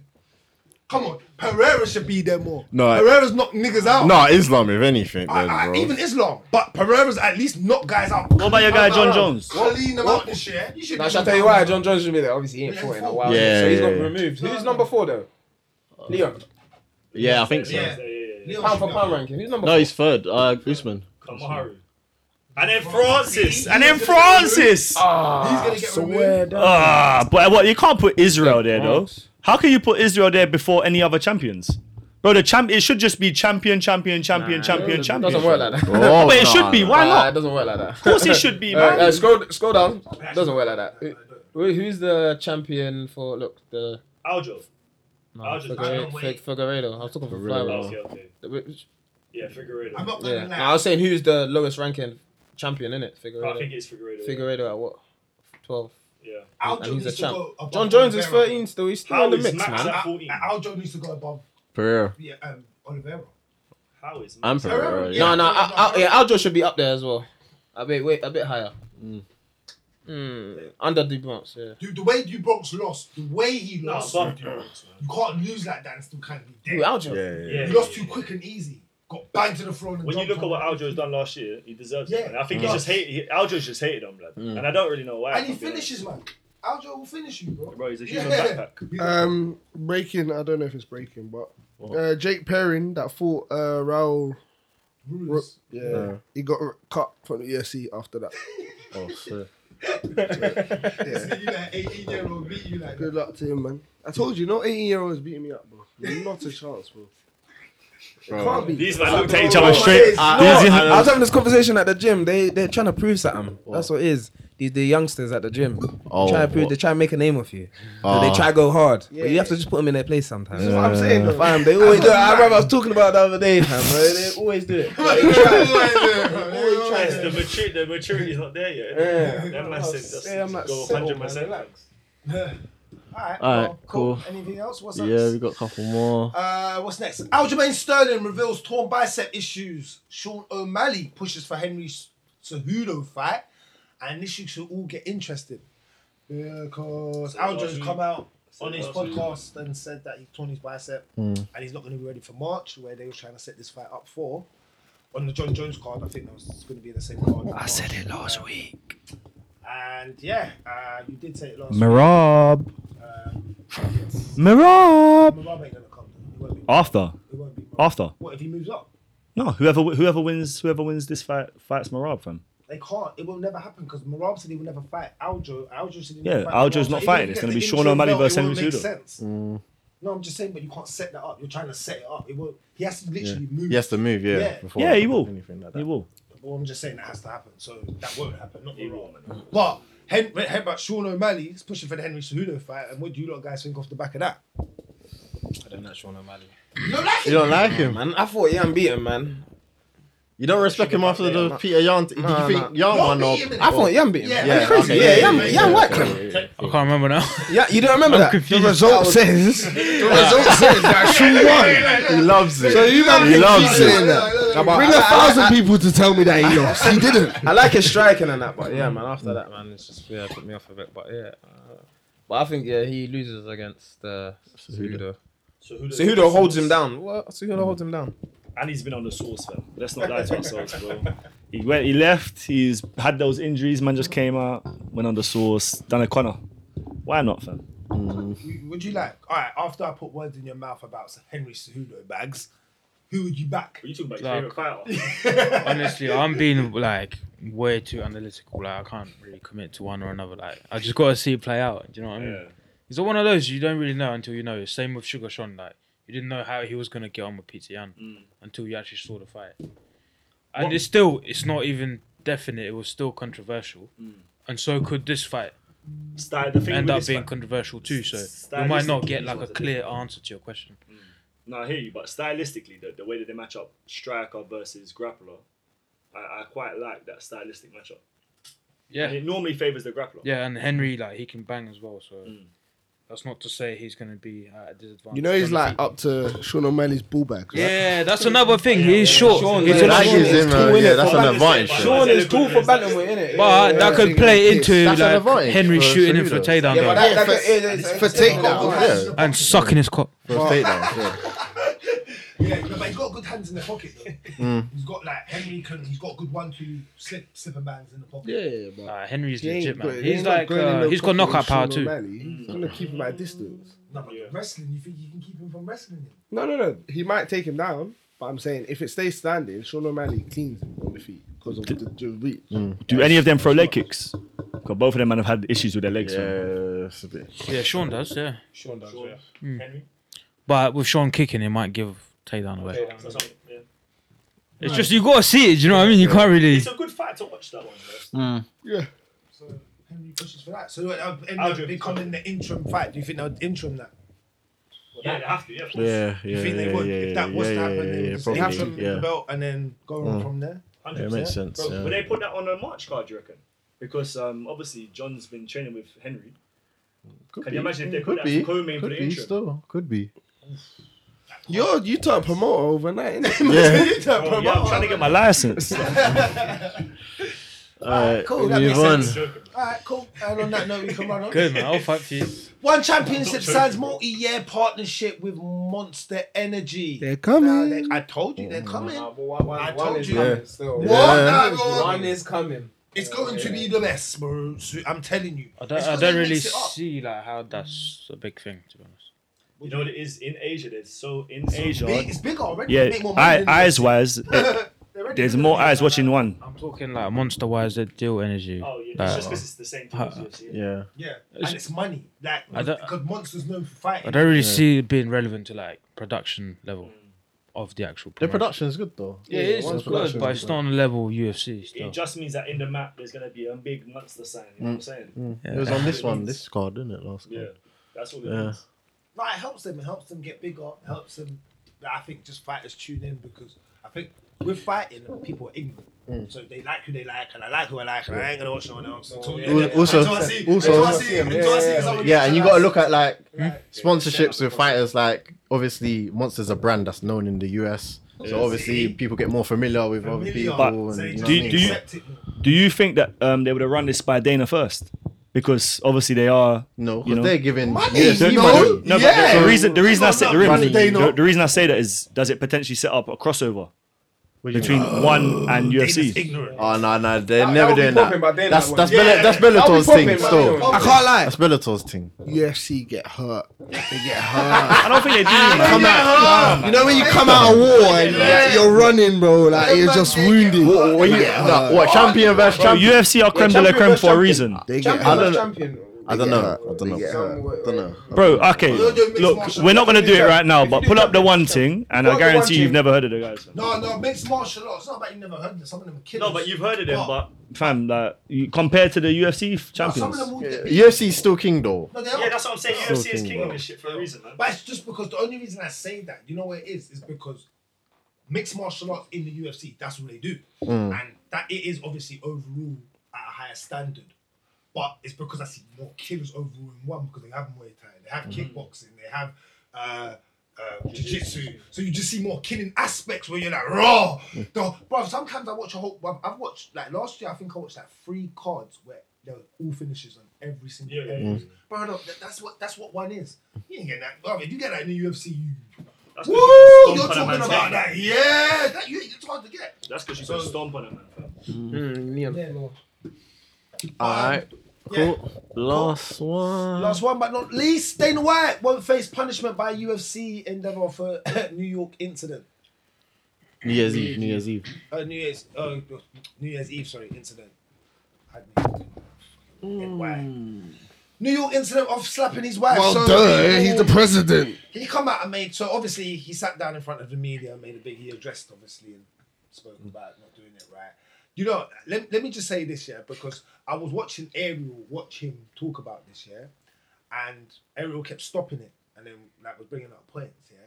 [SPEAKER 4] Come on, Pereira should be there more.
[SPEAKER 3] No, I-
[SPEAKER 4] Pereira's knocked niggas out.
[SPEAKER 3] Nah, Islam, if anything,
[SPEAKER 4] I-
[SPEAKER 3] then,
[SPEAKER 4] I-
[SPEAKER 3] bro.
[SPEAKER 4] even Islam, but Pereira's at least knocked guys out. What
[SPEAKER 7] about your guy, John Jones?
[SPEAKER 4] Clean them out this year. You should.
[SPEAKER 5] Now,
[SPEAKER 4] give
[SPEAKER 5] shall I
[SPEAKER 4] them
[SPEAKER 5] tell you
[SPEAKER 4] pound.
[SPEAKER 5] why? John Jones should be there. Obviously, he ain't fought in a while,
[SPEAKER 3] Yeah,
[SPEAKER 5] so he's got
[SPEAKER 3] yeah, yeah.
[SPEAKER 5] removed. Who's number four though? Leon,
[SPEAKER 3] Yeah, I think so.
[SPEAKER 4] Yeah. Leon
[SPEAKER 5] pound
[SPEAKER 4] should
[SPEAKER 5] for
[SPEAKER 4] be
[SPEAKER 5] pound ranking. Who's number
[SPEAKER 3] No,
[SPEAKER 5] four?
[SPEAKER 3] he's third. Uh, Usman.
[SPEAKER 17] Kamaru. And then Francis.
[SPEAKER 7] And then Francis.
[SPEAKER 4] out. He's gonna get removed.
[SPEAKER 7] Ah, but what you can't put Israel there though.
[SPEAKER 19] How can you put Israel there before any other champions? Bro, the champ it should just be champion, champion, champion, champion,
[SPEAKER 5] it
[SPEAKER 19] champion.
[SPEAKER 5] Doesn't work like that.
[SPEAKER 3] Oh.
[SPEAKER 19] No, but it should be. Why
[SPEAKER 5] Nah, It
[SPEAKER 19] not?
[SPEAKER 5] doesn't work like that. Of
[SPEAKER 19] course it should be, man.
[SPEAKER 5] scroll, scroll down. Doesn't work like that. Who- who- who's the champion for? Look, the
[SPEAKER 7] Aljo.
[SPEAKER 5] no,
[SPEAKER 7] Aljo.
[SPEAKER 5] Figueredo.
[SPEAKER 7] Aljo,
[SPEAKER 5] Fig-
[SPEAKER 7] wait.
[SPEAKER 5] Figueredo. I was talking for
[SPEAKER 7] Figueredo.
[SPEAKER 5] Flyweight.
[SPEAKER 7] Oh, Okay,
[SPEAKER 5] The- which-
[SPEAKER 7] Yeah, Figueredo.
[SPEAKER 4] I'm not
[SPEAKER 5] Yeah.
[SPEAKER 4] gonna
[SPEAKER 5] Nah, I
[SPEAKER 4] lie.
[SPEAKER 5] was saying who's the lowest ranking champion in it? Figueredo.
[SPEAKER 7] I think it's Figueredo, yeah.
[SPEAKER 5] Figueredo at what? Twelve.
[SPEAKER 7] Yeah.
[SPEAKER 5] And
[SPEAKER 4] Aljo
[SPEAKER 5] he's a
[SPEAKER 4] needs to
[SPEAKER 5] champ.
[SPEAKER 4] go above
[SPEAKER 5] John Jones is
[SPEAKER 4] Oliveira.
[SPEAKER 5] thirteen still. He's still
[SPEAKER 7] How
[SPEAKER 5] in the
[SPEAKER 7] is
[SPEAKER 5] mix,
[SPEAKER 7] Max
[SPEAKER 5] man.
[SPEAKER 7] at
[SPEAKER 4] Al-
[SPEAKER 7] 14?
[SPEAKER 4] Aljo needs to go above
[SPEAKER 3] Pereira.
[SPEAKER 4] yeah, um, Oliveira.
[SPEAKER 7] How is
[SPEAKER 3] I'm
[SPEAKER 7] Max at
[SPEAKER 3] Pereira,
[SPEAKER 7] 14?
[SPEAKER 3] yeah.
[SPEAKER 5] No, no, Al- Al- yeah, Aljo should be up there as well. A bit, wait, a bit higher.
[SPEAKER 7] Hmm.
[SPEAKER 5] Mm, under Dubronx, yeah.
[SPEAKER 4] Dude, the way Dubronx lost, the way he
[SPEAKER 7] No,
[SPEAKER 4] lost,
[SPEAKER 7] above
[SPEAKER 4] dude,
[SPEAKER 7] Dubronx, man.
[SPEAKER 4] you can't lose like that and still kind of be
[SPEAKER 5] Who,
[SPEAKER 4] dead.
[SPEAKER 5] Aljo?
[SPEAKER 3] Yeah,
[SPEAKER 7] Yeah,
[SPEAKER 4] you
[SPEAKER 7] yeah,
[SPEAKER 4] lost
[SPEAKER 7] yeah.
[SPEAKER 4] too quick and easy. Got banged to the floor. And
[SPEAKER 7] When you
[SPEAKER 4] dunked
[SPEAKER 7] look at
[SPEAKER 4] on.
[SPEAKER 7] what Aljo's done last year, he deserves
[SPEAKER 4] Yeah.
[SPEAKER 7] it. Man. I think
[SPEAKER 4] Yeah.
[SPEAKER 7] he just hate. He, Aljo's just hated on blood, and I don't really know why.
[SPEAKER 4] and he
[SPEAKER 7] if I'm being
[SPEAKER 4] finishes, man. Aljo will finish you, bro.
[SPEAKER 7] honest. Bro, he's a human
[SPEAKER 4] Yeah.
[SPEAKER 7] backpack.
[SPEAKER 10] Um, breaking. I don't know if it's breaking, but uh, Jake Perrin that fought uh, Raul. Ru-
[SPEAKER 4] Rules.
[SPEAKER 10] yeah, he got r- cut from the UFC after that.
[SPEAKER 4] You like 18 year old beat you like
[SPEAKER 10] Good luck to him, man. I told you, no 18 year olds beating me up, bro. Not a chance, bro. It can't be.
[SPEAKER 7] These man looked at each
[SPEAKER 19] Tell
[SPEAKER 7] other
[SPEAKER 19] him straight.
[SPEAKER 6] Ah.
[SPEAKER 5] No,
[SPEAKER 19] These-
[SPEAKER 5] I was having this conversation at the gym. They they're trying to prove something. That's what it is. The, the youngsters at the gym
[SPEAKER 3] Oh,
[SPEAKER 5] trying to prove,
[SPEAKER 3] what?
[SPEAKER 5] they try and make a name of you. So they try to go hard, but you have to just put them in their place sometimes.
[SPEAKER 10] That's what I'm saying. though.
[SPEAKER 5] Fam, they always do. it. I remember I was talking about it the other day, fam. bro. They always do it.
[SPEAKER 7] Yes, the, matur- the maturity is not there yet. Yeah. That man said just,
[SPEAKER 5] Yeah, I'm
[SPEAKER 7] just
[SPEAKER 5] not
[SPEAKER 7] go
[SPEAKER 5] settled,
[SPEAKER 7] 100%.
[SPEAKER 5] man.
[SPEAKER 3] Alright,
[SPEAKER 4] Alright, well, cool.
[SPEAKER 3] cool.
[SPEAKER 4] Anything else? What's up?
[SPEAKER 3] Yeah, we got a couple more.
[SPEAKER 4] Uh, what's next? Aljamain Sterling reveals torn bicep issues. Sean O'Malley pushes for Henry S- Cejudo fight, and this you should all get interested because Aljo's come out on his podcast and said that he torn his bicep and he's not going to be ready for March, where they were trying to set this fight up for. On the John Jones card, I think that was going to be the same card. I said it last week. And yeah, uh, you did say it last
[SPEAKER 19] Mirab.
[SPEAKER 4] week. Um,
[SPEAKER 5] Uh,
[SPEAKER 19] Mirab.
[SPEAKER 4] Marab ain't going to come. He won't be.
[SPEAKER 19] After.
[SPEAKER 4] He won't be.
[SPEAKER 19] After.
[SPEAKER 4] What if he moves up?
[SPEAKER 19] No, whoever whoever wins whoever wins this fight fights Mirab fam.
[SPEAKER 4] They can't. It will never happen because Marab said he will never fight Aljo. Aljo said he will
[SPEAKER 19] Yeah,
[SPEAKER 4] never fight.
[SPEAKER 19] Aljo's
[SPEAKER 4] Merab.
[SPEAKER 19] not
[SPEAKER 4] So
[SPEAKER 19] fighting.
[SPEAKER 4] even
[SPEAKER 19] It's
[SPEAKER 4] if
[SPEAKER 19] gonna be
[SPEAKER 4] you get the
[SPEAKER 19] Sean
[SPEAKER 4] interim
[SPEAKER 19] O'Malley
[SPEAKER 4] belt, it
[SPEAKER 19] versus
[SPEAKER 4] won't
[SPEAKER 19] Henry
[SPEAKER 4] make
[SPEAKER 19] Cejudo.
[SPEAKER 4] sense.
[SPEAKER 3] Mm.
[SPEAKER 4] No, I'm just saying, but you can't set that up. You're trying to set it up. It will. He has to literally move.
[SPEAKER 3] He has to move, yeah.
[SPEAKER 4] Yeah.
[SPEAKER 3] before
[SPEAKER 19] yeah, he will.
[SPEAKER 3] Anything like
[SPEAKER 19] He
[SPEAKER 3] that.
[SPEAKER 19] will.
[SPEAKER 4] Well, I'm just saying that has to happen. So that won't happen. Not Marab. But Hen- Hen- but Sean O'Malley is pushing for the Henry Cejudo fight. And what do you lot guys think off the back of that?
[SPEAKER 5] I don't know Sean O'Malley.
[SPEAKER 3] You don't like him?
[SPEAKER 5] Man, I thought yeah, I'm beaten, man.
[SPEAKER 3] You don't respect him after the Peter Yarn. Did you think Yarn
[SPEAKER 4] Not
[SPEAKER 3] won or
[SPEAKER 4] me, innit?
[SPEAKER 5] I thought yeah, I'm beaten.
[SPEAKER 4] Yeah,
[SPEAKER 5] Yeah,
[SPEAKER 4] yeah,
[SPEAKER 5] crazy.
[SPEAKER 3] okay,
[SPEAKER 5] yeah,
[SPEAKER 3] yeah,
[SPEAKER 5] yeah,
[SPEAKER 3] yeah,
[SPEAKER 5] yeah, yeah, whack him.
[SPEAKER 6] I can't remember now.
[SPEAKER 5] Yeah, you don't remember that.
[SPEAKER 6] confused.
[SPEAKER 5] The result says.
[SPEAKER 10] The result says that she
[SPEAKER 3] He loves it.
[SPEAKER 10] won. So you man
[SPEAKER 3] He
[SPEAKER 10] keep
[SPEAKER 3] loves
[SPEAKER 10] saying
[SPEAKER 3] it.
[SPEAKER 10] that.
[SPEAKER 5] Nah, but
[SPEAKER 10] Bring
[SPEAKER 5] I-
[SPEAKER 10] a
[SPEAKER 5] I-
[SPEAKER 10] thousand
[SPEAKER 5] I-
[SPEAKER 10] people to tell me that he lost. He didn't.
[SPEAKER 5] I like his striking and that, but yeah, man. After that, man, it's just yeah, put me off a bit. But yeah, uh, but I think yeah, he loses against uh, Cejudo.
[SPEAKER 7] So who does-
[SPEAKER 5] Cejudo holds him down. What? Cejudo holds him down.
[SPEAKER 7] And he's been on the source, man. Let's not lie to ourselves, bro.
[SPEAKER 19] He went. He left. He's had those injuries. Man just came out, went on the source, done a corner. Why not, fam?
[SPEAKER 4] You- Would you like? All right. After I put words in your mouth about Henry Cejudo bags, who would you back?
[SPEAKER 7] Are you talking about your
[SPEAKER 6] Like-
[SPEAKER 7] favorite fighter?
[SPEAKER 6] Honestly, I'm being like way too analytical. Like I can't really commit to one or another. Like I just gotta see it play out. Do you know what I mean?
[SPEAKER 7] Yeah.
[SPEAKER 6] It's one of those you don't really know until you know. Same with Sugar Sean. Like you didn't know how he was gonna get on with Peter Yan
[SPEAKER 7] Mm.
[SPEAKER 6] until you actually saw the fight. And it's still, it's not even definite. It was still controversial, and so could this fight
[SPEAKER 7] Style, the thing
[SPEAKER 6] end
[SPEAKER 7] Mm. with
[SPEAKER 6] up
[SPEAKER 7] this
[SPEAKER 6] being
[SPEAKER 7] fight-
[SPEAKER 6] controversial too. So you might not
[SPEAKER 7] Stylistically,
[SPEAKER 6] get
[SPEAKER 7] these
[SPEAKER 6] like a
[SPEAKER 7] ones are
[SPEAKER 6] clear
[SPEAKER 7] different.
[SPEAKER 6] answer to your question.
[SPEAKER 7] No, I hear you, but stylistically, the, the way that they match up, striker versus grappler, I, I quite like that stylistic matchup. And
[SPEAKER 6] Yeah,
[SPEAKER 7] it normally favors the grappler.
[SPEAKER 6] yeah, and Henry like he can bang as well. So. That's not to say he's going to be at a disadvantage.
[SPEAKER 10] You know
[SPEAKER 6] on
[SPEAKER 10] he's
[SPEAKER 6] the
[SPEAKER 10] like oh,
[SPEAKER 6] feet.
[SPEAKER 10] up to Sean O'Malley's ball bag. right?
[SPEAKER 6] Yeah, that's another thing. He's short. He's
[SPEAKER 5] yeah,
[SPEAKER 6] a
[SPEAKER 3] That
[SPEAKER 6] lot
[SPEAKER 5] Sean
[SPEAKER 3] gives
[SPEAKER 6] shorter.
[SPEAKER 5] is
[SPEAKER 3] him
[SPEAKER 5] cool,
[SPEAKER 3] a,
[SPEAKER 5] innit?
[SPEAKER 3] yeah, that's
[SPEAKER 7] For
[SPEAKER 3] an
[SPEAKER 7] Bantamweight,
[SPEAKER 3] advantage.
[SPEAKER 7] but-
[SPEAKER 3] yeah.
[SPEAKER 5] Sean is cool for bantamweight, innit?
[SPEAKER 6] But that could play into
[SPEAKER 3] That's an
[SPEAKER 6] like
[SPEAKER 3] advantage
[SPEAKER 6] Henry
[SPEAKER 3] for
[SPEAKER 6] shooting him
[SPEAKER 3] Cejudo.
[SPEAKER 6] for takedown
[SPEAKER 5] Yeah,
[SPEAKER 6] though,
[SPEAKER 5] but that, that could, it, it's,
[SPEAKER 10] For takedown.
[SPEAKER 3] Yeah,
[SPEAKER 6] and sucking his cock.
[SPEAKER 3] for a takedown, yeah.
[SPEAKER 4] Yeah, no, but he's got good hands in the pocket though.
[SPEAKER 3] Mm.
[SPEAKER 4] He's got like Henry can. He's got good one-two slip slipper bands in the pocket.
[SPEAKER 10] Yeah, but
[SPEAKER 6] Uh, Henry's
[SPEAKER 10] he ain't
[SPEAKER 6] legit,
[SPEAKER 10] got-
[SPEAKER 6] man.
[SPEAKER 10] he
[SPEAKER 6] He's
[SPEAKER 10] ain't not
[SPEAKER 6] like
[SPEAKER 10] going in
[SPEAKER 6] uh,
[SPEAKER 10] no
[SPEAKER 6] he's got
[SPEAKER 10] pocket with
[SPEAKER 6] knockout power
[SPEAKER 10] Sean
[SPEAKER 6] too. Mm.
[SPEAKER 10] O'Malley. He's gonna keep him at a distance.
[SPEAKER 4] No, but wrestling, you think you can keep him from wrestling him?
[SPEAKER 10] No, no, no. He might take him down, but I'm saying if it stays standing, Sean O'Malley cleans him on the feet because of the, the reach.
[SPEAKER 6] Mm.
[SPEAKER 19] Do any of them throw leg kicks? Because both of them man have had issues with their legs. fam.
[SPEAKER 3] Yeah, it's a bit.
[SPEAKER 6] Yeah, Sean does, yeah.
[SPEAKER 5] Sean does, yeah.
[SPEAKER 6] Mm.
[SPEAKER 7] Henry?
[SPEAKER 6] But with Sean kicking, it might give takedown away.
[SPEAKER 7] So it's not- yeah.
[SPEAKER 6] It's just you gotta see it. Do you know what I mean? You can't really.
[SPEAKER 7] It's a good fight to watch that one. though.
[SPEAKER 20] Yeah.
[SPEAKER 4] So Henry pushes for that. So uh, end up
[SPEAKER 7] Aldrin.
[SPEAKER 4] becoming the interim fight. Do you think they'll interim that?
[SPEAKER 7] Yeah, they have to. Yeah. of course.
[SPEAKER 3] Yeah, yeah.
[SPEAKER 4] You think
[SPEAKER 3] yeah,
[SPEAKER 4] they would?
[SPEAKER 3] Yeah,
[SPEAKER 4] if that
[SPEAKER 3] yeah,
[SPEAKER 4] was to
[SPEAKER 3] yeah,
[SPEAKER 4] happen,
[SPEAKER 3] yeah,
[SPEAKER 4] they
[SPEAKER 3] yeah,
[SPEAKER 4] would just have him
[SPEAKER 3] probably, yeah.
[SPEAKER 4] the belt and then go on
[SPEAKER 3] Mm.
[SPEAKER 4] from there.
[SPEAKER 7] 100%.
[SPEAKER 3] Yeah, it makes sense,
[SPEAKER 7] Bro,
[SPEAKER 3] yeah.
[SPEAKER 7] Would they put that on a March card, do you reckon? Because um, obviously John's been training with Henry.
[SPEAKER 3] Could
[SPEAKER 7] Can you imagine if they
[SPEAKER 3] could
[SPEAKER 7] put that
[SPEAKER 3] be,
[SPEAKER 7] as co-main for
[SPEAKER 3] could
[SPEAKER 7] the
[SPEAKER 3] be
[SPEAKER 7] interim?
[SPEAKER 3] still, could be.
[SPEAKER 10] Yo, you turn promoter overnight, innit?
[SPEAKER 3] Yeah.
[SPEAKER 7] Bro, Oh, yeah, I'm trying to get my life.
[SPEAKER 21] License.
[SPEAKER 3] All right,
[SPEAKER 4] Cool, that
[SPEAKER 3] move
[SPEAKER 4] makes
[SPEAKER 3] on.
[SPEAKER 4] sense. All right, cool. And on that note, we can run on.
[SPEAKER 6] Good man, I'll fight for you.
[SPEAKER 4] One Championship signs multi-year partnership with Monster Energy.
[SPEAKER 10] They're coming.
[SPEAKER 4] Nah, they- I told you
[SPEAKER 3] Mm.
[SPEAKER 4] they're coming.
[SPEAKER 5] Nah, but one, one,
[SPEAKER 4] I
[SPEAKER 5] one
[SPEAKER 4] told
[SPEAKER 5] is
[SPEAKER 4] you.
[SPEAKER 5] coming still.
[SPEAKER 4] What? Nah, bro.
[SPEAKER 5] One is coming.
[SPEAKER 4] It's going to be the best, bro. So I'm telling you.
[SPEAKER 6] I don't,
[SPEAKER 4] It's
[SPEAKER 6] I
[SPEAKER 4] 'cause
[SPEAKER 6] don't
[SPEAKER 4] they
[SPEAKER 6] really
[SPEAKER 4] mix it up.
[SPEAKER 6] see like how that's a big thing to be honest.
[SPEAKER 7] You know what it is in Asia? They're so in Asia.
[SPEAKER 4] Big- It's bigger already.
[SPEAKER 21] Yeah,
[SPEAKER 4] They make more money
[SPEAKER 21] eye,
[SPEAKER 4] than
[SPEAKER 21] eyes wise, eh,
[SPEAKER 4] They're already
[SPEAKER 21] there's
[SPEAKER 4] bigger
[SPEAKER 21] more
[SPEAKER 4] than
[SPEAKER 21] eyes watching one.
[SPEAKER 6] I'm talking like monster wise that deal energy.
[SPEAKER 7] Oh yeah, it's
[SPEAKER 6] Like,
[SPEAKER 7] just because it's the same thing as UFC.
[SPEAKER 3] Yeah,
[SPEAKER 4] Yeah, and it's money. Like
[SPEAKER 6] I don't-
[SPEAKER 4] because monsters known for
[SPEAKER 6] I
[SPEAKER 4] fighting.
[SPEAKER 6] don't really see it being relevant to like production level of the actual.
[SPEAKER 3] their
[SPEAKER 6] Promotion.
[SPEAKER 3] production is good though.
[SPEAKER 6] Yeah, it is it's good, but it's not on the level of UFC
[SPEAKER 7] It
[SPEAKER 6] stuff.
[SPEAKER 7] just means that in the map there's gonna be a big monster sign. You know what I'm saying?
[SPEAKER 4] Mm.
[SPEAKER 3] It was on this one, this card, didn't it? Last
[SPEAKER 7] Yeah,
[SPEAKER 3] card.
[SPEAKER 7] that's all it
[SPEAKER 3] Yeah.
[SPEAKER 7] means.
[SPEAKER 4] No, it helps them. It helps them get bigger. It helps them. I think just fighters tune in because I think with fighting, people are ignorant.
[SPEAKER 3] Hmm.
[SPEAKER 4] So they like who they like, and I like who I like, and I ain't gonna watch no one else. Until,
[SPEAKER 3] Al- also-
[SPEAKER 4] until I see,
[SPEAKER 3] also-
[SPEAKER 4] until I see, until I see someone
[SPEAKER 3] Yeah, and you
[SPEAKER 4] else.
[SPEAKER 3] got to look at like sponsorships with fighters. Like obviously, Monster's a brand that's known in the US, so obviously people get more familiar with other
[SPEAKER 4] Familiar,
[SPEAKER 3] people.
[SPEAKER 4] But
[SPEAKER 3] and,
[SPEAKER 4] so they
[SPEAKER 3] you know what
[SPEAKER 4] just
[SPEAKER 3] I mean?
[SPEAKER 21] do you-
[SPEAKER 4] accept it.
[SPEAKER 21] Do you think that um, they would have run this by Dana first? Because obviously they are.
[SPEAKER 3] No, 'cause
[SPEAKER 21] You know?
[SPEAKER 3] they're giving
[SPEAKER 4] Money,
[SPEAKER 3] UFC
[SPEAKER 21] No,
[SPEAKER 4] you
[SPEAKER 3] money.
[SPEAKER 4] know?
[SPEAKER 21] no,
[SPEAKER 4] Yeah.
[SPEAKER 21] but the reason the reason I said the,
[SPEAKER 3] Running.
[SPEAKER 21] reason-
[SPEAKER 3] They know.
[SPEAKER 21] the, the reason I say that is does it potentially set up a crossover
[SPEAKER 3] What do you
[SPEAKER 21] between one and
[SPEAKER 4] Dana's
[SPEAKER 21] UFC?
[SPEAKER 4] ignorant.
[SPEAKER 3] Oh no, no, they're
[SPEAKER 5] That-
[SPEAKER 3] never
[SPEAKER 5] that'll be
[SPEAKER 3] doing
[SPEAKER 5] popping
[SPEAKER 3] that.
[SPEAKER 5] by then,
[SPEAKER 3] that's
[SPEAKER 5] that
[SPEAKER 3] that's
[SPEAKER 5] one.
[SPEAKER 3] Bella, that's Bellator's
[SPEAKER 5] popping
[SPEAKER 3] thing.
[SPEAKER 5] by
[SPEAKER 3] Still,
[SPEAKER 10] I can't lie.
[SPEAKER 3] that's Bellator's thing.
[SPEAKER 10] UFC get hurt. They get
[SPEAKER 21] I
[SPEAKER 10] hurt.
[SPEAKER 21] don't think they do. man.
[SPEAKER 10] come out. You know when you come out of war and like, you're running, bro. Like you're just wounded.
[SPEAKER 3] What,
[SPEAKER 10] They
[SPEAKER 3] you-
[SPEAKER 10] get
[SPEAKER 3] no,
[SPEAKER 10] hurt.
[SPEAKER 3] what champion versus
[SPEAKER 21] Bro,
[SPEAKER 3] champion?
[SPEAKER 21] UFC are creme de la
[SPEAKER 5] champion
[SPEAKER 21] creme
[SPEAKER 5] versus
[SPEAKER 21] for a
[SPEAKER 5] champion.
[SPEAKER 21] reason.
[SPEAKER 4] Ah.
[SPEAKER 10] They get
[SPEAKER 5] Champion,
[SPEAKER 10] hurt.
[SPEAKER 5] versus champion.
[SPEAKER 3] I don't
[SPEAKER 10] They
[SPEAKER 3] know.
[SPEAKER 10] get hurt.
[SPEAKER 3] I don't know.
[SPEAKER 10] They get
[SPEAKER 5] hurt.
[SPEAKER 3] I don't know.
[SPEAKER 21] Bro, okay.
[SPEAKER 4] We'll do mixed
[SPEAKER 21] Look,
[SPEAKER 4] martial
[SPEAKER 21] we're not gonna do it
[SPEAKER 4] arts.
[SPEAKER 21] right now,
[SPEAKER 4] If you
[SPEAKER 21] but
[SPEAKER 4] do
[SPEAKER 21] pull up
[SPEAKER 4] that
[SPEAKER 21] the
[SPEAKER 4] mixed
[SPEAKER 21] one
[SPEAKER 4] martial-
[SPEAKER 21] thing, and I
[SPEAKER 4] Pull up the one
[SPEAKER 21] guarantee you've
[SPEAKER 4] thing.
[SPEAKER 21] never heard of the guys. man.
[SPEAKER 4] No, no, mixed martial arts. It's not about you never heard of them. Some of them are killers.
[SPEAKER 7] No, but you've heard of them, but
[SPEAKER 21] Fam, like you, compared to the UFC f-
[SPEAKER 4] some of them
[SPEAKER 21] champions,
[SPEAKER 4] will get beat.
[SPEAKER 3] UFC's still king though.
[SPEAKER 4] No, they
[SPEAKER 7] yeah,
[SPEAKER 4] are.
[SPEAKER 7] that's what I'm saying.
[SPEAKER 3] Still
[SPEAKER 7] UFC is
[SPEAKER 3] king,
[SPEAKER 7] king of
[SPEAKER 3] bro.
[SPEAKER 7] this shit for a reason, man.
[SPEAKER 4] But it's just because the only reason I say that, you know what it is, is because mixed martial arts in the UFC, that's what they do. And that it is obviously overall at a higher standard. But it's because I see more killers overall in one because they have Muay Thai, they have kickboxing, they have uh, uh, jiu jitsu. So you just see more killing aspects where you're like, raw. No, bro, sometimes I watch a whole, bruv, I've watched, like last year, I think I watched like three cards where there were all finishes on every single
[SPEAKER 7] Yeah, yeah,
[SPEAKER 4] area. Bro, no, that, that's what that's what one is. You ain't getting that. Bro, if you get that in the UFC, you.
[SPEAKER 7] That's
[SPEAKER 4] Woo!
[SPEAKER 7] because you
[SPEAKER 4] You're
[SPEAKER 7] stomp on a
[SPEAKER 4] talking
[SPEAKER 7] man's
[SPEAKER 4] about
[SPEAKER 7] head.
[SPEAKER 4] that. Yeah! That, you, it's hard to get.
[SPEAKER 7] That's because you can stomp on a man. Fam.
[SPEAKER 5] Hmm,
[SPEAKER 3] Alright,
[SPEAKER 4] Yeah.
[SPEAKER 3] cool. Last one.
[SPEAKER 4] Last one but not least, Dana White won't face punishment by UFC endeavor for New York incident.
[SPEAKER 3] New Year's Eve. New Year's Eve.
[SPEAKER 4] Uh, New Year's uh, New Year's Eve, sorry, incident. Had me- Dana White. Hmm. New York incident of slapping his wife.
[SPEAKER 10] Well,
[SPEAKER 4] so-
[SPEAKER 10] duh. He's the president.
[SPEAKER 4] He come out and made so obviously he sat down in front of the media and made a big he addressed obviously and spoke about not doing it right. You know, let, let me just say this, yeah, because I was watching Ariel watch him talk about this, yeah, and Ariel kept stopping it and then like was bringing up points, yeah,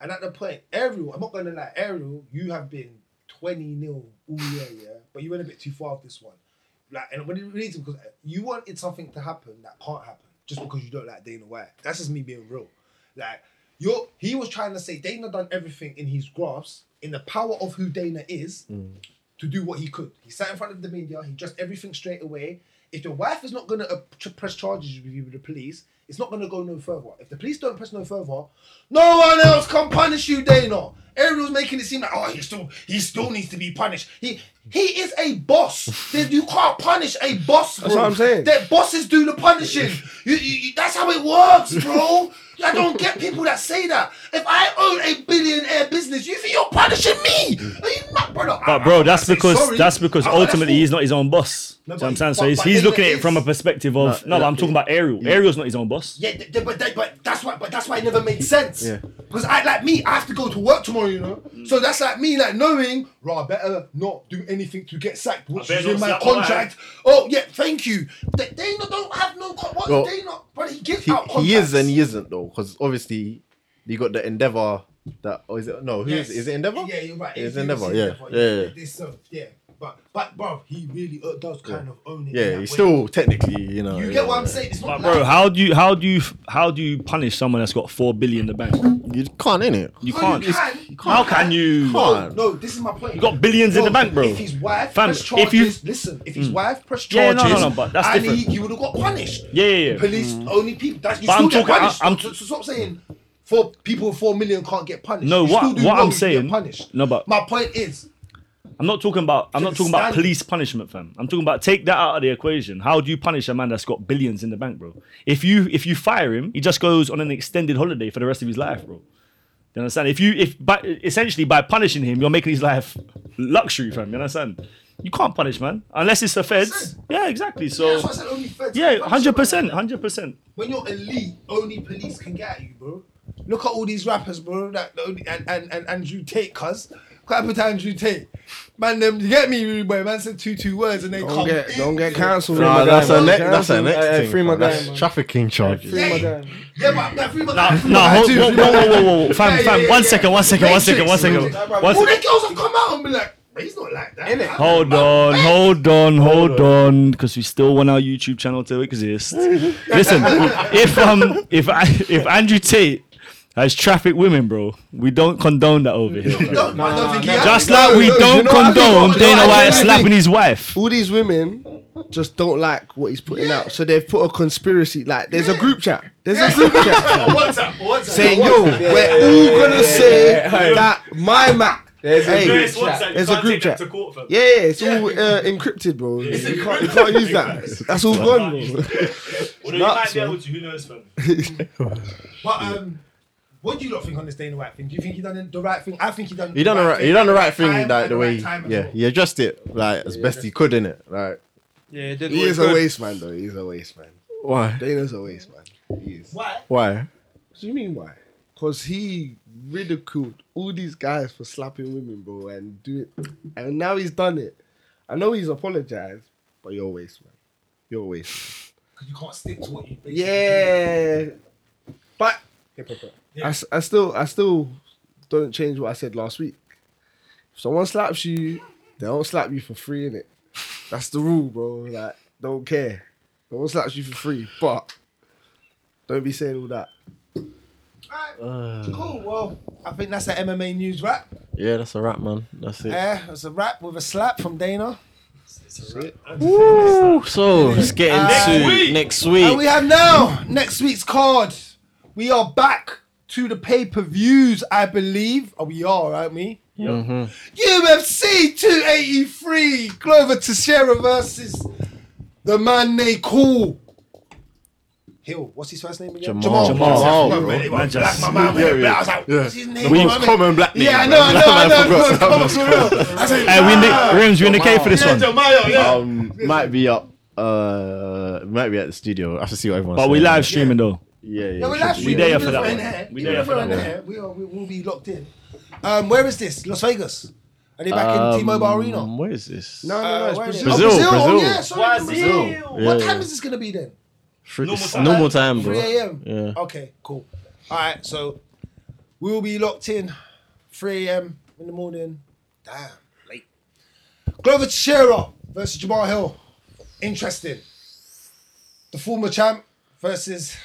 [SPEAKER 4] and at the point Ariel, I'm not gonna lie, Ariel, you have been twenty nil all year, yeah, but you went a bit too far with this one, like, and when it reason because you wanted something to happen that can't happen just because you don't like Dana White. That's just me being real. Like you're, he was trying to say Dana done everything in his grasp, in the power of who Dana is, to do what he could. He sat in front of the media. He dressed everything straight away. If your wife is not going to uh, ch- press charges with you with the police, it's not going to go no further. If the police don't press no further, no one else can punish you, Dana. Ariel's making it seem like oh, he still he still needs to be punished. He he is a boss. There- you can't punish a boss. Bro.
[SPEAKER 10] what I'm saying.
[SPEAKER 4] That bosses do the punishing. you, you, you- that's how it works, bro. I don't get people that say that. If I own a billionaire business, you think you're punishing me? Are you mad, brother?
[SPEAKER 7] But bro, that's
[SPEAKER 4] I say
[SPEAKER 7] because
[SPEAKER 4] sorry.
[SPEAKER 7] that's because
[SPEAKER 4] I- I-
[SPEAKER 7] ultimately he's not his own boss.
[SPEAKER 4] No,
[SPEAKER 7] Do you know what I'm
[SPEAKER 4] but-
[SPEAKER 7] saying? So
[SPEAKER 4] but-
[SPEAKER 7] he's,
[SPEAKER 4] but
[SPEAKER 7] he's
[SPEAKER 4] then
[SPEAKER 7] looking at
[SPEAKER 4] it
[SPEAKER 7] it from a
[SPEAKER 4] is-
[SPEAKER 7] perspective of no,
[SPEAKER 4] no,
[SPEAKER 7] but I'm talking about Ariel. Ariel's not his own boss.
[SPEAKER 4] Yeah, th- th- but, that, but that's why. But that's why it never made sense.
[SPEAKER 7] Yeah.
[SPEAKER 4] Because I like me, I have to go to work tomorrow. You know, so that's like me, like knowing, right, I better not do anything to get sacked, which
[SPEAKER 11] better
[SPEAKER 4] is
[SPEAKER 11] not
[SPEAKER 4] in my
[SPEAKER 11] slap my
[SPEAKER 4] contract. Oh yeah, thank you. They, they not, don't have no. Con- what
[SPEAKER 13] Well,
[SPEAKER 4] they not? But he gives
[SPEAKER 13] he,
[SPEAKER 4] out contracts.
[SPEAKER 13] he is and he isn't though, because obviously you got the Endeavor that or is it no who is
[SPEAKER 4] Yes.
[SPEAKER 13] it? is it Endeavor?
[SPEAKER 4] Yeah, you're right.
[SPEAKER 13] It's
[SPEAKER 4] It is
[SPEAKER 13] Endeavor, yeah.
[SPEAKER 4] Endeavour,
[SPEAKER 13] Yeah, yeah.
[SPEAKER 4] It is so, yeah. But but bro, he really uh, does kind of own it. in
[SPEAKER 13] Yeah,
[SPEAKER 4] that
[SPEAKER 13] he's
[SPEAKER 4] way.
[SPEAKER 13] still technically, you know.
[SPEAKER 4] You
[SPEAKER 13] yeah.
[SPEAKER 4] get what I'm saying? It's not
[SPEAKER 7] But bro,
[SPEAKER 4] like-
[SPEAKER 7] how do you how do you how do you punish someone that's got four billion in the bank?
[SPEAKER 13] You can't, innit?
[SPEAKER 7] You
[SPEAKER 4] No,
[SPEAKER 7] can't.
[SPEAKER 4] you can. You
[SPEAKER 7] How can you?
[SPEAKER 4] No, no, this is my point.
[SPEAKER 7] You got billions in the bank, bro.
[SPEAKER 4] If his wife
[SPEAKER 7] Fam,
[SPEAKER 4] pressed
[SPEAKER 7] if you-
[SPEAKER 4] charges, listen, if his
[SPEAKER 7] Mm.
[SPEAKER 4] wife pressed
[SPEAKER 7] Yeah,
[SPEAKER 4] charges,
[SPEAKER 7] no, no, no, but that's
[SPEAKER 4] and
[SPEAKER 7] different.
[SPEAKER 4] He, he would have got punished.
[SPEAKER 7] Yeah, yeah, yeah.
[SPEAKER 4] Police
[SPEAKER 7] Mm.
[SPEAKER 4] only people. That's, you
[SPEAKER 7] But
[SPEAKER 4] still
[SPEAKER 7] I'm
[SPEAKER 4] get
[SPEAKER 7] talking- I-
[SPEAKER 4] punished.
[SPEAKER 7] I'm-
[SPEAKER 4] so, so, so I'm saying, four people with four million can't get punished.
[SPEAKER 7] No,
[SPEAKER 4] You
[SPEAKER 7] what
[SPEAKER 4] still do
[SPEAKER 7] what
[SPEAKER 4] wrong,
[SPEAKER 7] I'm
[SPEAKER 4] you get
[SPEAKER 7] saying.
[SPEAKER 4] punished.
[SPEAKER 7] No, but
[SPEAKER 4] My point is,
[SPEAKER 7] I'm not talking about I'm not talking about
[SPEAKER 4] Stand-
[SPEAKER 7] police punishment, fam. I'm talking about take that out of the equation. How do you punish a man that's got billions in the bank, bro? If you if you fire him, he just goes on an extended holiday for the rest of his life, bro. You understand? If you if by essentially by punishing him, you're making his life luxury, fam. You understand? You can't punish man unless it's the feds. Yeah, exactly. So
[SPEAKER 4] that's why I said only feds can
[SPEAKER 7] yeah,
[SPEAKER 4] punish
[SPEAKER 7] hundred percent, hundred percent.
[SPEAKER 4] when you're elite, only police can get at you, bro. Look at all these rappers, bro. That the only, and and and Andrew Tate, cuz. Clap with Andrew Tate. Man, them you get me, rude boy. Man said two two words and they
[SPEAKER 10] Don't
[SPEAKER 4] come.
[SPEAKER 10] get, don't get cancelled.
[SPEAKER 13] Nah, that's a
[SPEAKER 10] a
[SPEAKER 13] next. That's a
[SPEAKER 4] uh,
[SPEAKER 13] next thing.
[SPEAKER 10] Free my
[SPEAKER 13] bro. That's
[SPEAKER 10] guy.
[SPEAKER 13] trafficking charges.
[SPEAKER 10] Free my guy.
[SPEAKER 4] Yeah, but that free my
[SPEAKER 7] Nah,
[SPEAKER 4] guy.
[SPEAKER 7] nah, hold,
[SPEAKER 4] Two,
[SPEAKER 7] whoa,
[SPEAKER 4] free
[SPEAKER 7] whoa,
[SPEAKER 4] my
[SPEAKER 7] whoa,
[SPEAKER 4] guy.
[SPEAKER 7] whoa, whoa, fam,
[SPEAKER 4] Yeah,
[SPEAKER 7] fam,
[SPEAKER 4] yeah,
[SPEAKER 7] one
[SPEAKER 4] yeah,
[SPEAKER 7] second,
[SPEAKER 4] yeah.
[SPEAKER 7] one second, one
[SPEAKER 4] Matrix,
[SPEAKER 7] second, one second.
[SPEAKER 4] Matrix.
[SPEAKER 7] One
[SPEAKER 4] All
[SPEAKER 7] sec-
[SPEAKER 4] the girls have come out and be like, "But he's not like that. I-
[SPEAKER 7] Hold on, hold on, hold on, because we still want our YouTube channel to exist. Listen, if um, if I, if Andrew Tate has trafficked women, bro, we don't condone that over here. bro.
[SPEAKER 4] No, I don't think he has.
[SPEAKER 7] Just like we
[SPEAKER 10] no, you
[SPEAKER 7] don't
[SPEAKER 10] know what I think?
[SPEAKER 7] condone
[SPEAKER 10] You know what
[SPEAKER 7] Dana
[SPEAKER 10] I
[SPEAKER 7] White
[SPEAKER 10] think?
[SPEAKER 7] slapping his wife.
[SPEAKER 10] all these women just don't like what he's putting out, so they've put a conspiracy. Like, there's a group chat. There's a group chat
[SPEAKER 4] What's up? What's up?
[SPEAKER 10] saying, "Yo, we're all gonna say that my Mac."
[SPEAKER 5] There's a
[SPEAKER 10] Hey,
[SPEAKER 5] group chat.
[SPEAKER 10] There's a group chat. Yeah, yeah, it's all uh, encrypted, bro. You can't, you can't use that. That's all gone, bro.
[SPEAKER 11] Although you might
[SPEAKER 10] nuts,
[SPEAKER 11] be
[SPEAKER 10] man.
[SPEAKER 11] able to, who knows, fam?
[SPEAKER 4] But um, what do you lot think on this Dana White thing? Do you think he done the right thing? I think he done.
[SPEAKER 13] He done the right. He done the right thing,
[SPEAKER 4] Time
[SPEAKER 13] like
[SPEAKER 4] at
[SPEAKER 13] the way.
[SPEAKER 4] right time as
[SPEAKER 13] yeah,
[SPEAKER 4] well.
[SPEAKER 13] he addressed it like as best he could, innit? Like
[SPEAKER 6] Yeah, it did
[SPEAKER 10] He
[SPEAKER 6] what
[SPEAKER 10] is
[SPEAKER 6] it could.
[SPEAKER 10] a waste man, though. He's a waste man.
[SPEAKER 13] why?
[SPEAKER 10] Dana's a waste man. He is.
[SPEAKER 4] Why?
[SPEAKER 13] Why?
[SPEAKER 10] What do you mean why? Because he ridiculed all these guys for slapping women, bro, and do it. And now he's done it. I know he's apologized, but you're a waste, man. You're a waste.
[SPEAKER 4] Because you can't stick to what you. Basically
[SPEAKER 10] Yeah, but
[SPEAKER 4] Hypocrite.
[SPEAKER 10] I, s- I still, I still don't change what I said last week. If someone slaps you, they don't slap you for free, innit? That's the rule, bro. Like, don't care. No one slaps you for free, but don't be saying all that.
[SPEAKER 4] Alright, Cool. Oh, Well, I think that's the MMA news wrap.
[SPEAKER 13] Yeah, that's a wrap, man. That's it.
[SPEAKER 4] Yeah, it's a wrap with a slap from Dana.
[SPEAKER 3] Woo! So let's get into next week.
[SPEAKER 4] And we have now next week's card. We are back to the pay per views, I believe. Oh, we are, right, me? UFC 283, Glover Teixeira versus the man they call Hill. What's his first name again?
[SPEAKER 13] Jamal. Jamal.
[SPEAKER 4] Jamal.
[SPEAKER 13] Jamal.
[SPEAKER 4] Really, well, black, my man,
[SPEAKER 13] Yeah,
[SPEAKER 4] really,
[SPEAKER 13] yeah.
[SPEAKER 4] I was like,
[SPEAKER 13] Yeah.
[SPEAKER 4] what's his name?
[SPEAKER 13] We
[SPEAKER 4] You know
[SPEAKER 13] use
[SPEAKER 4] what I mean?
[SPEAKER 13] common black name.
[SPEAKER 4] Yeah, I know, I know, I know.
[SPEAKER 13] forgot.
[SPEAKER 4] it's common, for real. I said,
[SPEAKER 7] Hey, we in the rims, we in the cave for this
[SPEAKER 4] yeah,
[SPEAKER 7] one.
[SPEAKER 4] Jamal, yeah.
[SPEAKER 13] Um, might be up. Uh, might be at the studio. I have to see what everyone.
[SPEAKER 7] But we live streaming though.
[SPEAKER 13] Yeah, yeah.
[SPEAKER 4] Yeah, we're
[SPEAKER 13] should
[SPEAKER 4] live
[SPEAKER 13] be.
[SPEAKER 4] streaming.
[SPEAKER 7] there
[SPEAKER 4] Even
[SPEAKER 7] for
[SPEAKER 4] if
[SPEAKER 7] that
[SPEAKER 4] we're in
[SPEAKER 7] one.
[SPEAKER 4] here-
[SPEAKER 7] We
[SPEAKER 4] even
[SPEAKER 7] there
[SPEAKER 4] if
[SPEAKER 7] for
[SPEAKER 4] we're in
[SPEAKER 7] that one.
[SPEAKER 4] here, We are. We will be locked in. Um, where is this? Las Vegas. Are they back
[SPEAKER 13] Um,
[SPEAKER 4] in T-Mobile Arena?
[SPEAKER 13] Where is this?
[SPEAKER 10] No, no, no,
[SPEAKER 4] Uh,
[SPEAKER 10] it's
[SPEAKER 4] where is it?
[SPEAKER 10] Brazil.
[SPEAKER 4] Oh,
[SPEAKER 13] Brazil,
[SPEAKER 4] Oh,
[SPEAKER 13] Brazil.
[SPEAKER 4] yeah, sorry, Brazil. What
[SPEAKER 13] Yeah,
[SPEAKER 4] time
[SPEAKER 13] yeah.
[SPEAKER 4] is this gonna be then?
[SPEAKER 13] Fr-
[SPEAKER 11] Normal
[SPEAKER 13] it's
[SPEAKER 11] time.
[SPEAKER 13] normal time, bro.
[SPEAKER 4] 3 a.m.
[SPEAKER 13] Yeah.
[SPEAKER 4] Okay, cool. All right, so we will be locked in 3 a.m. in the morning. Damn, late. Glover Teixeira versus Jamal Hill. Interesting. The former champ versus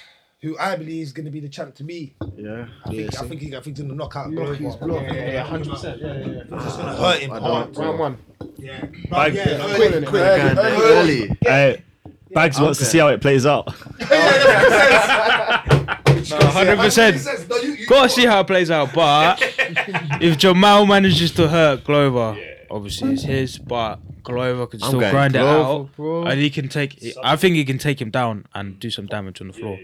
[SPEAKER 4] who I believe is going to be the champ to me.
[SPEAKER 13] Yeah.
[SPEAKER 4] I think, I think, he- I think he's in the knockout. Knock his
[SPEAKER 5] Yeah, hundred percent. Yeah, yeah, yeah.
[SPEAKER 4] Hurt him hard.
[SPEAKER 5] Round one.
[SPEAKER 4] Yeah.
[SPEAKER 7] Bag-
[SPEAKER 4] yeah, early,
[SPEAKER 5] Quick,
[SPEAKER 4] early,
[SPEAKER 5] quick.
[SPEAKER 4] early.
[SPEAKER 13] Early.
[SPEAKER 7] Hey, Bags wants to see how it plays out.
[SPEAKER 6] hundred percent.
[SPEAKER 4] No, you- you-
[SPEAKER 6] Gotta see how it plays out, but if Jamal manages to hurt Glover, obviously it's his, but Glover can still
[SPEAKER 13] going
[SPEAKER 6] grind it
[SPEAKER 13] Glover,
[SPEAKER 6] out, and he can take. I think he can take him down and do some damage on the floor.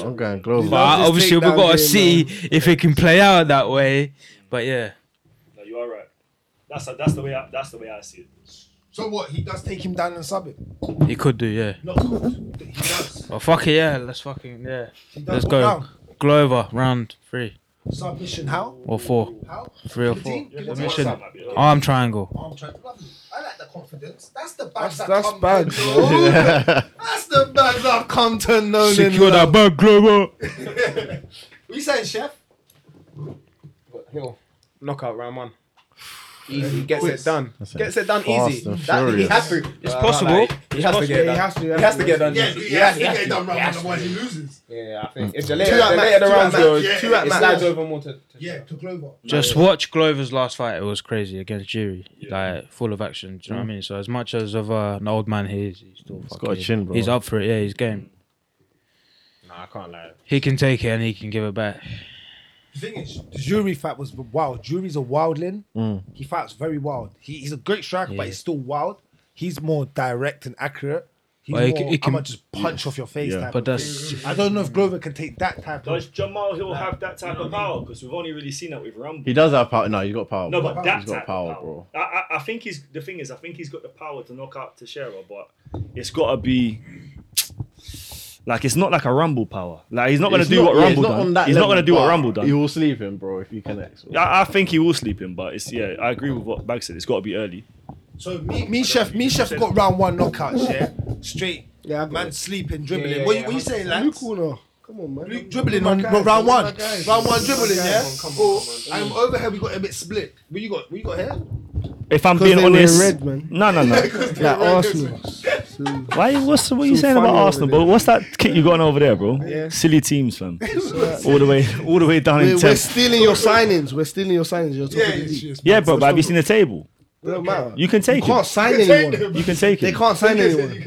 [SPEAKER 3] I'm going global.
[SPEAKER 6] But obviously, we've got to see if it can play out that way. But yeah,
[SPEAKER 22] No, you are right. That's that's the way I, that's the way I see it.
[SPEAKER 4] So what? He does take him down and sub him.
[SPEAKER 6] he could do, yeah.
[SPEAKER 4] Not good. He does.
[SPEAKER 6] Well, fuck it, yeah. Let's fucking, yeah. Let's
[SPEAKER 4] what
[SPEAKER 6] go.
[SPEAKER 4] round?
[SPEAKER 6] Glover, round three
[SPEAKER 4] Submission how?
[SPEAKER 6] or four.
[SPEAKER 4] How?
[SPEAKER 6] Three or
[SPEAKER 4] Guillotine?
[SPEAKER 6] four.
[SPEAKER 4] Guillotine?
[SPEAKER 6] Submission.
[SPEAKER 4] Guillotine?
[SPEAKER 6] Arm triangle.
[SPEAKER 4] Arm triangle. Lovely. I like the confidence. That's the bags
[SPEAKER 10] That's-
[SPEAKER 4] that
[SPEAKER 10] that's
[SPEAKER 4] come
[SPEAKER 10] bad,
[SPEAKER 4] to know. That's the bags I've come to know. in
[SPEAKER 6] Secure
[SPEAKER 4] love.
[SPEAKER 6] that bag, Glover.
[SPEAKER 4] What you saying, chef?
[SPEAKER 5] Hill, knockout round one. Easy, he gets it done. Gets it done
[SPEAKER 3] Fast
[SPEAKER 5] easy.
[SPEAKER 3] and
[SPEAKER 5] That, he
[SPEAKER 3] furious.
[SPEAKER 5] has to. It's
[SPEAKER 6] possible.
[SPEAKER 5] He has to get it
[SPEAKER 10] He
[SPEAKER 5] done.
[SPEAKER 10] has to.
[SPEAKER 5] He has to get it done.
[SPEAKER 4] Yeah, he has to get it done
[SPEAKER 5] He
[SPEAKER 4] right,
[SPEAKER 5] has to.
[SPEAKER 4] otherwise he loses.
[SPEAKER 5] Yeah, I think if the
[SPEAKER 4] Two
[SPEAKER 5] later,
[SPEAKER 4] at
[SPEAKER 5] the,
[SPEAKER 4] max,
[SPEAKER 5] later
[SPEAKER 4] two at
[SPEAKER 5] rounds
[SPEAKER 4] max,
[SPEAKER 5] go,
[SPEAKER 4] yeah,
[SPEAKER 5] two at
[SPEAKER 4] it
[SPEAKER 5] max.
[SPEAKER 4] slides
[SPEAKER 5] slides over more to. to
[SPEAKER 4] Yeah, to Glover.
[SPEAKER 6] Just watch Glover's last fight. It was crazy against Jury. Like, full of action. Do you know
[SPEAKER 5] Mm.
[SPEAKER 6] what I mean? So, as much as of uh, an old man he is, he's still he's
[SPEAKER 3] got a chin, bro.
[SPEAKER 6] He's up for it. Yeah, he's game.
[SPEAKER 5] Nah, I can't lie.
[SPEAKER 6] He can take it and he can give it back.
[SPEAKER 4] The thing is, the jury fight was wild. Jury's a wildling. He fights very wild. He, he's a great striker,
[SPEAKER 6] Mm. Yeah.
[SPEAKER 4] but he's still wild. He's more direct and accurate. He's
[SPEAKER 6] Well, he
[SPEAKER 4] more,
[SPEAKER 6] c- he
[SPEAKER 4] I'm
[SPEAKER 6] can-
[SPEAKER 4] gonna just punch off your face.
[SPEAKER 3] Yeah.
[SPEAKER 4] Type
[SPEAKER 6] But
[SPEAKER 4] of
[SPEAKER 6] that's-
[SPEAKER 4] thing. I don't know if Glover can take that type.
[SPEAKER 22] Does
[SPEAKER 4] Of,
[SPEAKER 22] Jamal Hill have that type of power? Because we've only really seen that with Rumble.
[SPEAKER 3] He does have power. No, he's got power.
[SPEAKER 22] No, but that
[SPEAKER 3] he's got
[SPEAKER 22] type
[SPEAKER 3] power,
[SPEAKER 22] of
[SPEAKER 3] bro.
[SPEAKER 22] I, I, I think he's the thing is I think he's got the power to knock out Teixeira, but it's got to be like it's not like a Rumble power. Like he's not going to
[SPEAKER 3] It's
[SPEAKER 7] do
[SPEAKER 3] not-
[SPEAKER 7] what
[SPEAKER 3] yeah,
[SPEAKER 7] Rumble
[SPEAKER 3] it's not on
[SPEAKER 7] done.
[SPEAKER 3] that
[SPEAKER 7] He's not
[SPEAKER 3] level,
[SPEAKER 7] going to do what
[SPEAKER 3] but
[SPEAKER 7] Rumble done.
[SPEAKER 3] He will sleep him, bro, if he connects. bro.
[SPEAKER 7] I, I think he will sleep him, but it's yeah. I agree with what Bag said. It's got to be early.
[SPEAKER 4] so me, me chef, me chef got round one knockouts. Yeah, straight.
[SPEAKER 10] Yeah, I got
[SPEAKER 4] man,
[SPEAKER 10] it.
[SPEAKER 4] sleeping, dribbling.
[SPEAKER 5] Yeah, yeah,
[SPEAKER 4] what, you-
[SPEAKER 5] yeah,
[SPEAKER 4] what you saying,
[SPEAKER 10] Blue
[SPEAKER 4] lads?
[SPEAKER 10] corner. Come on, man.
[SPEAKER 4] Luke dribbling on round one, round one dribbling. Yeah, Oh, I'm over here. We got a bit split. What you got? What you got here?
[SPEAKER 7] If I'm
[SPEAKER 10] 'Cause
[SPEAKER 7] being
[SPEAKER 10] they wear
[SPEAKER 7] honest,
[SPEAKER 10] red, man.
[SPEAKER 7] no, no, no.
[SPEAKER 10] Like Arsenal.
[SPEAKER 7] Why? What's what are you
[SPEAKER 10] So
[SPEAKER 7] saying about
[SPEAKER 10] funny over
[SPEAKER 7] Arsenal, bro?
[SPEAKER 10] there.
[SPEAKER 7] What's that kit you got on over there, bro? Silly teams, fam. all the way, all the way down
[SPEAKER 10] uh, We're,
[SPEAKER 7] in
[SPEAKER 10] we're
[SPEAKER 7] tenth.
[SPEAKER 10] stealing your signings. We're stealing your signings. You're top of the league.
[SPEAKER 7] Yeah, bro. But have you seen the table?
[SPEAKER 10] It don't matter.
[SPEAKER 7] You can take
[SPEAKER 10] You can't
[SPEAKER 7] it.
[SPEAKER 10] sign anyone.
[SPEAKER 7] You can take
[SPEAKER 10] They
[SPEAKER 7] it.
[SPEAKER 10] can't sign anyone.
[SPEAKER 7] You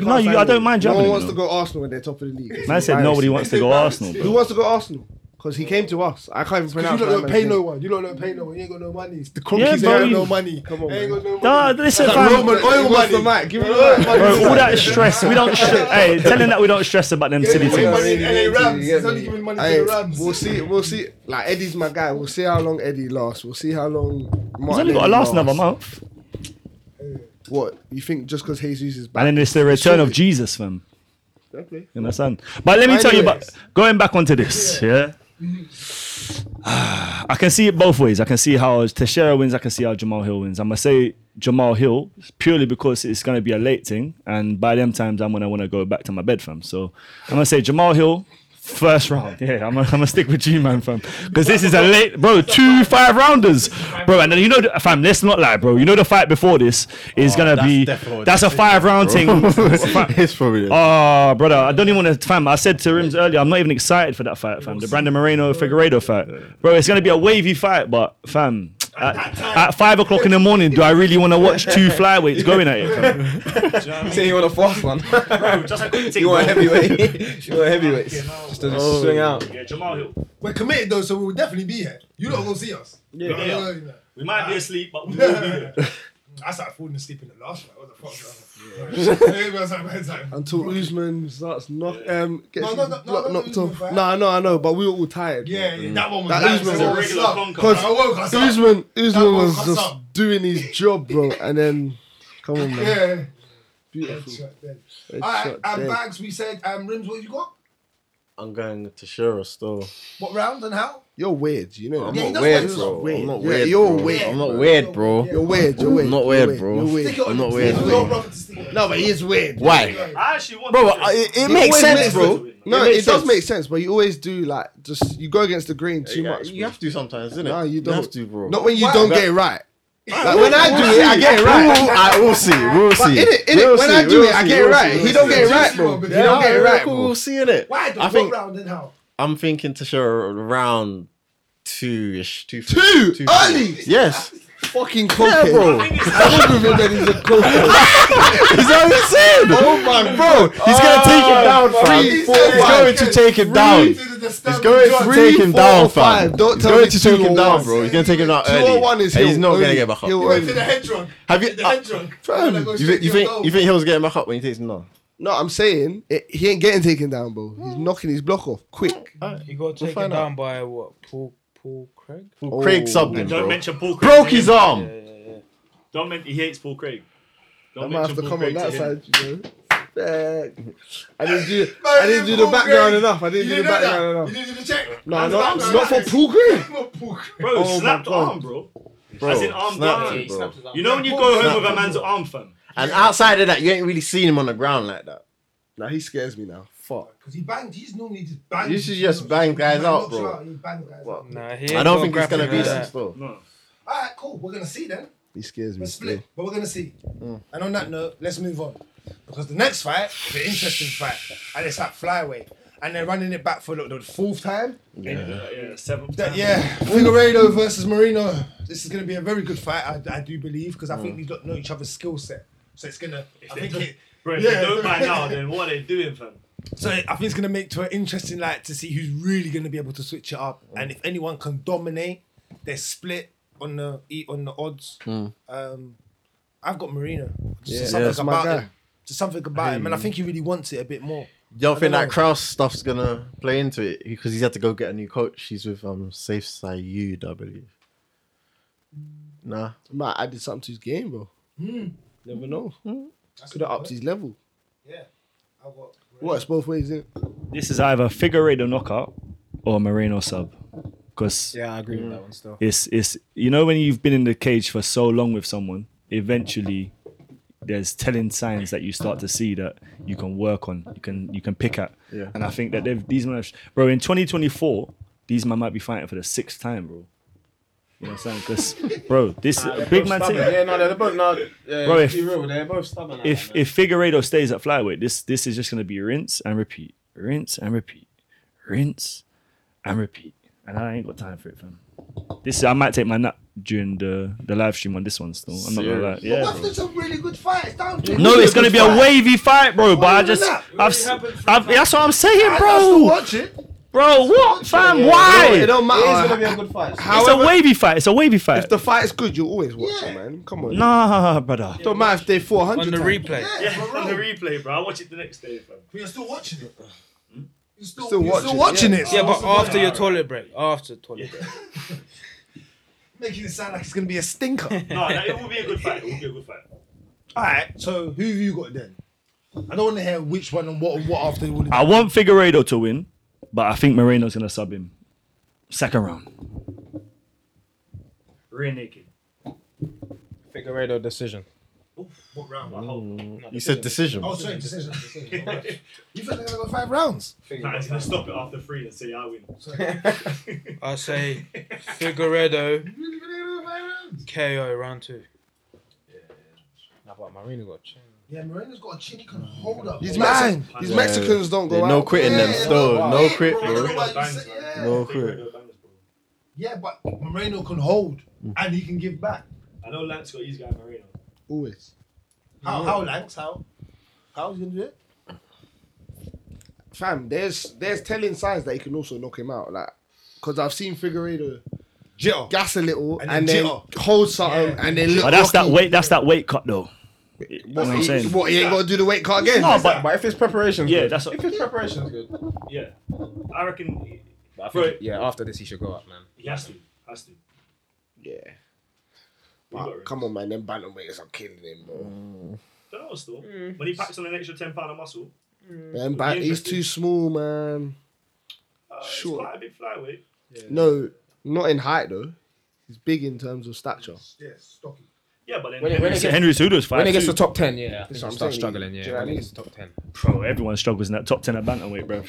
[SPEAKER 7] can, no, you, I don't mind
[SPEAKER 10] No
[SPEAKER 7] jumping.
[SPEAKER 10] one
[SPEAKER 7] it,
[SPEAKER 10] wants
[SPEAKER 7] though.
[SPEAKER 10] to go Arsenal when they're top of the league.
[SPEAKER 7] Man said nobody wants to go Arsenal, bro.
[SPEAKER 10] Who wants to go Arsenal? Because he came to us. I can't even
[SPEAKER 4] You
[SPEAKER 10] pronounce
[SPEAKER 4] don't,
[SPEAKER 10] that
[SPEAKER 4] don't pay
[SPEAKER 10] man's
[SPEAKER 4] no
[SPEAKER 10] name.
[SPEAKER 4] one. You don't, don't pay no one. You ain't got no money. It's the
[SPEAKER 7] Yeah,
[SPEAKER 4] cronkies.
[SPEAKER 7] bro,
[SPEAKER 4] they ain't got no
[SPEAKER 7] you-
[SPEAKER 4] money. Come on, ain't got no money.
[SPEAKER 7] No, listen,
[SPEAKER 10] Like
[SPEAKER 7] fam.
[SPEAKER 10] Roman oil money. The mic. Give me the mic.
[SPEAKER 7] Bro, all that stress, we don't. Stre- hey, telling that we don't stress about them silly
[SPEAKER 4] Money
[SPEAKER 7] teams.
[SPEAKER 4] in LA Rams.
[SPEAKER 10] Yeah,
[SPEAKER 4] He's only
[SPEAKER 10] yeah.
[SPEAKER 4] giving money
[SPEAKER 10] Hey,
[SPEAKER 4] to the Rams.
[SPEAKER 10] We'll see. We'll see. Like Eddie's my guy. We'll see how long Eddie lasts. We'll see how long.
[SPEAKER 7] He's
[SPEAKER 10] Martinelli
[SPEAKER 7] only got to last another month,
[SPEAKER 10] What you think? Just because Jesus is back,
[SPEAKER 7] and then it's the return of Jesus, fam.
[SPEAKER 10] Okay.
[SPEAKER 7] You understand? But let me
[SPEAKER 10] By
[SPEAKER 7] tell
[SPEAKER 10] the
[SPEAKER 7] you
[SPEAKER 10] way-
[SPEAKER 7] about going back onto this, yeah. Ah, I can see it both ways. I can see how Teixeira wins. I can see how Jamal Hill wins. I'm gonna say Jamal Hill purely because it's gonna be a late thing, and by them times I'm gonna want to go back to my bed, fam. So I'm gonna say Jamal Hill first round. Yeah, I'm gonna, I'm gonna stick with G man, fam, because this is a late, bro. Two five rounders, bro. And then you know, the- fam. Let's not lie, bro. You know the fight before this is gonna
[SPEAKER 3] Oh, that's
[SPEAKER 7] be
[SPEAKER 3] definitely-
[SPEAKER 7] that's a five round thing.
[SPEAKER 3] It's probably.
[SPEAKER 7] Oh, brother, I don't even want to, fam. I said to Rims earlier, I'm not even excited for that fight, fam. The Brandon Moreno Figueredo fight, bro. It's gonna be a wavy fight, but fam, at, at five o'clock in the morning, do I really want to watch two flyweights going at it? Fam?
[SPEAKER 5] Say you want a fast one.
[SPEAKER 22] Just a quick thing.
[SPEAKER 5] you want
[SPEAKER 22] bro.
[SPEAKER 5] heavyweight. you want heavyweight. Just to
[SPEAKER 3] Oh.
[SPEAKER 5] swing out.
[SPEAKER 22] Yeah, Jamal Hill.
[SPEAKER 4] We're committed though, so we'll definitely be here. You don't go see us. Yeah,
[SPEAKER 22] yeah. We might be asleep, but we will be there.
[SPEAKER 4] I started falling asleep in the last fight. What the fuck? Yeah. I was like, man, it's like-
[SPEAKER 10] until Usman starts knock um gets
[SPEAKER 4] No, no, no,
[SPEAKER 10] knock-
[SPEAKER 4] no,
[SPEAKER 10] knocked
[SPEAKER 4] Usman
[SPEAKER 10] off.
[SPEAKER 4] fight.
[SPEAKER 10] No, I know, I know, but we were all tired.
[SPEAKER 4] Yeah, yeah, that one was
[SPEAKER 10] That
[SPEAKER 4] nice.
[SPEAKER 10] Usman
[SPEAKER 4] I
[SPEAKER 10] was-
[SPEAKER 4] woke
[SPEAKER 22] regular
[SPEAKER 4] us up.
[SPEAKER 22] conker.
[SPEAKER 4] I woke us up.
[SPEAKER 10] Usman, Usman
[SPEAKER 4] one
[SPEAKER 10] was
[SPEAKER 4] cuts
[SPEAKER 10] just
[SPEAKER 4] up.
[SPEAKER 10] doing his job, bro. And then, come on, man,
[SPEAKER 4] Yeah.
[SPEAKER 10] beautiful.
[SPEAKER 4] All right,
[SPEAKER 10] Headshot
[SPEAKER 4] and
[SPEAKER 10] dead.
[SPEAKER 4] bags. We said, um, rims. What have you got?
[SPEAKER 3] I'm going to Shura still.
[SPEAKER 4] What round and how?
[SPEAKER 10] You're weird, you know. that.
[SPEAKER 3] Oh, I'm
[SPEAKER 4] Yeah, he
[SPEAKER 3] not
[SPEAKER 4] does
[SPEAKER 3] weird,
[SPEAKER 4] like-
[SPEAKER 3] bro.
[SPEAKER 10] Weird.
[SPEAKER 3] I'm not
[SPEAKER 10] Yeah,
[SPEAKER 3] weird.
[SPEAKER 10] you're
[SPEAKER 3] bro.
[SPEAKER 10] weird.
[SPEAKER 3] I'm not weird,
[SPEAKER 10] You're
[SPEAKER 3] bro.
[SPEAKER 10] weird. You're weird.
[SPEAKER 3] I'm not
[SPEAKER 10] you're
[SPEAKER 3] weird, bro.
[SPEAKER 10] You're
[SPEAKER 4] Stick
[SPEAKER 10] weird.
[SPEAKER 4] it on
[SPEAKER 3] I'm
[SPEAKER 4] the-
[SPEAKER 3] not
[SPEAKER 4] stick
[SPEAKER 3] weird,
[SPEAKER 4] it on
[SPEAKER 3] bro.
[SPEAKER 4] your brother to stick it on.
[SPEAKER 10] No, but he is weird.
[SPEAKER 3] Why?
[SPEAKER 22] I actually want.
[SPEAKER 3] Bro,
[SPEAKER 22] to
[SPEAKER 7] uh,
[SPEAKER 3] I- it, it
[SPEAKER 10] He
[SPEAKER 3] makes
[SPEAKER 10] always
[SPEAKER 3] sense, bro.
[SPEAKER 10] No,
[SPEAKER 3] makes
[SPEAKER 10] it, does
[SPEAKER 3] sense.
[SPEAKER 10] make sense, but you always do like just you go against the grain too much.
[SPEAKER 3] You have to sometimes, isn't it?
[SPEAKER 10] No, you don't.
[SPEAKER 3] have to, bro.
[SPEAKER 10] Not when you
[SPEAKER 4] Why?
[SPEAKER 10] don't get it right. Like, when I do it, I get it right.
[SPEAKER 3] We'll, I, we'll see. We'll see.
[SPEAKER 10] In it, in it,
[SPEAKER 3] We'll
[SPEAKER 10] when
[SPEAKER 3] see,
[SPEAKER 10] I do
[SPEAKER 3] we'll
[SPEAKER 10] it, I
[SPEAKER 3] see,
[SPEAKER 10] get it
[SPEAKER 3] we'll
[SPEAKER 10] right.
[SPEAKER 3] see,
[SPEAKER 10] He
[SPEAKER 3] we'll
[SPEAKER 10] don't
[SPEAKER 3] see.
[SPEAKER 10] get it right,
[SPEAKER 4] see,
[SPEAKER 10] bro.
[SPEAKER 4] bro.
[SPEAKER 10] He
[SPEAKER 4] Yeah,
[SPEAKER 10] don't get it right,
[SPEAKER 3] Cool,
[SPEAKER 10] bro.
[SPEAKER 3] We'll see in it.
[SPEAKER 4] Why?
[SPEAKER 3] I
[SPEAKER 4] What
[SPEAKER 3] think
[SPEAKER 4] round and how?
[SPEAKER 3] I'm thinking to show around two-ish, two,
[SPEAKER 10] Two early.
[SPEAKER 3] Yes.
[SPEAKER 10] Fucking
[SPEAKER 3] Yeah,
[SPEAKER 10] cocaine.
[SPEAKER 3] bro.
[SPEAKER 22] I think it's-
[SPEAKER 10] I was with him and he's a cocaine.
[SPEAKER 3] Is that what he said? Oh my bro, he's gonna take him down, fam.
[SPEAKER 10] Oh, three,
[SPEAKER 3] He's
[SPEAKER 10] four,
[SPEAKER 3] going
[SPEAKER 4] five.
[SPEAKER 3] to take him down.
[SPEAKER 4] Into the
[SPEAKER 3] He's
[SPEAKER 4] disturbing
[SPEAKER 3] going to
[SPEAKER 4] joint.
[SPEAKER 3] take him
[SPEAKER 10] four,
[SPEAKER 3] down,
[SPEAKER 10] five.
[SPEAKER 3] fam.
[SPEAKER 10] Don't
[SPEAKER 3] He's
[SPEAKER 10] tell
[SPEAKER 3] going
[SPEAKER 10] me
[SPEAKER 3] to
[SPEAKER 10] two
[SPEAKER 3] take him
[SPEAKER 10] or
[SPEAKER 3] down,
[SPEAKER 10] one.
[SPEAKER 3] bro. He's gonna take him down
[SPEAKER 10] Two
[SPEAKER 3] early.
[SPEAKER 10] or one is
[SPEAKER 3] and
[SPEAKER 10] Hill.
[SPEAKER 3] he's not gonna
[SPEAKER 10] only.
[SPEAKER 3] get back up.
[SPEAKER 10] Hill
[SPEAKER 4] Went to
[SPEAKER 10] only.
[SPEAKER 4] the hedge run.
[SPEAKER 3] Have you?
[SPEAKER 4] The
[SPEAKER 3] uh,
[SPEAKER 4] hedge run.
[SPEAKER 3] fam,
[SPEAKER 4] Gotta go
[SPEAKER 3] you,
[SPEAKER 4] straight
[SPEAKER 3] think, you
[SPEAKER 4] to your
[SPEAKER 3] think
[SPEAKER 4] goal.
[SPEAKER 3] you think Hill's getting back up when he takes him down?
[SPEAKER 10] No, I'm saying it, he ain't getting taken down, bro. He's knocking his block off quick.
[SPEAKER 6] He got taken
[SPEAKER 10] find
[SPEAKER 6] down by what? Paul Paul Craig.
[SPEAKER 10] Oh.
[SPEAKER 3] Craig subbed him,
[SPEAKER 11] Don't
[SPEAKER 3] bro.
[SPEAKER 11] mention Paul Craig.
[SPEAKER 3] Broke his arm.
[SPEAKER 11] Don't mention he hates Paul Craig.
[SPEAKER 10] I
[SPEAKER 11] Don't
[SPEAKER 10] might have
[SPEAKER 11] mention
[SPEAKER 10] to
[SPEAKER 11] Paul
[SPEAKER 10] come on
[SPEAKER 11] Craig
[SPEAKER 10] that
[SPEAKER 11] to him.
[SPEAKER 10] side, you know. Fuck. I didn't do, I didn't do the background enough. I didn't do the background enough.
[SPEAKER 4] You did the check.
[SPEAKER 10] No, not, not for Paul Green.
[SPEAKER 11] Bro,
[SPEAKER 10] Oh my
[SPEAKER 11] slapped
[SPEAKER 10] God.
[SPEAKER 11] arm, bro.
[SPEAKER 3] Bro,
[SPEAKER 11] As in arm
[SPEAKER 3] snapped
[SPEAKER 11] down.
[SPEAKER 3] it, bro.
[SPEAKER 11] You know when you go home with a man's arm, fam?
[SPEAKER 3] And outside of that, you ain't really seen him on the ground like that.
[SPEAKER 10] Nah, he scares me now. Fuck.
[SPEAKER 4] Because he banged. He's normally just banged.
[SPEAKER 3] You should just bang guys
[SPEAKER 4] He
[SPEAKER 3] out,
[SPEAKER 4] knocks you out,
[SPEAKER 3] bro.
[SPEAKER 4] He banged guys out.
[SPEAKER 6] Nah, he
[SPEAKER 3] I
[SPEAKER 6] ain't
[SPEAKER 3] don't think it's
[SPEAKER 6] got
[SPEAKER 3] gonna
[SPEAKER 6] grappling
[SPEAKER 3] be
[SPEAKER 6] like
[SPEAKER 3] that
[SPEAKER 6] that.
[SPEAKER 3] still.
[SPEAKER 11] No.
[SPEAKER 4] All right, cool. We're gonna see then.
[SPEAKER 10] He scares me.
[SPEAKER 4] We're
[SPEAKER 10] Still.
[SPEAKER 4] split, but we're gonna see.
[SPEAKER 3] Mm.
[SPEAKER 4] And on that note, let's move on because the next fight is an interesting fight, and it's at flyweight, and they're running it back for the, the fourth time.
[SPEAKER 11] Yeah, yeah, seventh
[SPEAKER 4] That-
[SPEAKER 11] time.
[SPEAKER 4] yeah, Figueredo versus Marino. This is gonna be a very good fight, I, I do believe, because I
[SPEAKER 3] Mm.
[SPEAKER 4] think we don't know each other's skill set, so it's gonna. I
[SPEAKER 11] they
[SPEAKER 4] think
[SPEAKER 11] don't-
[SPEAKER 4] it,
[SPEAKER 11] Bro, if
[SPEAKER 4] Yeah.
[SPEAKER 11] they don't by now, then what are they doing, fam?
[SPEAKER 4] So I think it's going to make to an interesting like to see who's really going to be able to switch it up, and if anyone can dominate, they're split on the e- on the odds. Um, I've got Marino. Just
[SPEAKER 10] Yeah,
[SPEAKER 4] something
[SPEAKER 10] that's my
[SPEAKER 4] about
[SPEAKER 10] guy.
[SPEAKER 4] him. Just something about him, and I think he really wants it a bit more.
[SPEAKER 3] You don't
[SPEAKER 4] I
[SPEAKER 3] think
[SPEAKER 4] don't
[SPEAKER 3] that
[SPEAKER 4] know.
[SPEAKER 3] Kraus stuff's gonna play into it because he's had to go get a new coach. He's with um Safe Sayud, I believe. Nah,
[SPEAKER 10] Might have added something to his game, bro.
[SPEAKER 4] Hmm.
[SPEAKER 10] Never know. Could have upped his level.
[SPEAKER 4] Yeah, I've got.
[SPEAKER 10] Works both ways, innit?
[SPEAKER 7] This is either Figueredo knockout or Moreno sub. Because
[SPEAKER 5] Yeah, I agree with
[SPEAKER 3] Mm.
[SPEAKER 5] that one still.
[SPEAKER 7] it's it's you know when you've been in the cage for so long with someone, eventually there's telling signs that you start to see that you can work on, you can you can pick at.
[SPEAKER 3] Yeah.
[SPEAKER 7] And I think that they've these men have, bro in 2024 these men might be fighting for the sixth time, bro. You know what I'm saying? Because bro, this big man.
[SPEAKER 5] Stubborn.
[SPEAKER 7] thing-
[SPEAKER 5] Yeah, no, they're both no. Yeah,
[SPEAKER 7] Bro,
[SPEAKER 5] to
[SPEAKER 7] if-
[SPEAKER 5] be real, they're both stubborn. like
[SPEAKER 7] if
[SPEAKER 5] that, man.
[SPEAKER 7] if Figueredo stays at flyweight, this this is just gonna be rinse and repeat, rinse and repeat, rinse and repeat. And I ain't got time for it, fam. This I might take my nap during the the live stream on this one still. I'm not gonna lie.
[SPEAKER 4] But
[SPEAKER 7] Yeah.
[SPEAKER 4] what's
[SPEAKER 7] bro.
[SPEAKER 4] this a really good fight? It's down to
[SPEAKER 7] No, it's gonna be a
[SPEAKER 4] way.
[SPEAKER 7] wavy fight, bro. But I
[SPEAKER 4] you
[SPEAKER 7] just,
[SPEAKER 4] nap?
[SPEAKER 7] I've, s- I've, that's what I'm saying,
[SPEAKER 4] Still
[SPEAKER 7] bro.
[SPEAKER 4] watch it.
[SPEAKER 7] Bro, what, fam?
[SPEAKER 10] It
[SPEAKER 7] Why?
[SPEAKER 10] don't matter.
[SPEAKER 5] it is gonna be a good fight.
[SPEAKER 7] It's a wavy fight. It's a wavy fight.
[SPEAKER 10] if the fight's good, you always watch it, man. Come on.
[SPEAKER 7] Nah, brother.
[SPEAKER 10] Don't matter if they're 400.
[SPEAKER 6] On the
[SPEAKER 10] times.
[SPEAKER 6] replay.
[SPEAKER 11] Yeah, on the replay, bro. I watch it the next day, fam.
[SPEAKER 4] But you're still watching it. You're still,
[SPEAKER 10] Still
[SPEAKER 4] you're
[SPEAKER 10] watch
[SPEAKER 4] still
[SPEAKER 10] it.
[SPEAKER 4] watching it.
[SPEAKER 6] Yeah,
[SPEAKER 4] so what's
[SPEAKER 6] but
[SPEAKER 4] the point?
[SPEAKER 6] after your toilet break. After toilet break.
[SPEAKER 4] making it sound like it's gonna be a stinker.
[SPEAKER 11] No, no, it will be a good fight. It will be a good fight.
[SPEAKER 4] All right. So who have you got then? I don't want to hear which one and what and what after all. of
[SPEAKER 7] I
[SPEAKER 4] that.
[SPEAKER 7] want Figueredo to win, but I think Moreno's gonna sub him. Second round.
[SPEAKER 11] Rear naked.
[SPEAKER 5] Figueredo decision.
[SPEAKER 4] What round?
[SPEAKER 11] I hope.
[SPEAKER 5] Mm.
[SPEAKER 3] you said decision.
[SPEAKER 4] Oh, sorry, decision. decision. My bad. you think they're gonna go five rounds?
[SPEAKER 11] Nah, he's gonna stop it after three and say I win.
[SPEAKER 6] I say Figueredo KO round two.
[SPEAKER 5] Nah, but Marina got chin.
[SPEAKER 4] Yeah, Moreno's got a chin he can hold up.
[SPEAKER 10] These,
[SPEAKER 4] Yeah,
[SPEAKER 10] Mexi- these
[SPEAKER 3] Yeah.
[SPEAKER 10] Mexicans don't go
[SPEAKER 3] There's
[SPEAKER 10] out.
[SPEAKER 3] no quitting them still. No quit, bro.
[SPEAKER 4] bro. I know what you
[SPEAKER 11] Bangs,
[SPEAKER 4] said,
[SPEAKER 11] man.
[SPEAKER 4] yeah.
[SPEAKER 3] No
[SPEAKER 11] Big
[SPEAKER 3] quit.
[SPEAKER 11] red bangs, bro.
[SPEAKER 4] Yeah, but Moreno can hold and he can give back.
[SPEAKER 11] I know Lance got his guy Marino.
[SPEAKER 10] Always.
[SPEAKER 4] How? How, Lanks? How? How you gonna do it?
[SPEAKER 10] Fam, there's there's telling signs that he can also knock him out. Like, because I've seen Figueredo jitter. gas a little and,
[SPEAKER 4] And then
[SPEAKER 10] then
[SPEAKER 4] jitter.
[SPEAKER 10] hold something and then look.
[SPEAKER 7] But Oh, that's that
[SPEAKER 10] rocky.
[SPEAKER 7] weight. That's that weight cut though. You know
[SPEAKER 10] What,
[SPEAKER 7] what I'm
[SPEAKER 10] he,
[SPEAKER 7] saying?
[SPEAKER 10] what, he ain't got to do the weight cut again?
[SPEAKER 7] No, but
[SPEAKER 5] But if his preparation's
[SPEAKER 7] yeah,
[SPEAKER 5] good,
[SPEAKER 7] that's what,
[SPEAKER 5] if his preparation's good,
[SPEAKER 11] Yeah, I reckon
[SPEAKER 5] But I
[SPEAKER 11] Bro.
[SPEAKER 5] think, yeah, after this he should go up, man.
[SPEAKER 11] he has to. Has to.
[SPEAKER 10] Yeah.
[SPEAKER 11] We got
[SPEAKER 10] But,
[SPEAKER 11] him.
[SPEAKER 10] come on, man. Them bantamweights are killing him, bro.
[SPEAKER 11] Don't know still. When he packs on an extra ten pound of muscle,
[SPEAKER 10] Man, but he's
[SPEAKER 11] Interesting.
[SPEAKER 10] too small, man.
[SPEAKER 11] uh,
[SPEAKER 10] Sure.
[SPEAKER 11] it's quite a big flyweight.
[SPEAKER 10] No, not in height, though. He's big in terms of stature.
[SPEAKER 4] Yeah, stocky.
[SPEAKER 11] Yeah, but then
[SPEAKER 5] When it- when it gets-
[SPEAKER 7] Henry Cejudo's fight.
[SPEAKER 5] When it gets
[SPEAKER 7] too.
[SPEAKER 5] to top ten, yeah, I think
[SPEAKER 10] That's
[SPEAKER 5] he'll
[SPEAKER 10] what I'm
[SPEAKER 5] start
[SPEAKER 10] saying.
[SPEAKER 5] struggling.
[SPEAKER 10] Do you know
[SPEAKER 5] Yeah,
[SPEAKER 10] what I
[SPEAKER 5] when it
[SPEAKER 10] mean?
[SPEAKER 5] gets to top ten.
[SPEAKER 7] Bro, everyone struggles in that top ten at bantamweight, bro.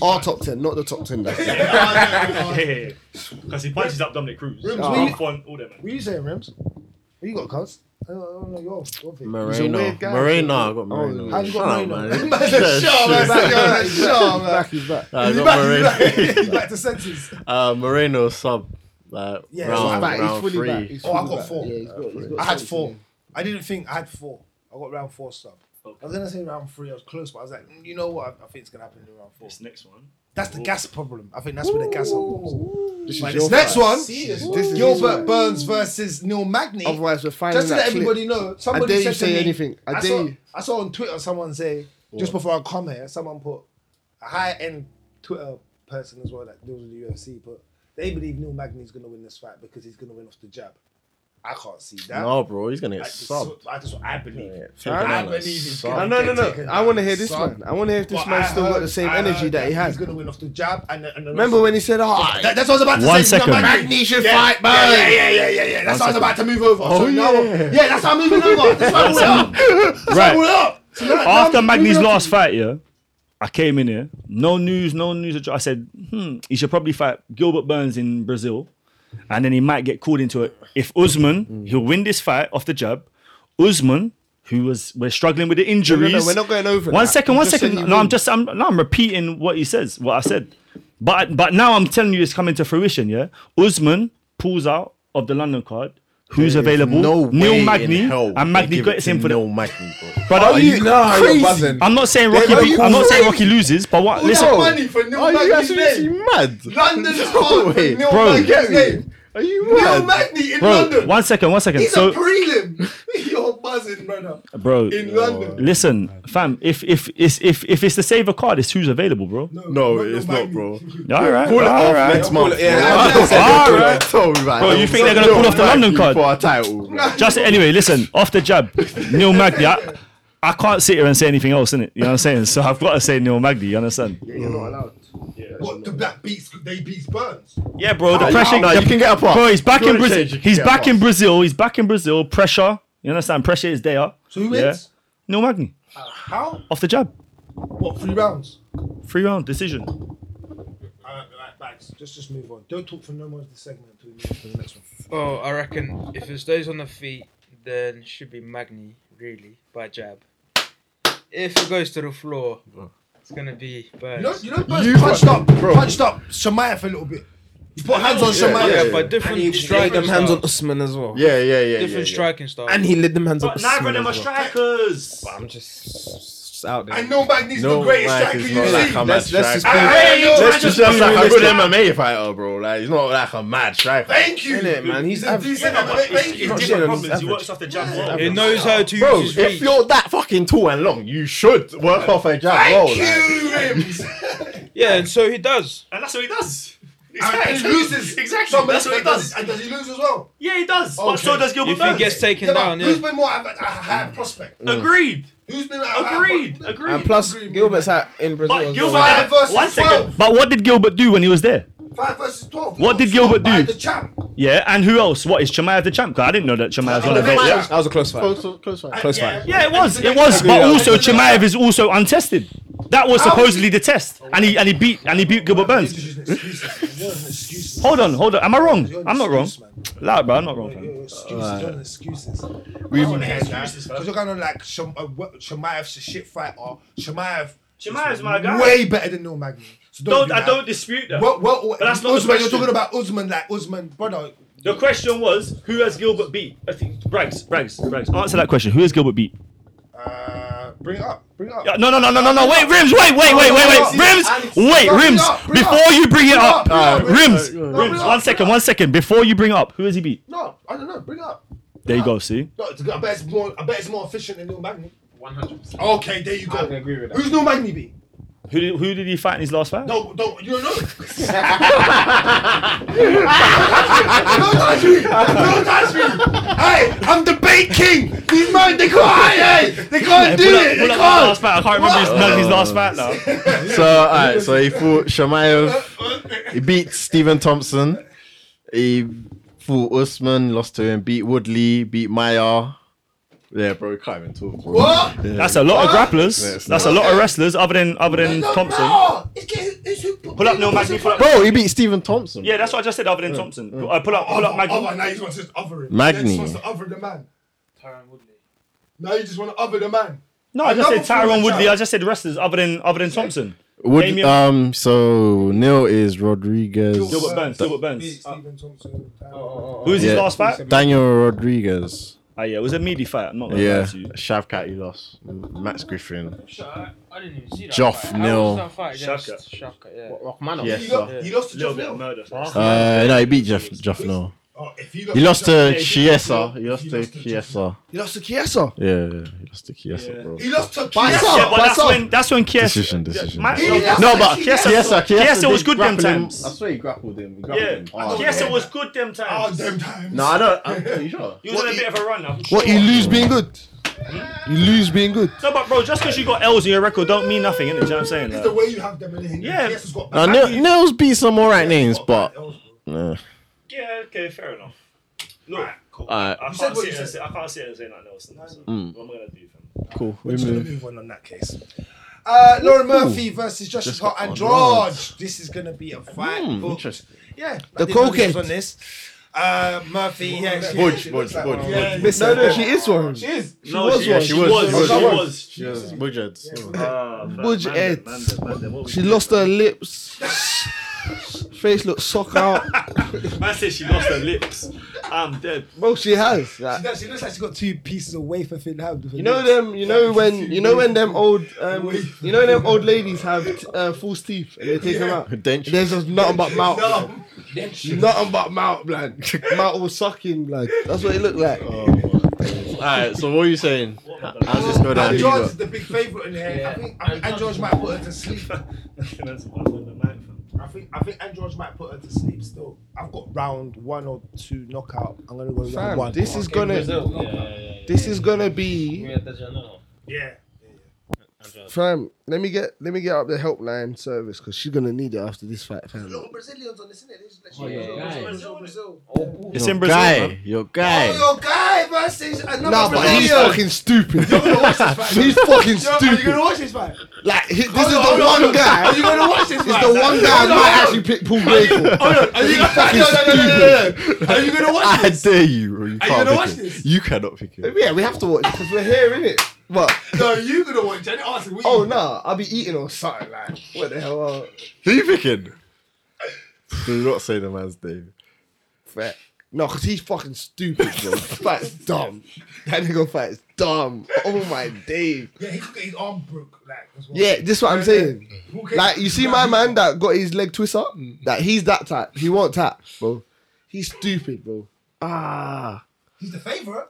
[SPEAKER 10] Our top 10, not the top 10. That's
[SPEAKER 11] because he punches up Dominic Cruz,
[SPEAKER 4] we-
[SPEAKER 11] Rob Font, all them. man.
[SPEAKER 4] What you saying, Rims? What you got, cuz? I don't, I don't know your, your thing.
[SPEAKER 3] Moreno,
[SPEAKER 10] weird guy.
[SPEAKER 3] Moreno, I got
[SPEAKER 10] Oh,
[SPEAKER 3] Moreno.
[SPEAKER 4] How'd you got
[SPEAKER 3] Shut up,
[SPEAKER 4] Moreno?
[SPEAKER 3] man.
[SPEAKER 4] Shut up, man. Shut up, man.
[SPEAKER 10] he's back.
[SPEAKER 3] I
[SPEAKER 4] He's
[SPEAKER 3] got
[SPEAKER 4] back, he's
[SPEAKER 3] Moreno.
[SPEAKER 4] back. He's back to senses.
[SPEAKER 3] Uh, Moreno sub. Like
[SPEAKER 4] Yeah,
[SPEAKER 10] He's
[SPEAKER 4] Oh,
[SPEAKER 3] round,
[SPEAKER 10] back. He's
[SPEAKER 3] round
[SPEAKER 10] fully
[SPEAKER 3] three.
[SPEAKER 10] back. He's
[SPEAKER 4] Oh, I
[SPEAKER 10] fully
[SPEAKER 4] got
[SPEAKER 10] back.
[SPEAKER 4] four.
[SPEAKER 10] Yeah, he's got, he's got
[SPEAKER 4] I had
[SPEAKER 10] something.
[SPEAKER 4] four. I didn't think I had four. I got round four sub. I was gonna say round three. I was close, but I was like, mm, you know what? I, I think it's gonna happen in round four.
[SPEAKER 11] This next one,
[SPEAKER 4] That's the gas problem. I think that's where the gas problem.
[SPEAKER 10] This
[SPEAKER 4] This,
[SPEAKER 10] is
[SPEAKER 4] right,
[SPEAKER 10] your
[SPEAKER 4] this next
[SPEAKER 10] fight.
[SPEAKER 4] one,
[SPEAKER 10] See, this is-
[SPEAKER 4] Gilbert Burns versus Neil Magny.
[SPEAKER 10] Otherwise we're finding
[SPEAKER 4] Just to
[SPEAKER 10] that
[SPEAKER 4] let everybody
[SPEAKER 10] clip.
[SPEAKER 4] know,
[SPEAKER 10] I
[SPEAKER 4] somebody
[SPEAKER 10] dare
[SPEAKER 4] said
[SPEAKER 10] you
[SPEAKER 4] to
[SPEAKER 10] say
[SPEAKER 4] me-
[SPEAKER 10] anything. I dare
[SPEAKER 4] saw,
[SPEAKER 10] you.
[SPEAKER 4] I saw on Twitter someone say just before I come here, someone put a high end Twitter person as well that deals with the UFC, but they believe Neil Magny's gonna win this fight because he's gonna win off the jab. I can't see that.
[SPEAKER 3] No, bro, he's gonna get
[SPEAKER 4] I just-
[SPEAKER 3] subbed.
[SPEAKER 4] I just, I believe. it.
[SPEAKER 10] I
[SPEAKER 4] I
[SPEAKER 10] believe
[SPEAKER 4] believe
[SPEAKER 10] he's
[SPEAKER 4] he's gonna
[SPEAKER 10] gonna No, no,
[SPEAKER 4] get
[SPEAKER 10] no, no.
[SPEAKER 4] taken
[SPEAKER 10] I wanna
[SPEAKER 4] out.
[SPEAKER 10] hear this
[SPEAKER 4] Son.
[SPEAKER 10] man. I wanna hear if this
[SPEAKER 4] But
[SPEAKER 10] man's
[SPEAKER 4] I
[SPEAKER 10] still got
[SPEAKER 4] heard-
[SPEAKER 10] the same
[SPEAKER 4] I heard
[SPEAKER 10] energy that he had.
[SPEAKER 4] He's gonna win off the jab and the, and the
[SPEAKER 10] Remember when he said, "Oh,
[SPEAKER 4] That- that's what I was about to
[SPEAKER 10] One
[SPEAKER 4] say.
[SPEAKER 10] second.
[SPEAKER 4] Number-
[SPEAKER 10] Magni should
[SPEAKER 4] yeah,
[SPEAKER 10] fight
[SPEAKER 4] yeah,
[SPEAKER 10] Burns.
[SPEAKER 4] Yeah, yeah, yeah, yeah, yeah. That's
[SPEAKER 10] One
[SPEAKER 4] what I was about to
[SPEAKER 10] second.
[SPEAKER 4] move over.
[SPEAKER 10] Oh,
[SPEAKER 4] so now-
[SPEAKER 10] yeah.
[SPEAKER 4] yeah, that's how I'm moving over. That's why I
[SPEAKER 7] Right.
[SPEAKER 4] up. That's why I up. So now- now
[SPEAKER 7] After
[SPEAKER 4] I'm moving
[SPEAKER 7] Magny's
[SPEAKER 4] over.
[SPEAKER 7] last fight, yeah, I came in here. No news, no news. I said, hmm, he should probably fight Gilbert Burns in Brazil. And then he might get called into it. If Usman, he'll win this fight off the jab. Usman, who was we're struggling with the injuries.
[SPEAKER 10] we're not going over
[SPEAKER 7] One
[SPEAKER 10] that.
[SPEAKER 7] second,
[SPEAKER 10] You
[SPEAKER 7] one
[SPEAKER 10] just said
[SPEAKER 7] second.
[SPEAKER 10] you
[SPEAKER 7] No, I'm
[SPEAKER 10] win.
[SPEAKER 7] just I'm no, I'm repeating what he says, what I said. But but now I'm telling you it's coming to fruition, yeah? Usman pulls out of the London card. Who's
[SPEAKER 3] There is
[SPEAKER 7] available?
[SPEAKER 3] No way
[SPEAKER 7] Neil
[SPEAKER 3] in
[SPEAKER 7] Magny.
[SPEAKER 3] hell
[SPEAKER 7] And
[SPEAKER 3] they
[SPEAKER 7] Magny
[SPEAKER 3] give
[SPEAKER 7] gets
[SPEAKER 3] it to
[SPEAKER 7] in for the
[SPEAKER 3] Neil Magny, bro.
[SPEAKER 7] Brother,
[SPEAKER 3] Are you crazy?
[SPEAKER 7] I'm not saying
[SPEAKER 3] They-
[SPEAKER 7] Rocky.
[SPEAKER 3] are
[SPEAKER 7] be-
[SPEAKER 3] you
[SPEAKER 7] I'm not saying
[SPEAKER 3] crazy?
[SPEAKER 7] Rocky loses, but what?
[SPEAKER 3] All
[SPEAKER 7] listen,
[SPEAKER 3] that money for Neil Are you Magny's absolutely name. mad?
[SPEAKER 4] London's
[SPEAKER 3] No
[SPEAKER 4] hard for
[SPEAKER 3] way.
[SPEAKER 4] Neil
[SPEAKER 7] Bro,
[SPEAKER 4] Magny's
[SPEAKER 7] get me.
[SPEAKER 4] name.
[SPEAKER 3] Are you
[SPEAKER 4] Neil
[SPEAKER 7] mad?
[SPEAKER 4] Magny in
[SPEAKER 7] bro.
[SPEAKER 4] London.
[SPEAKER 7] One second, one second.
[SPEAKER 4] He's
[SPEAKER 7] so,
[SPEAKER 4] a prelim. You're buzzing, brother.
[SPEAKER 7] bro, uh,
[SPEAKER 4] in London.
[SPEAKER 7] Listen, fam. If if it's if if it's the saver card, it's who's available, bro.
[SPEAKER 3] No, it's not, bro.
[SPEAKER 7] All right,
[SPEAKER 3] Call it
[SPEAKER 7] all
[SPEAKER 3] off
[SPEAKER 7] right.
[SPEAKER 3] next month.
[SPEAKER 7] Yeah,
[SPEAKER 3] bro.
[SPEAKER 7] I was gonna say,
[SPEAKER 3] All
[SPEAKER 7] don't do
[SPEAKER 3] right.
[SPEAKER 7] that.
[SPEAKER 3] Sorry, man.
[SPEAKER 7] Bro, you think they're gonna
[SPEAKER 3] Yo,
[SPEAKER 7] pull off the
[SPEAKER 3] thank
[SPEAKER 7] London
[SPEAKER 3] you
[SPEAKER 7] card?
[SPEAKER 3] for our title? bro.
[SPEAKER 7] Just anyway, listen. Off the jab, Neil Magny. I, I can't sit here and say anything else, innit? You know what I'm saying? So I've got to say Neil Magny. You understand?
[SPEAKER 4] You're not allowed. What the black beats? They beats Burns.
[SPEAKER 7] Yeah, bro. The
[SPEAKER 4] Oh,
[SPEAKER 7] pressure.
[SPEAKER 4] no,
[SPEAKER 7] the-
[SPEAKER 4] you can get up off.
[SPEAKER 7] Bro, he's back
[SPEAKER 4] Go
[SPEAKER 7] in
[SPEAKER 4] to
[SPEAKER 7] Brazil.
[SPEAKER 4] change, you can
[SPEAKER 7] He's
[SPEAKER 4] get
[SPEAKER 7] back
[SPEAKER 4] up
[SPEAKER 7] in
[SPEAKER 4] off.
[SPEAKER 7] Brazil. He's back in Brazil. Pressure. You understand? Pressure is there. So
[SPEAKER 4] who wins?
[SPEAKER 7] Neil Magny.
[SPEAKER 4] Uh, How?
[SPEAKER 7] Off the jab.
[SPEAKER 4] What? Three rounds.
[SPEAKER 7] Three round decision.
[SPEAKER 4] Alright, alright, bags. Just, just move on. Don't talk for no more of the segment until we move on to the next one.
[SPEAKER 6] Well, I reckon if it stays on the feet, then it should be Magni, really, by jab. If it goes to the floor, it's gonna be
[SPEAKER 4] You
[SPEAKER 6] Burns.
[SPEAKER 4] know, you know, Burns punched up, punched up Shemaya for a little bit. He put hands on
[SPEAKER 6] Yeah,
[SPEAKER 4] Shemaya.
[SPEAKER 6] yeah, yeah. but different
[SPEAKER 5] And he laid them hands on Usman as well.
[SPEAKER 6] Yeah, yeah, yeah,
[SPEAKER 5] Different
[SPEAKER 6] yeah, yeah.
[SPEAKER 5] striking style.
[SPEAKER 6] And he laid them hands on
[SPEAKER 5] But
[SPEAKER 6] Usman
[SPEAKER 5] neither of them
[SPEAKER 6] as
[SPEAKER 5] are
[SPEAKER 6] well.
[SPEAKER 7] strikers.
[SPEAKER 5] But I'm just, just out there.
[SPEAKER 4] I know Magny's
[SPEAKER 3] No,
[SPEAKER 4] the greatest
[SPEAKER 3] Mike
[SPEAKER 4] striker
[SPEAKER 3] is
[SPEAKER 4] you've
[SPEAKER 3] not
[SPEAKER 4] seen.
[SPEAKER 3] like a mad
[SPEAKER 4] Let's- let's
[SPEAKER 3] striker.
[SPEAKER 4] just be- I- I know, I
[SPEAKER 3] Let's
[SPEAKER 4] just
[SPEAKER 3] just that's
[SPEAKER 4] be
[SPEAKER 3] like a
[SPEAKER 4] realistic.
[SPEAKER 3] good MMA fighter, bro. Like he's not like a mad striker.
[SPEAKER 4] Thank you.
[SPEAKER 3] Innit, man.
[SPEAKER 4] He's a decent MMA. Thank you.
[SPEAKER 3] He's
[SPEAKER 4] He's
[SPEAKER 3] different
[SPEAKER 4] average.
[SPEAKER 3] problems. He
[SPEAKER 7] works off the jab.
[SPEAKER 3] well.
[SPEAKER 7] He knows how to
[SPEAKER 3] Bro,
[SPEAKER 7] use his
[SPEAKER 3] if
[SPEAKER 7] reach.
[SPEAKER 3] you're that fucking tall and long, you should work off a jab.
[SPEAKER 7] Thank
[SPEAKER 3] well,
[SPEAKER 7] you,
[SPEAKER 6] Yeah, and so he does.
[SPEAKER 11] And that's what he does.
[SPEAKER 4] And he loses.
[SPEAKER 11] Exactly.
[SPEAKER 4] Some
[SPEAKER 11] That's what he
[SPEAKER 4] respect
[SPEAKER 11] does.
[SPEAKER 4] And does he lose as well?
[SPEAKER 11] Yeah, he does. But so does Gilbert
[SPEAKER 6] If he
[SPEAKER 11] Burns.
[SPEAKER 6] gets taken
[SPEAKER 4] Yeah, but
[SPEAKER 6] down,
[SPEAKER 4] Who's
[SPEAKER 6] yeah.
[SPEAKER 4] been more of a, a higher
[SPEAKER 3] Mm.
[SPEAKER 4] prospect?
[SPEAKER 11] Agreed.
[SPEAKER 4] Who's been
[SPEAKER 11] Agreed. Agreed.
[SPEAKER 5] And plus, Gilbert's out in Brazil.
[SPEAKER 11] But
[SPEAKER 5] as
[SPEAKER 11] Gilbert
[SPEAKER 5] well.
[SPEAKER 11] had one second.
[SPEAKER 7] But what did Gilbert do when he was there?
[SPEAKER 4] Five versus twelve.
[SPEAKER 7] What did Gilbert
[SPEAKER 4] By
[SPEAKER 7] do?
[SPEAKER 4] The champ.
[SPEAKER 7] Yeah, and who else? What is Chimaev the champ? 'Cause I didn't know that Chimaev was on the
[SPEAKER 4] That was-
[SPEAKER 7] bench.
[SPEAKER 4] that was a close
[SPEAKER 3] fight. Close, close fight.
[SPEAKER 4] Close
[SPEAKER 7] yeah. Yeah, it was. It was. But also Chimaev is also untested. That was supposedly the test, and he and he beat and he beat Gilbert Burns. Hold on, hold on. Am I wrong? I'm not wrong. Loud, bro. I'm not wrong. fam.
[SPEAKER 4] Excuses,
[SPEAKER 7] Alright.
[SPEAKER 4] don't excuses.
[SPEAKER 7] We've-
[SPEAKER 4] because you're kind of like Shem- uh, what- Shemaev's a shit fighter. Shemaev.
[SPEAKER 11] Shemaev's
[SPEAKER 4] is
[SPEAKER 11] my guy.
[SPEAKER 4] Way better than Neil Magny. So
[SPEAKER 11] Don't-
[SPEAKER 4] do
[SPEAKER 11] I
[SPEAKER 4] that.
[SPEAKER 11] don't dispute that.
[SPEAKER 4] Well, well,
[SPEAKER 11] But that's not the
[SPEAKER 4] Usman, you're
[SPEAKER 11] question.
[SPEAKER 4] talking about Usman, like Usman, brother.
[SPEAKER 11] The question was, who has Gilbert beat? I think Braggs. Braggs. Braggs.
[SPEAKER 7] Answer that question. Who is Gilbert beat?
[SPEAKER 4] Uh, bring it up. Bring it up.
[SPEAKER 7] Yeah, No, no, no, no, no, no. Wait, Rims. Wait, wait, wait, wait, wait. Rims. Wait, Rims. Before you bring it up, Rims. Rims. One second, one second. Before you bring it up, who has he beat?
[SPEAKER 4] No, I don't know. Bring it up.
[SPEAKER 7] There you go. See.
[SPEAKER 4] No, it's, I bet it's more. I bet it's more efficient than Neil Magny. One hundred percent. Okay, there you go. I agree with that. Who's Neil Magny be?
[SPEAKER 7] Who did, who did he fight in his last fight?
[SPEAKER 4] No, don't you don't know.
[SPEAKER 23] Don't touch me! Don't touch me! Hey, I'm the bait king! These men, they can't, hey! They
[SPEAKER 7] Yeah,
[SPEAKER 23] can't do
[SPEAKER 7] pull up-
[SPEAKER 23] it!
[SPEAKER 7] pull
[SPEAKER 23] They
[SPEAKER 7] up that
[SPEAKER 23] can't!
[SPEAKER 7] last fight. I can't remember his, Magnus' last fight now.
[SPEAKER 3] So alright, so he fought Shamayev, he beat Stephen Thompson, he fought Usman, lost to him, beat Woodley, beat Maya. Yeah, bro, we can't even talk. Bro.
[SPEAKER 4] What?
[SPEAKER 3] Yeah.
[SPEAKER 7] That's a lot of grapplers.
[SPEAKER 3] Yeah, it's
[SPEAKER 7] That's a
[SPEAKER 3] not.
[SPEAKER 7] lot of wrestlers other than other than Thompson.
[SPEAKER 4] No, it's, it's, it's who put
[SPEAKER 7] Pull up Neil Magny. Pull up.
[SPEAKER 3] Bro, he beat Stephen Thompson.
[SPEAKER 7] Yeah, that's what I just said. Other than Thompson, Pull- uh, pull up, pull up
[SPEAKER 4] Other,
[SPEAKER 7] Magny.
[SPEAKER 4] other, Oh, now he just wants to other him.
[SPEAKER 3] Magny.
[SPEAKER 4] Now he just wants to other the man. Now you just want to other the man.
[SPEAKER 7] No, I just
[SPEAKER 4] Another
[SPEAKER 7] said Tyrone
[SPEAKER 4] former
[SPEAKER 7] Woodley. I
[SPEAKER 4] champ.
[SPEAKER 7] just said wrestlers other than other than Thompson.
[SPEAKER 3] Wood,
[SPEAKER 7] Damien-
[SPEAKER 3] um, so Neil is Rodriguez.
[SPEAKER 7] Gilbert Burns. Gilbert Burns.
[SPEAKER 4] Stephen Thompson.
[SPEAKER 7] Who is his last fight?
[SPEAKER 3] Daniel Rodriguez.
[SPEAKER 7] Ah, yeah, it was a meaty fight. I'm not gonna
[SPEAKER 3] Yeah,
[SPEAKER 7] lie to you.
[SPEAKER 3] Shavkat he lost. Max Griffin.
[SPEAKER 6] I didn't even see
[SPEAKER 3] that Joff fight. How nil. was that
[SPEAKER 6] fight
[SPEAKER 11] against
[SPEAKER 6] Shaka, yeah.
[SPEAKER 5] Rachmanov.
[SPEAKER 3] Yes,
[SPEAKER 24] He, got,
[SPEAKER 6] sir.
[SPEAKER 24] he lost to
[SPEAKER 11] little
[SPEAKER 24] Jeff
[SPEAKER 11] bit of
[SPEAKER 24] Neal.
[SPEAKER 11] murder.
[SPEAKER 3] Uh, no, he beat Jeff Jeff no.
[SPEAKER 24] Oh, if
[SPEAKER 3] He lost to
[SPEAKER 11] Yeah, he lost to-
[SPEAKER 3] Chiesa. He lost to Chiesa.
[SPEAKER 10] You lost to Chiesa.
[SPEAKER 3] Yeah, yeah, he lost to Chiesa,
[SPEAKER 11] Yeah.
[SPEAKER 3] bro.
[SPEAKER 24] He lost to
[SPEAKER 10] By
[SPEAKER 24] Chiesa.
[SPEAKER 10] himself.
[SPEAKER 7] Yeah, but that's
[SPEAKER 10] Myself.
[SPEAKER 7] when that's when Kiesa.
[SPEAKER 3] Decision, decision.
[SPEAKER 7] My-
[SPEAKER 24] He lost
[SPEAKER 7] no,
[SPEAKER 24] to
[SPEAKER 7] but
[SPEAKER 24] Chiesa.
[SPEAKER 7] Kiesa,
[SPEAKER 3] Chiesa,
[SPEAKER 7] Kiesa,
[SPEAKER 3] Chiesa
[SPEAKER 7] was
[SPEAKER 3] did
[SPEAKER 7] good them
[SPEAKER 3] grapple him.
[SPEAKER 7] times.
[SPEAKER 3] I swear he grappled him. He grappled
[SPEAKER 7] Yeah,
[SPEAKER 3] him. hard.
[SPEAKER 7] Kiesa was good them
[SPEAKER 24] Oh,
[SPEAKER 7] times.
[SPEAKER 24] them times.
[SPEAKER 3] No, I don't. I'm, you sure?
[SPEAKER 7] He was on a bit of a run. I'm
[SPEAKER 10] What
[SPEAKER 7] sure.
[SPEAKER 10] you lose being good? You lose being good.
[SPEAKER 7] No, but bro, just because you got L's in your record don't mean nothing, innit? Do you know what I'm saying?
[SPEAKER 24] It's
[SPEAKER 7] Like,
[SPEAKER 24] the way you have them in the
[SPEAKER 7] Yeah.
[SPEAKER 24] Chiesa's got
[SPEAKER 3] No,
[SPEAKER 24] back.
[SPEAKER 3] Nil- Nils beat some alright names, but
[SPEAKER 24] You
[SPEAKER 3] nah.
[SPEAKER 11] Yeah, okay, fair enough. Look, cool.
[SPEAKER 3] Alright.
[SPEAKER 11] I,
[SPEAKER 24] You said
[SPEAKER 11] can't
[SPEAKER 24] what you
[SPEAKER 11] see it and
[SPEAKER 24] said.
[SPEAKER 11] say, I can't see it and say nothing else. So, What am I going to do, fam?
[SPEAKER 3] cool. We
[SPEAKER 24] should
[SPEAKER 10] Mm.
[SPEAKER 3] move.
[SPEAKER 24] move on on that case.
[SPEAKER 4] Uh, Lauren Murphy versus Josh
[SPEAKER 3] Just
[SPEAKER 4] Scott
[SPEAKER 3] got
[SPEAKER 4] and
[SPEAKER 3] on
[SPEAKER 4] George. This is gonna be a fight.
[SPEAKER 3] Hmm,
[SPEAKER 4] but-
[SPEAKER 3] interesting.
[SPEAKER 4] Yeah,
[SPEAKER 10] Mm, The
[SPEAKER 4] cocaine
[SPEAKER 10] cokehead.
[SPEAKER 4] on this. Uh, Murphy, yeah, she,
[SPEAKER 3] Budge, budge, budge.
[SPEAKER 4] yeah,
[SPEAKER 10] No, no, she is one.
[SPEAKER 4] she is.
[SPEAKER 11] No, she, yeah,
[SPEAKER 3] one.
[SPEAKER 11] she
[SPEAKER 3] She
[SPEAKER 11] was.
[SPEAKER 3] was,
[SPEAKER 11] She was.
[SPEAKER 3] she was.
[SPEAKER 11] She was. Ah, fam,
[SPEAKER 10] Budge
[SPEAKER 11] man,
[SPEAKER 10] heads.
[SPEAKER 11] man, man, man, what we
[SPEAKER 10] She
[SPEAKER 11] do?
[SPEAKER 10] lost her lips. Face looks sock out.
[SPEAKER 11] Man said she lost her lips. I'm dead.
[SPEAKER 10] Bro, she has.
[SPEAKER 4] She does- she looks like she's got two pieces of wafer thin hand.
[SPEAKER 10] You know them. You know when. You know when them old. Um, you know them old ladies have t- uh, false teeth and they take them out.
[SPEAKER 3] Denture.
[SPEAKER 10] There's just nothing but mouth. Nothing but mouth, blood. Mouth was sucking, blood. That's what it looked like.
[SPEAKER 3] Alright, so what are you saying? How's this go down?
[SPEAKER 4] And
[SPEAKER 3] Who you
[SPEAKER 4] George
[SPEAKER 3] got?
[SPEAKER 4] is the big favourite in here. I think I think and George might put her to sleep.
[SPEAKER 11] That's one of the night, fam.
[SPEAKER 4] I think I think and George might put her to sleep still. I've got round one or two knockout. I'm gonna go round one.
[SPEAKER 10] this is gonna. This is gonna be.
[SPEAKER 4] yeah.
[SPEAKER 10] Fam, let me get let me get up the helpline service because she's gonna need it after this fight, fam.
[SPEAKER 4] Little Brazilians on this, isn't it? They just let you know. Brazil, Brazil.
[SPEAKER 7] It's
[SPEAKER 3] Your
[SPEAKER 7] in Brazil.
[SPEAKER 3] guy,
[SPEAKER 7] man.
[SPEAKER 3] your guy.
[SPEAKER 4] Oh, your guy versus another
[SPEAKER 10] Nah, but
[SPEAKER 4] Brazilian.
[SPEAKER 10] he's fucking stupid. he's fucking stupid.
[SPEAKER 4] watch this fight?
[SPEAKER 10] Like he, this is the one guy. Are you gonna watch this? It's the one guy I might actually pick Paul Gray for.
[SPEAKER 4] Are you gonna watch Are you gonna watch
[SPEAKER 3] I dare you, bro. You can't
[SPEAKER 4] gonna
[SPEAKER 3] pick
[SPEAKER 4] watch
[SPEAKER 3] him.
[SPEAKER 4] this?
[SPEAKER 3] You cannot pick him.
[SPEAKER 10] Yeah, we have to watch because we're here, innit? What?
[SPEAKER 4] No, you gonna watch it. Ask me.
[SPEAKER 10] Oh nah, I'll be eating or something like. What the hell? Uh,
[SPEAKER 3] Who you picking? Do not say the man's name.
[SPEAKER 10] fat. No, cause he's fucking stupid, bro. Fight's dumb. That nigga fight's dumb. Oh my days.
[SPEAKER 4] Yeah, he could get his arm broke. Like, as well.
[SPEAKER 10] Yeah, this is what I'm saying. Like you see my man that got his leg twist up? Like he's that type. He won't tap, bro. He's stupid, bro. Ah.
[SPEAKER 4] He's the favourite.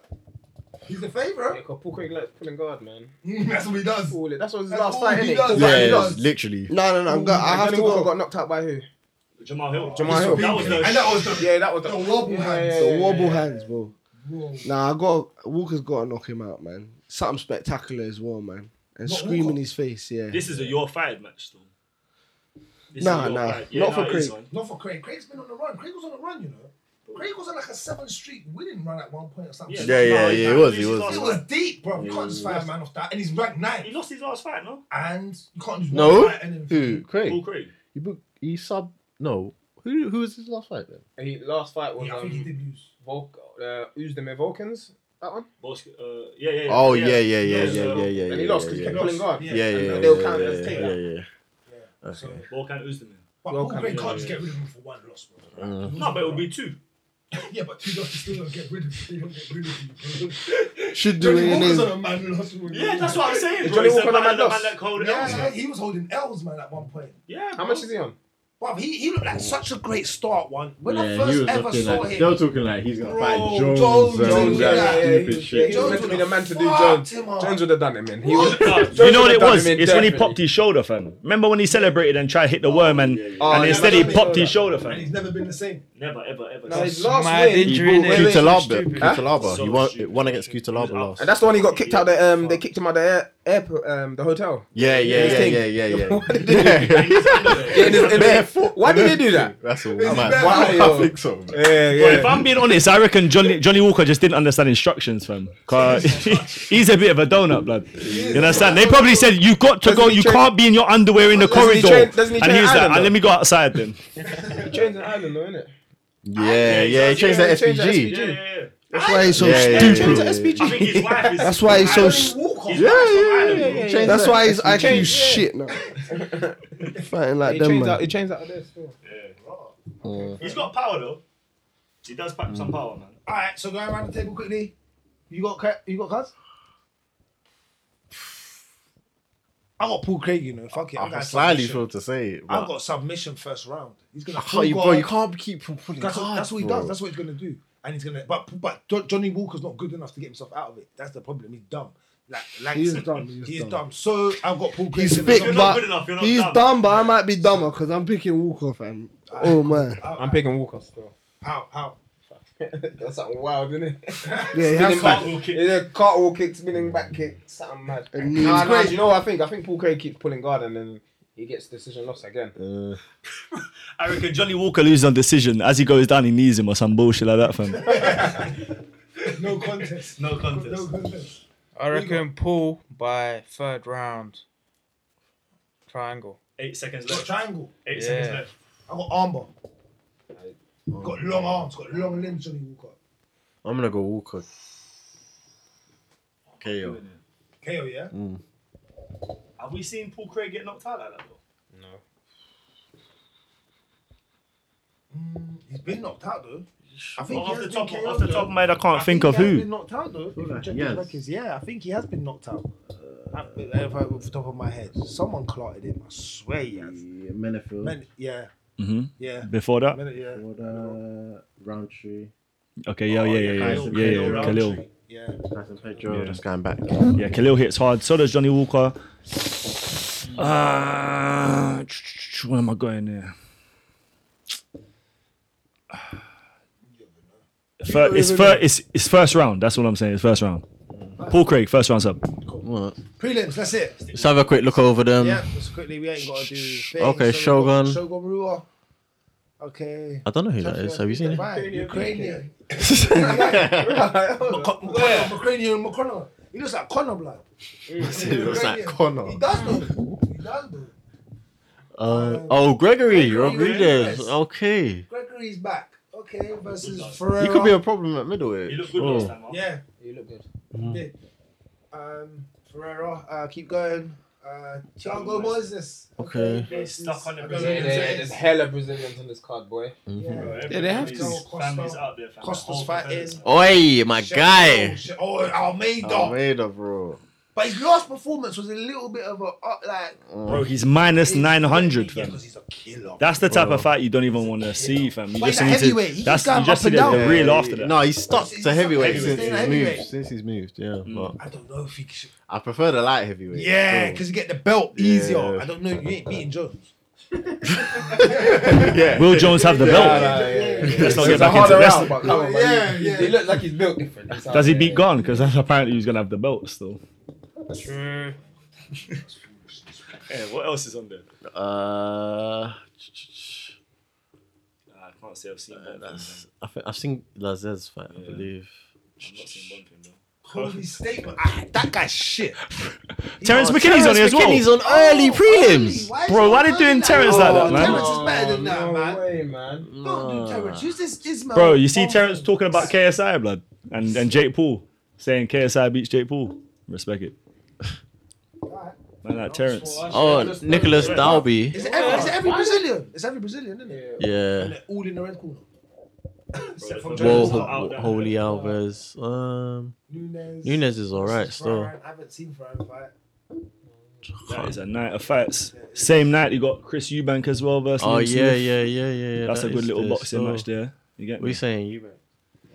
[SPEAKER 4] He's the favourite.
[SPEAKER 5] Paul Craig likes pulling guard, man.
[SPEAKER 4] That's what he does.
[SPEAKER 5] All it- That's what his
[SPEAKER 4] That's
[SPEAKER 5] last
[SPEAKER 4] all
[SPEAKER 5] fight,
[SPEAKER 4] he
[SPEAKER 5] innit?
[SPEAKER 4] does.
[SPEAKER 5] That's
[SPEAKER 4] Yeah,
[SPEAKER 5] what he
[SPEAKER 3] Yeah,
[SPEAKER 5] does.
[SPEAKER 3] literally.
[SPEAKER 10] No, no, no. I'm go- I have to
[SPEAKER 5] Johnny Walker
[SPEAKER 10] go.
[SPEAKER 5] got knocked out by who?
[SPEAKER 11] Jamal Hill.
[SPEAKER 5] Jamal Hill.
[SPEAKER 11] That was the
[SPEAKER 4] And that was the,
[SPEAKER 5] Yeah, that was the,
[SPEAKER 4] the wobble
[SPEAKER 5] yeah,
[SPEAKER 4] hands.
[SPEAKER 5] yeah,
[SPEAKER 10] The
[SPEAKER 5] yeah,
[SPEAKER 10] wobble
[SPEAKER 5] yeah.
[SPEAKER 10] hands, bro. Nah, I got Walker's got to knock him out, man. Something spectacular as well, man. And
[SPEAKER 4] What,
[SPEAKER 10] scream in
[SPEAKER 4] Walker?
[SPEAKER 10] his face, yeah.
[SPEAKER 11] This is a your fired match, though. This is
[SPEAKER 10] Nah,
[SPEAKER 11] your
[SPEAKER 10] nah,
[SPEAKER 11] fired.
[SPEAKER 10] not for
[SPEAKER 11] it is,
[SPEAKER 10] Craig.
[SPEAKER 11] man.
[SPEAKER 4] Not for Craig. Craig's been on the run. Craig was on the run, you know. Craig was on like a seven streak winning run at one point or something.
[SPEAKER 3] Yeah, yeah,
[SPEAKER 11] No,
[SPEAKER 3] yeah,
[SPEAKER 11] he
[SPEAKER 3] it was,
[SPEAKER 11] lost
[SPEAKER 3] it
[SPEAKER 11] his
[SPEAKER 3] was.
[SPEAKER 11] last
[SPEAKER 4] It was
[SPEAKER 11] fight.
[SPEAKER 4] deep, bro. You can't just fire a man off that. And he's ranked
[SPEAKER 11] He
[SPEAKER 4] nine.
[SPEAKER 11] lost his last fight, no?
[SPEAKER 4] And you can't just
[SPEAKER 3] No.
[SPEAKER 4] fight and then-
[SPEAKER 3] Who? Craig.
[SPEAKER 11] Paul Craig.
[SPEAKER 3] You book. You sub. No. Who? Who was his last fight then?
[SPEAKER 5] He, last fight was
[SPEAKER 4] Yeah, I think he
[SPEAKER 5] um,
[SPEAKER 4] did lose.
[SPEAKER 5] Volk, uh, Uzdemir Vulcans. That one.
[SPEAKER 11] Bosk- uh, yeah, yeah, yeah.
[SPEAKER 3] Oh yeah, yeah, yeah, yeah,
[SPEAKER 11] Yeah, so-
[SPEAKER 3] yeah, yeah.
[SPEAKER 5] and he
[SPEAKER 3] yeah,
[SPEAKER 5] lost because
[SPEAKER 3] yeah,
[SPEAKER 5] he kept
[SPEAKER 3] yeah.
[SPEAKER 5] pulling guard.
[SPEAKER 11] Yeah.
[SPEAKER 3] Yeah, yeah,
[SPEAKER 5] and
[SPEAKER 3] yeah.
[SPEAKER 5] they'll
[SPEAKER 3] yeah,
[SPEAKER 5] count it
[SPEAKER 3] yeah,
[SPEAKER 5] as
[SPEAKER 3] yeah,
[SPEAKER 5] takedown.
[SPEAKER 3] yeah,
[SPEAKER 4] So,
[SPEAKER 11] Volkan Uzdemir.
[SPEAKER 4] but
[SPEAKER 5] Well,
[SPEAKER 4] Paul Craig
[SPEAKER 5] yeah,
[SPEAKER 4] can't
[SPEAKER 11] yeah,
[SPEAKER 4] just
[SPEAKER 11] yeah.
[SPEAKER 4] get rid of him for one loss, bro.
[SPEAKER 3] Uh.
[SPEAKER 11] No, but it would be two.
[SPEAKER 4] Yeah, but two losses still don't get rid of him. They don't get rid of you, bro.
[SPEAKER 10] Should do
[SPEAKER 4] Johnny
[SPEAKER 10] it in
[SPEAKER 4] Walker's
[SPEAKER 10] his.
[SPEAKER 4] on a man loss. bro.
[SPEAKER 11] Yeah, that's what I'm saying,
[SPEAKER 5] Is
[SPEAKER 11] bro.
[SPEAKER 5] Johnny
[SPEAKER 11] It's the
[SPEAKER 5] Walker
[SPEAKER 11] man,
[SPEAKER 5] the
[SPEAKER 11] the
[SPEAKER 5] man
[SPEAKER 11] man
[SPEAKER 5] lost?
[SPEAKER 11] that called it
[SPEAKER 4] Yeah,
[SPEAKER 11] out.
[SPEAKER 4] man, he was holding L's, man, at one point.
[SPEAKER 11] Yeah.
[SPEAKER 5] How much is he on?
[SPEAKER 4] Bro, he, he looked like such a great start one. When I
[SPEAKER 3] Yeah, he
[SPEAKER 4] first
[SPEAKER 3] was
[SPEAKER 4] ever
[SPEAKER 3] looking
[SPEAKER 4] saw
[SPEAKER 3] like
[SPEAKER 4] him,
[SPEAKER 3] they were talking like he's gonna
[SPEAKER 4] Bro,
[SPEAKER 3] fight Jones,
[SPEAKER 4] Jones,
[SPEAKER 3] Jones,
[SPEAKER 4] Jones,
[SPEAKER 3] that
[SPEAKER 4] yeah,
[SPEAKER 5] yeah,
[SPEAKER 3] stupid
[SPEAKER 5] he,
[SPEAKER 3] shit.
[SPEAKER 5] he was meant to be the man to do Jones.
[SPEAKER 4] Fucked him up.
[SPEAKER 5] Jones would have done him in. He
[SPEAKER 4] What?
[SPEAKER 5] would, Jones
[SPEAKER 7] You know what it
[SPEAKER 5] would have
[SPEAKER 7] was?
[SPEAKER 5] done him in
[SPEAKER 7] It's when he
[SPEAKER 5] definitely.
[SPEAKER 7] popped his shoulder, fam. Remember when he celebrated and tried to hit the worm and,
[SPEAKER 5] Oh,
[SPEAKER 7] and
[SPEAKER 5] yeah,
[SPEAKER 7] instead
[SPEAKER 5] but
[SPEAKER 7] he
[SPEAKER 5] that
[SPEAKER 7] popped
[SPEAKER 5] bit-
[SPEAKER 7] his shoulder,
[SPEAKER 4] and
[SPEAKER 7] fam.
[SPEAKER 4] he's never been the same.
[SPEAKER 11] Never, ever, ever.
[SPEAKER 5] No, his
[SPEAKER 11] since.
[SPEAKER 5] last
[SPEAKER 6] Mad
[SPEAKER 5] win.
[SPEAKER 3] He
[SPEAKER 6] injury.
[SPEAKER 3] bought
[SPEAKER 6] innit?
[SPEAKER 3] Kutalaba. Kutalaba.
[SPEAKER 11] So
[SPEAKER 3] He won.
[SPEAKER 11] stupid.
[SPEAKER 3] It won against Kutalaba last.
[SPEAKER 11] He was out.
[SPEAKER 5] And that's the one he got kicked out. The, um, they kicked him out the air, airport, um, the hotel.
[SPEAKER 3] Yeah, yeah,
[SPEAKER 5] His
[SPEAKER 3] yeah,
[SPEAKER 5] thing.
[SPEAKER 3] yeah, yeah, yeah.
[SPEAKER 5] In his- in his- Why did they do that?
[SPEAKER 3] That's all. man.
[SPEAKER 5] Wow,
[SPEAKER 3] I
[SPEAKER 5] yo.
[SPEAKER 3] think so. man.
[SPEAKER 5] Yeah,
[SPEAKER 7] But if
[SPEAKER 5] yeah.
[SPEAKER 7] I'm being honest, I reckon Johnny, Johnny Walker just didn't understand instructions, fam. 'Cause he's a bit of a donut, blood. You understand? They probably said you got to
[SPEAKER 5] Doesn't
[SPEAKER 7] go.
[SPEAKER 5] he
[SPEAKER 7] You
[SPEAKER 5] train-
[SPEAKER 7] can't be in your underwear in the
[SPEAKER 5] Doesn't he
[SPEAKER 7] corridor.
[SPEAKER 5] train- doesn't he
[SPEAKER 7] and
[SPEAKER 5] train
[SPEAKER 7] he was like,
[SPEAKER 5] Ireland,
[SPEAKER 7] "Ah,
[SPEAKER 5] though?"
[SPEAKER 7] "Let me go outside then."
[SPEAKER 5] He changed the island, though, innit?
[SPEAKER 3] Yeah, yeah. He changed
[SPEAKER 5] Yeah,
[SPEAKER 3] that
[SPEAKER 5] he changed that
[SPEAKER 3] SPG.
[SPEAKER 5] SPG.
[SPEAKER 11] Yeah, yeah, yeah.
[SPEAKER 10] That's why he's so
[SPEAKER 3] Yeah, yeah,
[SPEAKER 10] stupid.
[SPEAKER 3] yeah.
[SPEAKER 11] I think his wife is.
[SPEAKER 10] That's why he's so. s-
[SPEAKER 4] Walker.
[SPEAKER 11] His wife's from Ireland, bro.
[SPEAKER 3] Changed
[SPEAKER 10] That's
[SPEAKER 3] that.
[SPEAKER 10] why he's actually shit now. Fighting like
[SPEAKER 5] He
[SPEAKER 10] them,
[SPEAKER 5] changed out.
[SPEAKER 10] man.
[SPEAKER 5] He changed out of this. yeah.
[SPEAKER 11] He's got power though. He does pack some power, man.
[SPEAKER 4] All right, so go around the table quickly. You got ca- you got cards? I got Paul Craig, you know. Fuck it.
[SPEAKER 3] I
[SPEAKER 4] I'm gonna
[SPEAKER 3] was slightly
[SPEAKER 4] submission.
[SPEAKER 3] sure to say it.
[SPEAKER 4] I've
[SPEAKER 3] But
[SPEAKER 4] got submission first round. He's gonna.
[SPEAKER 3] I can't, you,
[SPEAKER 4] go
[SPEAKER 3] bro,
[SPEAKER 4] on.
[SPEAKER 3] you can't keep from pulling
[SPEAKER 4] That's,
[SPEAKER 3] cards,
[SPEAKER 4] what, that's what he
[SPEAKER 3] bro.
[SPEAKER 4] does. That's what he's gonna do. And he's gonna. But but Jo- Johnny Walker's not good enough to get himself out of it. That's the problem. He's dumb. Like
[SPEAKER 10] He is
[SPEAKER 4] Langston.
[SPEAKER 10] dumb, he
[SPEAKER 4] He's,
[SPEAKER 10] is
[SPEAKER 4] dumb.
[SPEAKER 10] dumb.
[SPEAKER 4] So I've got Paul Craig.
[SPEAKER 10] He's
[SPEAKER 4] in the
[SPEAKER 10] thick,
[SPEAKER 4] sub-
[SPEAKER 10] but
[SPEAKER 11] good enough, you're not
[SPEAKER 10] he's
[SPEAKER 11] dumb.
[SPEAKER 10] dumb. but I might be dumber because I'm picking Walker, fam. Oh man,
[SPEAKER 5] I'm picking Walker still.
[SPEAKER 4] How how?
[SPEAKER 5] That's something wild, isn't it?
[SPEAKER 10] yeah, he has
[SPEAKER 5] Spinning back,
[SPEAKER 11] Cartwheel kick.
[SPEAKER 5] yeah, cartwheel kick, spinning back kick, something mad.
[SPEAKER 10] And
[SPEAKER 5] Nah,
[SPEAKER 10] knees.
[SPEAKER 5] nah, do you know what I think? I think Paul Craig keeps pulling guard and then he gets decision loss again.
[SPEAKER 7] I reckon Johnny Walker loses on decision. As he goes down, he knees him or some bullshit like that, fam.
[SPEAKER 4] No contest.
[SPEAKER 11] No contest.
[SPEAKER 4] No contest.
[SPEAKER 6] I reckon Paul by third round. Triangle.
[SPEAKER 11] Eight seconds
[SPEAKER 4] Got
[SPEAKER 11] left.
[SPEAKER 4] triangle.
[SPEAKER 11] Eight
[SPEAKER 6] Yeah.
[SPEAKER 11] seconds left.
[SPEAKER 4] I got armbar.
[SPEAKER 11] oh,
[SPEAKER 4] Got long arms. Got long limbs. Johnny Walker.
[SPEAKER 3] I'm gonna go Walker. KO.
[SPEAKER 4] KO yeah.
[SPEAKER 11] Hmm. Have we seen Paul Craig get knocked out like that though?
[SPEAKER 4] He's been knocked out though. I think
[SPEAKER 11] Off the,
[SPEAKER 4] has
[SPEAKER 11] top,
[SPEAKER 4] been
[SPEAKER 11] off
[SPEAKER 4] KO'd,
[SPEAKER 11] the
[SPEAKER 4] though.
[SPEAKER 7] Top mate, I can't
[SPEAKER 4] I
[SPEAKER 7] think of
[SPEAKER 4] he has
[SPEAKER 7] who.
[SPEAKER 4] Been knocked out though. If you check
[SPEAKER 3] he
[SPEAKER 4] his
[SPEAKER 3] has.
[SPEAKER 4] records, yeah, I think he has been knocked out. I, if I, off the top of my head, someone clotted him. I swear he has.
[SPEAKER 3] Yeah, Menefield.
[SPEAKER 4] Men, yeah,
[SPEAKER 7] hmm
[SPEAKER 4] yeah,
[SPEAKER 7] Before that,
[SPEAKER 4] Men, yeah.
[SPEAKER 3] Order, Roundtree.
[SPEAKER 7] okay, yeah, yeah, yeah, yeah,
[SPEAKER 3] Kyle
[SPEAKER 7] yeah, yeah,
[SPEAKER 3] Khalil
[SPEAKER 7] Khalil.
[SPEAKER 4] Yeah,
[SPEAKER 3] Tyson Pedro.
[SPEAKER 7] Yeah.
[SPEAKER 3] Just going back.
[SPEAKER 7] Yeah, Khalil hits hard. So does Johnny Walker. Uh, where am I going there? Fir- it's, fir- it's, it's first round. That's what I'm saying. It's first round. Paul Craig, first round sub.
[SPEAKER 4] prelims. That's it.
[SPEAKER 3] Let's have a quick look over them.
[SPEAKER 4] Yeah, just quickly, we ain't got to do. things.
[SPEAKER 3] Okay,
[SPEAKER 4] we've got
[SPEAKER 3] Shogun.
[SPEAKER 4] Shogun Rua. Okay.
[SPEAKER 3] I don't know who that is. Have you seen it?
[SPEAKER 4] Ukrainian. Ukrainian. Ukrainian. Ukrainian McConnell. He looks like Connor blood.
[SPEAKER 3] He looks like Connor.
[SPEAKER 4] He does though. He does though.
[SPEAKER 3] Uh, oh, Gregory Rodriguez.
[SPEAKER 4] yes.
[SPEAKER 3] Okay.
[SPEAKER 4] Gregory's back. Okay, versus
[SPEAKER 3] He
[SPEAKER 4] Ferreira.
[SPEAKER 3] could be a problem at middleweight.
[SPEAKER 11] He looked good
[SPEAKER 3] Oh.
[SPEAKER 11] last time. Yeah.
[SPEAKER 4] yeah,
[SPEAKER 5] You look good.
[SPEAKER 3] Mm-hmm.
[SPEAKER 4] did. Um, Ferreira, uh, keep going. Uh, Thiago Moses.
[SPEAKER 3] Okay.
[SPEAKER 11] He's stuck on
[SPEAKER 4] I
[SPEAKER 11] the
[SPEAKER 4] don't
[SPEAKER 11] Brazilian.
[SPEAKER 4] know
[SPEAKER 5] There-
[SPEAKER 4] him.
[SPEAKER 5] there- There's hella Brazilians on this card, boy.
[SPEAKER 3] Mm-hmm.
[SPEAKER 4] Yeah.
[SPEAKER 11] Yeah, they have to.
[SPEAKER 4] Costa-
[SPEAKER 11] Families out there, fam.
[SPEAKER 4] Costa's
[SPEAKER 11] Whole
[SPEAKER 4] fighting.
[SPEAKER 11] families.
[SPEAKER 3] Oh. Oi, my guy.
[SPEAKER 4] Sheffield, Oh, Almeida.
[SPEAKER 3] Almeida, bro.
[SPEAKER 4] But his last performance was a little bit of a uh, like.
[SPEAKER 7] Bro, he's minus 900.
[SPEAKER 4] Yeah,
[SPEAKER 7] Fam.
[SPEAKER 4] because he's a killer.
[SPEAKER 7] That's the type of fight you don't even want to see, fam. You
[SPEAKER 4] But he's
[SPEAKER 7] just
[SPEAKER 4] a
[SPEAKER 7] need
[SPEAKER 4] heavyweight. He just
[SPEAKER 7] to. That's
[SPEAKER 4] climb
[SPEAKER 7] you just
[SPEAKER 4] up
[SPEAKER 7] see
[SPEAKER 4] and
[SPEAKER 7] the, the
[SPEAKER 4] down.
[SPEAKER 7] real after that.
[SPEAKER 3] No, he's stuck
[SPEAKER 4] He's- he's
[SPEAKER 3] to heavyweight
[SPEAKER 4] stuck
[SPEAKER 3] since
[SPEAKER 4] heavyweight.
[SPEAKER 3] he's
[SPEAKER 4] Heavyweight.
[SPEAKER 3] moved. Since he's moved, yeah. But
[SPEAKER 4] I don't know if he should.
[SPEAKER 3] I prefer the light heavyweight.
[SPEAKER 4] Yeah,
[SPEAKER 3] still.
[SPEAKER 4] because you get the belt easier.
[SPEAKER 3] Yeah.
[SPEAKER 4] I don't know. You ain't beating Jones.
[SPEAKER 7] Will Jones have the belt? Let's not get back into wrestling.
[SPEAKER 5] But come on, man.
[SPEAKER 4] Yeah,
[SPEAKER 5] he,
[SPEAKER 4] yeah.
[SPEAKER 5] he looks like he's built different. He's out
[SPEAKER 7] Does he
[SPEAKER 5] there.
[SPEAKER 7] beat Gone? Because apparently he's gonna have the belt still.
[SPEAKER 6] True.
[SPEAKER 7] Yeah, what else is on there?
[SPEAKER 3] Uh,
[SPEAKER 11] Nah, I can't say I've seen one. thing,
[SPEAKER 3] that's, I think I've seen Lazez fight, I believe.
[SPEAKER 11] fam. I've not seen one thing, though.
[SPEAKER 4] Holy statement. Ah, that guy's shit.
[SPEAKER 7] Terence
[SPEAKER 4] Oh,
[SPEAKER 7] McKinney's on here as well.
[SPEAKER 3] McKinney's on early prelims.
[SPEAKER 4] Why is
[SPEAKER 7] Bro,
[SPEAKER 4] he
[SPEAKER 7] why they
[SPEAKER 4] doing
[SPEAKER 7] doing
[SPEAKER 4] that?
[SPEAKER 7] Terrence like
[SPEAKER 4] Oh,
[SPEAKER 7] that, man?
[SPEAKER 4] Terrence is better than that,
[SPEAKER 5] No
[SPEAKER 4] man.
[SPEAKER 5] way, man.
[SPEAKER 4] Don't do Terrence. Use this Ismail.
[SPEAKER 7] Bro, you see
[SPEAKER 4] Oh,
[SPEAKER 7] Terrence talking about KSI blood and, and Jake Paul saying KSI beats Jake Paul. Respect it. Man, like Terrence.
[SPEAKER 3] Oh, Nicholas Dalby.
[SPEAKER 4] It's every, it's every Brazilian. It's every Brazilian, isn't it?
[SPEAKER 3] Yeah.
[SPEAKER 4] They're all in the red corner. Except for
[SPEAKER 3] Whoa,
[SPEAKER 4] Jones.
[SPEAKER 11] Whoa. out there.
[SPEAKER 3] Holy Alvarez. Um,
[SPEAKER 4] Nunes.
[SPEAKER 3] Nunes is alright still.
[SPEAKER 4] I haven't seen Ferran fight.
[SPEAKER 7] That is a night of fights. Same night you got Chris Eubank as well versus.
[SPEAKER 3] Oh
[SPEAKER 7] Liam
[SPEAKER 3] yeah,
[SPEAKER 7] Smith.
[SPEAKER 3] yeah, yeah, yeah. yeah.
[SPEAKER 7] That's
[SPEAKER 3] that
[SPEAKER 7] a good
[SPEAKER 3] is
[SPEAKER 7] little
[SPEAKER 3] there
[SPEAKER 7] boxing
[SPEAKER 3] still.
[SPEAKER 7] match there. You
[SPEAKER 3] What
[SPEAKER 7] get
[SPEAKER 3] are
[SPEAKER 7] me?
[SPEAKER 3] you saying, you man?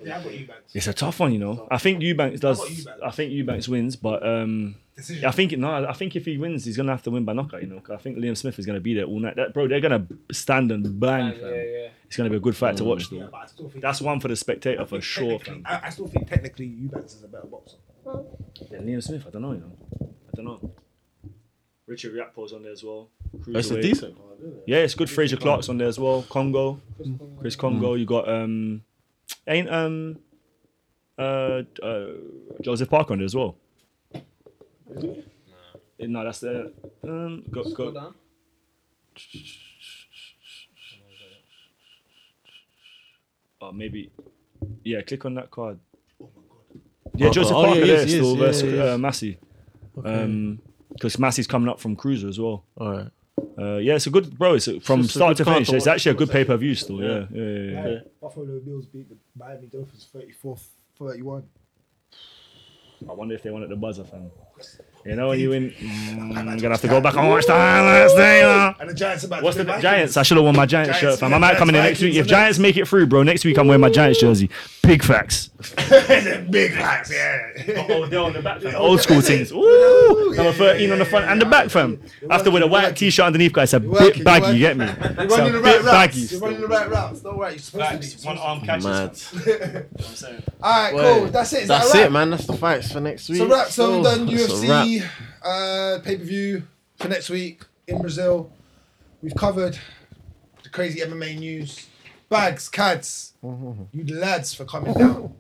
[SPEAKER 4] Yeah, I've got Eubanks.
[SPEAKER 7] It's a tough one, you know. I think Eubanks does.
[SPEAKER 4] How about Eubanks?
[SPEAKER 7] I think Eubanks wins, but um,
[SPEAKER 4] Decision.
[SPEAKER 7] I think no. I think if he wins, he's gonna have to win by knockout. You know, 'cause I think Liam Smith is gonna be there all night. That bro, they're gonna stand and bang.
[SPEAKER 5] Yeah,
[SPEAKER 7] fam.
[SPEAKER 5] yeah.
[SPEAKER 7] It's gonna be a good fight to watch.
[SPEAKER 4] Yeah,
[SPEAKER 7] Though.
[SPEAKER 4] but I still think
[SPEAKER 7] That's one for the spectator for
[SPEAKER 4] think
[SPEAKER 7] sure.
[SPEAKER 4] technically-
[SPEAKER 7] Fam.
[SPEAKER 4] I, I still think technically Eubanks is a better boxer.
[SPEAKER 7] Yeah, Liam Smith, I don't know, you know. I don't know. Richard Riapo's on there as well.
[SPEAKER 3] That's Oh, a
[SPEAKER 7] Cruiserweight.
[SPEAKER 3] decent.
[SPEAKER 7] Yeah, it's good. Fraser Clark's on there as well. Congo, Chris Congo. You got um, ain't um, uh, uh Joseph Parker on there as well. Eh, No, that's the um. Go, go.
[SPEAKER 5] Go down.
[SPEAKER 7] Oh, maybe. Yeah, click on that card. Yeah,
[SPEAKER 3] Oh,
[SPEAKER 7] Joseph
[SPEAKER 3] oh, yeah,
[SPEAKER 7] Parker
[SPEAKER 3] he
[SPEAKER 7] there
[SPEAKER 3] is, he
[SPEAKER 7] still
[SPEAKER 3] is, yeah,
[SPEAKER 7] versus
[SPEAKER 3] he
[SPEAKER 7] uh,
[SPEAKER 3] is.
[SPEAKER 7] Massey. Um, because Massey's coming up from Cruiser as well.
[SPEAKER 3] All right.
[SPEAKER 7] Uh, yeah, it's a good bro. It's a, from
[SPEAKER 3] It's a
[SPEAKER 7] start to
[SPEAKER 3] good card
[SPEAKER 7] finish.
[SPEAKER 3] to
[SPEAKER 7] It's
[SPEAKER 3] watch.
[SPEAKER 7] actually a good pay per view still. Yeah, yeah, yeah. yeah, yeah.
[SPEAKER 4] Buffalo Bills beat the Miami Dolphins 34 31.
[SPEAKER 7] I wonder if they wanted the buzzer, fam. You know, when you win, Mm, I'm gonna have to go back and watch the highlights there.
[SPEAKER 4] And the Giants about
[SPEAKER 7] What's
[SPEAKER 4] to
[SPEAKER 7] the
[SPEAKER 4] play
[SPEAKER 7] Giants? I should have worn my
[SPEAKER 4] Giants,
[SPEAKER 7] Giants, shirt, fam.
[SPEAKER 4] yeah,
[SPEAKER 7] I might come in the next
[SPEAKER 4] Giants,
[SPEAKER 7] week. If
[SPEAKER 4] Vikings, innit?
[SPEAKER 7] Giants make it through, bro, next week I'm wearing my Giants jersey. Big facts.
[SPEAKER 4] Vikings. Big facts, yeah.
[SPEAKER 7] Odell on the back. Old school things. Ooh, number 13 on the front and the back, fam. I have to wear a white t-shirt underneath, guys. It's a bit baggy, you get me? It's a
[SPEAKER 4] running the right
[SPEAKER 7] bit baggy.
[SPEAKER 4] routes. You're running the right routes. Don't worry. You're supposed to be.
[SPEAKER 11] One arm catches.
[SPEAKER 13] Mad.
[SPEAKER 11] fam. You know what I'm saying?
[SPEAKER 4] All right,
[SPEAKER 13] Well,
[SPEAKER 4] cool. That's it. Is
[SPEAKER 13] That's
[SPEAKER 4] that a
[SPEAKER 13] it,
[SPEAKER 4] wrap?
[SPEAKER 13] man. That's the fights for next week.
[SPEAKER 4] So wrap. So we've
[SPEAKER 13] Oh,
[SPEAKER 4] done
[SPEAKER 13] that's a wrap.
[SPEAKER 4] UFC uh, pay per view for next week in Brazil. We've covered the crazy MMA news. Bags, cads, you lads for coming down.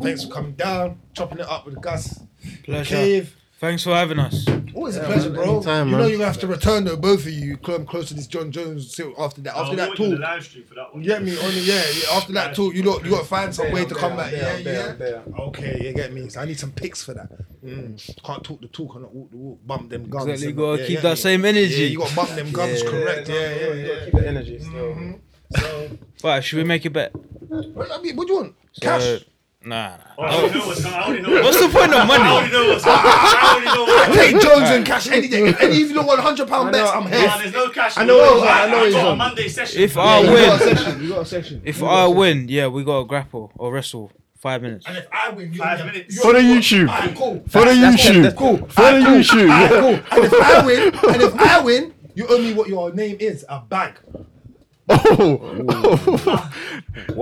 [SPEAKER 4] Thanks for coming down, chopping it up with Gus.
[SPEAKER 6] Pleasure.
[SPEAKER 4] Cave.
[SPEAKER 6] Thanks for having us.
[SPEAKER 4] Always a pleasure, bro.
[SPEAKER 13] anytime,
[SPEAKER 4] you know
[SPEAKER 13] man.
[SPEAKER 4] you're gonna have to return though, both of you. Come close to this John Jones till after that. After
[SPEAKER 11] I'll
[SPEAKER 4] that
[SPEAKER 11] watch the
[SPEAKER 4] talk,
[SPEAKER 11] live stream for that one.
[SPEAKER 4] you get me? Only yeah, yeah. After that talk, you got you got to find some way to come back. Yeah, yeah. Okay, you get me. So I need some pics for that. Mm. Can't talk the talk and not walk the walk. Bump them gums.
[SPEAKER 6] Exactly, you
[SPEAKER 4] and-
[SPEAKER 6] gotta
[SPEAKER 4] yeah,
[SPEAKER 6] keep
[SPEAKER 4] yeah,
[SPEAKER 6] that
[SPEAKER 4] yeah.
[SPEAKER 6] same energy.
[SPEAKER 4] Yeah, you gotta bump them gums
[SPEAKER 6] Yeah.
[SPEAKER 4] correct. Yeah, yeah, yeah.
[SPEAKER 5] Keep the energy still.
[SPEAKER 6] Right, should we make it bet?
[SPEAKER 4] What, I mean, what do you want? Cash.
[SPEAKER 6] Uh, nah. nah.
[SPEAKER 11] I already know what's going on. I already know
[SPEAKER 6] What's the point of
[SPEAKER 11] I
[SPEAKER 6] money?
[SPEAKER 11] already know what's going on. I already know what's going on.
[SPEAKER 4] Take Jones and cash any day. And if you don't want hundred pound bets, I'm
[SPEAKER 11] Nah,
[SPEAKER 4] here.
[SPEAKER 11] There's no cash.
[SPEAKER 4] I know what he's on, I know
[SPEAKER 11] I
[SPEAKER 4] he's
[SPEAKER 11] got a
[SPEAKER 4] on.
[SPEAKER 11] Monday session.
[SPEAKER 6] If
[SPEAKER 11] Yeah,
[SPEAKER 6] I
[SPEAKER 10] You got a
[SPEAKER 6] win,
[SPEAKER 10] section. You got a section.
[SPEAKER 6] if I win, yeah, we gotta grapple or wrestle. Five minutes.
[SPEAKER 4] And if I win, you
[SPEAKER 11] Five
[SPEAKER 4] win.
[SPEAKER 11] minutes.
[SPEAKER 4] You-
[SPEAKER 3] For the YouTube.
[SPEAKER 4] Alright, cool.
[SPEAKER 3] For the YouTube.
[SPEAKER 6] that's
[SPEAKER 4] cool.
[SPEAKER 3] For the YouTube.
[SPEAKER 4] Cool. And if I win, and if I win, you owe me what your name is, a bag.
[SPEAKER 3] Oh.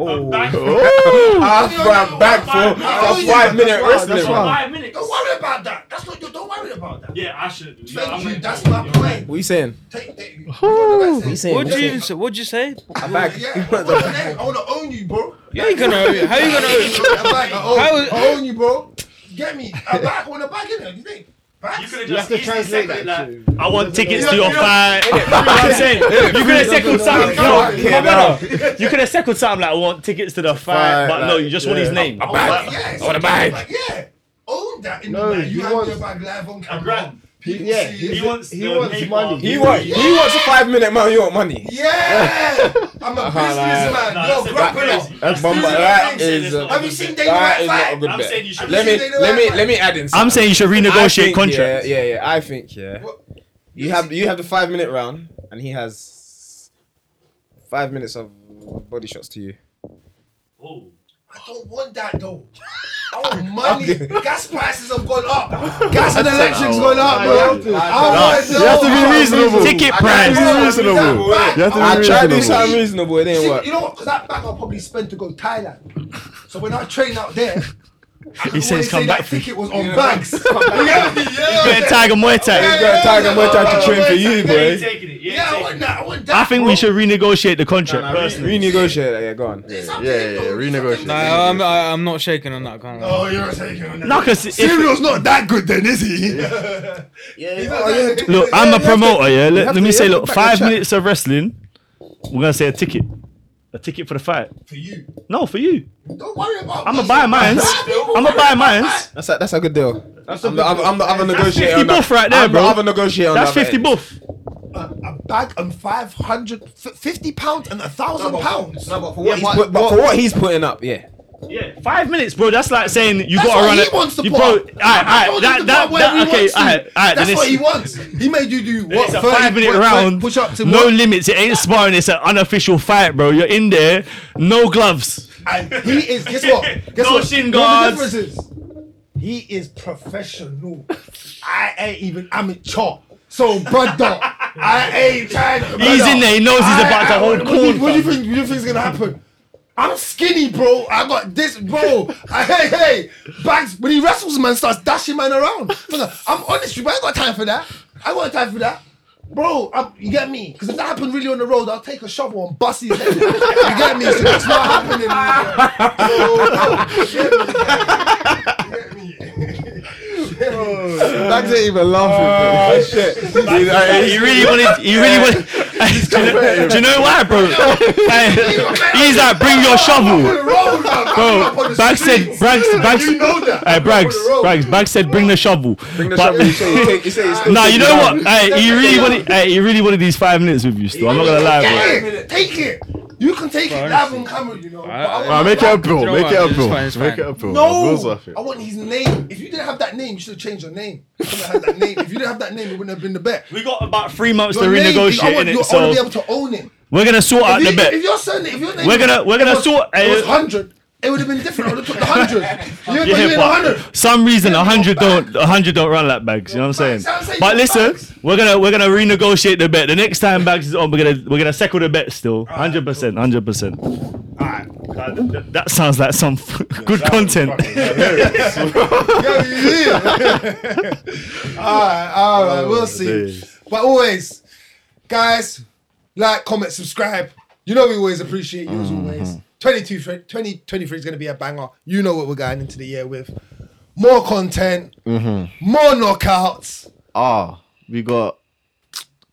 [SPEAKER 11] I'm back.
[SPEAKER 5] Ah.
[SPEAKER 4] Afro
[SPEAKER 11] back for
[SPEAKER 4] a five-minute wrestling
[SPEAKER 11] Five minutes.
[SPEAKER 4] Don't worry about that. That's not your. Don't worry about that.
[SPEAKER 11] Yeah, I should do. Yeah,
[SPEAKER 4] Thank
[SPEAKER 11] I'm
[SPEAKER 4] you.
[SPEAKER 11] gonna-
[SPEAKER 4] That's my point.
[SPEAKER 5] What are you saying?
[SPEAKER 4] Take that. You know what I'm saying?
[SPEAKER 6] What'd you even say? What'd you say?
[SPEAKER 5] A bag.
[SPEAKER 4] Yeah, I want your name. I want to own you, bro.
[SPEAKER 6] You ain't gonna. own it. How you gonna? own it?
[SPEAKER 4] I'm like, I own,
[SPEAKER 6] How is-
[SPEAKER 4] I own you, bro. Get me a back on the back in there. You think?
[SPEAKER 11] You
[SPEAKER 4] Back?
[SPEAKER 11] could have just easily said that. Like,
[SPEAKER 7] I want tickets to your fight. You I'm saying? You could have seconded something. No, no, no. You could have seconded something like, I want tickets to the fight,
[SPEAKER 13] Fight,
[SPEAKER 7] but no, you just want his name.
[SPEAKER 4] Back? Yeah.
[SPEAKER 7] I want a bag.
[SPEAKER 4] Like, yeah. Own that in
[SPEAKER 10] No,
[SPEAKER 4] the bag.
[SPEAKER 10] he
[SPEAKER 4] You have your
[SPEAKER 10] wants-
[SPEAKER 4] bag live on camera.
[SPEAKER 11] grand.
[SPEAKER 4] People
[SPEAKER 10] yeah,
[SPEAKER 4] see
[SPEAKER 11] he
[SPEAKER 4] it.
[SPEAKER 11] wants.
[SPEAKER 10] he
[SPEAKER 11] the
[SPEAKER 10] wants
[SPEAKER 11] make
[SPEAKER 10] money.
[SPEAKER 11] up.
[SPEAKER 5] He wants. He wants a five minute man. You want money?
[SPEAKER 4] Yeah, I'm a businessman.
[SPEAKER 11] Nah,
[SPEAKER 4] Yo,
[SPEAKER 11] that's
[SPEAKER 4] grapple
[SPEAKER 11] a bad
[SPEAKER 4] up.
[SPEAKER 11] crazy.
[SPEAKER 5] That's
[SPEAKER 11] That's
[SPEAKER 5] Bumba-
[SPEAKER 11] crazy.
[SPEAKER 5] that
[SPEAKER 11] I'm saying it's
[SPEAKER 5] is,
[SPEAKER 11] not
[SPEAKER 4] Have
[SPEAKER 11] a
[SPEAKER 4] you
[SPEAKER 11] good
[SPEAKER 4] seen
[SPEAKER 11] bet.
[SPEAKER 4] Daily
[SPEAKER 5] That
[SPEAKER 4] Night
[SPEAKER 5] is
[SPEAKER 4] Fight?
[SPEAKER 5] not a good
[SPEAKER 11] I'm saying
[SPEAKER 5] bet.
[SPEAKER 11] you should.
[SPEAKER 5] Let me let me let me add in.
[SPEAKER 7] I'm
[SPEAKER 5] something.
[SPEAKER 7] saying you should
[SPEAKER 5] I think,
[SPEAKER 7] renegotiate contracts.
[SPEAKER 5] Yeah, yeah, yeah. I think yeah. You have you have the five minute round, and he has five minutes of body shots to you.
[SPEAKER 11] Oh.
[SPEAKER 4] I don't want that though. I want money. Gas prices have gone up. Gas and electric's gone up, bro. I want
[SPEAKER 3] You have to be reasonable.
[SPEAKER 7] Ticket
[SPEAKER 3] You have to be
[SPEAKER 7] price.
[SPEAKER 3] reasonable. You have
[SPEAKER 5] I
[SPEAKER 3] to be
[SPEAKER 5] tried to do
[SPEAKER 3] reasonable.
[SPEAKER 5] something reasonable, it didn't
[SPEAKER 4] See,
[SPEAKER 5] work.
[SPEAKER 4] you know what? Because that bag I'll probably spend to go Thailand. So when I train out there, I can
[SPEAKER 7] says
[SPEAKER 4] always
[SPEAKER 7] come
[SPEAKER 4] say
[SPEAKER 7] back
[SPEAKER 4] that
[SPEAKER 7] for you.
[SPEAKER 4] ticket was on bags. You get me?
[SPEAKER 7] Better
[SPEAKER 4] Yeah,
[SPEAKER 7] Tiger Muay Thai.
[SPEAKER 5] Yeah, Tiger Muay Thai to train for you,
[SPEAKER 11] Yeah,
[SPEAKER 5] boy.
[SPEAKER 11] he's taking it. Yeah,
[SPEAKER 4] Yeah, I
[SPEAKER 11] he's
[SPEAKER 4] want
[SPEAKER 11] taking it.
[SPEAKER 4] that. I want that.
[SPEAKER 7] I think we should renegotiate the contract personally.
[SPEAKER 5] Renegotiate that. Yeah, go on.
[SPEAKER 4] Yeah,
[SPEAKER 13] Yeah, yeah, renegotiate.
[SPEAKER 6] Nah, I'm, I- I'm not shaking on that kind of.
[SPEAKER 4] Oh, you're taking on that.
[SPEAKER 7] No, 'cause if-
[SPEAKER 4] Cereal's not that good then, is he? Yeah.
[SPEAKER 7] Look, I'm a promoter, yeah. Let,
[SPEAKER 5] have
[SPEAKER 7] let
[SPEAKER 5] to-
[SPEAKER 7] me
[SPEAKER 5] you
[SPEAKER 7] say,
[SPEAKER 5] have to
[SPEAKER 7] look,
[SPEAKER 5] back the
[SPEAKER 7] five
[SPEAKER 5] chat.
[SPEAKER 7] minutes of wrestling, we're gonna say a ticket. A ticket for the fight.
[SPEAKER 4] For you.
[SPEAKER 7] No, for you.
[SPEAKER 4] Don't worry about
[SPEAKER 7] I'ma
[SPEAKER 4] money.
[SPEAKER 7] buy mines. I'ma buy mines.
[SPEAKER 5] That's a, that's a good deal. I'm, the, I'm, I'm the other
[SPEAKER 7] That's
[SPEAKER 5] negotiator.
[SPEAKER 7] 50
[SPEAKER 5] on that.
[SPEAKER 7] buff right there,
[SPEAKER 5] I'm
[SPEAKER 7] bro.
[SPEAKER 5] The other negotiator. on
[SPEAKER 7] That's
[SPEAKER 5] that
[SPEAKER 7] 50
[SPEAKER 5] bet.
[SPEAKER 7] buff.
[SPEAKER 4] a bag and 500, f- 50 pounds and a thousand pounds. No, but for
[SPEAKER 5] He's put- but for what he's putting up, yeah.
[SPEAKER 7] Yeah, five minutes, bro. That's like saying you
[SPEAKER 4] That's
[SPEAKER 7] gotta
[SPEAKER 4] what
[SPEAKER 7] run
[SPEAKER 4] he
[SPEAKER 7] it.
[SPEAKER 4] wants to
[SPEAKER 7] you,
[SPEAKER 4] put
[SPEAKER 7] bro,
[SPEAKER 4] up.
[SPEAKER 7] Alright, alright, that, that, that, okay, alright, alright.
[SPEAKER 4] That's
[SPEAKER 7] then
[SPEAKER 4] what
[SPEAKER 7] it's-
[SPEAKER 4] he wants. He made you do what?
[SPEAKER 7] It's a
[SPEAKER 4] 30
[SPEAKER 7] five minute
[SPEAKER 4] point-
[SPEAKER 7] round.
[SPEAKER 4] Push up to
[SPEAKER 7] no
[SPEAKER 4] what?
[SPEAKER 7] limits. It ain't sparring. It's an unofficial fight, bro. You're in there, no gloves.
[SPEAKER 4] And he is, guess what? Guess
[SPEAKER 7] No
[SPEAKER 4] what?
[SPEAKER 7] shin
[SPEAKER 4] You know what
[SPEAKER 7] guards.
[SPEAKER 4] The difference is? He is professional. I ain't even amateur. So, brother, I ain't trying to.
[SPEAKER 7] He's
[SPEAKER 4] brother,
[SPEAKER 7] in there, he knows he's
[SPEAKER 4] I-
[SPEAKER 7] about to
[SPEAKER 4] I-
[SPEAKER 7] hold
[SPEAKER 4] what do you-
[SPEAKER 7] corn,
[SPEAKER 4] What do you
[SPEAKER 7] fam.
[SPEAKER 4] think? What do you think's gonna happen? I'm skinny, bro. I got this, bro. I, hey, hey, Bags. When he wrestles, man, starts dashing man around. Brother, I'm honest, with you, I ain't got time for that. I got time for that. Bro, I'm, you get me? Because if that happened really on the road, I'll take a shovel and bust his head. you get me? So that's not happening.
[SPEAKER 5] Bags ain't even laughing.
[SPEAKER 7] Oh, He really Uh, wanted. He really wanted. do, you know, do you know why, bro? Like, he's like, bring your shovel, bro. Bragg said, Bragg, Bragg, hey, Braggs, Braggs, Braggs said, bring the shovel.
[SPEAKER 5] Bring the
[SPEAKER 7] But-
[SPEAKER 5] shovel. You say, you take, you say, you still
[SPEAKER 7] Nah,
[SPEAKER 5] take
[SPEAKER 7] you
[SPEAKER 5] it
[SPEAKER 7] know
[SPEAKER 5] down.
[SPEAKER 7] what? Hey, he really wanted, hey, he really wanted these five minutes with you. Still, I'm not gonna lie, bro.
[SPEAKER 4] Take it. Take it. You can take it live on camera, you know. but I want
[SPEAKER 3] Nah, make it a
[SPEAKER 4] live-
[SPEAKER 3] bill.
[SPEAKER 6] You know
[SPEAKER 3] Make
[SPEAKER 6] what?
[SPEAKER 3] it a
[SPEAKER 6] It's
[SPEAKER 3] bill.
[SPEAKER 6] fine, it's
[SPEAKER 3] Make
[SPEAKER 6] fine.
[SPEAKER 3] it a bill. Bills
[SPEAKER 4] No,
[SPEAKER 3] off it.
[SPEAKER 4] I want his name. If you didn't have that name, you should have changed your name. You should have had that name. If you didn't have that name, it wouldn't have been the bet.
[SPEAKER 7] We got about three months to
[SPEAKER 4] Your name is- I want, your-
[SPEAKER 7] renegotiate it,
[SPEAKER 4] I want to
[SPEAKER 7] so
[SPEAKER 4] be able to own it.
[SPEAKER 7] we're gonna sort out
[SPEAKER 4] If,
[SPEAKER 7] the
[SPEAKER 4] you,
[SPEAKER 7] bet.
[SPEAKER 4] if you're saying it, if your name
[SPEAKER 7] We're gonna- we're gonna
[SPEAKER 4] it was,
[SPEAKER 7] sort-
[SPEAKER 4] It was
[SPEAKER 7] uh,
[SPEAKER 4] hundred. It would have been different. I would have took the hundred. You ain't- but you
[SPEAKER 7] Yeah,
[SPEAKER 4] ain't a hundred.
[SPEAKER 7] but some reason a hundred don't a hundred don't run like bags. You know what I'm
[SPEAKER 4] Bags, I'm
[SPEAKER 7] saying?
[SPEAKER 4] saying your
[SPEAKER 7] But listen,
[SPEAKER 4] bags.
[SPEAKER 7] we're gonna we're gonna renegotiate the bet. The next time bags is on, we're gonna we're gonna settle the bet still. Hundred percent, hundred percent. That sounds like some good content.
[SPEAKER 4] all right, all
[SPEAKER 13] Oh,
[SPEAKER 4] right, we'll see. But always, guys, like, comment, subscribe. You know we always appreciate you as
[SPEAKER 13] Mm-hmm.
[SPEAKER 4] always. 22, fr- 2023 is going to be a banger. You know what we're going into the year with. More content,
[SPEAKER 13] Mm-hmm.
[SPEAKER 4] more knockouts,
[SPEAKER 13] Ah, we got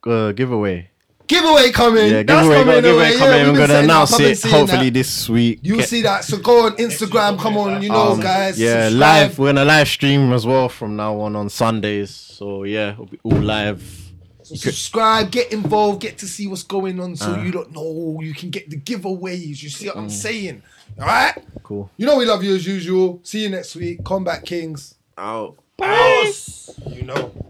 [SPEAKER 13] uh, giveaway.
[SPEAKER 4] giveaway coming.
[SPEAKER 13] Yeah,
[SPEAKER 4] That's
[SPEAKER 13] giveaway. Got
[SPEAKER 4] coming
[SPEAKER 13] giveaway
[SPEAKER 4] away.
[SPEAKER 13] coming.
[SPEAKER 4] Yeah,
[SPEAKER 13] We're
[SPEAKER 4] we've been
[SPEAKER 13] gonna
[SPEAKER 4] setting up.
[SPEAKER 13] announce
[SPEAKER 4] I've been
[SPEAKER 13] it
[SPEAKER 4] seeing
[SPEAKER 13] hopefully
[SPEAKER 4] that.
[SPEAKER 13] this week.
[SPEAKER 4] You'll
[SPEAKER 13] Get-
[SPEAKER 4] see that. So go on Instagram. Come on, you know,
[SPEAKER 13] Um,
[SPEAKER 4] guys.
[SPEAKER 13] Yeah,
[SPEAKER 4] subscribe.
[SPEAKER 13] live. We're gonna live stream as well from now on on Sundays. So yeah, it'll be all live.
[SPEAKER 4] subscribe, get involved, get to see what's going on so you don't know. You can get the giveaways. You see what I'm saying? All right?
[SPEAKER 13] Cool.
[SPEAKER 4] You know we love you as usual. See you next week. Combat Kings.
[SPEAKER 13] Out.
[SPEAKER 4] You know.